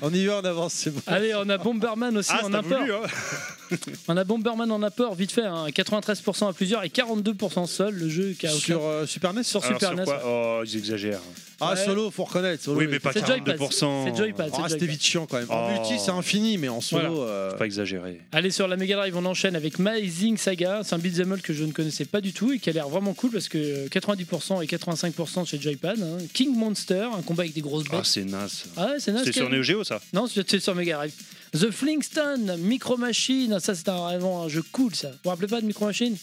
C: On y va, on avance, c'est bon.
D: allez on a Bomberman aussi
F: Ah,
D: en
F: t'as
D: import
F: voulu, hein
D: on a Bomberman en apport vite fait hein, 93% à plusieurs et 42% seul le jeu qui a aucun-
C: Sur euh, Super NES
D: sur
F: Alors,
D: Super
F: sur
D: NES
F: quoi Oh, ils exagèrent.
C: Ah,
D: Ouais.
C: solo, faut reconnaître. Solo,
F: Oui, mais pas
D: C'est
F: 42%.
D: Joypad, c'est Joypad.
C: Ah, c'était vite chiant quand même. En
F: Oh.
C: multi, c'est infini, mais en solo. euh,
F: Pas exagéré.
D: Allez sur la Mega Drive, on enchaîne avec Amazing Saga, c'est un beat'em up que je ne connaissais pas du tout et qui a l'air vraiment cool parce que euh, 90% et 85% chez Joypad. hein. King Monster, un combat avec des grosses
F: Ah,
D: bêtes.
F: c'est naze.
D: Ah, ouais, c'est naze,
F: C'est sur
D: carrément.
F: Neo Geo, ça
D: Non, c'était sur Mega Drive. The Flintstone, Micro Machine, ça c'est un- vraiment un jeu cool ça. Vous vous rappelez pas de Micro Machine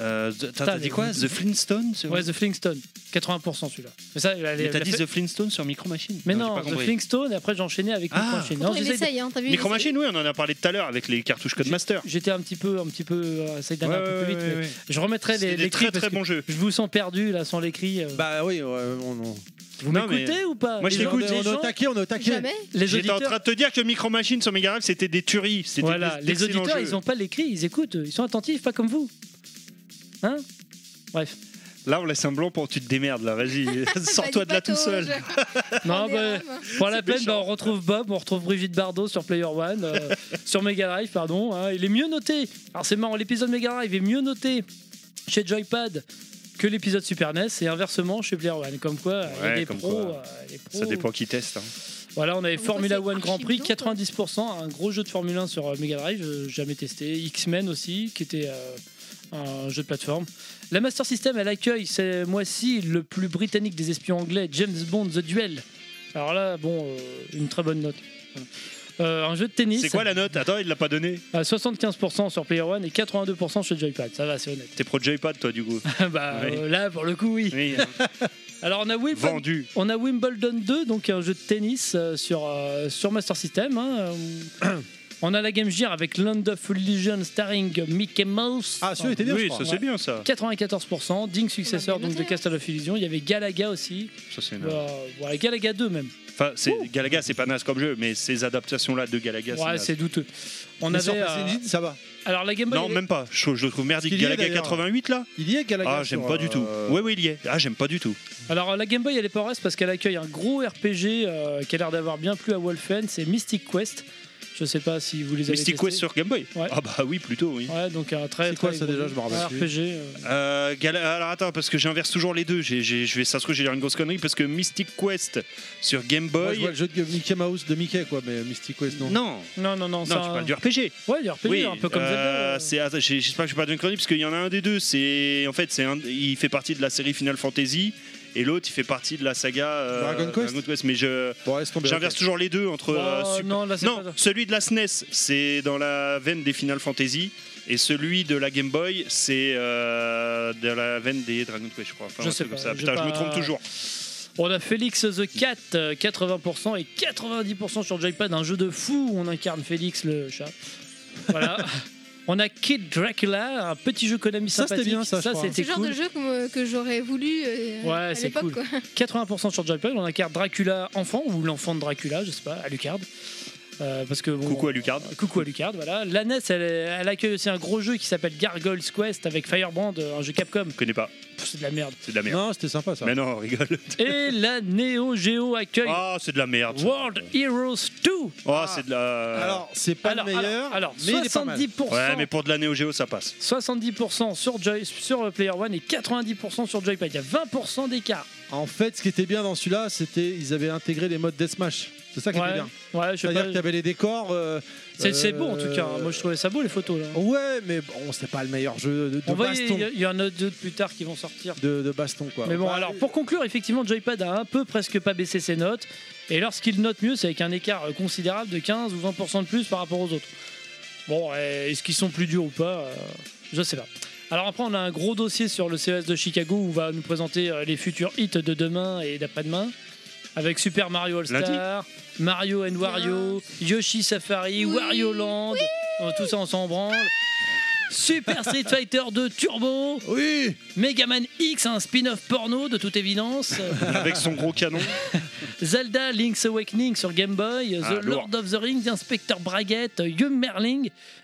F: Euh, the- T'as
D: Putain,
F: t'as dit
D: mais-
F: quoi The Flintstone c'est
D: Ouais,
F: vrai
D: The Flintstone, 80% celui-là. Mais ça, elle-
F: Mais
D: elle
F: t'as
D: l'a
F: dit
D: fait-
F: The Flintstone sur Micro Machine
D: Mais
F: j'ai
D: non,
F: pas
D: The
F: compris.
D: Flintstone, et après j'enchaînais avec
F: Ah.
D: Micro Machine. Non,
E: pourtant, il
D: j'essaye de-
E: essaye, hein, t'as vu il
F: Micro
E: essaye.
F: Machine, oui, on en a parlé tout à l'heure avec les cartouches Codemaster.
D: J'étais un petit peu, un petit peu, euh, essaye d'aller un peu plus vite. mais Je remettrai
F: C'est
D: les,
F: des
D: les
F: très
D: cris parce
F: très
D: que
F: bons jeux.
D: Je vous sens perdu là sans les cris. euh.
C: Bah oui, ouais, on- on-
D: Vous
F: Non, mais- euh,
D: m'écoutez ou pas
F: Moi, je
D: Les gens-
F: t'écoute.
C: on,
D: les
C: est
D: gens-
C: au taquet, on est au taquet.
E: Jamais
D: Les
F: J'étais en train
D: auditeurs,
F: de te dire que Micro Machine sur Mega Drive, c'était des tueries. C'était
D: voilà,
F: des-
D: les
F: d'excellents
D: auditeurs,
F: jeux.
D: ils ont pas l'écrit, ils écoutent, ils sont attentifs, pas comme vous. Hein Bref.
F: Là, on laisse un blanc pour tu te démerdes, là, vas-y. Sors-toi de là tout seul.
D: Non, bah, pour la
F: C'est
D: peine,
F: méchant.
D: bah, on retrouve Bob, on retrouve Brigitte Bardot sur Player One, euh, sur Mega Drive, pardon. hein. Il est mieux noté. Alors c'est marrant, l'épisode Mega Drive est mieux noté chez Joypad que l'épisode Super NES et inversement chez Player One. Comme quoi, euh, il y a
F: Ouais,
D: des
F: comme
D: pros,
F: quoi.
D: euh, des pros.
F: Ça dépend qui teste. hein.
D: Voilà, on avait
E: Comme
D: Formula
E: quoi, c'est
D: One Grand Prix,
E: archi-idiot, quoi.
D: 90%, un gros jeu de Formule 1 sur euh, Mega Drive, euh, jamais testé. X-Men aussi, qui était euh, un jeu de plateforme. La Master System, elle accueille ce mois-ci le plus britannique des espions anglais, James Bond The Duel. Alors là, bon, euh, une très bonne note. Voilà. Euh, un jeu de tennis,
F: C'est quoi la note Attends, il l'a pas donné.
D: à 75% sur Player One et 82% chez Joypad. Ça va, c'est honnête.
F: T'es pro Joypad, toi, du coup.
D: bah,
F: Oui.
D: euh, là, pour le coup, oui.
F: Oui, hein.
D: Alors on a Will Van-
F: vendu.
D: On a Wimbledon 2, donc un jeu de tennis euh, sur, euh, sur Master System. hein, euh, on a la Game Gear avec Land of Illusion starring Mickey Mouse.
C: Ah, celui-là était bien, je
F: Oui,
C: crois.
F: ça c'est bien ça.
D: 94%, digne successeur
E: bien
D: donc de
E: noté, hein.
D: Castle of Illusion. Il y avait Galaga aussi.
F: Ça, c'est énorme.
D: Bah, voilà, Galaga 2 même.
F: Enfin, c'est- Galaga, c'est pas naze comme jeu, mais ces adaptations-là de Galaga, c'est
D: Ouais,
F: naze.
D: c'est douteux. On
C: Mais
D: avait.
C: sur
D: euh,
C: Pacific, ça va.
D: alors la Game Boy.
F: Non,
D: elle est-
F: même pas. Je, je trouve merdique.
C: Qu'il y est,
F: Galaga
C: d'ailleurs.
F: 88 là
C: Il y est Galaga.
F: Ah, j'aime
C: sur,
F: pas du tout.
C: euh,
F: Oui, oui, il y est. Ah, j'aime pas du tout.
D: Alors la Game Boy elle est pas reste parce qu'elle accueille un gros RPG euh, qui a l'air d'avoir bien plu à Wolfen. C'est Mystic Quest. Je sais pas si vous les avez.
F: Mystic
D: testés.
F: Quest sur Game Boy
D: Ouais.
F: Ah, bah oui, plutôt, oui.
D: Ouais, donc un très.
C: C'est quoi,
D: très
C: ça,
D: gros
C: déjà
D: jeu.
C: Je m'en rappelle
D: Un
C: plus.
D: RPG. euh,
F: Euh, Gal- alors attends, parce que j'inverse toujours les deux. J'ai- j'ai- je vais, ça se trouve, j'ai l'air une grosse connerie parce que Mystic Quest sur Game
C: moi, je
F: Boy.
C: vois le jeu de Mickey Mouse de Mickey, quoi, mais Mystic Quest, non.
F: non,
D: Non, non, non,
F: non, tu
D: ça-
F: parles du RPG.
D: Ouais, du RPG, un peu comme
F: euh,
D: Zelda.
F: c'est- attends, j'ai- J'espère que je ne pas d'une chronique parce qu'il y en a un des deux. C'est en fait, c'est un- il fait partie de la série Final Fantasy et l'autre il fait partie de la saga euh,
C: Dragon Quest
F: Mais je
C: Bon, laisse tomber. ok.
F: j'inverse
C: Bah,
F: toujours les deux entre.
D: Oh,
F: euh, Super-
D: non, là, c'est
F: Non,
D: pas ça.
F: celui de la SNES, c'est dans la veine des Final Fantasy. Et celui de la Game Boy, c'est euh, de la veine des Dragon Quest, je crois. Enfin,
D: Je
F: un
D: sais
F: truc
D: pas,
F: comme ça.
D: j'ai
F: Putain, je me
D: pas-
F: trompe toujours.
D: On a Félix the Cat, euh, 80% et 90% sur Joypad, un jeu de fou où on incarne Félix le chat. Voilà. On a Kid Dracula, un petit jeu Konami
C: Ça, c'était
D: sympathique.
C: bien, ça, je crois.
E: C'est
D: c'était
E: le genre
D: cool.
E: de jeu que, me- que j'aurais voulu euh,
D: Ouais,
E: à
D: c'est
E: l'époque.
D: cool.
E: quoi.
D: 80% sur Joypad, on incarne Dracula enfant ou l'enfant de Dracula, je sais pas, Alucard. Euh, parce que bon,
F: Coucou à Lucard.
D: Euh, Coucou à Lucard, voilà. La NES, elle, elle accueille aussi un gros jeu qui s'appelle Gargoyle's Quest avec Firebrand, euh, un jeu Capcom.
F: Je connais pas,
D: Pff, C'est de la merde.
F: c'est de la merde.
C: Non, c'était sympa ça.
F: Mais non, rigole.
D: Et la Neo Geo accueille
C: Oh,
F: Ah, c'est de la merde. ça.
D: World Heroes 2.
F: Ah, c'est de la.
C: Alors, c'est pas
D: alors,
C: le meilleur,
D: alors, alors,
C: mais il est pas mal.
D: 70%,
F: Ouais, mais pour de la Neo Geo, ça passe.
D: 70% sur, Joy, sur euh, Player One et 90% sur Joypad. Il y a 20% d'écart.
C: En fait, ce qui était bien dans celui-là, c'était ils avaient intégré les modes Deathmatch. C'est ça qui était
D: Ouais,
C: bien.
D: ouais, je sais
C: C'est-à-dire qu'il y
D: pas.
C: avait les décors. euh,
D: C'est c'est
C: euh,
D: beau en tout cas. hein. Moi, je trouvais ça beau les photos. Là.
C: Ouais, mais bon, c'était pas le meilleur jeu de, de
D: On va y-
C: baston.
D: il y, a- il y en a deux de plus tard qui vont sortir.
C: De, de baston, quoi.
D: Mais bon,
C: Bah,
D: alors pour conclure, effectivement, Joypad a un peu presque pas baissé ses notes. Et lorsqu'il note mieux, c'est avec un écart euh, considérable de 15 ou 20% de plus par rapport aux autres. Bon, euh, est-ce qu'ils sont plus durs ou pas euh, Je sais pas. Alors après, on a un gros dossier sur le CES de Chicago où on va nous présenter euh, les futurs hits de demain et d'après-demain. Avec Super Mario All-Star, Mario and Wario, Yoshi Safari,
E: Oui.
D: Wario Land, euh, tout ça on s'en branle. Super Street Fighter 2 Turbo,
C: Oui
D: Mega Man X, un spin-off porno de toute évidence. Euh,
F: Avec son gros canon.
D: Zelda Link's Awakening sur Game Boy.
F: Ah,
D: The
F: lourd.
D: Lord of the Rings, Inspector Braguette. euh, Young Merlin.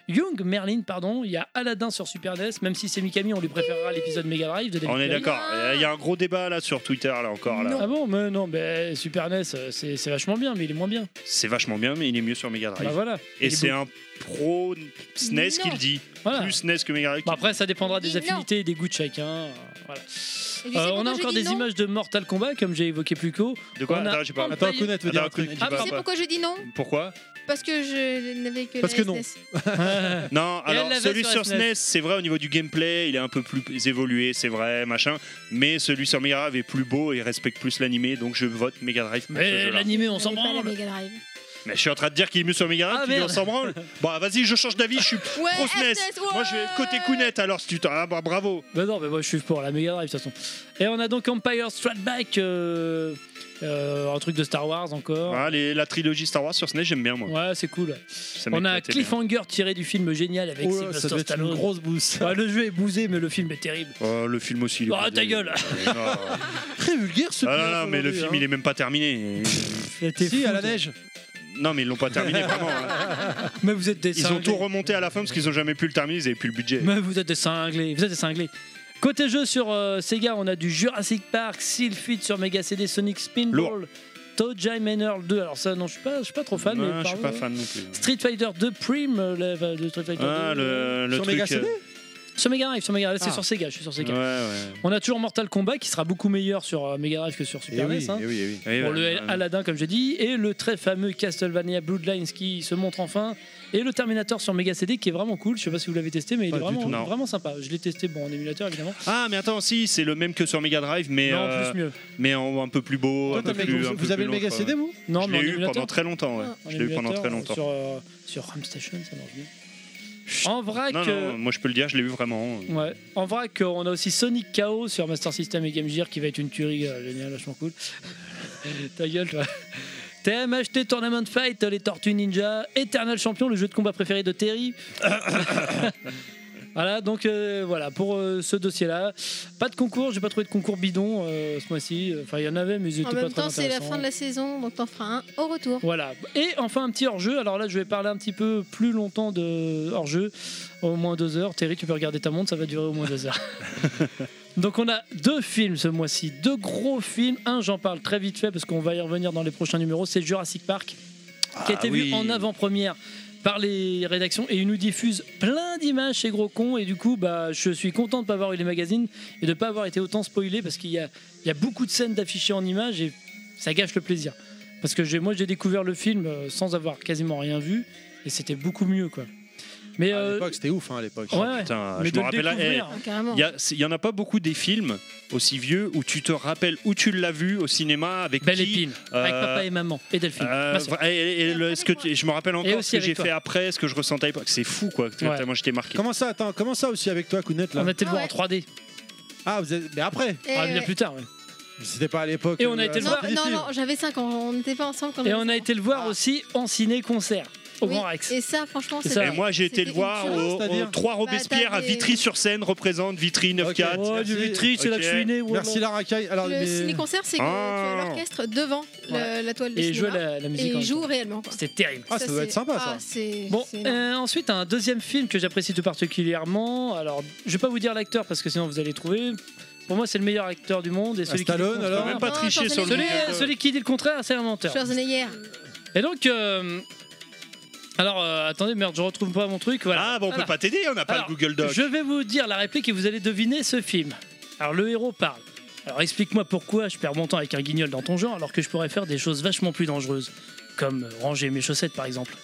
D: Young Merlin, pardon. Il y a Aladdin sur Super NES. Même si c'est Mikami, on lui préférera l'épisode Mega Drive de David
F: On est
D: Bowie.
F: d'accord. Il y a un gros débat là sur Twitter, là encore. Là.
D: Ah bon mais Ah. non, mais Super NES, euh, c'est c'est vachement bien, mais il est moins bien.
F: C'est vachement bien, mais Ah, il est mieux sur Mega Drive.
D: Bah voilà. Il
F: Et
D: est
F: c'est
D: beau.
F: un pro SNES qui
E: Non.
F: le dit.
D: Voilà.
F: Plus SNES que Mega Drive.
D: Bon, Bah après, ça dépendra
E: Il
D: des
E: dit
D: affinités et des goûts de chacun. euh, Voilà.
E: Et tu sais
D: Euh, on a
E: pourquoi je
D: encore
E: dis
D: des
E: non
D: images de Mortal Kombat, comme j'ai évoqué plus tôt.
F: De quoi
D: on a-
F: Attends, j'ai pas.
D: on-
C: Attends, Kounet veut dire
F: Attends, Bah,
C: un truc.
F: Kounet,
D: Ah,
F: dis
E: Tu
F: pas,
E: sais
F: pas.
E: pourquoi je dis non
F: Pourquoi
E: Parce que je n'avais que
C: Parce
E: la
C: que non.
E: SNES.
D: Euh,
F: Non,
D: Et elle
F: alors
D: l'avait
F: celui
D: sur
F: sur
D: SNES,
F: SNES, c'est vrai au niveau du gameplay, il est un peu plus évolué, c'est vrai, machin. Mais celui sur Mega Drive est plus beau et respecte plus l'animé, donc je vote Mega Drive pour ce
D: Mais
F: jeu-là.
D: l'animé, on s'en
E: J'avais pas la
D: branle.
E: Mega Drive.
F: Mais je suis en train de dire qu'il est mieux sur Mega
D: Ah,
F: tu dis on
D: merde.
F: s'en branle. Bon, ah, vas-y, je change d'avis, je suis
E: Ouais,
F: pro SNES.
D: E
E: SNES, ouais.
F: Moi, je vais côté Kounet alors, si tu t'en. Ah, bah, bravo.
D: Bah non, mais moi je suis pour la Mega Drive de toute façon. Et on a donc Empire Strike Back, euh, euh, un truc de Star Wars encore.
F: Ah, les- la trilogie Star Wars sur SNES, j'aime bien, moi.
D: Oh. Ouais, c'est cool.
F: Ça
D: On a
F: m'éclate, c'est bien.
D: Cliffhanger tiré du film génial avec
C: Oh là, ça
D: Sylvester
C: doit être une
D: Stallone.
C: grosse bouse.
D: Ouais, le jeu est bousé, mais le film est terrible.
F: Oh, le film aussi. il est
D: Oh,
F: pas
D: ta
F: terrible.
D: gueule.
F: Euh, non.
C: Très vulgaire ce
F: Ah
C: pilote
F: non, non, mais le
C: aujourd'hui,
F: film,
C: hein.
F: il est même pas terminé.
D: T'es
C: Si,
D: fou,
C: à la
D: toi.
C: neige.
F: Non, mais ils l'ont pas terminé, vraiment. hein.
D: Mais vous êtes des
F: Ils ont
D: cinglés.
F: tout remonté à la fin parce qu'ils ont jamais pu le terminer, ils avaient plus le budget.
D: Mais vous êtes des cinglés. Vous êtes des cinglés. Côté jeu sur euh, Sega, on a du Jurassic Park, Sylphid sur Mega CD, Sonic Spinball, Toadjai Manor 2. Alors ça, non, je suis pas, je suis pas trop fan.
F: Non,
D: mais
F: je suis
D: pardon, hein.
F: pas
D: ouais.
F: fan non plus.
D: Street Fighter 2 Prime, euh, le, le Street Fighter
F: Ah,
D: 2.
F: le, le
C: Sur
F: truc.
C: Mega CD
F: euh,
D: Sur Mega Drive, sur Mega Drive, c'est
C: Ah.
D: sur Sega, je suis sur Sega.
F: Ouais, ouais.
D: On a toujours Mortal Kombat qui sera beaucoup meilleur sur euh, Mega Drive que sur Super NES. hein.
C: eh oui, eh oui.
F: Oui,
D: Pour
F: bah,
D: le
F: bah,
D: Aladdin, comme j'ai dit, et le très fameux Castlevania Bloodlines qui se montre enfin, et le Terminator sur Mega CD qui est vraiment cool. Je sais pas si vous l'avez testé, mais il
C: Pas
D: est
C: du
D: vraiment, euh,
F: tout, non.
D: vraiment sympa. Je l'ai testé bon, en émulateur évidemment,
F: Ah, mais attends, si, c'est le même que sur Mega Drive, mais,
D: mais en
F: euh,
D: plus mieux.
F: mais en- un peu plus beau.
C: Toi,
F: un peu
C: t'as le
F: plus-
C: Mega-
F: un peu
C: vous avez
F: plus
C: le méga
F: long,
C: CD,
F: quoi.
C: vous
D: Non,
F: Je
D: mais en
F: l'ai eu
D: émulateur.
F: pendant très longtemps, ouais.
D: En
F: Je l'ai eu pendant
D: émulateur,
F: très longtemps.
D: Sur, euh, sur Home Station, ça marche bien. En vrac,
F: Non,
D: euh,
F: non, moi je peux le dire, je l'ai eu vraiment.
D: Ouais. En vrac, euh, on a aussi Sonic KO sur Master System et Game Gear qui va être une tuerie euh, géniale, vachement cool. Ta gueule, toi. TMHT Tournament Fight, les Tortues Ninja, Eternal Champion, le jeu de combat préféré de Terry. voilà, donc euh, voilà pour euh, ce dossier-là. Pas de concours, j'ai pas trouvé de concours bidon euh, ce mois-ci. Enfin, il y en avait, mais ils étaient
E: En
D: pas
E: même
D: très
E: temps, c'est la
D: intéressants.
E: fin de la saison, donc t'en feras un au retour.
D: Voilà. Et enfin un petit hors-jeu. Alors là, je vais parler un petit peu plus longtemps de hors-jeu, au moins deux heures. Terry, tu peux regarder ta montre, ça va durer au moins deux heures. Donc on a deux films ce mois-ci, deux gros films. Un, j'en parle très vite fait parce qu'on va y revenir dans les prochains numéros. C'est Jurassic Park, qui a
F: Ah
D: été vu en avant-première par les rédactions et ils nous diffusent plein d'images chez Gros Con et du coup bah, je suis content de ne pas avoir eu les magazines et de ne pas avoir été autant spoilé parce qu'il y a, il y a beaucoup de scènes d'affichées en images et ça gâche le plaisir parce que j'ai, moi j'ai découvert le film euh, sans avoir quasiment rien vu et c'était beaucoup mieux quoi mais
C: À
D: euh,
C: l'époque, c'était ouf, hein, à l'époque.
D: ouais, ouais.
F: Putain,
D: mais
F: je
D: de
F: me
D: le
F: rappelle. eh,
D: découvrir hein.
E: Ah, carrément.
F: Il y, a- c'est- il y en a pas beaucoup des films aussi vieux où tu te rappelles où tu l'as vu au cinéma avec
D: belle
F: qui.
D: épine avec
F: euh,
D: papa et maman et Delphine
F: euh,
D: Ma sœur.
F: et, et- et le- ce que tu- je me rappelle encore
D: aussi
F: ce que
D: avec
F: j'ai
D: toi.
F: fait après, ce que je ressentais à l'époque. C'est fou quoi.
D: Ouais.
F: Tellement j'étais marqué.
C: Comment ça, attends, comment ça aussi avec toi, Kounet là
D: on était le
E: Ah
D: voir
E: ouais.
D: en 3D
C: Ah, vous êtes... mais après,
E: Et
D: Ah, bien
E: ouais.
D: plus tard ouais.
C: c'était pas à l'époque.
D: Et on a
C: euh,
D: été le
C: la
D: voir.
C: sortie du
E: Non, non,
C: film.
E: non, j'avais 5 ans, on n'était pas ensemble quand
D: et
E: j'avais
D: on a
E: cinq
D: été le voir aussi en ciné-concert au
E: Ah. Oui,
D: Grand Rex
E: Et ça, franchement,
D: C'est
E: c'est.
D: ça.
F: Et moi j'ai été le
E: C'était
F: voir
E: une
F: au,
C: c'est-à-dire
F: 3 Robespierre à
E: t'as des-
F: Vitry-sur-Seine, représente Vitry 9-4.
C: Ok.
D: Oh,
C: Merci.
D: du Vitry, c'est là que je suis
F: Ok.
D: né. ouais,
C: Merci
D: là.
C: la racaille. Alors,
E: Le
C: mais-
E: ciné-concert, c'est que
F: Ah.
E: tu as l'orchestre devant le-
D: Ouais.
E: la toile
D: Et
E: de
D: il
E: cinéma.
D: jouait la, la
E: et
D: musique. en
E: il
D: même
E: joue
D: temps.
E: réellement. quoi.
D: C'était terrible.
C: Ah, ça doit
E: c'est-
C: être sympa, ça.
E: Ah, c'est.
D: Bon,
E: c'est énorme.
D: euh, ensuite, un deuxième film que j'apprécie tout particulièrement. Alors, je vais pas vous dire l'acteur parce que sinon vous allez trouver. Pour moi, c'est le meilleur acteur du monde. Et celui
C: Ah, Stallone,
D: qui dit le
C: alors
D: contraire-
F: même pas
E: Non,
F: triché sur le
D: celui,
E: Schwarzenegger.
F: nom.
D: celui qui dit le contraire, c'est un menteur.
E: Schwarzenegger.
D: Et donc, euh, alors, euh, attendez, merde, je retrouve pas mon truc. Voilà.
F: Ah bon, on
D: Voilà.
F: peut pas t'aider, on n'a pas
D: Alors,
F: le Google Doc.
D: Je vais vous dire la réplique et vous allez deviner ce film. Alors le héros parle. Alors explique-moi pourquoi je perds mon temps avec un guignol dans ton genre alors que je pourrais faire des choses vachement plus dangereuses. Comme euh, ranger mes chaussettes par exemple.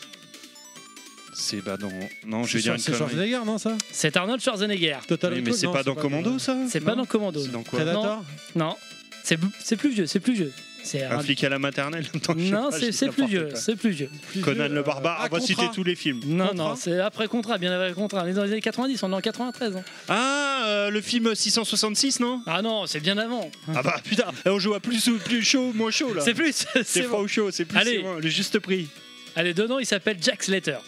F: C'est bah non, non, je
C: C'est
F: vais dire
C: Schwar-
F: une
C: c'est
F: connerie.
C: Schwarzenegger, non, ça
D: C'est Arnold Schwarzenegger.
C: Total
F: Oui, mais
C: Recall,
F: c'est
C: non,
F: pas dans Commando ça
D: C'est pas
C: Non.
D: dans Commando.
F: C'est dans quoi
C: Predator
D: Non. C'est c'est plus vieux, c'est plus vieux. C'est
F: Un
D: un-
F: flic à la maternelle Attends, je sais
D: Non,
F: pas, je
D: c'est
F: dis
D: c'est plus
F: n'importe
D: vieux,
F: quoi.
D: c'est plus vieux.
F: Conan le barbare, on va citer tous les films.
D: Non,
C: Ah, Contrat
D: non, c'est après contrat, bien après contrat. On est dans les années 90, on est en 93. hein.
F: Ah, euh, le film 666, non
D: Ah non, c'est bien avant.
F: Ah bah putain, eh, on joue à plus ou plus chaud, moins chaud là.
D: C'est plus,
F: C'est
D: c'est
F: froid
D: bon.
F: ou chaud, c'est plus
D: Allez.
F: c'est moins, le juste prix.
D: Allez, dedans, il s'appelle Jack Slater.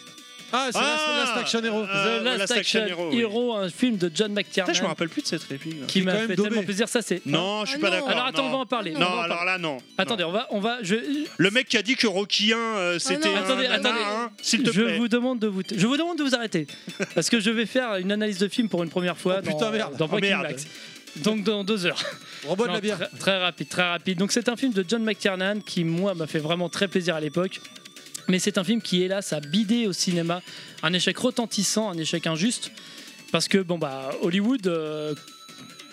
C: Ah, c'est
F: Ah
C: Last, Last Action Hero.
F: Ah,
D: The Last, Action, Hero,
F: oui.
D: un film de John
F: Putain, je me
D: McTiernan
F: rappelle plus de cette réplique. là.
D: qui
C: est quand
D: m'a
C: même
D: fait
C: daubé.
D: tellement plaisir. Ça, c'est.
F: Non, je suis
E: Ah,
F: pas
E: non.
F: d'accord.
D: Alors attends, on
F: non.
D: va en parler. on va en
F: Non,
D: parler.
F: alors là non. Non.
D: Attendez, on va, on va. Je,
F: Le mec qui a dit que Rocky 1 euh, c'était
E: non.
F: un
D: Attendez,
F: nanar,
D: attendez.
F: hein, s'il te
D: je
F: plaît.
D: vous demande de vous, je vous demande de vous arrêter parce que je vais faire une analyse de film pour une première
C: Oh,
D: fois dans,
C: putain, merde.
D: dans
F: Oh,
D: Breaking
F: merde.
D: Max. Donc dans deux heures.
C: Rebois de
D: Non,
C: la bière.
D: Très, très rapide, très rapide. Donc c'est un film de John McTiernan qui, moi, m'a fait vraiment très plaisir à l'époque. Mais c'est un film qui, hélas, a bidé au cinéma. Un échec retentissant, un échec injuste. Parce que, bon, bah, Hollywood euh,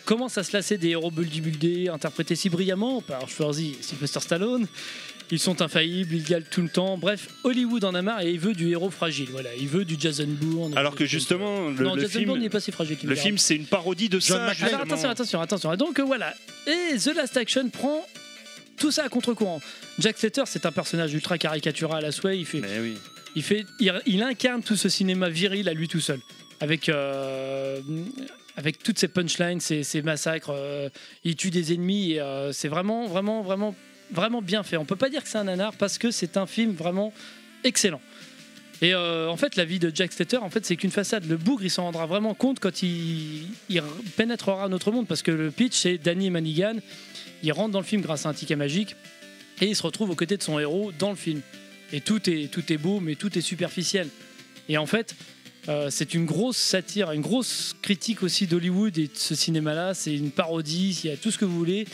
D: commence à se lasser des héros buildés, interprétés si brillamment par Schwarzy et Sylvester Stallone. Ils sont infaillibles, ils gagnent tout le temps. Bref, Hollywood en a marre et il veut du héros fragile. Voilà, il veut du Jason Bourne.
F: Alors que
D: Il veut-
F: justement le,
D: non,
F: le
D: Jason Bourne
F: film
D: n'est pas si fragile. qu'il
F: le
D: me
F: film c'est une parodie de
C: John
F: ça.
C: McClane.
F: justement.
D: alors attention, attention, attention. Et donc euh, voilà. Et The Last Action prend Tout ça à contre-courant. Jack Slater, c'est un personnage ultra caricatural à souhait. Il, fait,
F: Mais oui.
D: il, fait, il, il incarne tout ce cinéma viril à lui tout seul. Avec, euh, avec toutes ses punchlines, ses, ses massacres. euh, il tue des ennemis. et, euh, c'est vraiment, vraiment, vraiment, vraiment bien fait. On peut pas dire que c'est un nanar parce que c'est un film vraiment excellent. Et euh, en fait, la vie de Jack Slater, en fait, c'est qu'une façade. Le bougre, il s'en rendra vraiment compte quand il, il pénétrera notre monde, parce que le pitch, c'est Danny Manigan. Il rentre dans le film grâce à un ticket magique et il se retrouve aux côtés de son héros dans le film. Et tout est tout est beau, mais tout est superficiel. Et en fait, euh, c'est une grosse satire, une grosse critique aussi d'Hollywood et de ce cinéma-là. C'est une parodie, il y a tout ce que vous voulez.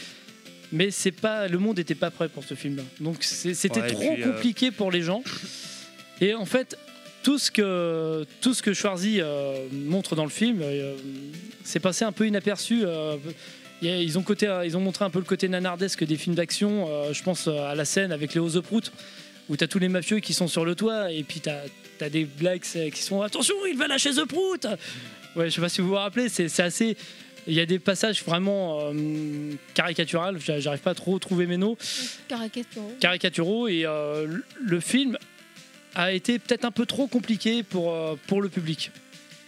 D: Mais c'est pas, le monde n'était pas prêt pour ce film-là. Donc c'est- c'était
F: Ouais, et
D: trop
F: puis, euh,
D: compliqué pour les gens. Et en fait, tout ce que, tout ce que Schwarzy euh, montre dans le film, euh, c'est passé un peu inaperçu. euh, il y a- ils, ont côté, ils ont montré un peu le côté nanardesque des films d'action. euh, je pense à la scène avec les Hauts de Prout, où t'as tous les mafieux qui sont sur le toit, et puis t'as as des blagues c'est- qui sont Attention, il va lâcher The Prout Ouais, je sais pas si vous vous rappelez, c'est c'est assez. Il y a des passages vraiment euh, caricaturales, j'a- j'arrive pas à trop trouver mes noms
E: Caricature.
D: caricaturaux et euh, le- le film a été peut-être un peu trop compliqué pour, euh, pour le public.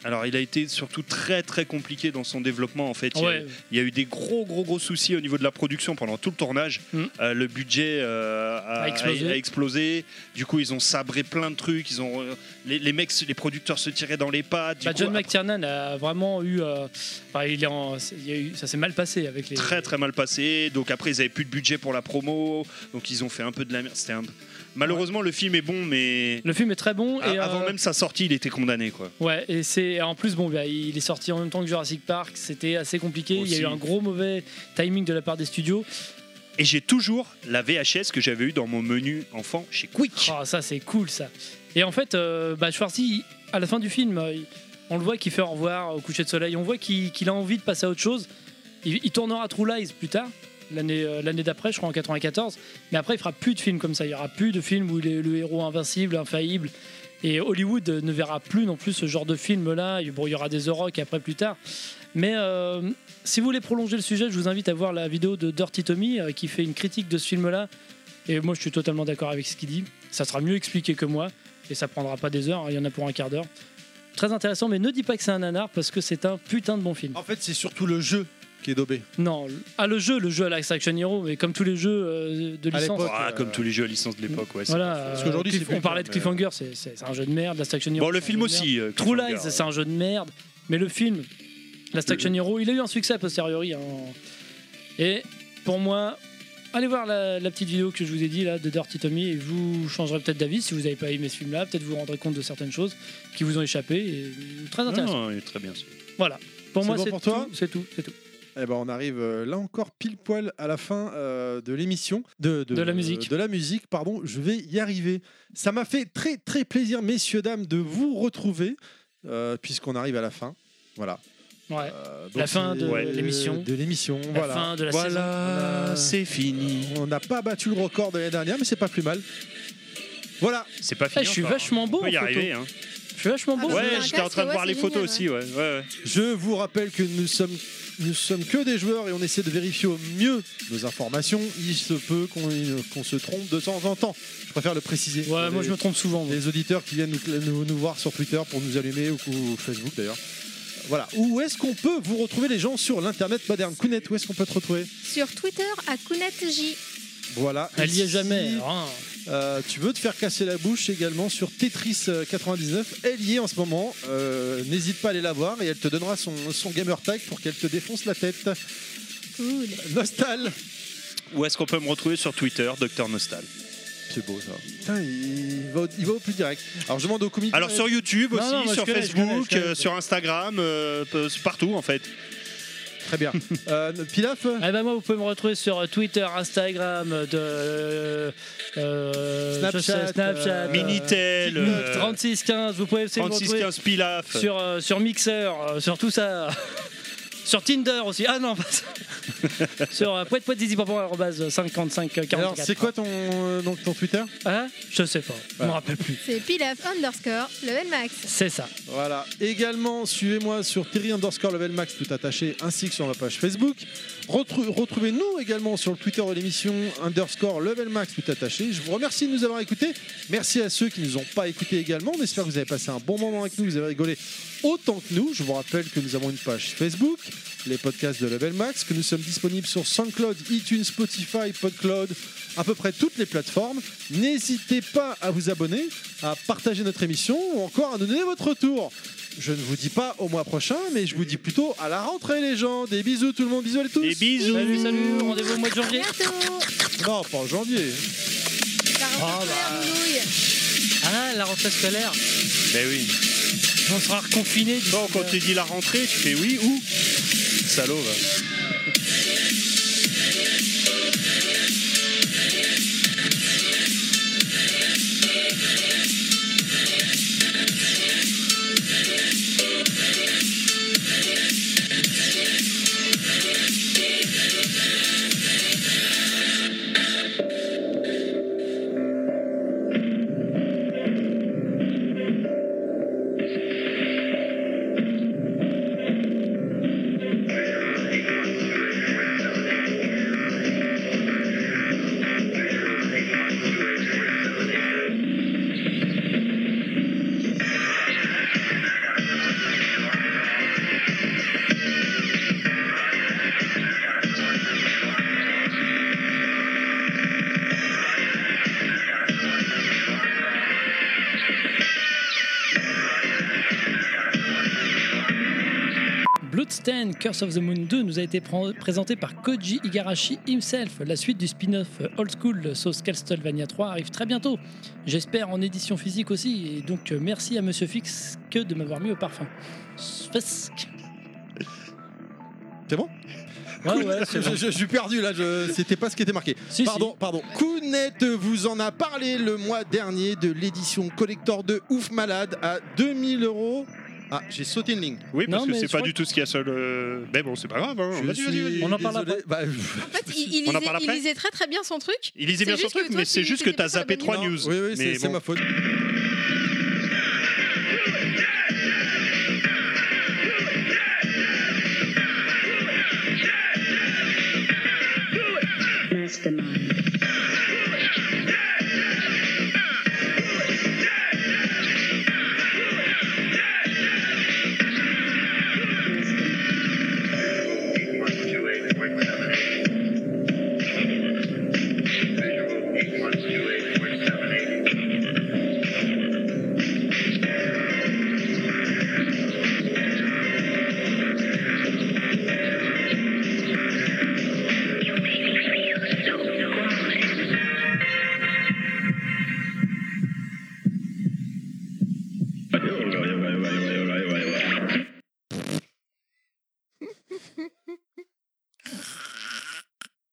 F: Alors, il a été surtout très très compliqué dans son développement en fait. Il y a-
D: Ouais,
F: Il y a eu des gros gros gros soucis au niveau de la production pendant tout le tournage.
D: Mhm.
F: Euh, le budget euh, a,
D: A explosé.
F: a- a explosé. Du coup, ils ont sabré plein de trucs. Ils ont euh, les, les mecs, les producteurs se tiraient dans les pattes. Du
D: bah,
F: coup,
D: John
F: après,
D: McTiernan a vraiment eu, euh, enfin, il est en- c'est- il y a eu- ça s'est mal passé avec les.
F: très très mal passé. Donc après, ils avaient plus de budget pour la promo. Donc ils ont fait un peu de la merde. C'était un peu- Malheureusement, le film est bon, mais
D: Le film est très bon
F: a-
D: et
F: Ah, avant
D: euh,
F: même sa sortie, il était condamné quoi.
D: ouais et c'est en plus bon bah, il est sorti en même temps que Jurassic Park, c'était assez compliqué. Il y a
F: Aussi.
D: eu un gros mauvais timing de la part des studios.
F: Et j'ai toujours la VHS que j'avais eu dans mon menu enfant chez Quick.
D: Oh, ça c'est cool ça. Et en fait, euh, bah, Schwarzy, à la fin du film, euh, il- on le voit qu'il fait au revoir au coucher de soleil, on voit qu'il qu'il a envie de passer à autre chose. Il, il tournera True Lies plus tard, l'année euh, l'année d'après, je crois en 94. Mais après, il fera plus de films comme ça. Il y aura plus de films où il est le héros invincible, infaillible. Et Hollywood euh, ne verra plus non plus ce genre de film-là. Et Bon, il y aura des The Rock après plus tard. Mais euh, si vous voulez prolonger le sujet, je vous invite à voir la vidéo de Dirty Tommy euh, qui fait une critique de ce film-là. Et moi, je suis totalement d'accord avec ce qu'il dit. Ça sera mieux expliqué que moi. Et ça prendra pas des heures. hein. Il y en a pour un quart d'heure. Très intéressant, mais ne dis pas que c'est un nanar parce que c'est un putain de bon film.
C: En fait, c'est surtout le jeu qui est daubé.
D: Non, le- ah le jeu, le jeu à l'Axe Action Hero, mais comme tous les jeux euh, de
C: À
D: licence.
C: l'époque,
F: Ah,
C: euh,
F: comme tous les jeux à licence de l'époque, ouais. c'est
D: Voilà,
F: pas faux.
D: euh,
C: Parce qu'aujourd'hui,
D: Cliff-
C: c'est plus euh,
D: on parlait de
C: le cas,
D: Cliffhanger, c'est- c'est c'est un jeu de merde, Last Action Hero.
F: Bon, le
D: c'est un
F: film
D: jeu de merde.
F: aussi. euh,
D: True
F: Cliffhanger,
D: Lies, c'est un jeu de merde, mais le film, Last Action Hero, il a eu un succès a posteriori. hein. Et pour moi, allez voir la, la petite vidéo que je vous ai dit là de Dirty Tommy et vous changerez peut-être d'avis si vous n'avez pas aimé ce film-là. Peut-être vous vous rendrez compte de certaines choses qui vous ont échappé. et, euh, très
F: Non,
D: intéressant.
F: non, il est très bien. celui-là.
D: Voilà. Pour
C: C'est
D: moi,
C: bon
D: c'est
C: pour
D: tout.
C: toi
D: C'est tout. C'est tout.
C: Eh ben, on arrive euh, là encore pile poil à la fin euh, de l'émission de,
D: De la musique.
C: de la musique, pardon. Je vais y arriver. Ça m'a fait très très plaisir, messieurs dames, de vous retrouver euh, puisqu'on arrive à la fin. Voilà.
D: Ouais.
C: Euh, donc
D: La fin
C: c'est-
D: de
F: Ouais.
D: l'émission.
C: De l'émission.
D: La
C: Voilà.
D: fin de la
C: Voilà.
D: saison.
F: c'est fini.
C: On n'a pas battu le record de l'année dernière, mais c'est pas plus mal. Voilà.
F: C'est pas
D: Eh,
F: fini.
D: je suis
F: encore, hein.
D: vachement
F: On
D: beau.
F: peut y
D: en photo.
F: arriver. Hein.
D: Je suis vachement beau.
E: Ah,
F: Ouais,
E: c'est un
F: j'étais en
E: casque,
F: train de
E: ouais,
F: voir
E: c'est
F: les
E: génial,
F: photos aussi. Ouais, ouais, ouais.
C: Je vous rappelle que nous sommes, nous sommes que des joueurs et on essaie de vérifier au mieux nos informations. Il se peut qu'on qu'on se trompe de temps en temps. Je préfère le préciser.
D: Ouais, moi je me trompe souvent. moi.
C: les auditeurs qui viennent nous, nous- nous voir sur Twitter pour nous allumer ou, ou Facebook d'ailleurs. Voilà. Où est-ce qu'on peut vous retrouver les gens sur l'internet moderne Kounet, où est-ce qu'on peut te retrouver
E: Sur Twitter, à Kunetji.
C: Voilà.
D: Elle y est
C: Si,
D: jamais. hein.
C: euh, tu veux te faire casser la bouche également sur Tetris99. Elle y est en ce moment. Euh, N'hésite pas à aller la voir et elle te donnera son, son gamer tag pour qu'elle te défonce la tête.
E: Cool.
C: Nostal
F: Où est-ce qu'on peut me retrouver sur Twitter, Docteur Nostal
C: C'est beau ça. Putain, il va, au- il va au plus direct. Alors je demande au comique.
F: Alors sur YouTube
D: Non,
F: aussi,
D: non, moi, je
F: sur
D: connais, je connais, je
F: Facebook,
D: connais.
F: euh, sur Instagram, euh, peu- partout en fait.
C: Très bien. Euh, Pilaf
D: Eh ben moi, vous pouvez me retrouver sur Twitter, Instagram, de euh,
C: Snapchat,
D: je sais, Snapchat,
C: euh,
F: Minitel,
C: TikTok,
F: euh,
D: 3615. Vous pouvez aussi me retrouver
F: 3615 Pilaf.
D: sur euh, sur Mixer, euh, sur tout ça. Sur Tinder aussi. Ah non, pas ça. sur euh,
C: Alors, c'est
D: 5544
C: quoi ton, euh, donc, ton Twitter
D: Hein Je sais pas. Je me rappelle plus.
E: C'est pilaf underscore level max.
D: C'est ça.
C: Voilà. Également, suivez-moi sur Terry underscore level max tout attaché, ainsi que sur ma page Facebook. Retru- Retrouvez-nous également sur le Twitter de l'émission underscore level max tout attaché. Je vous remercie de nous avoir écoutés. Merci à ceux qui ne nous ont pas écoutés également. On espère que vous avez passé un bon moment avec nous, vous avez rigolé autant que nous. Je vous rappelle que nous avons une page Facebook, les podcasts de Level Max, que nous sommes disponibles sur SoundCloud, iTunes, Spotify, PodCloud, à peu près toutes les plateformes. N'hésitez pas à vous abonner, à partager notre émission ou encore à nous donner votre retour. Je ne vous dis pas au mois prochain, mais je vous dis plutôt à la rentrée, les gens. Des bisous, tout le monde, bisous à tous.
F: Des bisous.
D: Salut, salut. Rendez-vous au mois de
E: À
D: janvier.
E: bientôt
C: Non, pas en janvier.
E: La rentrée scolaire,
C: bah.
E: boulouille.
D: Ah, la rentrée scolaire.
F: Ben oui.
D: On sera reconfinés. d'ici
F: Bon, quand
D: là.
F: tu dis la rentrée, tu fais oui ou Salaud, hein. va.
D: Bloodstained Curse of the Moon 2 nous a été pr- présenté par Koji Igarashi himself. La suite du spin-off euh, Old School euh, sauce Castlevania 3 arrive très bientôt. J'espère en édition physique aussi. Et donc euh, merci à Monsieur Fix que de m'avoir mis au parfum. Fesque.
C: C'est bon
D: Ouais, ouais, c'est
C: je,
D: bon.
C: je- je suis perdu là, je... c'était pas ce qui était marqué.
D: Si, si.
C: pardon, pardon. Kounet vous en a parlé le mois dernier de l'édition collector de Ouf Malade à 2000 euros. Ah, j'ai sauté une ligne.
F: Oui, parce
D: Non,
F: que
D: mais
F: c'est
D: je
F: pas
D: crois
F: du tout ce qu'il y a seul. euh, Mais bon, c'est pas grave. hein.
C: Je
F: Vas-y, vas-y,
C: suis
F: vas-y.
D: On en parle
C: désolé. Bah,
E: En fait, il, il
F: On en
E: lisait,
F: parle
E: il
F: après
E: lisait très très bien son truc.
F: Il lisait
E: C'est
F: bien son
E: juste
F: truc,
E: que toi,
F: mais
E: tu
F: c'est juste que
E: t'étais
F: t'as
E: pas sur la
F: zappé
E: bonne
F: trois
E: ligne.
F: news.
C: Oui, oui,
F: Mais
C: c'est c'est
F: bon.
C: ma faute.
B: Mastermind.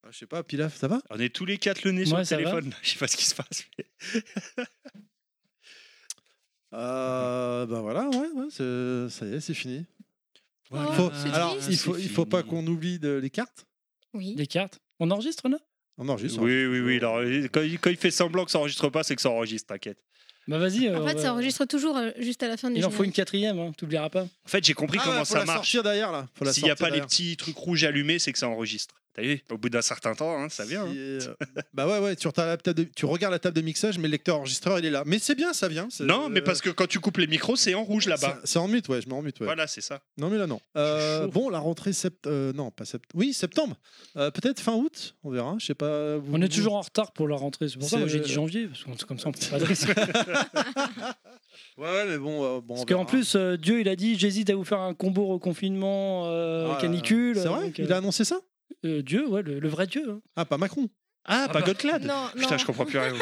C: Ah, Je sais pas, Pilaf, ça va
F: On est tous les quatre le nez sur
D: Ouais,
F: le
D: ça va.
F: téléphone. Je sais pas ce qui se passe.
C: euh, Bah voilà, ouais, ouais, c'est- ça y est, c'est fini.
E: Voilà.
C: Faut-
E: Oh, c'est
C: Alors,
E: triste.
C: il faut, il faut pas qu'on oublie de- les cartes.
E: Oui.
D: Des cartes. On enregistre là
C: On enregistre.
F: Oui, oui, oui. alors, euh, quand, il, quand il fait semblant que ça enregistre pas, c'est que ça enregistre, t'inquiète.
D: Bah vas-y. euh,
E: En fait, ça enregistre toujours euh, juste à la fin du
D: Il en faut une
E: générique.
D: quatrième, hein, t'oublieras pas.
F: En fait, j'ai compris
C: Ah,
F: comment
C: ouais, faut
F: ça
C: la
F: marche.
C: sortir derrière là. Faut la
F: S'il n'y a
C: sortir
F: pas les
C: derrière.
F: petits trucs rouges allumés, c'est que ça enregistre. T'as vu Au bout d'un certain temps, hein, ça vient. hein.
C: Si, euh, bah ouais, ouais, tu, retardes la table de- tu regardes la table de mixage, mais le lecteur enregistreur il est là. Mais c'est bien, ça vient. c'est- euh,
F: Non, mais parce que quand tu coupes les micros, c'est en rouge là-bas.
C: C'est- C'est en mute, ouais, je mets en mute. Ouais.
F: Voilà, c'est ça.
C: Non, mais là, non. Euh,
D: chaud.
C: bon, la rentrée sept... euh, non, pas sept... Oui, septembre. Euh, Peut-être fin août, on verra. Je sais pas. vous-
D: On est
C: vous-
D: toujours en retard pour la rentrée. C'est pour ça
C: C'est- euh,
D: que j'ai dit janvier. Parce que comme ça, on prend pas de risque.
C: Ouais, ouais, mais bon. euh, bon on
D: Parce qu'en
C: verra.
D: plus, euh, Dieu, il a dit j'hésite à vous faire un combo reconfinement, euh,
C: Ah,
D: canicule.
C: C'est vrai
D: Donc, euh,
C: Il a annoncé ça
D: euh, Dieu, ouais, le, le vrai Dieu. hein.
C: Ah, pas Macron.
F: Ah, pas Gotlad
E: Non, non.
F: Putain, je comprends plus rien.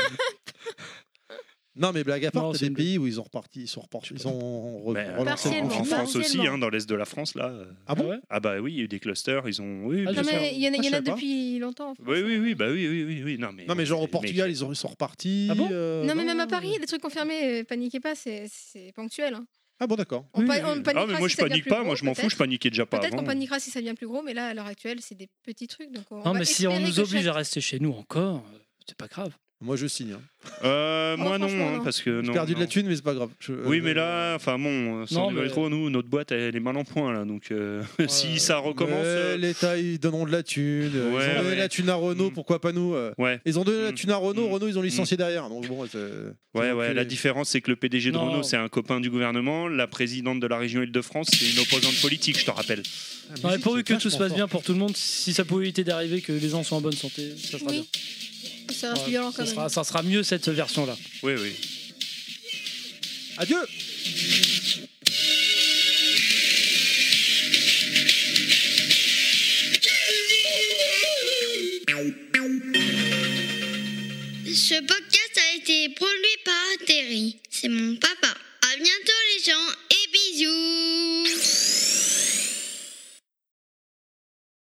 C: Non, mais blague à part,
D: Non,
C: t'as
D: c'est
C: des
D: une
C: pays où ils ont reparti, ils sont repartis, ils ont re-
F: Mais, euh,
C: relancé.
E: Partiellement.
F: en, en France aussi,
E: partiellement.
F: hein, dans l'est de la France, là. euh.
C: Ah bon
D: Ah ouais
F: Ah bah oui, il y a eu des clusters, ils ont. Oui,
D: Ah,
F: bien
E: Non,
D: je
F: sûr.
E: mais il y en
C: Ah,
E: a, il y en
C: je sais
E: a
C: pas.
E: depuis longtemps. en fait.
F: Oui, oui, oui, bah oui, oui, oui, oui. Non, mais,
C: Non, mais genre au
F: mais-
C: Portugal, ils, ont, ils sont repartis.
D: Ah bon
C: euh,
E: Non, mais même à Paris, les trucs confirmés, euh, paniquez pas, c'est c'est ponctuel. hein.
C: Ah bon, d'accord.
E: On,
D: Oui,
E: pa-
D: oui,
E: on
D: oui.
E: paniquera
F: Ah, mais moi,
E: si
F: je
E: ça devient
F: panique
E: plus
F: pas,
E: gros,
F: moi, je m'en fous,
E: peut-être.
F: je paniquais déjà pas
E: Peut-être
F: avant.
E: qu'on paniquera si ça devient plus gros, mais là, à l'heure actuelle, c'est des petits trucs. Donc on
D: Non,
E: va
D: mais si on
E: espérer
D: nous
E: que
D: oblige
E: chaque-
D: à rester chez nous encore, euh, c'est pas grave.
C: Moi, je signe. hein.
F: Euh,
E: Non,
F: moi, non,
E: franchement,
F: hein,
E: non.
F: parce que.
C: J'ai
F: non,
C: perdu de la
F: non.
C: thune, mais c'est pas grave. Je-
F: Oui,
C: euh,
F: mais là, enfin bon,
D: Non,
F: sans
D: mais-
F: les trop, nous, notre boîte, elle est mal en point, là. Donc, euh,
D: Ouais.
F: si ça recommence.
C: ouais,
F: euh,
C: L'État, ils donneront de la thune. euh,
F: Ouais,
C: ils ont donné
F: ouais.
C: la thune à Renault,
F: Mm.
C: pourquoi pas nous euh.
F: Ouais,
C: Ils ont donné la
F: Mm.
C: thune à Renault,
F: Mm.
C: Renault, ils ont licencié derrière. Donc bon, c'est- euh,
F: ouais,
C: c'est
F: ouais.
C: enculé.
F: La différence, c'est que le PDG de
D: Non.
F: Renault, c'est un copain du gouvernement. La présidente de la région Île-de-France, c'est une opposante politique, je te rappelle.
C: Ah, mais
D: Non, mais
C: si,
D: pourvu
C: c'est
D: que tout se
C: vachement
D: passe bien pour tout le monde, si ça pouvait éviter d'arriver que les gens soient en bonne santé, ça sera
E: Oui, ça
D: bien.
E: reste
D: Ouais,
E: violent
D: ça,
E: quand
D: sera,
E: même.
D: ça sera mieux cette version-là.
F: Oui, oui.
C: fort. hein. Adieu
G: Ce podcast a été produit par Terry. C'est mon papa.